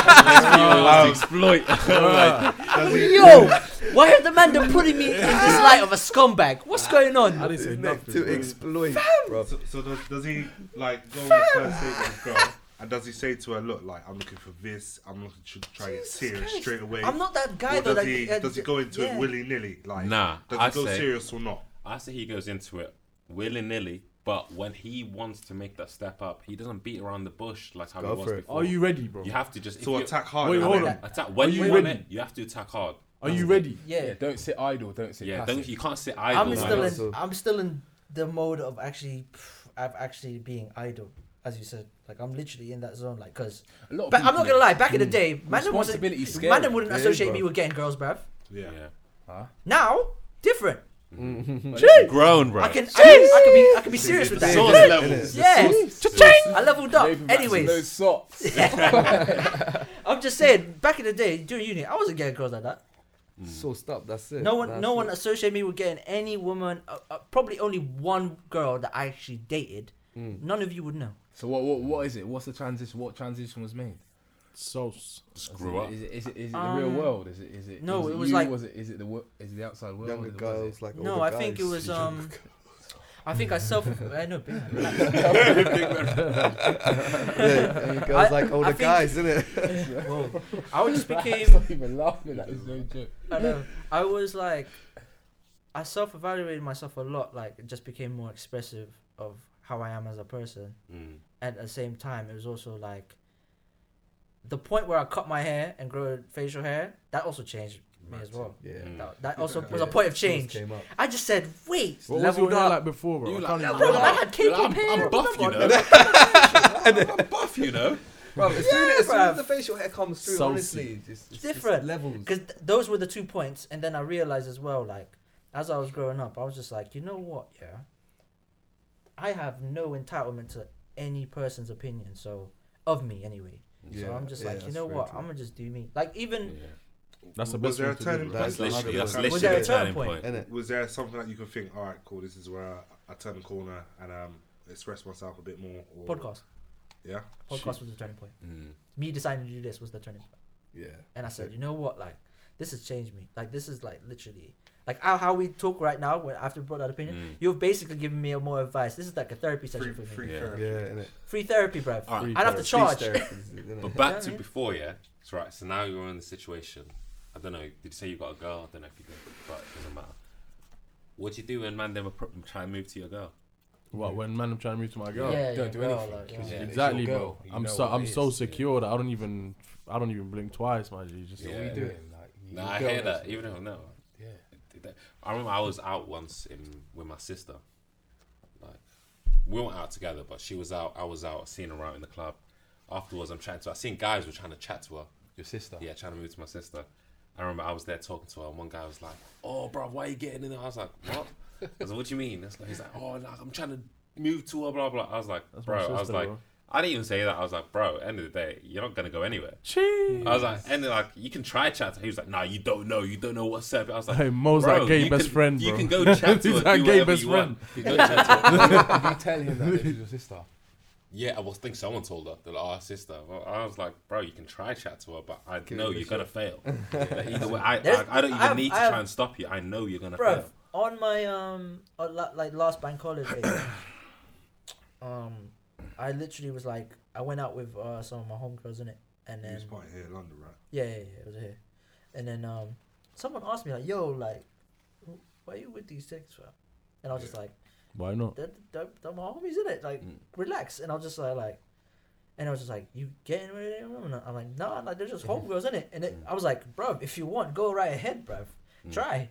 Speaker 1: exploit.
Speaker 7: does he,
Speaker 2: Yo, why have the man done putting me in this light of a scumbag? What's going
Speaker 4: I
Speaker 2: on?
Speaker 4: didn't say nothing.
Speaker 5: To
Speaker 4: bro.
Speaker 5: exploit, bro.
Speaker 7: So, so does, does he like go on the first date with a girl and does he say to her, "Look, like I'm looking for this. I'm looking to try and get
Speaker 2: Jesus
Speaker 7: serious
Speaker 2: Christ.
Speaker 7: straight away."
Speaker 2: I'm not that guy
Speaker 7: Or
Speaker 2: though.
Speaker 7: does
Speaker 2: that-
Speaker 7: he
Speaker 2: uh,
Speaker 7: does he go into
Speaker 2: yeah.
Speaker 7: it willy nilly? Like,
Speaker 1: Nah,
Speaker 7: does
Speaker 1: I'd
Speaker 7: he go
Speaker 1: say-
Speaker 7: serious or not?
Speaker 1: I say he goes into it willy nilly, but when he wants to make that step up, he doesn't beat around the bush like how
Speaker 5: Go
Speaker 1: he was
Speaker 5: for it.
Speaker 1: before.
Speaker 4: Are you ready, bro?
Speaker 1: You have to just if
Speaker 7: So
Speaker 1: you-
Speaker 7: attack hard.
Speaker 4: Wait,
Speaker 7: and
Speaker 4: hold
Speaker 7: then-
Speaker 4: on.
Speaker 1: Attack when
Speaker 4: Are
Speaker 1: you
Speaker 4: you
Speaker 1: want
Speaker 4: ready?
Speaker 1: it. You have to attack hard.
Speaker 4: Are you ready?
Speaker 2: Yeah,
Speaker 6: Don't sit idle. Don't sit.
Speaker 1: Yeah,
Speaker 6: passive.
Speaker 1: don't you can't sit idle.
Speaker 2: I'm
Speaker 1: man.
Speaker 2: still
Speaker 5: So-
Speaker 2: in. I'm still in the mode of actually, pff, of actually being idle, as you said. Like I'm literally in that zone. Like, cause,
Speaker 6: A lot of
Speaker 2: but I'm
Speaker 6: people-
Speaker 2: not gonna lie. Back in the day, man wasn't.
Speaker 6: Responsibility's scary.
Speaker 2: Man wouldn't
Speaker 5: Yeah,
Speaker 2: associate
Speaker 5: bro.
Speaker 2: me with getting girls, bruv.
Speaker 7: Yeah.
Speaker 1: Yeah.
Speaker 2: Now, different.
Speaker 1: Grown, bro.
Speaker 2: I can, I can, I can be, I can be serious with
Speaker 1: the
Speaker 2: that.
Speaker 1: source
Speaker 2: Yeah.
Speaker 1: levels.
Speaker 2: Yeah, Cha-ching! I leveled up.
Speaker 6: Maybe matching those
Speaker 2: Anyways,
Speaker 6: socks.
Speaker 2: I'm just saying. Back in the day, during uni, I wasn't getting girls like that.
Speaker 5: Sourced up. That's it.
Speaker 2: No one,
Speaker 5: That's
Speaker 2: no one
Speaker 5: it.
Speaker 2: associated me with getting any woman. Uh, uh, probably only one girl that I actually dated.
Speaker 5: Mm.
Speaker 2: None of you would know.
Speaker 6: So what, what? What is it? What's the transition? What transition was made?
Speaker 4: Sauce.
Speaker 1: Screw up.
Speaker 6: Is it? Is it? Is it the
Speaker 2: Um,
Speaker 6: real world? Is it? Is it?
Speaker 2: no,
Speaker 6: was
Speaker 2: it was
Speaker 6: you?
Speaker 2: like-
Speaker 6: Was it? Is it the? wo- Is it the outside world?
Speaker 5: Younger
Speaker 6: Was it- was
Speaker 5: girls,
Speaker 6: it-
Speaker 5: like all
Speaker 2: No,
Speaker 5: the
Speaker 2: I think it
Speaker 5: guys.
Speaker 2: was um. I think I self. I know. big man, relax.
Speaker 5: yeah, and girls
Speaker 2: I-
Speaker 5: like
Speaker 2: I
Speaker 5: older
Speaker 2: think-
Speaker 5: guys, isn't it?
Speaker 2: Whoa. I was just
Speaker 6: It's
Speaker 2: became.
Speaker 6: not even laughing. That is no joke.
Speaker 2: I know. I was like, I self-evaluated myself a lot. Like, it just became more expressive of how I am as a person.
Speaker 1: Mm.
Speaker 2: At the same time, it was also like. The point where I cut my hair and grow facial hair, that also changed me as well.
Speaker 5: Yeah.
Speaker 1: mm.
Speaker 2: That, that also was a
Speaker 5: Yeah.
Speaker 2: point of
Speaker 5: Source
Speaker 2: change.
Speaker 5: Came up.
Speaker 2: I just said, wait.
Speaker 4: What was your
Speaker 2: leveled
Speaker 4: hair
Speaker 2: up.
Speaker 4: like before, bro?
Speaker 1: You
Speaker 4: I
Speaker 1: like
Speaker 4: can't even
Speaker 1: that
Speaker 2: Hold on, I
Speaker 4: remember.
Speaker 2: had
Speaker 1: You're
Speaker 2: cake
Speaker 1: like, I'm,
Speaker 2: hair.
Speaker 1: I'm buff, you know. I'm buff, you know.
Speaker 5: Bro, as, soon, as, soon
Speaker 2: bruv.
Speaker 5: as the facial hair comes through,
Speaker 4: Saucy.
Speaker 5: honestly, just, just
Speaker 2: Different.
Speaker 5: levels.
Speaker 2: because th- those were the two points and then i realized as well like as i was growing up i was just like you know what yeah i have no entitlement to any person's opinion so of me anyway so i'm just
Speaker 5: yeah,
Speaker 2: like you
Speaker 5: that's
Speaker 2: know
Speaker 5: very
Speaker 2: what
Speaker 5: true.
Speaker 2: i'm gonna just do me like even
Speaker 4: That's the best
Speaker 7: Was there
Speaker 4: way
Speaker 7: a
Speaker 4: to do it,
Speaker 7: turning
Speaker 4: bro.
Speaker 5: That's
Speaker 1: That's literally, that's
Speaker 5: Was
Speaker 1: literally
Speaker 2: there a
Speaker 1: the
Speaker 2: turn
Speaker 1: turning
Speaker 2: point?
Speaker 1: point.
Speaker 5: Isn't it?
Speaker 7: Was there something that you could think? All right, cool. This is where I, I turn the corner and um, express myself a bit more. Or,
Speaker 2: podcast
Speaker 7: Yeah.
Speaker 2: podcast was the turning point
Speaker 1: Mm.
Speaker 2: me deciding to do this was the turning point
Speaker 5: Yeah.
Speaker 2: and i said you know what like this has changed me like this is like literally Like how, how we talk right now, when, after we brought that opinion,
Speaker 1: Mm.
Speaker 2: you've basically given me more advice. This is like a therapy session
Speaker 7: Free,
Speaker 2: for me.
Speaker 7: free
Speaker 1: Yeah.
Speaker 7: therapy.
Speaker 5: Yeah, innit?
Speaker 2: Free therapy, bro.
Speaker 1: All right.
Speaker 2: I'd have to charge.
Speaker 1: But back to
Speaker 2: Yeah.
Speaker 1: before, yeah. It's right. So now you're in the situation. I don't know. Did you say you got a girl? I don't know if you did, but it doesn't matter. What do you do when man them appro- try and move to your girl?
Speaker 4: What when man, I'm trying to move to my girl.
Speaker 2: Yeah,
Speaker 6: Don't do
Speaker 2: well,
Speaker 6: anything,
Speaker 2: like,
Speaker 6: 'cause
Speaker 2: yeah.
Speaker 6: you- it's
Speaker 4: Exactly,
Speaker 6: your
Speaker 4: bro.
Speaker 6: girl, you
Speaker 4: I'm
Speaker 6: know
Speaker 4: so
Speaker 6: what
Speaker 4: I'm
Speaker 6: it
Speaker 4: so
Speaker 6: is, yeah.
Speaker 4: secure that I don't even I don't even blink twice, my G. Just
Speaker 6: So
Speaker 1: Yeah.
Speaker 6: what are you doing? Like,
Speaker 1: No,
Speaker 6: your
Speaker 1: I
Speaker 6: girl
Speaker 1: hear
Speaker 6: knows
Speaker 1: that.
Speaker 6: you.
Speaker 1: Even though no,
Speaker 6: Yeah.
Speaker 1: Did that- I remember I was out once in with my sister. Like we weren't out together, but she was out. I was out, seeing her out in the club. Afterwards, I'm chatting to. her. I seen guys were trying to chat to her.
Speaker 6: Your sister.
Speaker 1: Yeah, trying to move to my sister. I remember I was there talking to her, and one guy was like, "Oh, bro, why are you getting in there?" I was like, "What?" I was like, "What do you mean?" That's like, he's like, "Oh, like, I'm trying to move to her, blah blah." I was like,
Speaker 4: That's my
Speaker 1: "Bro," I was
Speaker 4: sister,
Speaker 1: like,
Speaker 4: bro.
Speaker 1: "I didn't even say that." I was like, "Bro, end of the day, you're not gonna go anywhere."
Speaker 4: Chee.
Speaker 1: I was like, and they're like, you can try chat. to her." He was like, nah, you don't know, you don't know what's up. I was like,
Speaker 4: Hey, Mo's
Speaker 1: "Bro,
Speaker 4: our gay
Speaker 1: you
Speaker 4: best
Speaker 1: can-
Speaker 4: friend,
Speaker 1: You
Speaker 4: bro."
Speaker 1: can go chat to
Speaker 4: He's
Speaker 1: her,
Speaker 4: our
Speaker 1: do
Speaker 4: gay
Speaker 1: whatever
Speaker 4: best
Speaker 1: you want. You go chat to her.
Speaker 6: Did you tell him that this was your sister?
Speaker 1: yeah, I was think someone told her. They're like, oh, our sister. Well, I was like, bro, you can try chat to her, but I know you're gonna fail. Like, either way, I, I,
Speaker 2: There's-
Speaker 1: I don't even
Speaker 2: I have-
Speaker 1: need to
Speaker 2: I have-
Speaker 1: try and stop you. I know you're gonna
Speaker 2: Bro,
Speaker 1: fail.
Speaker 2: on my um, on la- like last bank holiday, um, I literally was like, I went out with uh some of my homegirls in it, and
Speaker 7: He
Speaker 2: then
Speaker 7: was fighting here in London, right?
Speaker 2: yeah, yeah, yeah, it was here, and then um, someone asked me like, yo, like, wh- why you with these chicks, bro? And I was just like,
Speaker 4: Why not?
Speaker 2: they're, they're, they're my homies in it, like,
Speaker 1: Mm.
Speaker 2: relax. And I was just like, like, and I was just like, you getting with it? I'm like, nah, like they're just homegirls in it, and
Speaker 1: Mm.
Speaker 2: it, I was like, bro, if you want, go right ahead, bro, try.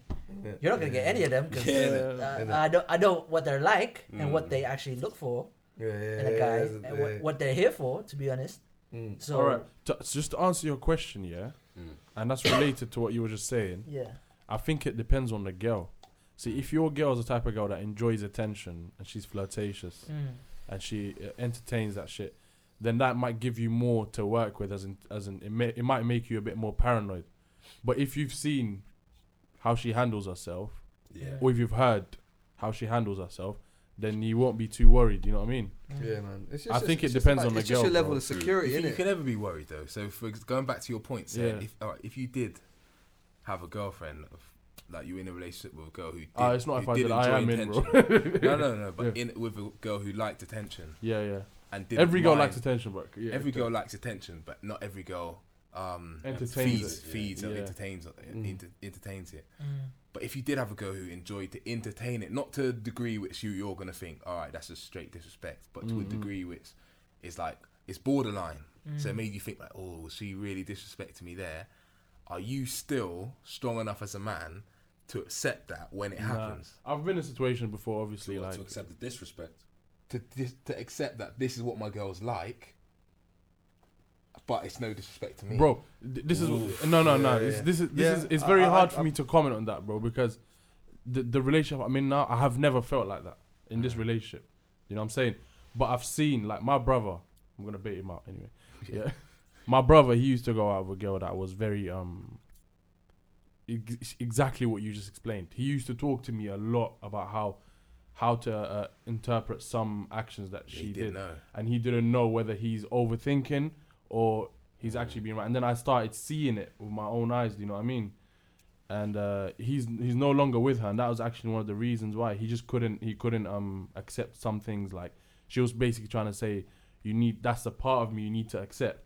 Speaker 2: You're not gonna get any of them because
Speaker 1: Yeah,
Speaker 2: uh, I don't I know what they're like and what
Speaker 1: Mm.
Speaker 2: they actually look for
Speaker 5: Yeah, yeah,
Speaker 2: in a
Speaker 5: yeah,
Speaker 2: guy
Speaker 5: yeah,
Speaker 2: and what,
Speaker 5: yeah.
Speaker 2: what they're here for. To be honest,
Speaker 5: Mm.
Speaker 2: so
Speaker 4: All right. To, just to answer your question, yeah,
Speaker 1: Mm.
Speaker 4: and that's related to what you were just saying.
Speaker 2: yeah,
Speaker 4: I think it depends on the girl. See, if your girl's the type of girl that enjoys attention and she's
Speaker 2: Mm.
Speaker 4: flirtatious and she uh, entertains that shit, then that might give you more to work with. As in, as in, it, may, it might make you a bit more paranoid. But if you've seen how she handles herself,
Speaker 2: Mm.
Speaker 1: Yeah.
Speaker 4: or if you've heard how she handles herself, then you won't be too worried. You know what I mean?
Speaker 2: Mm.
Speaker 5: Yeah, man. It's
Speaker 4: I think it
Speaker 5: it's
Speaker 4: depends
Speaker 5: about-
Speaker 4: on the
Speaker 5: it's just
Speaker 4: girl,
Speaker 5: your level
Speaker 4: bro.
Speaker 5: of security,
Speaker 6: You,
Speaker 5: innit?
Speaker 6: you can never be worried though. So, for ex- going back to your point, saying
Speaker 4: Yeah.
Speaker 6: if alright, if you did have a girlfriend, of- like you were in a relationship with a girl who did,
Speaker 4: Ah, it's not
Speaker 6: who
Speaker 4: if I did,
Speaker 6: enjoy
Speaker 4: I am in, bro.
Speaker 6: attention. no, no, no. But in with a girl who liked attention
Speaker 4: Yeah, yeah.
Speaker 6: and did
Speaker 4: every girl likes attention, bro. Yeah,
Speaker 6: Every girl likes attention, but not every girl um,
Speaker 4: Entertains
Speaker 6: feeds,
Speaker 1: it, yeah.
Speaker 6: feeds or
Speaker 4: Yeah.
Speaker 6: entertains
Speaker 5: Mm.
Speaker 6: enter- entertains it. But if you did have a girl who enjoyed to entertain it, not to a degree which you you're gonna think, all right, that's a straight disrespect, but to a
Speaker 4: Mm, mm.
Speaker 6: degree which is like it's borderline. So it made you think like, oh, was she really disrespecting me there? Are you still strong enough as a man to accept that when it
Speaker 4: Nah.
Speaker 6: happens?
Speaker 4: I've been in a situation before, obviously,
Speaker 1: To,
Speaker 4: like
Speaker 1: to accept the disrespect.
Speaker 6: To dis- to accept that this is what my girl's like, but it's no disrespect to me,
Speaker 4: bro th- this is
Speaker 6: Oof.
Speaker 4: no no no
Speaker 5: Yeah,
Speaker 4: it's,
Speaker 5: yeah.
Speaker 4: this is this
Speaker 5: Yeah,
Speaker 4: is it's
Speaker 5: I-
Speaker 4: very
Speaker 5: I-
Speaker 4: hard
Speaker 5: I-
Speaker 4: for me to comment on that bro because the the relationship i'm in now i have never felt like that in this relationship you know what i'm saying but i've seen like my brother i'm gonna bait him out anyway yeah my brother he used to go out with a girl that was very um ex- exactly what you just explained he used to talk to me a lot about how how to uh, interpret some actions that
Speaker 6: She
Speaker 4: she did
Speaker 6: didn't know.
Speaker 4: and he didn't know whether he's overthinking or he's actually being right. And then I started seeing it with my own eyes. Do you know what I mean? And uh, he's he's no longer with her, and that was actually one of the reasons why he just couldn't he couldn't um accept some things. Like she was basically trying to say, you need that's a part of me you need to accept.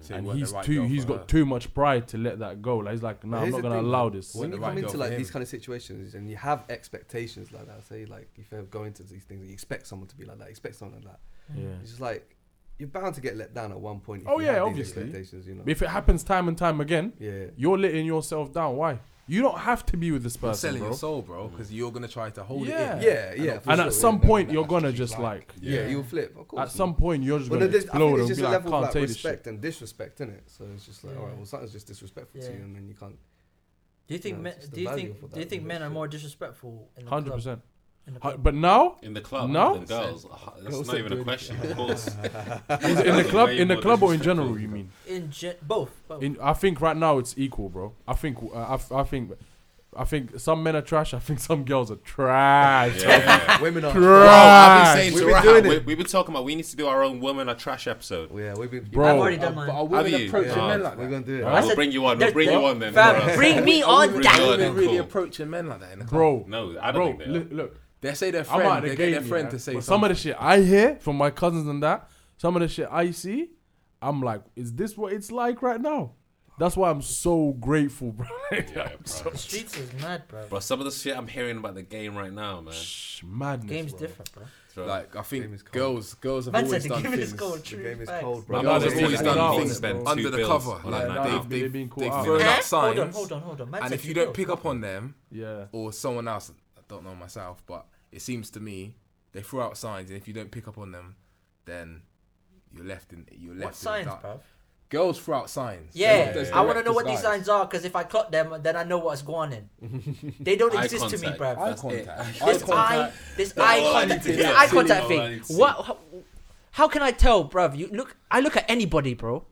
Speaker 6: So it
Speaker 4: and
Speaker 6: weren't the
Speaker 4: he's
Speaker 6: right
Speaker 4: too
Speaker 6: girl
Speaker 4: he's
Speaker 6: for
Speaker 4: got
Speaker 6: her.
Speaker 4: too much pride to let that go. Like he's like, no,
Speaker 5: Here's
Speaker 4: I'm
Speaker 5: the
Speaker 4: not gonna
Speaker 5: thing,
Speaker 4: allow
Speaker 5: like,
Speaker 4: this.
Speaker 6: Wasn't
Speaker 5: When you
Speaker 6: the right
Speaker 5: come
Speaker 6: girl
Speaker 5: into
Speaker 6: for
Speaker 5: like
Speaker 6: him.
Speaker 5: these kind of situations and you have expectations like that, say like if you go into these things, you expect someone to be like that, expect someone like that.
Speaker 4: Yeah.
Speaker 5: It's just like you're bound to get let down at one point. if
Speaker 4: Oh,
Speaker 5: you
Speaker 4: yeah,
Speaker 5: have these
Speaker 4: obviously.
Speaker 5: Expectations, you know.
Speaker 4: If it happens time and time again,
Speaker 5: yeah.
Speaker 4: you're letting yourself down. Why? You don't have to be with this
Speaker 6: You're
Speaker 4: person,
Speaker 6: selling
Speaker 4: bro.
Speaker 6: your soul, bro, because you're gonna try to hold
Speaker 4: Yeah.
Speaker 6: it in.
Speaker 5: Yeah, yeah.
Speaker 6: not-
Speaker 5: for
Speaker 4: And
Speaker 5: sure,
Speaker 4: at some
Speaker 5: yeah.
Speaker 4: point,
Speaker 6: That's
Speaker 4: you're
Speaker 6: what
Speaker 4: gonna
Speaker 6: she's
Speaker 4: just
Speaker 6: like.
Speaker 4: like
Speaker 5: Yeah, you'll flip. Of course.
Speaker 4: At some point, you're just
Speaker 5: Well,
Speaker 4: going
Speaker 5: there's,
Speaker 4: to
Speaker 5: I think it's
Speaker 4: explode and
Speaker 5: just
Speaker 4: be
Speaker 5: a
Speaker 4: like,
Speaker 5: level
Speaker 4: I
Speaker 5: of
Speaker 4: can't
Speaker 5: like
Speaker 4: take this shit.
Speaker 5: respect and disrespect in it. So it's just like,
Speaker 2: Yeah.
Speaker 5: all right, well, something's just disrespectful to
Speaker 2: Yeah.
Speaker 5: you, and then you can't.
Speaker 2: do you think
Speaker 5: No,
Speaker 2: men,
Speaker 5: it's just
Speaker 2: do you
Speaker 5: the value for
Speaker 2: think do you
Speaker 5: that
Speaker 2: think men are
Speaker 5: relationship.
Speaker 2: more disrespectful in the
Speaker 4: Hundred
Speaker 2: club?
Speaker 4: percent.
Speaker 2: In the club?
Speaker 4: But now,
Speaker 1: In the club,
Speaker 4: No?
Speaker 1: no, girls. uh, That's
Speaker 5: Girls
Speaker 1: not
Speaker 5: are
Speaker 1: even a
Speaker 5: good.
Speaker 1: question. Of course,
Speaker 4: Is it in the
Speaker 1: Way
Speaker 4: club, in the
Speaker 1: more
Speaker 4: club, or in
Speaker 1: disrespectful.
Speaker 4: general, you mean?
Speaker 2: in gen- both, both.
Speaker 4: In, I think right now it's equal, bro. I think uh, I, I think I think some men are trash. I think some girls are trash.
Speaker 1: Yeah.
Speaker 5: Women are.
Speaker 4: Bro.
Speaker 1: Bro, I've been saying
Speaker 5: We've
Speaker 1: to
Speaker 5: been
Speaker 1: Raha,
Speaker 5: doing
Speaker 1: we-
Speaker 5: it.
Speaker 1: we've been talking about we need to do our own woman a trash episode.
Speaker 5: Yeah, we've been.
Speaker 4: Bro.
Speaker 2: I've already done
Speaker 6: But are
Speaker 2: mine.
Speaker 6: women
Speaker 1: Have you?
Speaker 6: approaching
Speaker 1: Oh.
Speaker 6: men like
Speaker 5: We're
Speaker 6: that?
Speaker 5: gonna do it.
Speaker 2: I
Speaker 1: We'll
Speaker 2: said-
Speaker 1: bring you on. We'll
Speaker 2: No,
Speaker 1: bring you
Speaker 2: bro,
Speaker 1: on then.
Speaker 2: fam,
Speaker 1: bro.
Speaker 2: bring me
Speaker 6: Are
Speaker 2: on
Speaker 6: women
Speaker 1: God,
Speaker 2: that.
Speaker 1: then
Speaker 6: really
Speaker 1: cool.
Speaker 6: approaching men like that in the club?
Speaker 4: Bro,
Speaker 1: No, I don't
Speaker 4: bro,
Speaker 1: think they are.
Speaker 4: li- look.
Speaker 6: They say their
Speaker 4: I'm out
Speaker 6: friend.
Speaker 4: of the
Speaker 6: They
Speaker 4: game.
Speaker 6: get their friend
Speaker 4: yeah.
Speaker 6: to say
Speaker 4: But some of
Speaker 6: something.
Speaker 4: the shit I hear from my cousins and that, some of the shit I see, I'm like, is this what it's like right now? That's why I'm so grateful, bro.
Speaker 1: Yeah, bro.
Speaker 2: Streets is mad, bro.
Speaker 1: Bro, some of the shit I'm hearing about the game right now, man.
Speaker 4: Shh, madness.
Speaker 2: Game's
Speaker 4: bro.
Speaker 2: different, bro.
Speaker 1: Bro.
Speaker 6: Like
Speaker 5: Game
Speaker 6: I
Speaker 5: is
Speaker 6: think
Speaker 5: cold.
Speaker 6: girls, girls have
Speaker 2: Man
Speaker 6: always
Speaker 2: said the
Speaker 6: done
Speaker 2: game is
Speaker 6: things.
Speaker 2: cold.
Speaker 5: The
Speaker 2: True.
Speaker 5: game is
Speaker 2: facts.
Speaker 5: cold, bro.
Speaker 1: Bro,
Speaker 4: Nah,
Speaker 1: I've
Speaker 4: they've
Speaker 1: always
Speaker 4: been
Speaker 1: done
Speaker 4: caught
Speaker 1: things
Speaker 4: out.
Speaker 1: then
Speaker 6: Under
Speaker 1: two
Speaker 6: the
Speaker 1: bills
Speaker 6: cover.
Speaker 1: on that
Speaker 6: Yeah,
Speaker 1: night
Speaker 6: nah,
Speaker 1: out.
Speaker 6: they've-
Speaker 4: They've been
Speaker 6: they've
Speaker 4: caught
Speaker 6: thrown
Speaker 4: out.
Speaker 6: up
Speaker 2: Hold on,
Speaker 6: signs,
Speaker 2: hold on, hold on. Man
Speaker 6: and
Speaker 2: said
Speaker 6: if
Speaker 2: two
Speaker 6: you don't
Speaker 2: bills.
Speaker 6: pick up on them
Speaker 4: Yeah.
Speaker 6: or someone else, I don't know myself, but it seems to me they throw out signs, and if you don't pick up on them, then you're left in you're left
Speaker 2: What
Speaker 6: in
Speaker 2: signs,
Speaker 6: the dark.
Speaker 2: bro?
Speaker 6: Girls throw out signs.
Speaker 2: Yeah,
Speaker 6: There's- there's
Speaker 2: I want to
Speaker 6: direct
Speaker 2: know what these
Speaker 6: disguise.
Speaker 2: signs are because if I clock them, then I know what's going on. they don't
Speaker 1: Eye
Speaker 2: exist to me,
Speaker 1: contact.
Speaker 2: bro.
Speaker 6: Eye
Speaker 1: That's it.
Speaker 6: contact. Eye
Speaker 2: This eye,
Speaker 6: contact.
Speaker 2: this
Speaker 1: That's
Speaker 2: eye
Speaker 1: all I need
Speaker 2: contact,
Speaker 1: to
Speaker 2: this
Speaker 1: hear.
Speaker 2: eye
Speaker 1: That's all
Speaker 2: contact
Speaker 1: I
Speaker 2: thing.
Speaker 1: need to
Speaker 2: What? How, how can I tell, bruv? You look. I look at anybody, bro.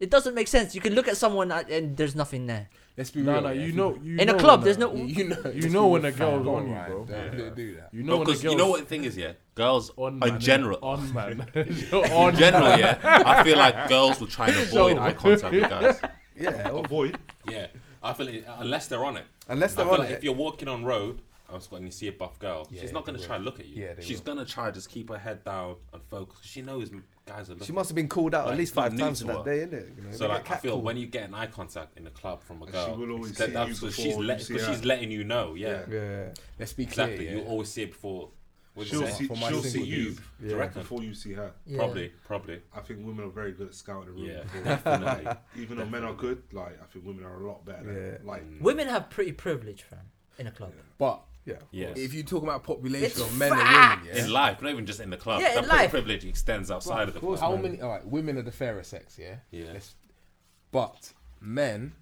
Speaker 2: It doesn't make sense. You can look at someone and- and there's nothing there.
Speaker 6: Let's be
Speaker 4: No,
Speaker 6: real.
Speaker 4: no,
Speaker 6: yeah.
Speaker 4: you know, you
Speaker 2: In
Speaker 4: know
Speaker 2: a club,
Speaker 4: when
Speaker 2: there's
Speaker 4: a-
Speaker 2: no.
Speaker 6: You know,
Speaker 4: You know when a girl's on you, bro.
Speaker 6: Don't don't do that.
Speaker 4: You know when a
Speaker 1: Because
Speaker 4: girl's
Speaker 1: you know what the thing is, yeah? Girls
Speaker 4: on
Speaker 1: are
Speaker 4: man,
Speaker 1: general.
Speaker 4: on man, You're on
Speaker 1: In general, yeah. I feel like girls will try and avoid eye contact with guys.
Speaker 5: Yeah, or-
Speaker 7: Avoid.
Speaker 1: Yeah, I feel it, unless they're on it.
Speaker 5: unless
Speaker 1: I
Speaker 5: they're
Speaker 1: feel
Speaker 5: on
Speaker 1: like
Speaker 5: it.
Speaker 1: if you're walking on road, I'm just going to see a buff girl.
Speaker 6: Yeah,
Speaker 1: she's not going to
Speaker 6: they
Speaker 1: try and
Speaker 6: will.
Speaker 1: look at you.
Speaker 6: Yeah, they
Speaker 1: she's
Speaker 6: will.
Speaker 1: going to try to just keep her head down and focus. 'cause She knows guys are looking.
Speaker 5: She must have been called out
Speaker 1: Like,
Speaker 5: at least
Speaker 1: it's not
Speaker 5: five
Speaker 1: new
Speaker 5: times
Speaker 1: to
Speaker 5: in that
Speaker 1: her.
Speaker 5: day, innit? You know,
Speaker 1: So
Speaker 5: they
Speaker 1: like, I
Speaker 5: get
Speaker 1: feel
Speaker 5: catcalled.
Speaker 1: when you get an eye contact in a club from a
Speaker 7: she
Speaker 1: girl,
Speaker 7: will always
Speaker 1: it's that-
Speaker 7: see
Speaker 1: that's
Speaker 7: you
Speaker 1: because
Speaker 7: before
Speaker 1: she's,
Speaker 7: you
Speaker 1: let,
Speaker 7: see
Speaker 1: because
Speaker 7: her.
Speaker 1: she's letting you know. Yeah,
Speaker 7: Yeah.
Speaker 5: Yeah.
Speaker 6: Let's be clear.
Speaker 1: exactly.
Speaker 6: yeah.
Speaker 1: You always see it before. what do you
Speaker 7: She'll
Speaker 1: say?
Speaker 7: see,
Speaker 6: for my
Speaker 7: she'll see
Speaker 6: single
Speaker 7: you
Speaker 6: dudes.
Speaker 1: Do you reckon?
Speaker 7: before you see her.
Speaker 2: Yeah.
Speaker 1: Probably, probably.
Speaker 7: I think women are very good at scouting the room.
Speaker 1: Yeah,
Speaker 7: before-
Speaker 1: definitely.
Speaker 7: Even though men are good, like I think women are a lot better.
Speaker 5: Yeah.
Speaker 7: Like
Speaker 2: Women have pretty privilege, fam, in a club.
Speaker 6: But
Speaker 5: Yeah.
Speaker 1: Yes.
Speaker 6: if you talk about population
Speaker 2: It's
Speaker 6: of men and women, yeah,
Speaker 1: in life, not even just in the club.
Speaker 2: Yeah,
Speaker 1: that
Speaker 2: in life.
Speaker 1: privilege extends outside of the club.
Speaker 6: how many? All right, women are the fairer sex, yeah.
Speaker 1: Yeah.
Speaker 6: but men,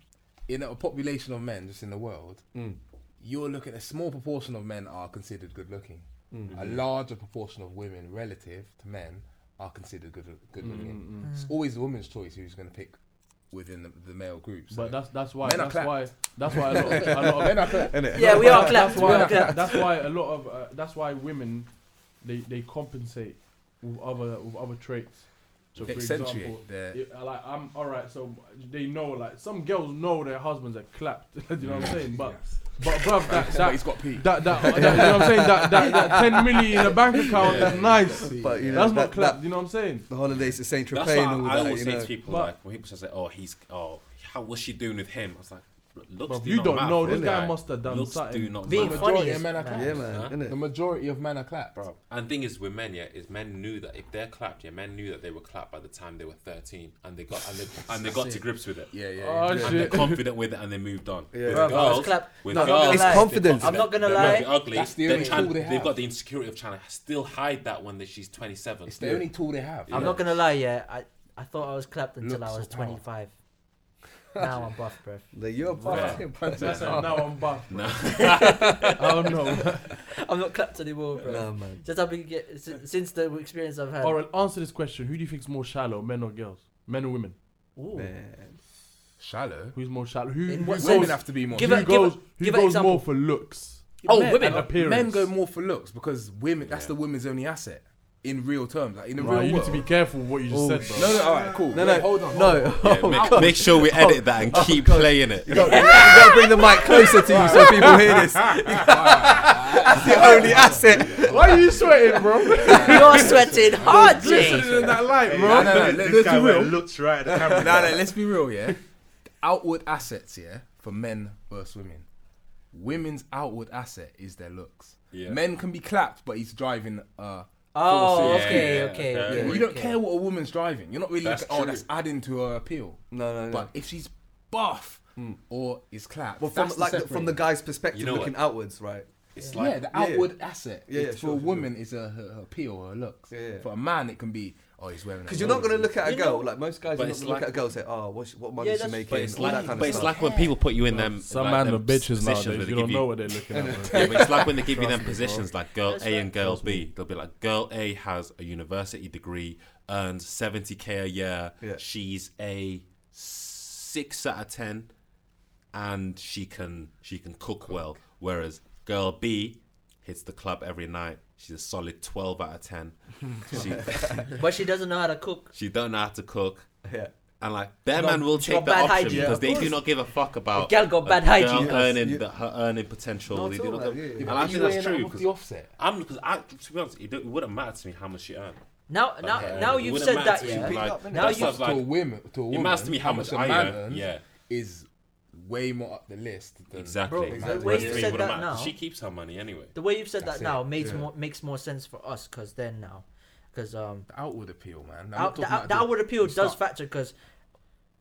Speaker 6: in a population of men just in the world,
Speaker 4: Mm.
Speaker 6: you're looking a small proportion of men are considered good looking.
Speaker 4: Mm.
Speaker 6: A
Speaker 4: Mm-hmm.
Speaker 6: larger proportion of women relative to men are considered good good
Speaker 4: Mm.
Speaker 6: looking.
Speaker 2: Mm.
Speaker 6: It's always the woman's choice who's going to pick within the, the male group. so-
Speaker 4: But that's that's why
Speaker 6: Men are
Speaker 4: that's
Speaker 6: clapped.
Speaker 4: why that's why a lot of, a lot of
Speaker 6: men are clear.
Speaker 5: Innit?
Speaker 2: Yeah, we are clapped.
Speaker 4: that's
Speaker 2: We
Speaker 4: why
Speaker 2: are clapped.
Speaker 4: that's why a lot of uh, that's why women they they compensate with other with other traits. So for
Speaker 6: Accentuate
Speaker 4: example,
Speaker 6: their-
Speaker 4: yeah, like I'm all right. So they know like some girls know their husbands are clapped. Do you know what I'm saying? But but bruv, that
Speaker 6: But
Speaker 4: that.
Speaker 6: he's got pee.
Speaker 4: That, that, that, you know what I'm saying? That, that, that 10 million in a bank account is nice.
Speaker 5: But you know,
Speaker 4: That's
Speaker 5: that,
Speaker 4: not clapped,
Speaker 5: that-
Speaker 4: you know what I'm saying?
Speaker 5: the holidays to Saint
Speaker 1: That's
Speaker 5: Tropez and all
Speaker 1: what I, I
Speaker 5: that.
Speaker 1: always
Speaker 5: You
Speaker 1: say
Speaker 5: know.
Speaker 1: to people.
Speaker 4: But-
Speaker 1: like when people say, "Oh, he's oh, how was she doing with him?" I was like, "Look, "Looks
Speaker 4: Bruv,
Speaker 1: do
Speaker 4: you
Speaker 1: not
Speaker 4: don't
Speaker 1: matter,
Speaker 4: know, this
Speaker 1: innit?
Speaker 4: guy
Speaker 1: Like,
Speaker 4: must have done
Speaker 1: looks
Speaker 4: something.
Speaker 1: do not
Speaker 2: Being
Speaker 1: matter,
Speaker 2: funny
Speaker 6: Majority
Speaker 2: is
Speaker 6: of men are
Speaker 2: mad.
Speaker 6: clapped.
Speaker 5: Yeah, man.
Speaker 1: Huh?
Speaker 6: The
Speaker 5: Innit?
Speaker 6: majority of men are clapped.
Speaker 1: bro. And thing is, with men, yeah, is men knew that if they're clapped, yeah, men knew that they were clapped by the time they were thirteen, and they got and they, and they got to grips with it,
Speaker 6: Yeah, yeah.
Speaker 4: Oh,
Speaker 6: yeah.
Speaker 1: and they're
Speaker 4: shit.
Speaker 1: confident with it, and they moved on.
Speaker 5: Yeah.
Speaker 1: With
Speaker 5: Bro,
Speaker 2: I was clapped.
Speaker 1: with
Speaker 2: No, I'm not
Speaker 1: girls,
Speaker 2: gonna
Speaker 5: It's
Speaker 2: lie.
Speaker 5: confidence.
Speaker 2: I'm not gonna
Speaker 1: they're
Speaker 2: lie.
Speaker 1: not ugly.
Speaker 6: That's the
Speaker 1: they're
Speaker 6: only
Speaker 1: trying-
Speaker 6: tool they
Speaker 1: They've
Speaker 6: have.
Speaker 1: got the insecurity of trying to still hide that when they, she's twenty-seven.
Speaker 6: It's the only tool they have.
Speaker 2: I'm not gonna lie, yeah. I, I thought I was clapped until
Speaker 6: Looks
Speaker 2: I was
Speaker 6: of power.
Speaker 2: 25. now I'm buff, bruv.
Speaker 5: Like, you're
Speaker 1: Yeah.
Speaker 5: fucking
Speaker 4: That's it, now I'm buff.
Speaker 1: No.
Speaker 4: I don't know.
Speaker 2: I'm not clapped anymore, bro.
Speaker 5: Nah, man.
Speaker 2: Just I've been get, since, since the experience I've had.
Speaker 4: All right, answer this question. Who do you think's more shallow, men or girls? Men or women?
Speaker 2: Ooh.
Speaker 5: Man.
Speaker 6: Shallow.
Speaker 4: Who's more shallow? Who,
Speaker 2: In
Speaker 4: who
Speaker 2: what
Speaker 4: goes,
Speaker 2: sense?
Speaker 6: Women have to be more.
Speaker 2: Give
Speaker 4: who
Speaker 2: a- give
Speaker 4: goes, who
Speaker 2: give an
Speaker 4: goes
Speaker 2: example.
Speaker 4: more for looks?
Speaker 2: Oh,
Speaker 6: Men-
Speaker 2: women.
Speaker 4: and appearance.
Speaker 6: Men go more for looks because women. That's
Speaker 1: Yeah.
Speaker 6: the women's only asset in real terms. Like in the
Speaker 4: Right,
Speaker 6: real
Speaker 4: you
Speaker 6: world.
Speaker 4: need to be careful what you just
Speaker 5: Oh,
Speaker 4: said, bro.
Speaker 6: No, no, all right, cool.
Speaker 5: No,
Speaker 6: Wait,
Speaker 5: no,
Speaker 6: hold on. hold on.
Speaker 5: no.
Speaker 1: Yeah, make, make sure we edit that and keep playing it.
Speaker 5: You gotta, you gotta bring the mic closer to you so people hear this. That's the only asset.
Speaker 4: Why are you sweating, bro?
Speaker 2: You're sweating hard, Jay.
Speaker 4: Glistening in that light,
Speaker 6: No,
Speaker 4: bro.
Speaker 6: no, no, let-
Speaker 7: this
Speaker 6: let's
Speaker 7: guy
Speaker 6: be
Speaker 7: went
Speaker 6: real.
Speaker 7: and looked right at the camera.
Speaker 6: No, no, let's be real, yeah. Outward assets, yeah, for men versus women. Women's outward asset is their looks.
Speaker 1: Yeah.
Speaker 6: Men can be clapped, but he's driving. Uh,
Speaker 2: Oh,
Speaker 6: Forces.
Speaker 1: Yeah,
Speaker 2: okay,
Speaker 1: yeah,
Speaker 2: okay.
Speaker 1: yeah.
Speaker 2: okay,
Speaker 6: you don't
Speaker 2: okay.
Speaker 6: care what a woman's driving. You're not really.
Speaker 1: That's
Speaker 6: Looking, oh,
Speaker 1: true.
Speaker 6: that's adding to her appeal.
Speaker 5: No, no, no.
Speaker 6: But if she's buff or is clapped,
Speaker 5: well, from
Speaker 6: that's
Speaker 5: like
Speaker 6: the
Speaker 5: the, from the
Speaker 6: separator.
Speaker 5: guy's perspective,
Speaker 1: You know
Speaker 5: looking outwards, right?
Speaker 1: It's
Speaker 6: yeah,
Speaker 1: like
Speaker 6: the
Speaker 5: yeah.
Speaker 6: outward asset
Speaker 5: Yeah,
Speaker 6: is
Speaker 5: yeah,
Speaker 6: for
Speaker 5: sure,
Speaker 6: a
Speaker 5: sure,
Speaker 6: woman is a, her, her appeal, her looks.
Speaker 5: Yeah, yeah.
Speaker 6: For a man, it can be oh, he's wearing.
Speaker 5: Because you're not gonna look at a
Speaker 2: You know-
Speaker 5: girl like most guys.
Speaker 1: But
Speaker 5: You're not
Speaker 1: it's
Speaker 5: gonna look
Speaker 1: like-
Speaker 5: at a girl and say, "Oh, what, sh- what money
Speaker 2: Yeah,
Speaker 5: is she
Speaker 2: that's-
Speaker 5: making?"
Speaker 1: But it's
Speaker 5: all that
Speaker 1: like,
Speaker 5: kind
Speaker 1: but
Speaker 5: of
Speaker 1: it's
Speaker 5: stuff.
Speaker 1: like when people put you in them.
Speaker 4: Some
Speaker 1: like,
Speaker 4: man
Speaker 1: them
Speaker 4: are bitches
Speaker 1: positions that
Speaker 4: nowadays.
Speaker 1: they
Speaker 4: You
Speaker 1: give
Speaker 4: don't know what they're looking at. bro.
Speaker 1: Yeah, but it's like when they give you them positions, like girl A and girl B. They'll be like, girl A has a university degree, earns 70k a year.
Speaker 5: Yeah.
Speaker 1: She's a six out of ten. and she can she can cook well. Whereas girl B hits the club every night. She's a solid twelve out of ten. She
Speaker 2: but she doesn't know how to cook.
Speaker 1: she don't know how to cook.
Speaker 5: Yeah.
Speaker 1: And like their
Speaker 2: got-
Speaker 1: man will
Speaker 2: she
Speaker 1: take
Speaker 2: got
Speaker 1: the
Speaker 2: bad
Speaker 1: option
Speaker 2: hygiene.
Speaker 1: because
Speaker 5: Yeah, of
Speaker 1: they do
Speaker 5: course.
Speaker 1: not give a fuck about
Speaker 2: girl got
Speaker 1: a
Speaker 2: bad
Speaker 1: girl
Speaker 2: hygiene.
Speaker 1: earning
Speaker 5: Yes.
Speaker 1: the, her earning potential.
Speaker 5: No,
Speaker 1: they
Speaker 5: at
Speaker 1: do
Speaker 5: all,
Speaker 1: not-
Speaker 5: like, yeah, yeah.
Speaker 1: And I think that's true. 'cause
Speaker 6: The offset.
Speaker 1: I'm because I to be honest, it, don't, it wouldn't matter to me how much she earned.
Speaker 2: Now, now,
Speaker 1: Like,
Speaker 2: now
Speaker 1: it
Speaker 2: you've
Speaker 1: wouldn't
Speaker 2: said
Speaker 1: matter
Speaker 2: that,
Speaker 1: to me,
Speaker 2: yeah.
Speaker 1: like,
Speaker 5: Now
Speaker 1: that's
Speaker 2: you've-
Speaker 1: not like-
Speaker 6: to a women, to a woman,
Speaker 1: it matters to me how much
Speaker 6: a
Speaker 1: I
Speaker 6: man
Speaker 1: earn.
Speaker 6: earns
Speaker 1: Yeah,
Speaker 6: is way more up the list. Than
Speaker 1: exactly.
Speaker 2: Bro,
Speaker 6: the way
Speaker 1: Whereas
Speaker 6: you
Speaker 1: to me, it
Speaker 2: said
Speaker 1: wouldn't
Speaker 2: that
Speaker 1: matter, 'cause
Speaker 2: now-
Speaker 1: she keeps her money anyway.
Speaker 2: The way you've said
Speaker 6: That's
Speaker 2: that
Speaker 6: it,
Speaker 2: now makes
Speaker 6: yeah.
Speaker 2: more makes more sense for us because then now, because um,
Speaker 6: The outward appeal, man. I'm
Speaker 2: out,
Speaker 6: not
Speaker 2: the,
Speaker 6: talking
Speaker 2: out-
Speaker 6: about
Speaker 2: the outward appeal
Speaker 6: the
Speaker 2: does
Speaker 6: start.
Speaker 2: factor because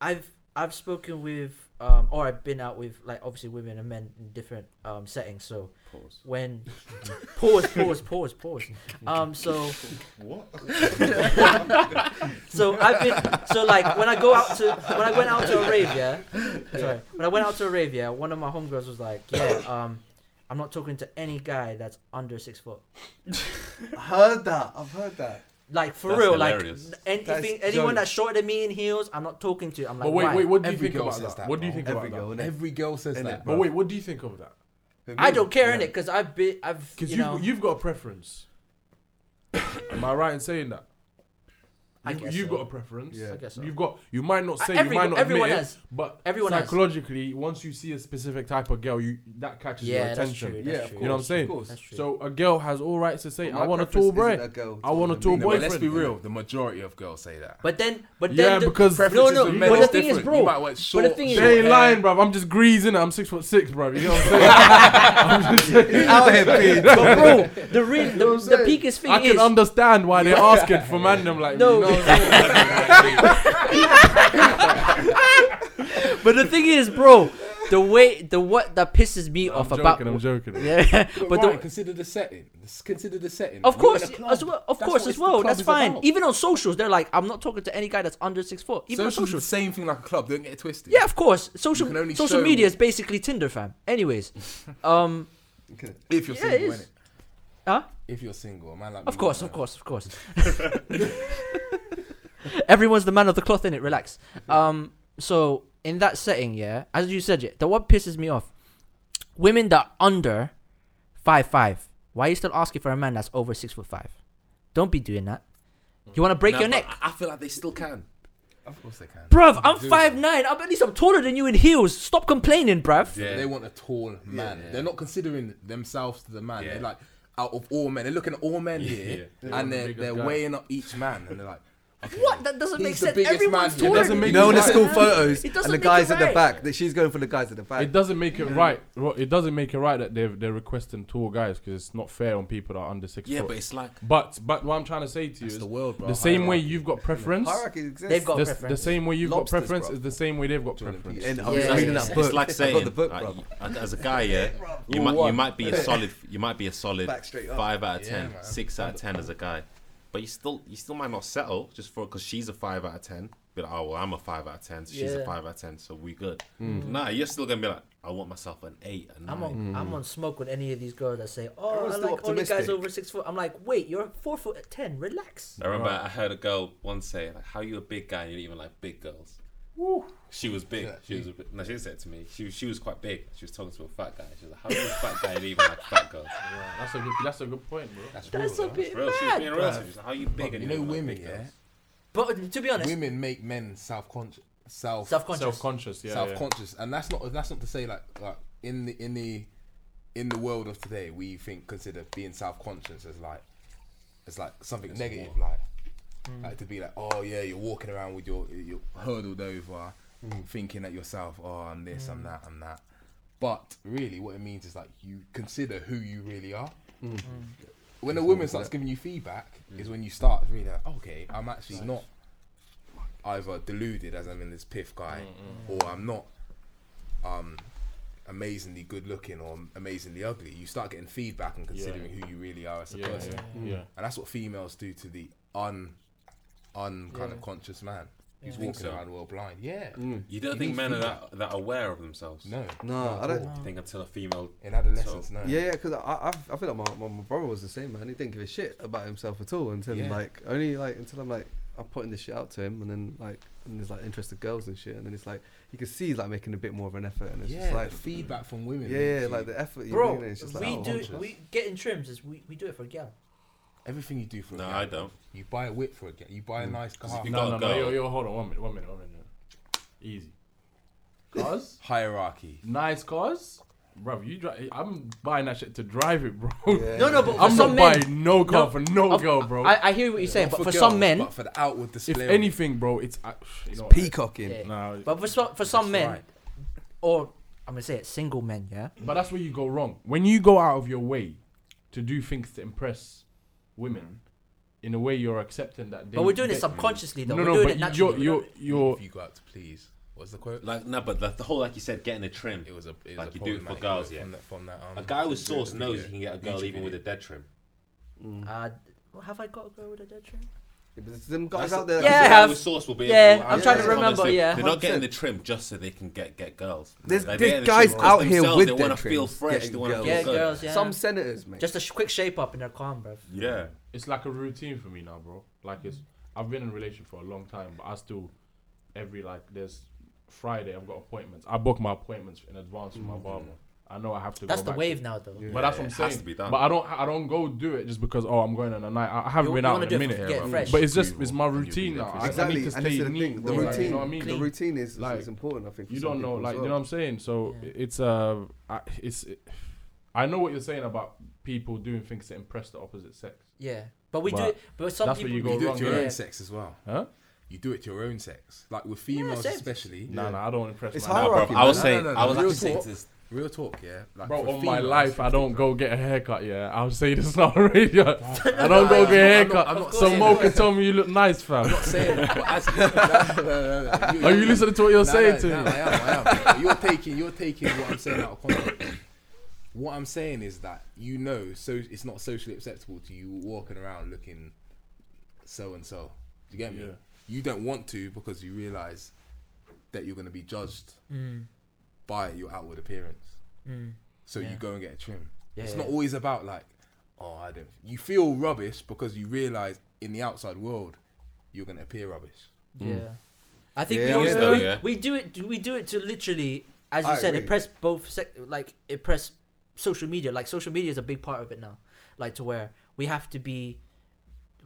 Speaker 2: I've I've spoken with um or I've been out with like obviously women and men in different um settings. So
Speaker 1: Pause.
Speaker 2: when pause pause pause pause um so
Speaker 7: What?
Speaker 2: so I've been so like when I go out to when I went out to a rave, yeah. Sorry, when I went out to a rave, yeah. One of my homegirls was like, "Yeah, um, I'm not talking to any guy that's under six foot."
Speaker 5: heard that. I've heard that.
Speaker 2: Like for
Speaker 1: That's
Speaker 2: real,
Speaker 1: hilarious.
Speaker 2: like anything,
Speaker 5: That's
Speaker 2: anyone
Speaker 5: joke.
Speaker 2: that's shorter than me in heels, I'm not talking to. I'm like,
Speaker 4: But wait,
Speaker 2: why?
Speaker 4: wait, what do you
Speaker 6: Every
Speaker 4: think
Speaker 6: girl
Speaker 4: about
Speaker 6: says
Speaker 4: that?
Speaker 6: that,
Speaker 4: What do you
Speaker 6: bro.
Speaker 4: think
Speaker 5: Every
Speaker 4: about that?
Speaker 5: girl, innit?
Speaker 6: Every girl says
Speaker 5: Innit,
Speaker 6: that.
Speaker 4: But wait, what do you think of that?
Speaker 2: I don't care in it because I've been, I've,
Speaker 4: Because
Speaker 2: you
Speaker 4: you
Speaker 2: know,
Speaker 4: have you've got a preference. Am I right in saying that?
Speaker 2: I
Speaker 4: You-
Speaker 2: guess
Speaker 4: you've
Speaker 2: so.
Speaker 4: got a preference.
Speaker 5: Yeah. I
Speaker 2: guess so.
Speaker 4: You've got. You might not
Speaker 2: I-
Speaker 4: say.
Speaker 2: every-
Speaker 4: you might not
Speaker 2: everyone
Speaker 4: admit
Speaker 2: has.
Speaker 4: it, but
Speaker 2: Everyone has.
Speaker 4: psychologically, once you see a specific type of girl, you that catches your
Speaker 2: yeah, that's true.
Speaker 4: attention.
Speaker 2: That's
Speaker 5: Yeah, of
Speaker 2: true.
Speaker 4: You know what I'm saying?
Speaker 5: Of course.
Speaker 2: That's true.
Speaker 4: So a girl has all rights to say,
Speaker 5: But
Speaker 4: "I
Speaker 5: my
Speaker 4: want a
Speaker 5: preference
Speaker 4: tall
Speaker 5: isn't
Speaker 4: boy.
Speaker 5: a girl
Speaker 4: I want a
Speaker 5: talking to
Speaker 4: tall
Speaker 5: me.
Speaker 6: No, but let's be
Speaker 4: boyfriend.
Speaker 6: real. The majority of girls say that.
Speaker 2: but then, but then,
Speaker 4: Yeah,
Speaker 2: the-
Speaker 4: because
Speaker 2: no,
Speaker 6: Preferences
Speaker 2: no,
Speaker 6: with men
Speaker 2: but the
Speaker 6: is
Speaker 2: thing is,
Speaker 6: different.
Speaker 2: bro,
Speaker 6: You might want short,
Speaker 2: thing is-
Speaker 6: short
Speaker 4: They ain't
Speaker 6: hair.
Speaker 4: lying, bro. I'm just greasing it. I'm six foot six, bro. You know what I'm saying?
Speaker 5: Out here, being
Speaker 2: but bro, the real, the,
Speaker 5: what I'm
Speaker 2: the
Speaker 5: saying?
Speaker 2: biggest thing
Speaker 4: I
Speaker 2: is,
Speaker 4: can understand why they're asking for man. them like,
Speaker 2: No.
Speaker 4: you know what I'm saying?
Speaker 2: but the thing is, bro, the way, the what that pisses me
Speaker 4: I'm
Speaker 2: off
Speaker 4: joking.
Speaker 2: about,
Speaker 4: I'm joking.
Speaker 2: yeah,
Speaker 6: But,
Speaker 2: but
Speaker 6: right,
Speaker 2: the,
Speaker 6: consider the setting. Just Consider the setting.
Speaker 2: Of
Speaker 6: You're in
Speaker 2: course,
Speaker 6: a club.
Speaker 2: as well, of
Speaker 6: That's
Speaker 2: course,
Speaker 6: what
Speaker 2: as
Speaker 6: it's- the
Speaker 2: well.
Speaker 6: club
Speaker 2: That's
Speaker 6: is
Speaker 2: fine.
Speaker 6: about.
Speaker 2: Even on socials, they're like, I'm not talking to any guy that's under six foot. Even
Speaker 6: Socials
Speaker 2: on
Speaker 6: is
Speaker 2: socials,
Speaker 6: the same thing like a club. Don't get it twisted.
Speaker 2: yeah, of course.
Speaker 6: You
Speaker 2: Social
Speaker 6: can only
Speaker 2: social
Speaker 6: show-
Speaker 2: media is basically Tinder, fam. Anyways, um,
Speaker 6: If you're
Speaker 2: Yeah, it
Speaker 6: single,
Speaker 2: is.
Speaker 6: innit?
Speaker 2: Huh?
Speaker 6: If you're single, a man like me
Speaker 2: of course,
Speaker 6: won't
Speaker 2: of
Speaker 6: know.
Speaker 2: course, of course. Everyone's the man of the cloth in it. Relax. Um, so in that setting, yeah, as you said, yeah, the what pisses me off, women that are under five five. Why are you still asking for a man that's over six foot five? Don't be doing that. You want to break
Speaker 1: No,
Speaker 2: your
Speaker 1: but
Speaker 2: neck.
Speaker 1: I I feel like they still can.
Speaker 6: Of course they can.
Speaker 2: Bruv, I'm
Speaker 6: Do
Speaker 2: five nine. I'm, at least I'm taller than you in heels. Stop complaining, bruv.
Speaker 1: Yeah.
Speaker 6: They want a tall man.
Speaker 1: Yeah.
Speaker 6: They're not considering themselves to the man.
Speaker 1: Yeah.
Speaker 6: They're like, out of all men, they're looking at all men
Speaker 1: Yeah.
Speaker 6: here,
Speaker 1: They
Speaker 4: want
Speaker 6: and
Speaker 4: the
Speaker 6: they're
Speaker 4: biggest
Speaker 6: they're
Speaker 4: guy.
Speaker 6: weighing up each man, and they're like, okay,
Speaker 2: What? That doesn't
Speaker 6: he's
Speaker 2: make
Speaker 6: the
Speaker 2: sense.
Speaker 6: biggest
Speaker 2: Everyone's
Speaker 6: man here.
Speaker 2: taller.
Speaker 6: It doesn't
Speaker 2: than
Speaker 4: make
Speaker 5: You know, in the
Speaker 4: Right.
Speaker 5: school photos
Speaker 2: It doesn't
Speaker 5: and the
Speaker 2: make it
Speaker 5: guys at
Speaker 2: right.
Speaker 5: the back, that she's going for the guys at the back.
Speaker 4: It doesn't make it right. Ro- It doesn't make it right that they're they're requesting tall guys because it's not fair on people that are under six
Speaker 1: Yeah,
Speaker 4: foot.
Speaker 1: but it's like
Speaker 4: but but what I'm trying to say to you
Speaker 6: It's
Speaker 4: is
Speaker 6: the world, bro.
Speaker 4: the same way
Speaker 6: Hierarchy.
Speaker 4: you've got preference.
Speaker 5: Hierarchy exists.
Speaker 2: They've got
Speaker 4: The, s- the
Speaker 2: preference.
Speaker 4: same way you've
Speaker 5: Lobsters,
Speaker 4: got preference
Speaker 5: bro.
Speaker 4: is the same way they've got
Speaker 6: Jordan Peele.
Speaker 4: preference.
Speaker 5: And I was
Speaker 2: Yeah,
Speaker 5: reading
Speaker 2: yeah,
Speaker 5: that
Speaker 2: yeah.
Speaker 5: book.
Speaker 1: it's like
Speaker 5: I got the
Speaker 1: saying
Speaker 5: book,
Speaker 1: like,
Speaker 5: bro.
Speaker 1: you- as a guy, yeah, you
Speaker 6: Rule
Speaker 1: might you
Speaker 6: one.
Speaker 1: might be a solid you might be a solid
Speaker 5: Back straight up.
Speaker 1: five out of ten,
Speaker 6: man.
Speaker 1: six out of ten as a guy, but you still you still might not settle just for because she's a five out of ten. Be like, oh well, I'm a five out of ten, so she's a
Speaker 2: Yeah.
Speaker 1: five out of ten, so we good. Nah, you're still gonna be like, I want myself an eight, a 9
Speaker 2: I'm on, I'm on smoke with any of these girls that say, "Oh,
Speaker 5: Everyone's
Speaker 2: I
Speaker 5: still
Speaker 2: like only guys
Speaker 5: optimistic.
Speaker 2: over six foot." I'm like, "Wait, you're four foot at ten. Relax."
Speaker 1: I remember I heard a girl once say, like, "How you a big guy and you don't even like big girls?" She was big. She was. A bit, no, she said to me. She she was quite big. She was talking to a fat guy. She was like, "How you a fat guy and you don't even like fat girls?"
Speaker 4: That's a good. That's a good point, bro.
Speaker 6: That's
Speaker 2: That's
Speaker 6: real,
Speaker 2: a
Speaker 6: bro.
Speaker 2: bit
Speaker 1: Real, she was
Speaker 2: mad.
Speaker 1: being real.
Speaker 2: bruv.
Speaker 1: She was like, "How you big and
Speaker 6: You
Speaker 1: you,
Speaker 6: know,
Speaker 1: don't
Speaker 6: women,
Speaker 1: like big
Speaker 6: yeah.
Speaker 1: girls?"
Speaker 2: But to be honest,
Speaker 6: Women make men self-conscious, self,
Speaker 2: self-conscious.
Speaker 4: Self-conscious, yeah. yeah.
Speaker 6: self-conscious, and that's not that's not to say like like in the in the in the world of today we think consider being self-conscious as like it's like something negative, like like to be like oh yeah you're walking around with your your hurdled over,
Speaker 4: Hmm.
Speaker 6: thinking at yourself oh I'm this I'm that I'm that, but really what it means is like you consider who you really are.
Speaker 4: Mm.
Speaker 6: When a woman starts giving you feedback, is when you start really like, okay, I'm actually not either deluded as I'm in this piff guy,
Speaker 4: Mm,
Speaker 6: or I'm not um, amazingly good looking or amazingly ugly. You start getting feedback and considering who you really are as a
Speaker 4: Yeah,
Speaker 6: person,
Speaker 4: yeah, yeah.
Speaker 6: and that's what females do to the un un kind of conscious man who's walking
Speaker 1: so?
Speaker 6: around world blind. Yeah,
Speaker 4: Mm.
Speaker 1: You don't
Speaker 6: You
Speaker 1: think
Speaker 6: need
Speaker 1: men are
Speaker 6: feedback.
Speaker 1: that, that aware of themselves?
Speaker 6: no,
Speaker 5: No, I don't.
Speaker 1: I think until a female.
Speaker 6: in adolescence, no.
Speaker 5: Yeah, yeah, because I, I've- I feel like my, my, my brother was the same man. He didn't give a shit about himself at all until
Speaker 6: Yeah.
Speaker 5: like only like until I'm like I'm putting this shit out to him, and then like, and there's like interested girls and shit, and then it's like you can see he's like making a bit more of an effort, and it's
Speaker 6: yeah,
Speaker 5: just like,
Speaker 6: the feedback from women.
Speaker 5: yeah, yeah,
Speaker 6: gee.
Speaker 5: like the effort. You're
Speaker 2: Bro,
Speaker 5: bringing in, it's just like,
Speaker 2: we
Speaker 5: oh,
Speaker 2: do
Speaker 5: conscious.
Speaker 2: we getting trims is we, we do it for a gal.
Speaker 6: everything you do for.
Speaker 1: No,
Speaker 6: a
Speaker 1: I
Speaker 6: gal,
Speaker 1: don't.
Speaker 6: You buy a whip for a gal. You buy a nice car.
Speaker 1: if you
Speaker 4: No, no,
Speaker 1: got
Speaker 4: no.
Speaker 1: a
Speaker 4: Yo,
Speaker 1: girl.
Speaker 4: yo, hold on. One minute. One minute. One minute. Easy. Cars.
Speaker 6: Hierarchy.
Speaker 4: nice cars. Bro, you drive. I'm buying that shit to drive it, bro.
Speaker 2: No, no, but for
Speaker 4: I'm
Speaker 2: some
Speaker 4: not
Speaker 2: men,
Speaker 4: buying no car
Speaker 2: No,
Speaker 4: for no
Speaker 2: of-
Speaker 4: girl, bro.
Speaker 2: I, I hear what you're saying,
Speaker 6: Not
Speaker 2: but for,
Speaker 6: girls,
Speaker 2: some men,
Speaker 6: but for the outward
Speaker 4: if
Speaker 6: display. of-
Speaker 4: anything, bro, it's uh, you know what?
Speaker 5: peacocking.
Speaker 2: yeah,
Speaker 4: Nah,
Speaker 2: but for some for some
Speaker 6: That's
Speaker 2: men,
Speaker 6: right.
Speaker 2: or I'm gonna say it, single men, yeah.
Speaker 4: But that's where you go wrong. When you go out of your way to do things to impress women, in a way you're accepting that. They,
Speaker 2: But we're doing it
Speaker 4: they-
Speaker 2: subconsciously, though.
Speaker 4: No,
Speaker 2: we're
Speaker 4: no,
Speaker 2: doing
Speaker 4: but
Speaker 2: it
Speaker 4: you-
Speaker 2: naturally.
Speaker 4: you're you're
Speaker 6: if you go out to please. What's the quote?
Speaker 1: Like no, but the, the whole like you said, getting a trim.
Speaker 6: It was a. It was
Speaker 1: Like
Speaker 6: a
Speaker 1: you do it for
Speaker 6: problematic
Speaker 1: girls,
Speaker 6: quote
Speaker 1: yeah.
Speaker 6: From that, from that, um,
Speaker 1: A guy with
Speaker 6: video-
Speaker 1: sauce knows
Speaker 6: video.
Speaker 1: you can get a girl
Speaker 6: YouTube
Speaker 1: even with a
Speaker 6: video.
Speaker 1: dead trim.
Speaker 2: uh, have I got a girl with a dead trim?
Speaker 5: Yeah, but there's them guys
Speaker 1: That's-
Speaker 5: out there.
Speaker 1: that's
Speaker 2: Yeah,
Speaker 1: the
Speaker 2: I
Speaker 1: guy
Speaker 2: have.
Speaker 1: with sauce will be.
Speaker 2: Yeah,
Speaker 1: will-
Speaker 2: I'm
Speaker 1: will-
Speaker 5: trying to
Speaker 1: honestly,
Speaker 2: remember, yeah,
Speaker 1: they're not
Speaker 5: 100%.
Speaker 1: getting the trim just so they can get get girls.
Speaker 5: There's
Speaker 1: Like, they're getting
Speaker 5: big
Speaker 1: the trim
Speaker 5: guys
Speaker 1: because
Speaker 5: out here
Speaker 1: themselves,
Speaker 5: with
Speaker 1: They
Speaker 5: their
Speaker 1: want to
Speaker 5: trims,
Speaker 1: feel fresh.
Speaker 5: getting
Speaker 1: They want to
Speaker 5: girls.
Speaker 2: Yeah,
Speaker 1: feel good.
Speaker 2: girls. Yeah.
Speaker 5: Some senators, mate.
Speaker 2: Just a sh- quick shape up and they're calm, bro.
Speaker 1: Yeah.
Speaker 4: it's like a routine for me now, bro. Like it's I've been in a relationship for a long time, but I still every like there's Friday I've got appointments. I book my appointments in advance with my barber. I know I have to.
Speaker 2: Mm. That's
Speaker 4: go
Speaker 2: the
Speaker 4: back
Speaker 2: wave
Speaker 4: To,
Speaker 2: now, though.
Speaker 4: but that's what
Speaker 1: Yeah,
Speaker 4: I'm
Speaker 1: it
Speaker 4: saying.
Speaker 1: has to be done.
Speaker 4: But I don't I don't go do it just because oh I'm going on a night. I, I haven't
Speaker 2: You-
Speaker 4: been
Speaker 2: you
Speaker 4: out
Speaker 2: wanna
Speaker 4: in
Speaker 2: do
Speaker 4: a
Speaker 2: it for-
Speaker 4: minute.
Speaker 2: get
Speaker 4: bro.
Speaker 2: fresh.
Speaker 4: But it's just
Speaker 6: You
Speaker 4: it's
Speaker 6: will-
Speaker 4: my
Speaker 6: and you'll be
Speaker 4: routine
Speaker 6: there
Speaker 4: now.
Speaker 6: for
Speaker 4: I, I
Speaker 5: exactly.
Speaker 4: need to
Speaker 5: and this
Speaker 4: stay
Speaker 5: is the
Speaker 4: neat.
Speaker 5: thing.
Speaker 4: bro,
Speaker 5: The
Speaker 4: like, you
Speaker 5: routine.
Speaker 4: know what I mean?
Speaker 5: The routine is
Speaker 4: Like,
Speaker 5: is important. I think. for
Speaker 4: you
Speaker 5: some
Speaker 4: don't know
Speaker 5: people as
Speaker 4: like you know
Speaker 5: well.
Speaker 4: what i'm saying so
Speaker 2: Yeah.
Speaker 4: it's uh I, it's i know what you're saying about people doing things to impress the opposite sex
Speaker 2: Yeah, but we do.
Speaker 4: But
Speaker 2: It, but some
Speaker 4: that's where
Speaker 2: people
Speaker 4: you
Speaker 6: You do
Speaker 4: go
Speaker 6: it to your
Speaker 4: wrong,
Speaker 6: own
Speaker 2: yeah.
Speaker 6: sex as well.
Speaker 4: huh
Speaker 6: You do it to your own sex. Like with females,
Speaker 2: same.
Speaker 6: especially.
Speaker 4: no no i don't impress
Speaker 5: It's
Speaker 4: my
Speaker 1: No, bro,
Speaker 5: Hierarchy,
Speaker 1: I was
Speaker 6: man.
Speaker 1: saying.
Speaker 6: No, no, no,
Speaker 1: I was
Speaker 6: real
Speaker 1: actually saying
Speaker 6: talk.
Speaker 1: to this.
Speaker 6: Real talk, yeah. Like
Speaker 4: Bro,
Speaker 6: for
Speaker 4: on my
Speaker 6: females,
Speaker 4: life, I don't go get a haircut. Yeah, I'll say this on the radio. I don't
Speaker 6: no,
Speaker 4: go get a
Speaker 6: I'm not-
Speaker 4: haircut.
Speaker 6: I'm not
Speaker 4: Some
Speaker 6: saying
Speaker 4: mocha
Speaker 6: that.
Speaker 4: told me you look nice, fam.
Speaker 6: not saying that, but as, no, no, no, no,
Speaker 4: Are you listening to what you're
Speaker 6: no,
Speaker 4: saying
Speaker 6: no,
Speaker 4: to
Speaker 6: no,
Speaker 4: me?
Speaker 6: I am, I am. You're taking, you're taking what I'm saying out of context. What I'm saying is that you know, so it's not socially acceptable to you walking around looking so and so. Do you get me?
Speaker 4: Yeah.
Speaker 6: You don't want to because you realize that you're going to be judged
Speaker 2: Mm,
Speaker 6: by your outward appearance.
Speaker 2: mm.
Speaker 6: So
Speaker 2: Yeah.
Speaker 6: you go and get a trim.
Speaker 2: Yeah,
Speaker 6: it's
Speaker 2: yeah.
Speaker 6: not always about like, oh, I don't. You feel rubbish because you realize in the outside world you're going to appear rubbish.
Speaker 2: Yeah, I think
Speaker 5: Yeah,
Speaker 2: we,
Speaker 1: yeah,
Speaker 2: also,
Speaker 1: though,
Speaker 2: we,
Speaker 1: yeah.
Speaker 2: we do it. We do it to literally, as you
Speaker 5: I
Speaker 2: said,
Speaker 5: agree.
Speaker 2: impress both. Sec- like impress social media. Like social media is a big part of it now. Like to where we have to be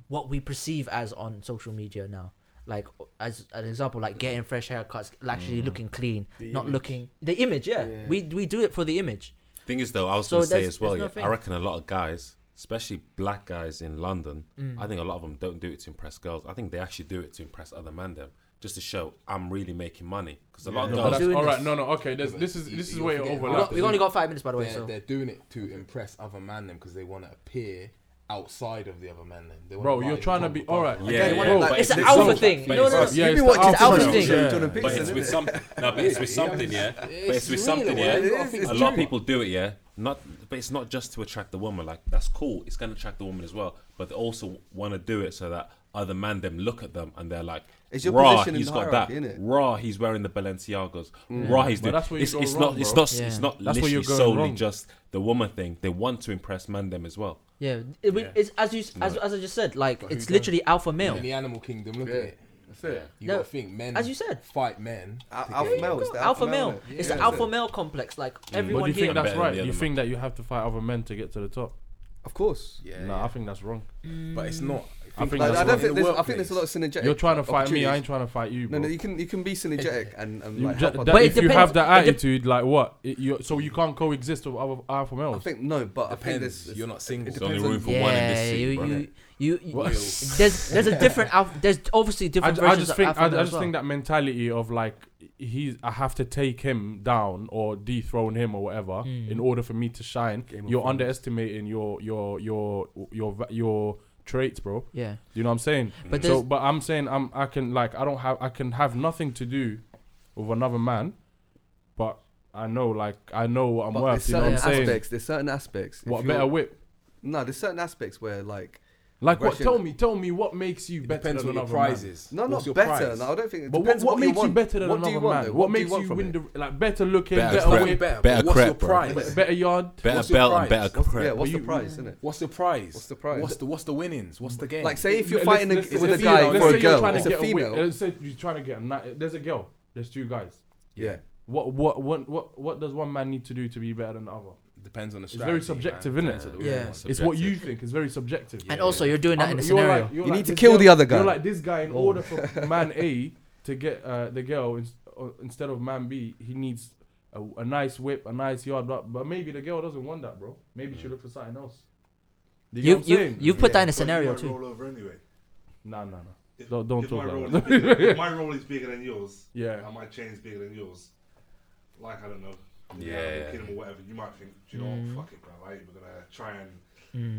Speaker 2: what we perceive as on social media now. Like as an example, like getting fresh haircuts, actually looking clean, not looking the image. Yeah.
Speaker 5: Yeah.
Speaker 2: we we do it for the image.
Speaker 1: Thing is, though, I was
Speaker 2: So
Speaker 1: going to say
Speaker 2: there's-
Speaker 1: as well.
Speaker 2: there's
Speaker 1: Yeah,
Speaker 2: nothing-
Speaker 1: I reckon a lot of guys, especially black guys in London, I think a lot of them don't do it to impress girls. I think they actually do it to impress other men, them, just to show I'm really making money. Because a lot
Speaker 4: No,
Speaker 1: of
Speaker 4: but
Speaker 1: girls,
Speaker 4: that's-
Speaker 2: doing
Speaker 4: all right,
Speaker 2: this.
Speaker 4: no, no, okay. There's, this is this is
Speaker 6: You're
Speaker 4: where it
Speaker 6: forgetting-
Speaker 2: We've,
Speaker 6: Well,
Speaker 4: overlaps.
Speaker 2: got, we've only got five minutes, by the way.
Speaker 6: They're,
Speaker 2: so
Speaker 6: they're doing it to impress other men then because they want to appear outside of the other men then. They wanna
Speaker 4: Bro,
Speaker 6: rise
Speaker 4: you're trying to be
Speaker 6: above
Speaker 4: all right.
Speaker 6: above.
Speaker 1: Yeah,
Speaker 4: okay,
Speaker 1: yeah,
Speaker 4: bro.
Speaker 1: but
Speaker 2: it's an
Speaker 1: it's
Speaker 2: alpha
Speaker 1: alpha,
Speaker 2: thing.
Speaker 1: but
Speaker 2: No, no,
Speaker 1: it's
Speaker 2: no.
Speaker 1: alpha.
Speaker 4: Yeah,
Speaker 5: You've been
Speaker 4: it's the
Speaker 5: watching
Speaker 4: alpha
Speaker 5: Alpha
Speaker 4: show.
Speaker 5: Thing,
Speaker 4: Yeah.
Speaker 5: Jordan
Speaker 1: But
Speaker 5: Peterson.
Speaker 1: it's with
Speaker 5: innit?
Speaker 1: some. No, but it's with something, yeah. But it's with
Speaker 6: real,
Speaker 1: something,
Speaker 6: man. You
Speaker 1: yeah.
Speaker 6: gotta think
Speaker 1: A
Speaker 6: it's
Speaker 1: lot of
Speaker 6: true.
Speaker 1: people do it, yeah. Not, but it's not just to attract the woman. Like that's cool. It's going to attract the woman as well. But they also want to do it so that other man them look at them and they're like,
Speaker 5: It's your
Speaker 1: raw,
Speaker 5: position in
Speaker 1: he's
Speaker 5: the
Speaker 1: got that.
Speaker 5: hierarchy, innit?
Speaker 1: Raw, he's wearing the Balenciagas. Raw, he's
Speaker 4: But
Speaker 1: doing.
Speaker 4: that's where you
Speaker 1: it's,
Speaker 4: go
Speaker 1: it's
Speaker 4: wrong,
Speaker 1: not. It's
Speaker 4: bro.
Speaker 1: not. It's
Speaker 2: Yeah.
Speaker 1: not
Speaker 4: That's where
Speaker 1: literally
Speaker 4: you're going
Speaker 1: solely
Speaker 4: wrong.
Speaker 1: just the woman thing. They want to impress man them as well.
Speaker 2: Yeah, it, we-
Speaker 4: Yeah.
Speaker 2: it's as you as, as I just said, like
Speaker 6: But who
Speaker 2: it's
Speaker 6: does?
Speaker 2: literally alpha male.
Speaker 6: In the animal kingdom, look at it.
Speaker 5: That's it.
Speaker 6: You
Speaker 2: No,
Speaker 6: gotta think men
Speaker 2: as you said.
Speaker 6: fight men.
Speaker 5: Al-
Speaker 6: to
Speaker 5: Alpha
Speaker 6: get-
Speaker 5: male. It's the
Speaker 2: Alpha, male.
Speaker 5: innit?
Speaker 2: It's
Speaker 5: Yeah,
Speaker 2: the alpha male complex. Like
Speaker 4: But Mm. do
Speaker 2: everyone
Speaker 4: you
Speaker 2: here.
Speaker 4: think that's
Speaker 1: Better than
Speaker 4: right?
Speaker 1: the
Speaker 4: Do you
Speaker 1: other
Speaker 4: think that you have to fight other men to get to the top?
Speaker 5: Of course.
Speaker 6: Yeah,
Speaker 4: No, I
Speaker 6: yeah.
Speaker 4: think that's wrong.
Speaker 6: but it's not.
Speaker 4: I think
Speaker 5: Like,
Speaker 4: that's
Speaker 5: I
Speaker 4: wrong.
Speaker 5: don't think there's. I think there's a lot of synergetic.
Speaker 4: You're trying to fight me. I
Speaker 5: opportunities.
Speaker 4: ain't trying to fight you, bro.
Speaker 5: No, no, you can you can be synergetic and and
Speaker 4: You
Speaker 5: like.
Speaker 4: ju-
Speaker 5: help
Speaker 4: that-
Speaker 5: other
Speaker 2: But it
Speaker 4: if you
Speaker 2: depends-
Speaker 4: have that
Speaker 2: it de-
Speaker 4: attitude, like what? It, you so you can't coexist with other alpha
Speaker 5: I
Speaker 4: males.
Speaker 5: think no, but I think
Speaker 6: Depends.
Speaker 5: there's.
Speaker 6: You're not single.
Speaker 1: There's only room for one in
Speaker 2: yeah,
Speaker 1: this seat,
Speaker 2: you,
Speaker 1: bro.
Speaker 2: you, you, you-
Speaker 4: What?
Speaker 2: there's there's a different alpha. There's obviously
Speaker 4: I,
Speaker 2: different
Speaker 4: ju- I
Speaker 2: versions
Speaker 4: just
Speaker 2: of
Speaker 4: think
Speaker 2: alpha
Speaker 4: I, I
Speaker 2: male as
Speaker 4: just
Speaker 2: well.
Speaker 4: think that mentality of like he's I have to take him down or dethrone him or whatever
Speaker 2: Mm.
Speaker 4: in order for me to shine.
Speaker 5: Game of
Speaker 4: You're
Speaker 5: Thrones.
Speaker 4: underestimating your your your your va- your traits, bro.
Speaker 2: yeah,
Speaker 4: You know what I'm saying?
Speaker 2: But
Speaker 4: so,
Speaker 2: there's-
Speaker 4: but I'm saying I'm I can like I don't have I can have nothing to do with another man, but I know like I know what I'm
Speaker 5: But there's
Speaker 4: worth. You know
Speaker 5: certain
Speaker 4: what I'm saying?
Speaker 5: aspects. There's certain aspects. If
Speaker 4: What
Speaker 5: you're-
Speaker 4: better whip?
Speaker 5: No, there's certain aspects where like
Speaker 4: Like what?
Speaker 5: Aggression.
Speaker 4: Tell me, tell me what makes you better
Speaker 6: Depends
Speaker 4: than
Speaker 6: on your
Speaker 4: another
Speaker 6: prize
Speaker 4: man.
Speaker 6: is.
Speaker 5: No,
Speaker 6: What's
Speaker 5: not
Speaker 6: your
Speaker 5: better.
Speaker 6: prize?
Speaker 5: No, I don't think. It
Speaker 4: But what,
Speaker 5: depends
Speaker 4: what,
Speaker 5: on what,
Speaker 4: makes you
Speaker 5: want.
Speaker 4: better than
Speaker 5: what
Speaker 4: another
Speaker 5: do you want,
Speaker 4: man?
Speaker 5: though?
Speaker 4: What,
Speaker 5: do
Speaker 4: makes
Speaker 5: want
Speaker 4: you
Speaker 5: from
Speaker 4: win
Speaker 5: it?
Speaker 4: the like better looking,
Speaker 1: Better
Speaker 4: better,
Speaker 1: crap.
Speaker 4: whip,
Speaker 6: better,
Speaker 1: better
Speaker 6: but what's your
Speaker 1: crap, bro.
Speaker 6: prize?
Speaker 1: Better-
Speaker 4: better yard?
Speaker 1: Better
Speaker 6: What's your
Speaker 1: belt
Speaker 6: prize?
Speaker 1: and better
Speaker 6: What's-
Speaker 1: crap.
Speaker 5: Yeah, what's
Speaker 4: But
Speaker 5: the
Speaker 4: you-
Speaker 5: prize, isn't it?
Speaker 6: What's the prize?
Speaker 5: What's the prize?
Speaker 6: What's the what's the winnings? What's the game?
Speaker 5: Like, say if you're
Speaker 4: Let's-
Speaker 5: fighting a-
Speaker 4: let's-
Speaker 5: with a
Speaker 4: let's
Speaker 6: say
Speaker 5: guy for
Speaker 6: you're
Speaker 4: say
Speaker 5: a
Speaker 6: trying
Speaker 4: you're
Speaker 5: girl,
Speaker 4: trying to
Speaker 5: it's a
Speaker 4: get whip.
Speaker 5: female.
Speaker 4: Let's say you're trying to get a night. There's a girl. There's two guys.
Speaker 6: yeah,
Speaker 4: What what what what what does one man need to do to be better than the other?
Speaker 6: depends on the
Speaker 4: It's
Speaker 6: strategy.
Speaker 4: very subjective,
Speaker 6: man.
Speaker 4: innit?
Speaker 6: Depends on the
Speaker 2: Yeah.
Speaker 6: woman.
Speaker 4: It's what you think. It's very subjective.
Speaker 2: and also, you're doing that
Speaker 4: I'm-
Speaker 2: in a
Speaker 4: you're
Speaker 2: scenario.
Speaker 4: like- you're
Speaker 5: You
Speaker 4: like
Speaker 5: need to
Speaker 4: this
Speaker 5: kill
Speaker 4: girl-
Speaker 5: the other guy. Oh.
Speaker 4: You're like this guy. In order for man A to get uh, the girl in, uh, instead of man B, he needs a, a nice whip, a nice yard. But, but maybe the girl doesn't want that, bro. Maybe she look for something else. Do
Speaker 2: you
Speaker 4: get what I'm
Speaker 2: you
Speaker 4: saying?
Speaker 2: you put that in a
Speaker 7: But you
Speaker 2: scenario
Speaker 7: might
Speaker 2: too.
Speaker 7: Roll over anyway.
Speaker 4: Nah, nah, nah.
Speaker 7: If,
Speaker 4: Don't- don't
Speaker 7: if
Speaker 4: talk
Speaker 7: my
Speaker 4: like
Speaker 7: role
Speaker 4: that.
Speaker 7: is bigger- if my role is bigger than yours,
Speaker 4: Yeah.
Speaker 7: and my chain's bigger than yours, like I don't know, you
Speaker 1: Yeah,
Speaker 7: know,
Speaker 1: yeah.
Speaker 7: kid him or whatever, you might think, do you know, what, fuck it, bro. I ain't gonna try and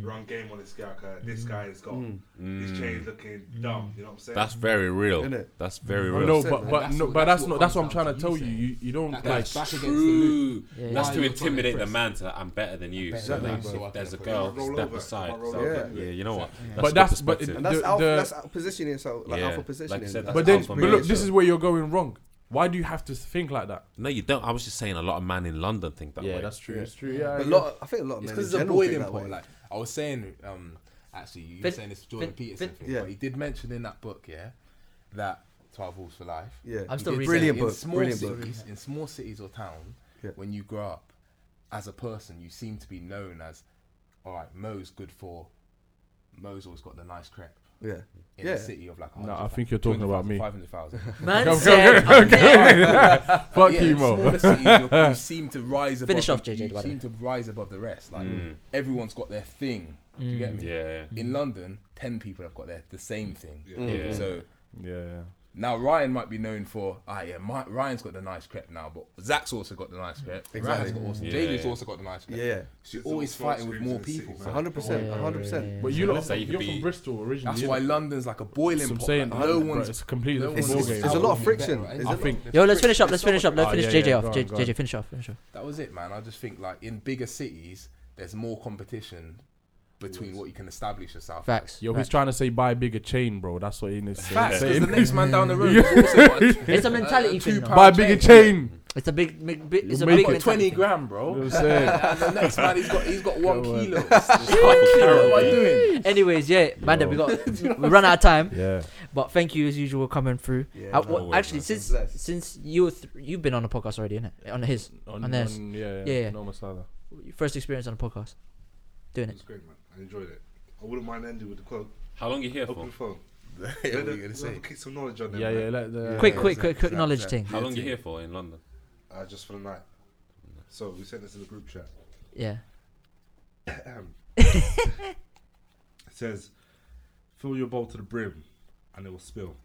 Speaker 7: run game on this guy. 'cause This guy's got
Speaker 6: Mm.
Speaker 7: his chain's looking dumb. You know what I'm saying?
Speaker 1: That's very real.
Speaker 5: Innit?
Speaker 1: That's very real.
Speaker 4: No,
Speaker 5: said,
Speaker 4: but
Speaker 5: man.
Speaker 4: but
Speaker 9: That's
Speaker 4: no,
Speaker 9: what-
Speaker 4: but
Speaker 9: that's
Speaker 4: that's
Speaker 9: what
Speaker 4: not that's what I'm
Speaker 9: comes down
Speaker 4: trying to
Speaker 9: to
Speaker 4: tell
Speaker 9: you
Speaker 4: you.
Speaker 9: saying.
Speaker 4: You you don't
Speaker 9: That
Speaker 4: like
Speaker 9: guy's back against the loop.
Speaker 1: True.
Speaker 2: Yeah,
Speaker 1: That's
Speaker 9: Why
Speaker 1: to
Speaker 9: you're trying to
Speaker 1: intimidate the
Speaker 9: impress?
Speaker 1: man to I'm better than you. So
Speaker 5: Exactly,
Speaker 1: like,
Speaker 5: bro.
Speaker 1: if there's a
Speaker 9: If I
Speaker 1: girl,
Speaker 7: roll
Speaker 1: step
Speaker 7: over,
Speaker 1: aside.
Speaker 7: if I roll
Speaker 1: So,
Speaker 5: over,
Speaker 1: yeah, you know what?
Speaker 4: But that's but
Speaker 1: perspective.
Speaker 4: it-
Speaker 5: And that's
Speaker 4: the-
Speaker 5: alpha,
Speaker 4: the-
Speaker 5: that's out- positioning itself, like
Speaker 1: Yeah. Like
Speaker 5: alpha
Speaker 1: you
Speaker 5: positioning.
Speaker 1: said, that's
Speaker 4: But then,
Speaker 1: alpha
Speaker 4: but look,
Speaker 1: male.
Speaker 4: this is where you're going wrong. Why do you have to think like that?
Speaker 1: No, you don't. I was just saying a lot of men in London think that way.
Speaker 4: true. It's true. Yeah,
Speaker 5: a
Speaker 4: yeah.
Speaker 5: lot. I think a lot of
Speaker 6: It's
Speaker 5: men.
Speaker 6: because
Speaker 5: Because
Speaker 6: it's a boiling point. Like I was saying, um, actually, you were
Speaker 2: Fin-
Speaker 6: saying this Jordan
Speaker 2: fin-
Speaker 6: Peterson
Speaker 2: fin-
Speaker 6: thing,
Speaker 5: Yeah.
Speaker 6: but he did mention in that book, yeah, that Twelve Rules for Life.
Speaker 5: yeah,
Speaker 2: I'm
Speaker 6: He
Speaker 2: still
Speaker 6: did
Speaker 2: reading.
Speaker 6: say
Speaker 5: Brilliant
Speaker 6: in
Speaker 5: book,
Speaker 6: Small
Speaker 5: brilliant book.
Speaker 6: cities, In small cities or town,
Speaker 5: Yeah.
Speaker 6: when you grow up, as a person, you seem to be known as, all right, Mo's good for. Mo's always got the nice crepe.
Speaker 5: yeah.
Speaker 6: In
Speaker 5: Yeah.
Speaker 6: the city of like.
Speaker 4: No, I think you're talking about me.
Speaker 6: Five hundred thousand.
Speaker 2: Man
Speaker 4: Go, go,
Speaker 2: said,
Speaker 4: go,
Speaker 2: I'm there.
Speaker 4: Fuck
Speaker 6: yeah,
Speaker 4: you,
Speaker 6: in
Speaker 4: Mo.
Speaker 6: smaller cities, you're- you seem to rise above.
Speaker 2: Finish off,
Speaker 6: you-
Speaker 2: JJ,
Speaker 6: You
Speaker 2: by the
Speaker 6: seem to rise above the rest. Like
Speaker 4: Mm.
Speaker 6: everyone's got their thing. Do you get me?
Speaker 1: Yeah,
Speaker 6: In London, ten people have got their the same thing.
Speaker 1: yeah.
Speaker 6: So
Speaker 4: Yeah.
Speaker 6: now Ryan might be known for ah yeah, my, Ryan's got the nice crepe now, but Zach's also got the nice crepe. Ryan's got also,
Speaker 1: Yeah,
Speaker 6: JJ's
Speaker 1: yeah.
Speaker 6: also got the nice crepe.
Speaker 5: Yeah,
Speaker 6: So you're
Speaker 7: It's
Speaker 6: always
Speaker 7: all
Speaker 6: fighting with
Speaker 7: screams
Speaker 6: more
Speaker 7: in the city,
Speaker 6: people.
Speaker 7: man.
Speaker 6: So
Speaker 5: hundred percent, hundred percent.
Speaker 4: But you lot,
Speaker 1: Say you could
Speaker 4: you're
Speaker 1: be-
Speaker 4: from Bristol originally.
Speaker 6: that's why London's like a boiling
Speaker 4: I'm
Speaker 6: pot.
Speaker 4: saying
Speaker 6: like, no
Speaker 4: bro,
Speaker 6: one's.
Speaker 4: it's a completely
Speaker 6: no
Speaker 4: different
Speaker 6: one's
Speaker 4: ballgame.
Speaker 5: It's a lot of friction.
Speaker 6: better,
Speaker 5: It's
Speaker 6: right?
Speaker 5: a
Speaker 4: I
Speaker 5: lot-
Speaker 4: think
Speaker 2: Yo, let's finish up. Let's
Speaker 6: There's
Speaker 2: finish up. Let's
Speaker 4: Oh,
Speaker 2: finish
Speaker 4: yeah,
Speaker 2: JJ
Speaker 4: yeah,
Speaker 2: off.
Speaker 4: go on,
Speaker 2: JJ,
Speaker 4: go on.
Speaker 2: finish off. Finish off.
Speaker 6: That was it, man. I just think like in bigger cities, there's more competition between what you can establish yourself.
Speaker 2: Facts.
Speaker 4: Yo, he's
Speaker 2: Facts.
Speaker 4: trying to say buy bigger chain, bro. That's what he needs to say.
Speaker 6: Facts, 'cause
Speaker 4: Saying-
Speaker 6: the next man down the road. has also got a-
Speaker 2: It's a mentality thing,
Speaker 6: two-pound
Speaker 2: though.
Speaker 4: buy bigger chain.
Speaker 2: It's a big, big, big it's a
Speaker 4: Make
Speaker 2: big
Speaker 4: it
Speaker 6: Got
Speaker 2: mentality
Speaker 6: Twenty
Speaker 2: thing.
Speaker 4: You
Speaker 6: grand,
Speaker 4: know
Speaker 6: bro.
Speaker 4: what I'm saying?
Speaker 6: And the next man, he's got he's got one
Speaker 4: Go on.
Speaker 6: kilo. It's like, what am I doing?
Speaker 2: Anyways, yeah, man, that we got we run out of time,
Speaker 4: Yeah.
Speaker 2: but thank you as usual coming through.
Speaker 5: Yeah,
Speaker 2: I-
Speaker 5: no
Speaker 2: well,
Speaker 1: worries,
Speaker 2: actually,
Speaker 1: man.
Speaker 2: since
Speaker 5: Bless.
Speaker 2: since you were th- you've been on a podcast already, innit? On his On this.
Speaker 4: yeah,
Speaker 2: Yeah, yeah.
Speaker 4: No masala.
Speaker 2: your first experience on a podcast, doing
Speaker 7: It
Speaker 2: it.
Speaker 7: was great, man. I enjoyed it. I wouldn't mind ending with the quote.
Speaker 1: How long you here
Speaker 7: Open
Speaker 1: for?
Speaker 6: What
Speaker 7: the phone.
Speaker 6: are
Speaker 7: Let
Speaker 6: you
Speaker 7: them-
Speaker 6: gonna
Speaker 7: let
Speaker 6: say?
Speaker 7: them Kick some knowledge on them.
Speaker 4: Yeah,
Speaker 7: man.
Speaker 4: yeah. Let the,
Speaker 2: quick, quick,
Speaker 6: yeah, exact-
Speaker 2: quick, quick
Speaker 6: exact-
Speaker 2: knowledge
Speaker 6: exact.
Speaker 2: thing.
Speaker 1: How long you here for in London?
Speaker 7: Uh, just for the night. So we sent this in the group chat.
Speaker 2: Yeah.
Speaker 7: It says, fill your bowl to the brim and it will spill.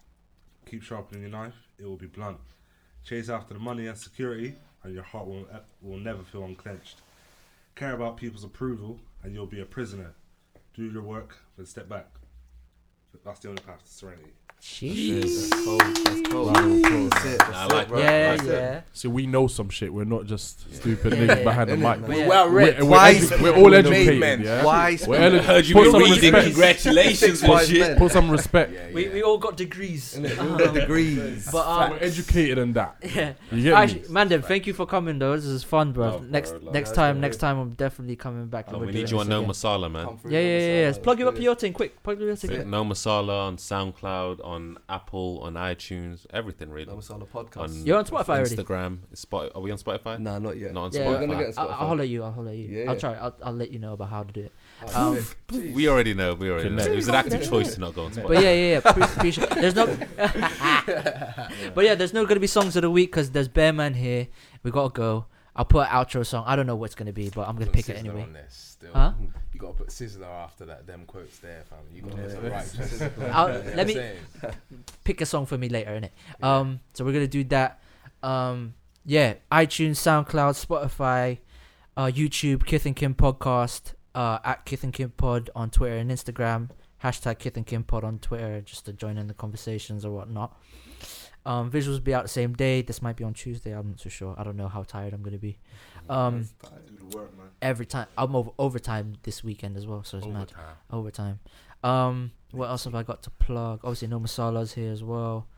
Speaker 7: Keep sharpening your knife, it will be blunt. Chase after the money and security, and your heart will, will never feel unclenched. Care about people's approval, and you'll be a prisoner. Do your work, then step back. That's the only path to serenity.
Speaker 2: Jeez.
Speaker 1: I like
Speaker 5: bro.
Speaker 2: Yeah,
Speaker 5: That's it.
Speaker 2: yeah.
Speaker 4: See, we know some shit. We're not just stupid
Speaker 2: Yeah,
Speaker 4: niggas
Speaker 2: yeah.
Speaker 4: behind the
Speaker 5: Innit,
Speaker 4: mic.
Speaker 5: man?
Speaker 2: But
Speaker 6: We're
Speaker 2: yeah.
Speaker 6: well
Speaker 4: We're,
Speaker 6: read.
Speaker 4: we're,
Speaker 5: Wise
Speaker 4: edu- we're
Speaker 5: men.
Speaker 4: all
Speaker 6: We're made
Speaker 4: educated.
Speaker 6: men.
Speaker 4: Yeah.
Speaker 5: Wise
Speaker 4: We're
Speaker 5: men.
Speaker 4: edu-
Speaker 1: I heard you
Speaker 4: put
Speaker 1: been
Speaker 4: some
Speaker 1: reading.
Speaker 4: respect.
Speaker 1: Congratulations and
Speaker 5: Wise
Speaker 1: shit.
Speaker 5: men.
Speaker 4: Put some respect.
Speaker 6: Yeah,
Speaker 2: We
Speaker 6: yeah.
Speaker 2: we all got degrees.
Speaker 5: The degrees.
Speaker 2: But
Speaker 4: We're
Speaker 2: um,
Speaker 4: educated in that.
Speaker 2: yeah.
Speaker 4: You get
Speaker 2: Actually,
Speaker 4: me?
Speaker 2: Mandem, thank you for coming though. This is fun, bro.
Speaker 1: No, bro,
Speaker 2: next
Speaker 1: love.
Speaker 2: next
Speaker 5: Yeah,
Speaker 2: time,
Speaker 5: yeah.
Speaker 2: next time I'm definitely coming back. and
Speaker 1: Oh,
Speaker 2: we're
Speaker 1: we
Speaker 2: doing
Speaker 1: need you
Speaker 2: this
Speaker 1: on No
Speaker 2: again.
Speaker 1: Masala, man.
Speaker 2: Yeah, yeah, yeah, yeah. Plug you up your thing, quick. Plug you up your
Speaker 1: Fit
Speaker 2: thing.
Speaker 1: No Masala on SoundCloud, on Apple, on iTunes, everything really.
Speaker 5: That was on the podcast.
Speaker 1: On
Speaker 2: You're on Spotify already?
Speaker 1: Instagram. It's Spotify. Are we on Spotify?
Speaker 5: Nah, not yet.
Speaker 1: Not on
Speaker 2: Yeah,
Speaker 5: We're gonna
Speaker 1: Spotify.
Speaker 5: get
Speaker 2: I'll, I'll
Speaker 5: Spotify.
Speaker 2: holler you. I'll holler you.
Speaker 5: Yeah,
Speaker 2: I'll
Speaker 5: yeah.
Speaker 2: try. I'll, I'll let you know about how to do it.
Speaker 5: Oh,
Speaker 2: Um,
Speaker 5: jeez.
Speaker 1: We already know. We already know.
Speaker 4: Connect.
Speaker 1: It was an active
Speaker 2: Yeah.
Speaker 1: choice to not go on Spotify.
Speaker 2: but yeah, yeah, yeah. Pre- appreciate- there's no. but yeah, there's no gonna be songs of the week because there's Bear Man here. We gotta go. I'll put an outro song. I don't know what's gonna be, but I'm gonna
Speaker 6: Put
Speaker 2: pick it
Speaker 6: Sizzler
Speaker 2: anyway.
Speaker 6: on there still.
Speaker 2: Huh?
Speaker 6: You gotta put Sizzler after that. Them quotes there, fam. You
Speaker 5: Yeah.
Speaker 6: got there's a righteous.
Speaker 2: I'll,
Speaker 6: You know what
Speaker 2: let
Speaker 6: I'm
Speaker 2: me
Speaker 6: saying?
Speaker 2: pick a song for me later, innit? Um, so we're gonna do that. Um, yeah, iTunes, SoundCloud, Spotify, uh, YouTube, Kith and Kim podcast, uh, at Kith and Kim pod on Twitter and Instagram, hashtag Kith and Kim pod on Twitter, just to join in the conversations or whatnot. Um, visuals will be out the same day. This might be on Tuesday. I'm not so sure. I don't know how tired I'm gonna be. Um,
Speaker 7: Do the work, man.
Speaker 6: Oh
Speaker 2: every time I'm over overtime this weekend as well, so it's mad
Speaker 6: Overtime.
Speaker 2: overtime. Um, what else have I got to plug? Obviously, No Masala's here as well.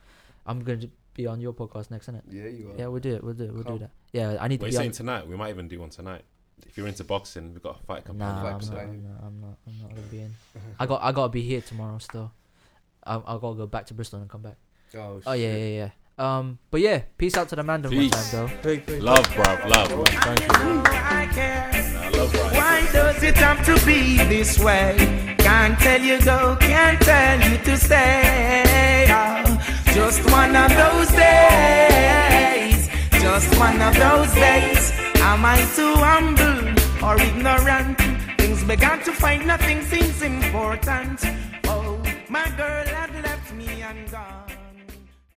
Speaker 2: I'm going to be on your podcast next, innit?
Speaker 5: Yeah, you are.
Speaker 2: Yeah, we'll do it. We'll do it. We'll
Speaker 5: Come.
Speaker 2: do that. Yeah, I need
Speaker 1: What are you
Speaker 2: to be
Speaker 1: saying
Speaker 2: on.
Speaker 1: tonight? We might even do one tonight. If you're into boxing, we've got a fight company.
Speaker 2: Nah, I'm
Speaker 5: Vibes
Speaker 2: not,
Speaker 5: tonight.
Speaker 2: I'm not. I'm not. I'm not gonna be in. I got. I gotta be here tomorrow still. I, I gotta go back to Bristol and come back.
Speaker 5: Oh,
Speaker 2: Oh yeah, yeah, yeah. Um, but yeah, peace out to the Mandem one
Speaker 1: Peace.
Speaker 2: time though.
Speaker 1: Love, bruv, love.
Speaker 9: I care. Why does it have to be this way? Can't tell you go, can't tell you to stay. Oh, just one of those days, just one of those days. Am I too humble or ignorant? Things began to find nothing seems important. Oh, my girl.